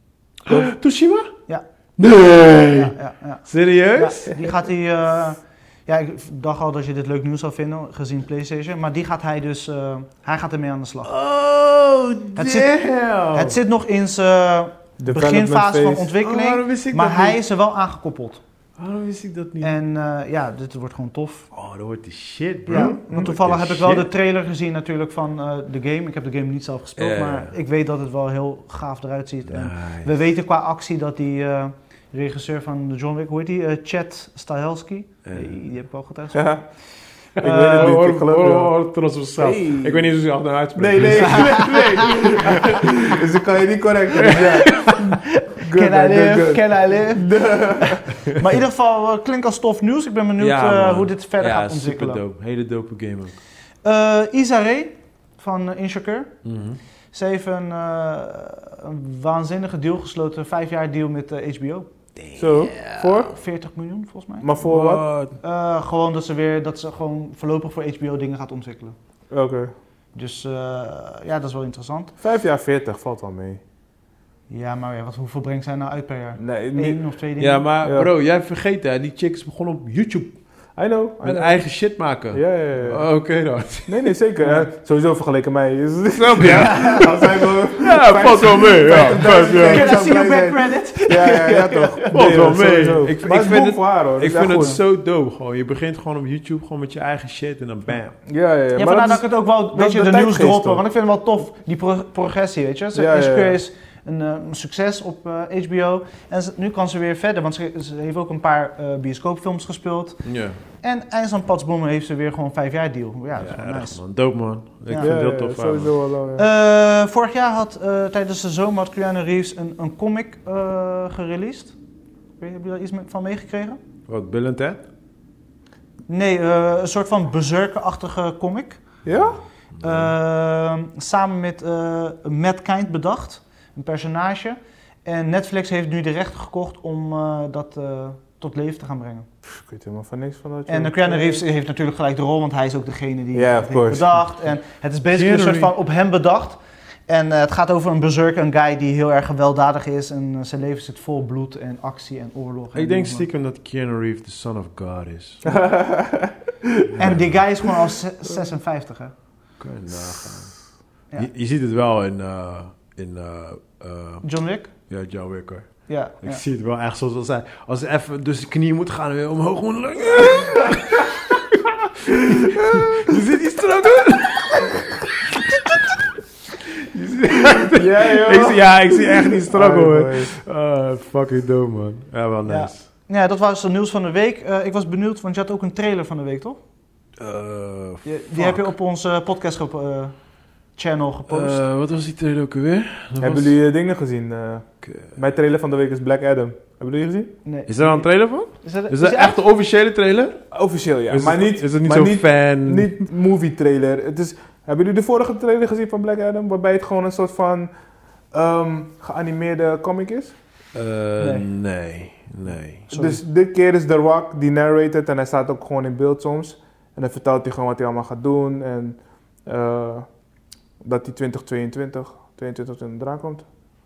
Speaker 1: [gasps] Toshima?
Speaker 2: Ja.
Speaker 1: Nee!
Speaker 2: Ja, ja, ja.
Speaker 1: Serieus?
Speaker 2: Ja, die gaat hij. eh, ja, ik dacht al dat je dit leuk nieuws zou vinden, gezien PlayStation. Maar die gaat hij dus. eh, hij gaat ermee aan de slag.
Speaker 1: Oh,
Speaker 2: Het zit-
Speaker 3: Oh.
Speaker 1: damn!
Speaker 2: Het zit nog in zijn
Speaker 3: Development
Speaker 2: beginfase van
Speaker 3: phase.
Speaker 1: Oh,
Speaker 2: ontwikkeling.
Speaker 1: waarom wist ik
Speaker 2: maar
Speaker 1: dat
Speaker 2: hij
Speaker 1: niet?
Speaker 2: is er wel aangekoppeld.
Speaker 1: Waarom wist ik dat niet?
Speaker 2: En eh, ja, dit wordt gewoon tof.
Speaker 1: Oh, dat wordt de shit, bro.
Speaker 2: Ja, want toevallig heb ik wel de
Speaker 1: de
Speaker 2: trailer gezien natuurlijk van eh, de game. Ik heb de game niet zelf gespeeld,
Speaker 1: Ja, ja, ja.
Speaker 2: maar ik weet dat het wel heel gaaf eruit ziet. En
Speaker 1: Nice.
Speaker 2: we weten qua actie dat die eh, regisseur van de John Wick, hoe heet die? Eh, Chad Stahelski.
Speaker 1: Ja.
Speaker 2: Die, die heb ik al getest.
Speaker 3: Ja.
Speaker 2: Eh,
Speaker 3: Ik weet het niet.
Speaker 1: hoor,
Speaker 3: ik geloof
Speaker 1: hoor,
Speaker 3: het.
Speaker 1: hoor, trots op zichzelf.
Speaker 3: Hey.
Speaker 1: Ik weet niet hoe ze zich naar uitspreken.
Speaker 3: Nee, nee, nee,
Speaker 2: [laughs]
Speaker 3: nee.
Speaker 4: Dus ik kan je niet correct doen. Ja.
Speaker 2: Dus- Can I
Speaker 4: man,
Speaker 2: live?
Speaker 4: good, good.
Speaker 2: Can I live? maar in ieder geval eh, klinkt als tof nieuws. Ik ben benieuwd
Speaker 1: Ja,
Speaker 2: eh,
Speaker 1: man.
Speaker 2: hoe dit verder
Speaker 1: ja,
Speaker 2: gaat ontwikkelen.
Speaker 1: super dope. Hele dope game ook.
Speaker 2: Eh Isa Rae van uh, Insecure.
Speaker 1: Mhm.
Speaker 2: Ze heeft een, eh, een waanzinnige deal gesloten, een vijf jaar deal met eh, HBO.
Speaker 3: Zo, voor?
Speaker 2: 40 miljoen volgens mij.
Speaker 3: Maar voor wat?
Speaker 1: What?
Speaker 2: Eh, gewoon dat ze weer, dat ze gewoon voorlopig voor HBO dingen gaat ontwikkelen.
Speaker 3: Oké.
Speaker 2: Dus eh, ja, dat is wel interessant.
Speaker 3: Vijf jaar 40 valt wel mee.
Speaker 2: Ja, maar ja, wat, hoeveel brengt zij nou uit per jaar?
Speaker 3: Nee, niet.
Speaker 2: Eén of twee dingen?
Speaker 1: Ja, maar
Speaker 3: Ja.
Speaker 1: bro, jij vergeet hè. Die chicks begon op YouTube
Speaker 3: I know. I
Speaker 1: met
Speaker 3: know.
Speaker 1: eigen shit maken.
Speaker 3: Ah, Ja, ja, ja.
Speaker 1: Oh, Oké dan.
Speaker 3: Nee, nee, zeker. hè. Sowieso vergeleken
Speaker 1: [laughs]
Speaker 3: mij. is-
Speaker 1: Snap je?
Speaker 4: Als hij wil-
Speaker 1: Ja, valt wel mee. Ja, vijf jaar.
Speaker 2: Can I
Speaker 4: zou
Speaker 2: see your
Speaker 4: blij
Speaker 2: back
Speaker 4: zijn.
Speaker 2: credit?
Speaker 4: Ja, ja, ja, toch.
Speaker 1: Valt wel
Speaker 3: hoor,
Speaker 1: mee. Ik-
Speaker 3: sowieso. Maar
Speaker 1: ik
Speaker 3: het is
Speaker 1: vind
Speaker 3: goed
Speaker 1: het-
Speaker 3: voor haar, hoor.
Speaker 1: Ik
Speaker 3: Dat is
Speaker 1: vind het
Speaker 3: echt goed.
Speaker 1: zo dope gewoon. Je begint gewoon op YouTube gewoon met je eigen shit en dan bam.
Speaker 3: Ja, ja, ja.
Speaker 2: Ja,
Speaker 3: Maar
Speaker 2: vandaar
Speaker 3: dat
Speaker 2: dat
Speaker 3: is-
Speaker 2: ik het ook wel een beetje de,
Speaker 3: de
Speaker 2: nieuws
Speaker 3: tijdgeest,
Speaker 2: droppen,
Speaker 3: toch?
Speaker 2: want ik vind het wel tof, die pro- progressie, weet je. Ze,
Speaker 3: Ja, ja,
Speaker 2: Insecure
Speaker 3: ja.
Speaker 2: is een eh, succes op eh, HBO en ze- nu kan ze weer verder, want ze, ze heeft ook een paar eh, bioscoopfilms gespeeld.
Speaker 1: Ja.
Speaker 2: En eindelijk aan Patsbommen heeft ze weer gewoon vijf jaar deal. Ja, dat is wel
Speaker 1: erg,
Speaker 2: nice.
Speaker 1: man. Dope man. Ik vind
Speaker 2: Ja.
Speaker 1: het
Speaker 3: Ja,
Speaker 1: heel
Speaker 3: ja,
Speaker 1: tof. aan, man.
Speaker 3: Sowieso wel, ja.
Speaker 2: Eh, vorig jaar had eh, tijdens de zomer had Keanu Reeves een, een comic eh gereleased. Ik weet- Heb je daar iets me- van meegekregen?
Speaker 1: Wat, Bill en Ted?
Speaker 2: Nee, eh, een soort van berserkerachtige comic.
Speaker 3: Ja?
Speaker 2: Ehm, samen met eh Matt Kind bedacht, een personage. En Netflix heeft nu de rechten gekocht om eh, dat eh, tot leven te gaan brengen.
Speaker 3: Pff, Ik weet helemaal van niks van dat.
Speaker 2: En
Speaker 3: joh.
Speaker 2: uh, Keanu
Speaker 3: [laughs]
Speaker 2: Reeves heeft natuurlijk gelijk de rol, want hij is ook degene die
Speaker 3: Ja,
Speaker 2: het
Speaker 3: of
Speaker 2: heeft
Speaker 3: course.
Speaker 2: bedacht. En het is basically een
Speaker 1: Keanu
Speaker 2: soort van op hem bedacht. En eh, het gaat over een berserker, een guy die heel erg gewelddadig is. En eh, zijn leven zit vol bloed en actie en oorlog. en
Speaker 1: Ik denk
Speaker 2: noem
Speaker 1: stiekem dat Keanu Reeves de son of God is.
Speaker 2: maar. En die guy is gewoon al ze- 56, hè?
Speaker 1: Kan je nagaan.
Speaker 2: Ja.
Speaker 1: Je, je ziet het wel in, eh, in eh, eh,
Speaker 2: John Wick?
Speaker 1: ja, John Wick hoor.
Speaker 2: Ja.
Speaker 1: Ik
Speaker 2: ja.
Speaker 1: zie het wel echt zoals als hij, als hij even dus de knie moet gaan en weer omhoog moet lukken. je ziet die strakker.
Speaker 3: Ja, joh.
Speaker 1: Ik zie, ja, ik zie echt die struggle
Speaker 3: Alright,
Speaker 1: hoor.
Speaker 3: boys.
Speaker 1: Ah, fucking dope man. Ja, wel
Speaker 2: Ja.
Speaker 1: nice.
Speaker 2: Ja, dat was het nieuws van de week. Eh, ik was benieuwd, want je had ook een trailer van de week, toch?
Speaker 1: Eh,
Speaker 2: Die-
Speaker 1: fuck.
Speaker 2: die heb je op onze podcast gep- eh, channel gepost.
Speaker 1: Eh, wat was die trailer ook alweer? Dat
Speaker 3: Hebben
Speaker 1: was-
Speaker 3: jullie eh, dingen gezien? eh? mijn trailer van de week is Black Adam. Hebben jullie die gezien?
Speaker 2: nee.
Speaker 1: Is er al een trailer van?
Speaker 2: Is dat,
Speaker 1: Is dat echt de officiële trailer?
Speaker 3: Officieel ja,
Speaker 1: is
Speaker 3: maar
Speaker 1: het,
Speaker 3: niet,
Speaker 1: is het niet
Speaker 3: maar
Speaker 1: zo'n
Speaker 3: niet,
Speaker 1: fan?
Speaker 3: niet movie trailer. Het is, hebben jullie de vorige trailer gezien van Black Adam? Waarbij het gewoon een soort van ehm, geanimeerde comic is?
Speaker 1: Eh,
Speaker 2: Nee.
Speaker 1: nee. nee,
Speaker 2: Sorry.
Speaker 3: Dus dit keer is The Rock die narrated en hij staat ook gewoon in beeld soms. En dan vertelt hij gewoon wat hij allemaal gaat doen en eh, dat hij 2022, 2022 eraan komt.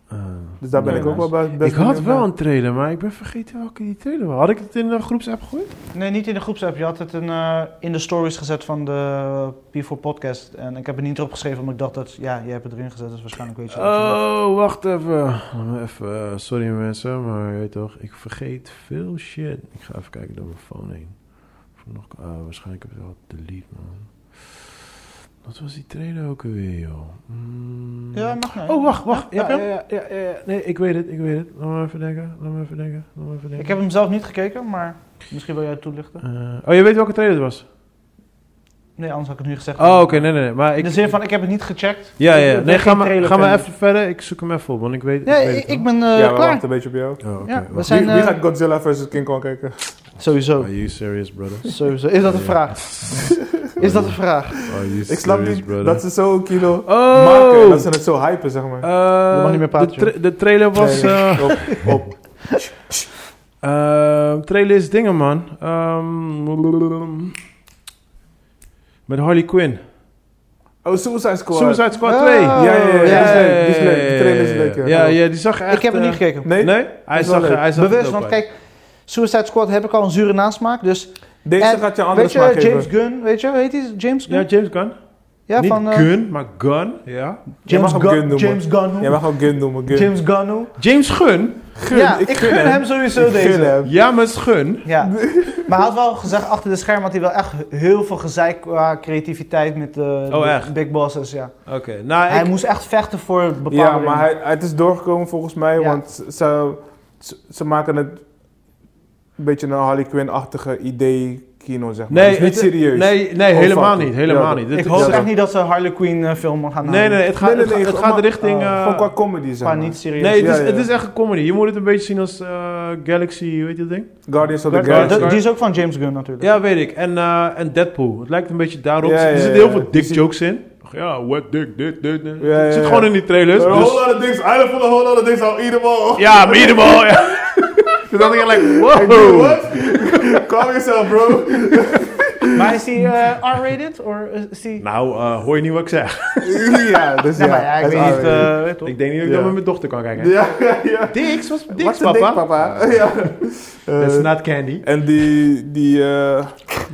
Speaker 1: Eh,
Speaker 3: Dus daar ben
Speaker 1: nee,
Speaker 3: ik ook
Speaker 1: nice.
Speaker 3: wel bij.
Speaker 1: Ik had wel een trailer, maar ik ben vergeten welke die trailer was. Had ik het in de groepsapp gegooid?
Speaker 2: Nee, niet in de groepsapp. Je had het in, eh, in de stories gezet van de P4 podcast. En ik heb het niet erop geschreven, omdat ik dacht dat... Ja, jij hebt het erin gezet, dus waarschijnlijk weet je dat.
Speaker 1: Oh, wacht even. Laat me even eh, sorry mensen, maar je weet toch, ik vergeet veel shit. Ik ga even kijken door mijn phone heen. Of er nog, ah, waarschijnlijk heb ik het al delete, man. Wat was die trailer ook alweer, joh? Mm.
Speaker 2: Ja, mag niet.
Speaker 1: Oh, wacht, wacht.
Speaker 2: Ja,
Speaker 1: Ja, ja, ja, ja, ja. Nee, ik weet het, ik weet het. Laat me even denken, laat me even denken, laat me even denken.
Speaker 2: Ik heb hem zelf niet gekeken, maar misschien wil jij het toelichten.
Speaker 1: Eh, oh, je weet welke trailer het was?
Speaker 2: Nee, anders had ik het nu gezegd.
Speaker 1: Oh, oké, nee, nee, nee. Maar
Speaker 2: In
Speaker 1: ik,
Speaker 2: de zin van, ik heb het niet gecheckt.
Speaker 1: ja,
Speaker 2: Ik
Speaker 1: ja.
Speaker 2: ben
Speaker 1: Nee,
Speaker 2: geen
Speaker 1: ga maar, ga
Speaker 2: trailerfan.
Speaker 1: maar even verder. Ik zoek hem even op, want ik weet,
Speaker 2: Ja,
Speaker 1: ik, weet
Speaker 2: ik,
Speaker 1: het wel.
Speaker 2: ik ben eh,
Speaker 3: ja, we
Speaker 2: klaar.
Speaker 3: wachten een beetje op jou.
Speaker 1: Oh, oké,
Speaker 2: ja,
Speaker 1: wacht.
Speaker 2: we zijn...
Speaker 3: wie,
Speaker 2: eh,
Speaker 3: wie gaat Godzilla vs. King Kong kijken?
Speaker 2: Sowieso.
Speaker 1: Are you serious, brother?
Speaker 2: Sowieso. Is dat een vraag? Is dat een vraag?
Speaker 1: Are Oh, you
Speaker 3: Ik snap
Speaker 1: serious,
Speaker 3: niet
Speaker 1: brother?
Speaker 3: dat ze zo'n kilo
Speaker 1: Oh!
Speaker 3: maken. Dat ze het zo hypen, zeg maar.
Speaker 1: Eh,
Speaker 2: Je mag niet meer praten,
Speaker 1: de, tra- de trailer was...
Speaker 3: Nee,
Speaker 1: eh
Speaker 3: op, op.
Speaker 1: eh, trailer is dingen, man. Ehm, met Harley Quinn.
Speaker 3: Oh, Suicide Squad.
Speaker 1: Suicide Squad
Speaker 2: Ah,
Speaker 1: 2.
Speaker 2: ja,
Speaker 3: ja, ja, ja,
Speaker 2: die is
Speaker 3: leuk, die is leuk. Die trailer is leuk, ja.
Speaker 1: Ja, ja, die zag echt...
Speaker 2: ik heb hem
Speaker 1: eh,
Speaker 2: niet gekeken.
Speaker 3: Nee?
Speaker 1: Nee? Hij
Speaker 3: is wel
Speaker 1: zag,
Speaker 3: leuk.
Speaker 1: hij zag
Speaker 2: Bewust,
Speaker 1: het ook
Speaker 2: want
Speaker 1: uit.
Speaker 2: kijk, Suicide Squad heb ik al een zure nasmaak, dus...
Speaker 3: Deze
Speaker 2: En,
Speaker 3: gaat je een andere
Speaker 2: Weet je,
Speaker 3: smaak
Speaker 2: James
Speaker 3: geven.
Speaker 2: Gunn, weet je, hoe heet hij? James Gunn?
Speaker 1: Ja, James Gunn.
Speaker 2: Ja,
Speaker 1: niet
Speaker 2: van... eh,
Speaker 1: Gun, maar Gun. Ja.
Speaker 3: Je mag
Speaker 2: James
Speaker 3: hem
Speaker 2: Gunn.
Speaker 3: Gunn noemen.
Speaker 2: James Gunn.
Speaker 3: Jij mag ook Gun noemen, Gun.
Speaker 2: James Gunn.
Speaker 1: James Gun?
Speaker 2: Ja, ik gun hem,
Speaker 3: Ik
Speaker 2: sowieso
Speaker 3: gun
Speaker 2: deze.
Speaker 3: hem.
Speaker 1: Ja, maar het is Gun.
Speaker 3: [laughs]
Speaker 2: Ja. Maar hij had wel gezegd achter de schermen had hij wel echt heel veel gezeik qua creativiteit met eh, de
Speaker 1: echt?
Speaker 2: big bosses. Ja.
Speaker 1: Oké, nou
Speaker 2: Hij
Speaker 1: ik...
Speaker 2: moest echt vechten voor bepaalde
Speaker 3: Ja, maar
Speaker 2: dingen.
Speaker 3: hij, het is doorgekomen volgens mij,
Speaker 2: Ja.
Speaker 3: want ze- ze, ze maken het een beetje een Harley Quinn-achtige idee-kino, zeg maar.
Speaker 1: Nee,
Speaker 3: het is niet
Speaker 1: het-
Speaker 3: serieus.
Speaker 1: Nee, nee
Speaker 3: Oh,
Speaker 1: helemaal
Speaker 3: fuck.
Speaker 1: niet. Helemaal
Speaker 3: Ja,
Speaker 1: niet.
Speaker 2: Ik
Speaker 1: Dit-
Speaker 2: hoop
Speaker 1: dit-
Speaker 2: echt niet dat ze Harley Quinn eh filmen gaan
Speaker 1: Nee, nee, nee, het gaat,
Speaker 3: Nee, nee,
Speaker 1: het
Speaker 3: nee,
Speaker 1: gaat- het gaat
Speaker 3: maar-
Speaker 1: richting...
Speaker 2: oh,
Speaker 1: eh,
Speaker 3: Gewoon qua comedy, zeg
Speaker 2: Qua
Speaker 3: maar.
Speaker 2: niet serieus.
Speaker 1: nee, het is,
Speaker 3: Ja, ja.
Speaker 1: het is echt een comedy. Je moet het een beetje zien als eh, Galaxy, weet je dat ding?
Speaker 3: Guardians of the
Speaker 2: Maar
Speaker 1: Guardians-
Speaker 3: Galaxy.
Speaker 2: de- die is ook van James Gunn natuurlijk.
Speaker 1: Ja, weet ik. En, eh, en Deadpool. Het lijkt een beetje daarop.
Speaker 3: Ja, ja,
Speaker 1: er zitten
Speaker 3: ja.
Speaker 1: heel veel dick jokes in. Ach Ja, what dick, dit, dit, dit.
Speaker 3: Ja,
Speaker 1: Het
Speaker 3: ja,
Speaker 1: zit
Speaker 3: ja.
Speaker 1: gewoon in die trailers.
Speaker 3: Een
Speaker 1: Dus,
Speaker 3: whole lot of things, I don't feel a whole lot of things, I'll eat them all.
Speaker 1: ja, meet them all. Ja. [laughs] Dus dan denk ik, like, wow.
Speaker 3: What? Calm yourself, bro.
Speaker 2: Maar is die eh, R-rated? Or is die...
Speaker 1: Nou, eh, hoor je niet wat ik zeg?
Speaker 3: [laughs] ja, dus ja.
Speaker 2: Ja, maar ja, ik
Speaker 3: dat is
Speaker 2: weet niet.
Speaker 3: alright.
Speaker 2: eh, weet toch?
Speaker 1: Ik denk niet dat ik
Speaker 3: Ja.
Speaker 1: dat met mijn dochter kan kijken.
Speaker 3: Ja, ja, ja.
Speaker 1: Dicks? Wat is
Speaker 3: Wat
Speaker 1: dicks,
Speaker 3: is een dik,
Speaker 1: papa?
Speaker 3: papa? ja.
Speaker 1: That's
Speaker 3: Eh,
Speaker 1: not candy.
Speaker 3: En die, die eh,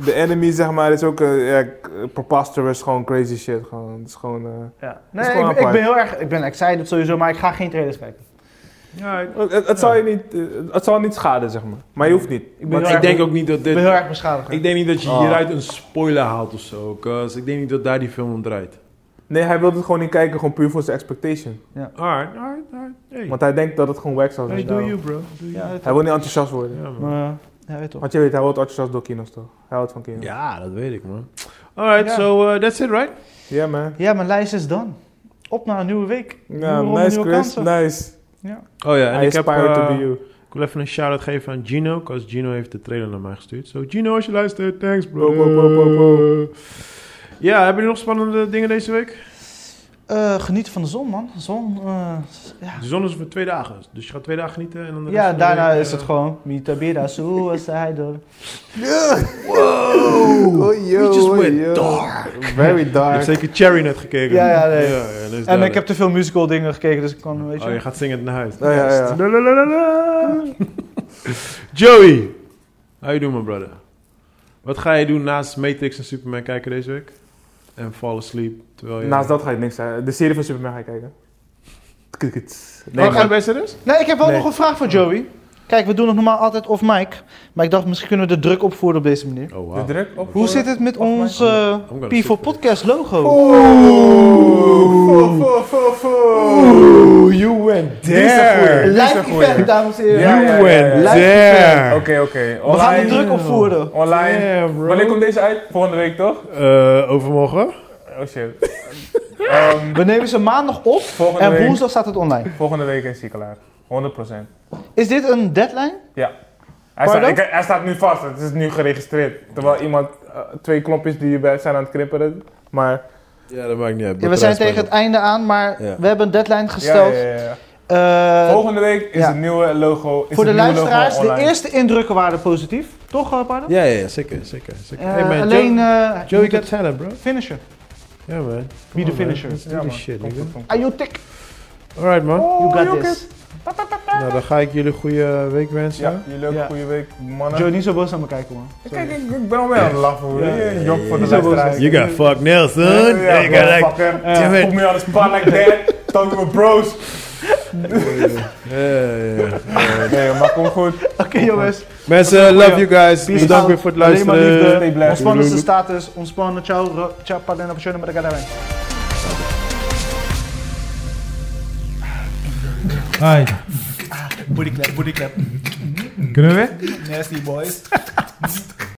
Speaker 3: de enemy zeg maar is ook eh, ja, k- preposterous, gewoon crazy shit. Gewoon, het is gewoon, eh,
Speaker 2: Ja.
Speaker 3: is
Speaker 2: Nee,
Speaker 3: gewoon
Speaker 2: ik, ik
Speaker 3: apart.
Speaker 2: ben heel erg... Ik ben excited sowieso, maar ik ga geen trailers kijken.
Speaker 1: Ja, ik
Speaker 3: het, het zal je niet, eh, het zal niet schaden zeg maar. Maar je hoeft niet.
Speaker 2: Ik ben,
Speaker 1: maar
Speaker 2: heel,
Speaker 1: ik
Speaker 2: erg,
Speaker 1: denk ook niet dat
Speaker 2: ik ben heel
Speaker 1: dit...
Speaker 2: erg beschadigd.
Speaker 1: Ik denk niet dat je
Speaker 3: Ah.
Speaker 1: hieruit een spoiler haalt of zo. 'cause ik denk niet dat daar die film om draait.
Speaker 3: Nee, hij wilde het gewoon niet kijken, gewoon puur voor zijn expectation.
Speaker 1: Alright, alright, alright. Hey,
Speaker 3: Want hij denkt dat het gewoon wax zal zijn.
Speaker 1: hey do you, bro. Do you.
Speaker 2: Ja, weet
Speaker 3: Hij
Speaker 2: toch.
Speaker 3: wil niet enthousiast worden.
Speaker 1: Ja, man.
Speaker 2: Maar, eh, ja, weet toch.
Speaker 3: Want je weet, hij wordt enthousiast door kino's toch? Hij houdt van kino's. Ja,
Speaker 1: Ja, dat weet ik, man. Alright,
Speaker 2: Ja.
Speaker 1: so eh, that's it, right?
Speaker 3: man.
Speaker 2: Ja, mijn lijst is dan. Op naar een nieuwe week.
Speaker 3: Ja,
Speaker 2: Nieuwe ronde,
Speaker 3: nice
Speaker 2: nieuwe
Speaker 3: Chris,
Speaker 2: kansen.
Speaker 3: nice.
Speaker 1: Oh ja, en
Speaker 3: I
Speaker 1: ik heb...
Speaker 3: aspire to
Speaker 1: eh,
Speaker 3: be you.
Speaker 1: Ik wil even een shout-out geven aan Gino, want Gino heeft de trailer naar mij gestuurd. Zo, Gino, als je luistert, thanks bro.
Speaker 3: Bo, bo, bo, bo, bo.
Speaker 1: Ja, hebben jullie nog spannende dingen deze week?
Speaker 2: Eh, genieten van de zon, man. Zon, eh, ja.
Speaker 1: De zon is voor twee dagen, dus je gaat twee dagen genieten en dan de rest
Speaker 2: Ja,
Speaker 1: van de
Speaker 2: daarna
Speaker 1: week, eh,
Speaker 2: is het gewoon. Mitabira
Speaker 3: [laughs]
Speaker 2: suicide.
Speaker 1: Wow,
Speaker 3: Oh, yo,
Speaker 1: we just
Speaker 3: oh,
Speaker 1: went
Speaker 3: yo.
Speaker 1: dark.
Speaker 3: Very
Speaker 1: Je
Speaker 3: dark.
Speaker 1: hebt zeker Cherry net gekeken.
Speaker 2: Ja, ja,
Speaker 1: dat
Speaker 2: nee.
Speaker 1: is
Speaker 2: En ik
Speaker 1: duidelijk.
Speaker 2: heb te veel musical dingen gekeken, dus ik kan, weet je.
Speaker 1: Oh, je gaat zingen naar huis.
Speaker 3: Oh, ja, ja.
Speaker 1: Lalalala. Joey, how you doing, my brother? Wat ga je doen naast Matrix en Superman kijken deze week? En Fall Asleep, terwijl je...
Speaker 3: Naast dat ga ik niks zeggen. De serie van Superman ga ik kijken. Kut.
Speaker 1: Nee, oh,
Speaker 3: Nee,
Speaker 1: ga je
Speaker 3: maar-
Speaker 1: bij serieus?
Speaker 2: Nee, ik heb wel
Speaker 3: Nee.
Speaker 2: nog een vraag voor Joey. Kijk, we doen het normaal altijd off mic. Maar ik dacht, misschien kunnen we de druk opvoeren op deze manier.
Speaker 1: Oh,
Speaker 3: De druk op.
Speaker 2: Hoe zit het met
Speaker 3: Off mic?
Speaker 2: ons eh,
Speaker 1: gonna
Speaker 2: P4
Speaker 1: sit
Speaker 2: Podcast logo?
Speaker 3: Oh, Oeh, fo, fo, fo.
Speaker 1: you went
Speaker 3: Die is een goeie. die is
Speaker 2: Live
Speaker 3: een goeie.
Speaker 2: event, dames en heren.
Speaker 3: Ja, ja, ja, ja.
Speaker 1: went
Speaker 2: Live
Speaker 1: there.
Speaker 3: Oké, oké.
Speaker 2: We gaan de
Speaker 3: Online.
Speaker 2: druk opvoeren.
Speaker 3: Online.
Speaker 1: Yeah, bro.
Speaker 3: Wanneer komt deze uit? Volgende week toch?
Speaker 1: Eh, overmorgen?
Speaker 3: Oh
Speaker 2: [laughs]
Speaker 3: shit. Ehm,
Speaker 2: We nemen ze maandag op
Speaker 3: volgende,
Speaker 2: en
Speaker 3: week,
Speaker 2: woensdag staat het online.
Speaker 3: volgende week in Ziekelaar. 100%.
Speaker 2: Is dit een deadline?
Speaker 3: Hij staat,
Speaker 2: Pardon?
Speaker 3: ik- hij staat nu vast, het is nu geregistreerd. Terwijl iemand, eh, twee knopjes die hierbij zijn aan het knipperen. Maar.
Speaker 1: Ja, dat maakt niet uit.
Speaker 2: Ja, we zijn tegen het einde aan, maar
Speaker 1: Ja.
Speaker 2: we hebben een deadline
Speaker 3: Ja,
Speaker 2: gesteld.
Speaker 3: ja, ja, ja.
Speaker 2: Eh,
Speaker 3: Volgende week is
Speaker 2: ja.
Speaker 3: het nieuwe logo. Is
Speaker 2: voor de
Speaker 3: het nieuwe logo
Speaker 2: luisteraars, de
Speaker 3: online.
Speaker 2: eerste indrukken waren positief. Toch, eh, pardon?
Speaker 1: Ja, ja, zeker, zeker. zeker.
Speaker 2: Eh,
Speaker 1: hey man,
Speaker 2: alleen
Speaker 1: Joey,
Speaker 2: eh,
Speaker 1: Joey
Speaker 2: moet
Speaker 1: got
Speaker 2: het
Speaker 1: talent, bro.
Speaker 2: finisher.
Speaker 1: Ja, man.
Speaker 2: Be
Speaker 3: Oh,
Speaker 2: the
Speaker 1: man.
Speaker 2: finisher.
Speaker 1: Let's do
Speaker 3: Ja,
Speaker 1: this
Speaker 3: man.
Speaker 1: shit,
Speaker 3: Komt
Speaker 1: nigga.
Speaker 3: goed, komt goed.
Speaker 2: Are you tick?
Speaker 1: Alright, man.
Speaker 2: You
Speaker 3: Oh,
Speaker 2: got
Speaker 3: joh, kut.
Speaker 2: this.
Speaker 1: Nou, dan ga ik jullie een goede week wensen.
Speaker 3: Ja, jullie ook
Speaker 2: Ja.
Speaker 3: een goede week, mannen.
Speaker 2: Joey, niet zo boos aan me kijken,
Speaker 3: [laughs]
Speaker 2: man.
Speaker 3: Ik- Kijk, ik, ik ben alweer aan het lachen hoor.
Speaker 1: Ja, ja,
Speaker 3: Je Jok voor de
Speaker 2: ja, ja.
Speaker 3: luisteraars.
Speaker 1: You got fucked Nelson.
Speaker 3: Ja,
Speaker 1: Nigga, like,
Speaker 3: motherfucker.
Speaker 1: damn it.
Speaker 3: Put me on the spot like that. Talk to my bros. Nee, maar kom goed.
Speaker 2: Oké jongens,
Speaker 1: Mensen, love you guys.
Speaker 2: Peace
Speaker 1: Bedankt
Speaker 2: out.
Speaker 1: weer voor het
Speaker 2: alleen maar
Speaker 1: luisteren.
Speaker 3: Stay
Speaker 2: liefde.
Speaker 3: blessed.
Speaker 2: Ontspannen is de
Speaker 1: Doei.
Speaker 2: status, ontspannen. Ciao, ro- ciao, pardon, op maar ik ga daarheen.
Speaker 5: Hi,
Speaker 2: Booty clap, booty clap.
Speaker 5: kunnen we weer?
Speaker 2: Nasty boys.